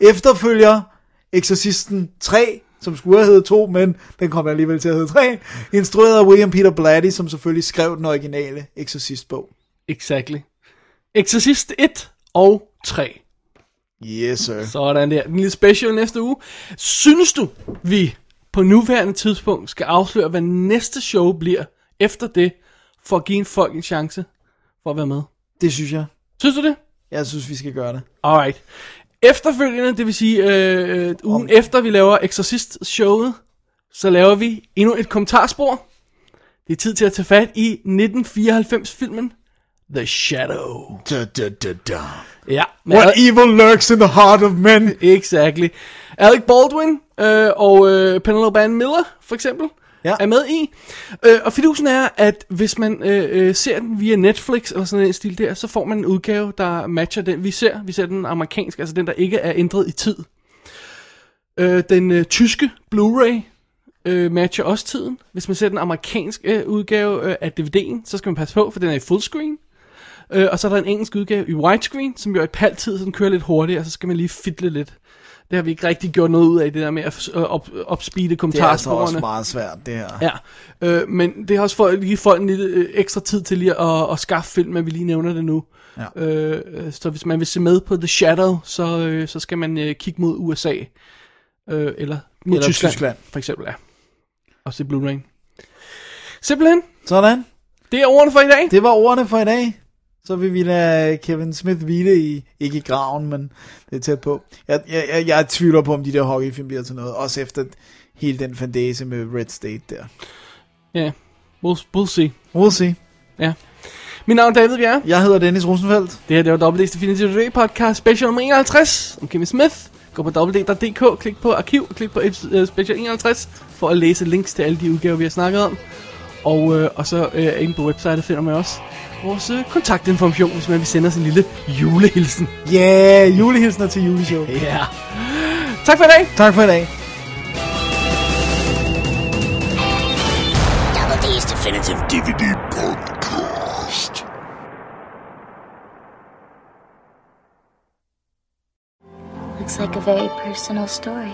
S3: efterfølger, Exorcisten 3, som skulle have heddet 2, men den kom alligevel til at hedde 3, instrueret af William Peter Blatty, som selvfølgelig skrev den originale Exorcist-bog.
S4: Exactly. Exorcist 1 og 3.
S3: Yes, sir.
S4: Sådan der. En lille special næste uge. Synes du, vi på nuværende tidspunkt skal afsløre, hvad næste show bliver efter det, for at give en folk en chance for at være med?
S3: Det synes jeg.
S4: Synes du det?
S3: Jeg synes, vi skal gøre det.
S4: Alright. Efterfølgende, det vil sige øh, øh, ugen Om. efter vi laver Exorcist-showet, så laver vi endnu et kommentarspor. Det er tid til at tage fat i 1994-filmen The Shadow.
S3: Da, da, da, da.
S4: Ja.
S3: What evil lurks in the heart of men?
S4: Exactly. Alec Baldwin øh, og øh, Penelope Ann Miller, for eksempel,
S3: ja.
S4: er med i. Øh, og fidusen er, at hvis man øh, øh, ser den via Netflix eller sådan en stil der, så får man en udgave, der matcher den, vi ser. Vi ser den amerikanske, altså den, der ikke er ændret i tid. Øh, den øh, tyske Blu-ray øh, matcher også tiden. Hvis man ser den amerikanske øh, udgave øh, af DVD'en, så skal man passe på, for den er i fullscreen. Øh, og så er der en engelsk udgave i widescreen, som jo er i halv tid, så den kører lidt hurtigere, og så skal man lige fidle lidt. Det har vi ikke rigtig gjort noget ud af, det der med at øh, op, opspeede
S3: Det er altså
S4: kommentarsporene.
S3: også meget svært, det her.
S4: Ja, øh, men det har også for at give folk en lille øh, ekstra tid til lige at, at skaffe film, at vi lige nævner det nu.
S3: Ja.
S4: Øh, øh, så hvis man vil se med på The Shadow, så, øh, så skal man øh, kigge mod USA, øh, eller mod
S3: Eller
S4: Tyskland,
S3: Tyskland.
S4: for eksempel. Ja. Og se Blue Rain. Simpelthen.
S3: Sådan.
S4: Det er ordene for i dag.
S3: Det var ordene for i dag. Så vil vi lade Kevin Smith hvile i, ikke i graven, men det er tæt på. Jeg, jeg, jeg, jeg tvivler på, om de der hockeyfilm bliver til noget, også efter hele den fandese med Red State der.
S4: Ja, we'll, we'll see.
S3: We'll see.
S4: Ja. Mit navn er David Bjerre.
S3: Jeg hedder Dennis Rosenfeldt.
S4: Det her det var Dobbelt Definitive Ray Podcast Special nummer 51 om Kimmy Smith. Gå på www.dk, klik på arkiv, klik på øh, Special 51 for at læse links til alle de udgaver, vi har snakket om. Og, øh, og så øh, inde på websitet finder man også vores øh, kontaktinformation, hvis man vil sende os en lille julehilsen.
S3: Ja, yeah, julehilsen er til juleshow.
S4: Ja. Yeah. Tak for i dag.
S3: Tak for i dag.
S2: Double D's Definitive DVD Podcast.
S11: Looks like a very personal story.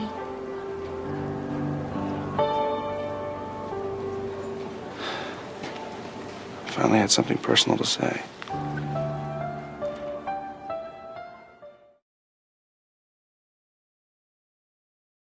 S7: Finally had something personal to say.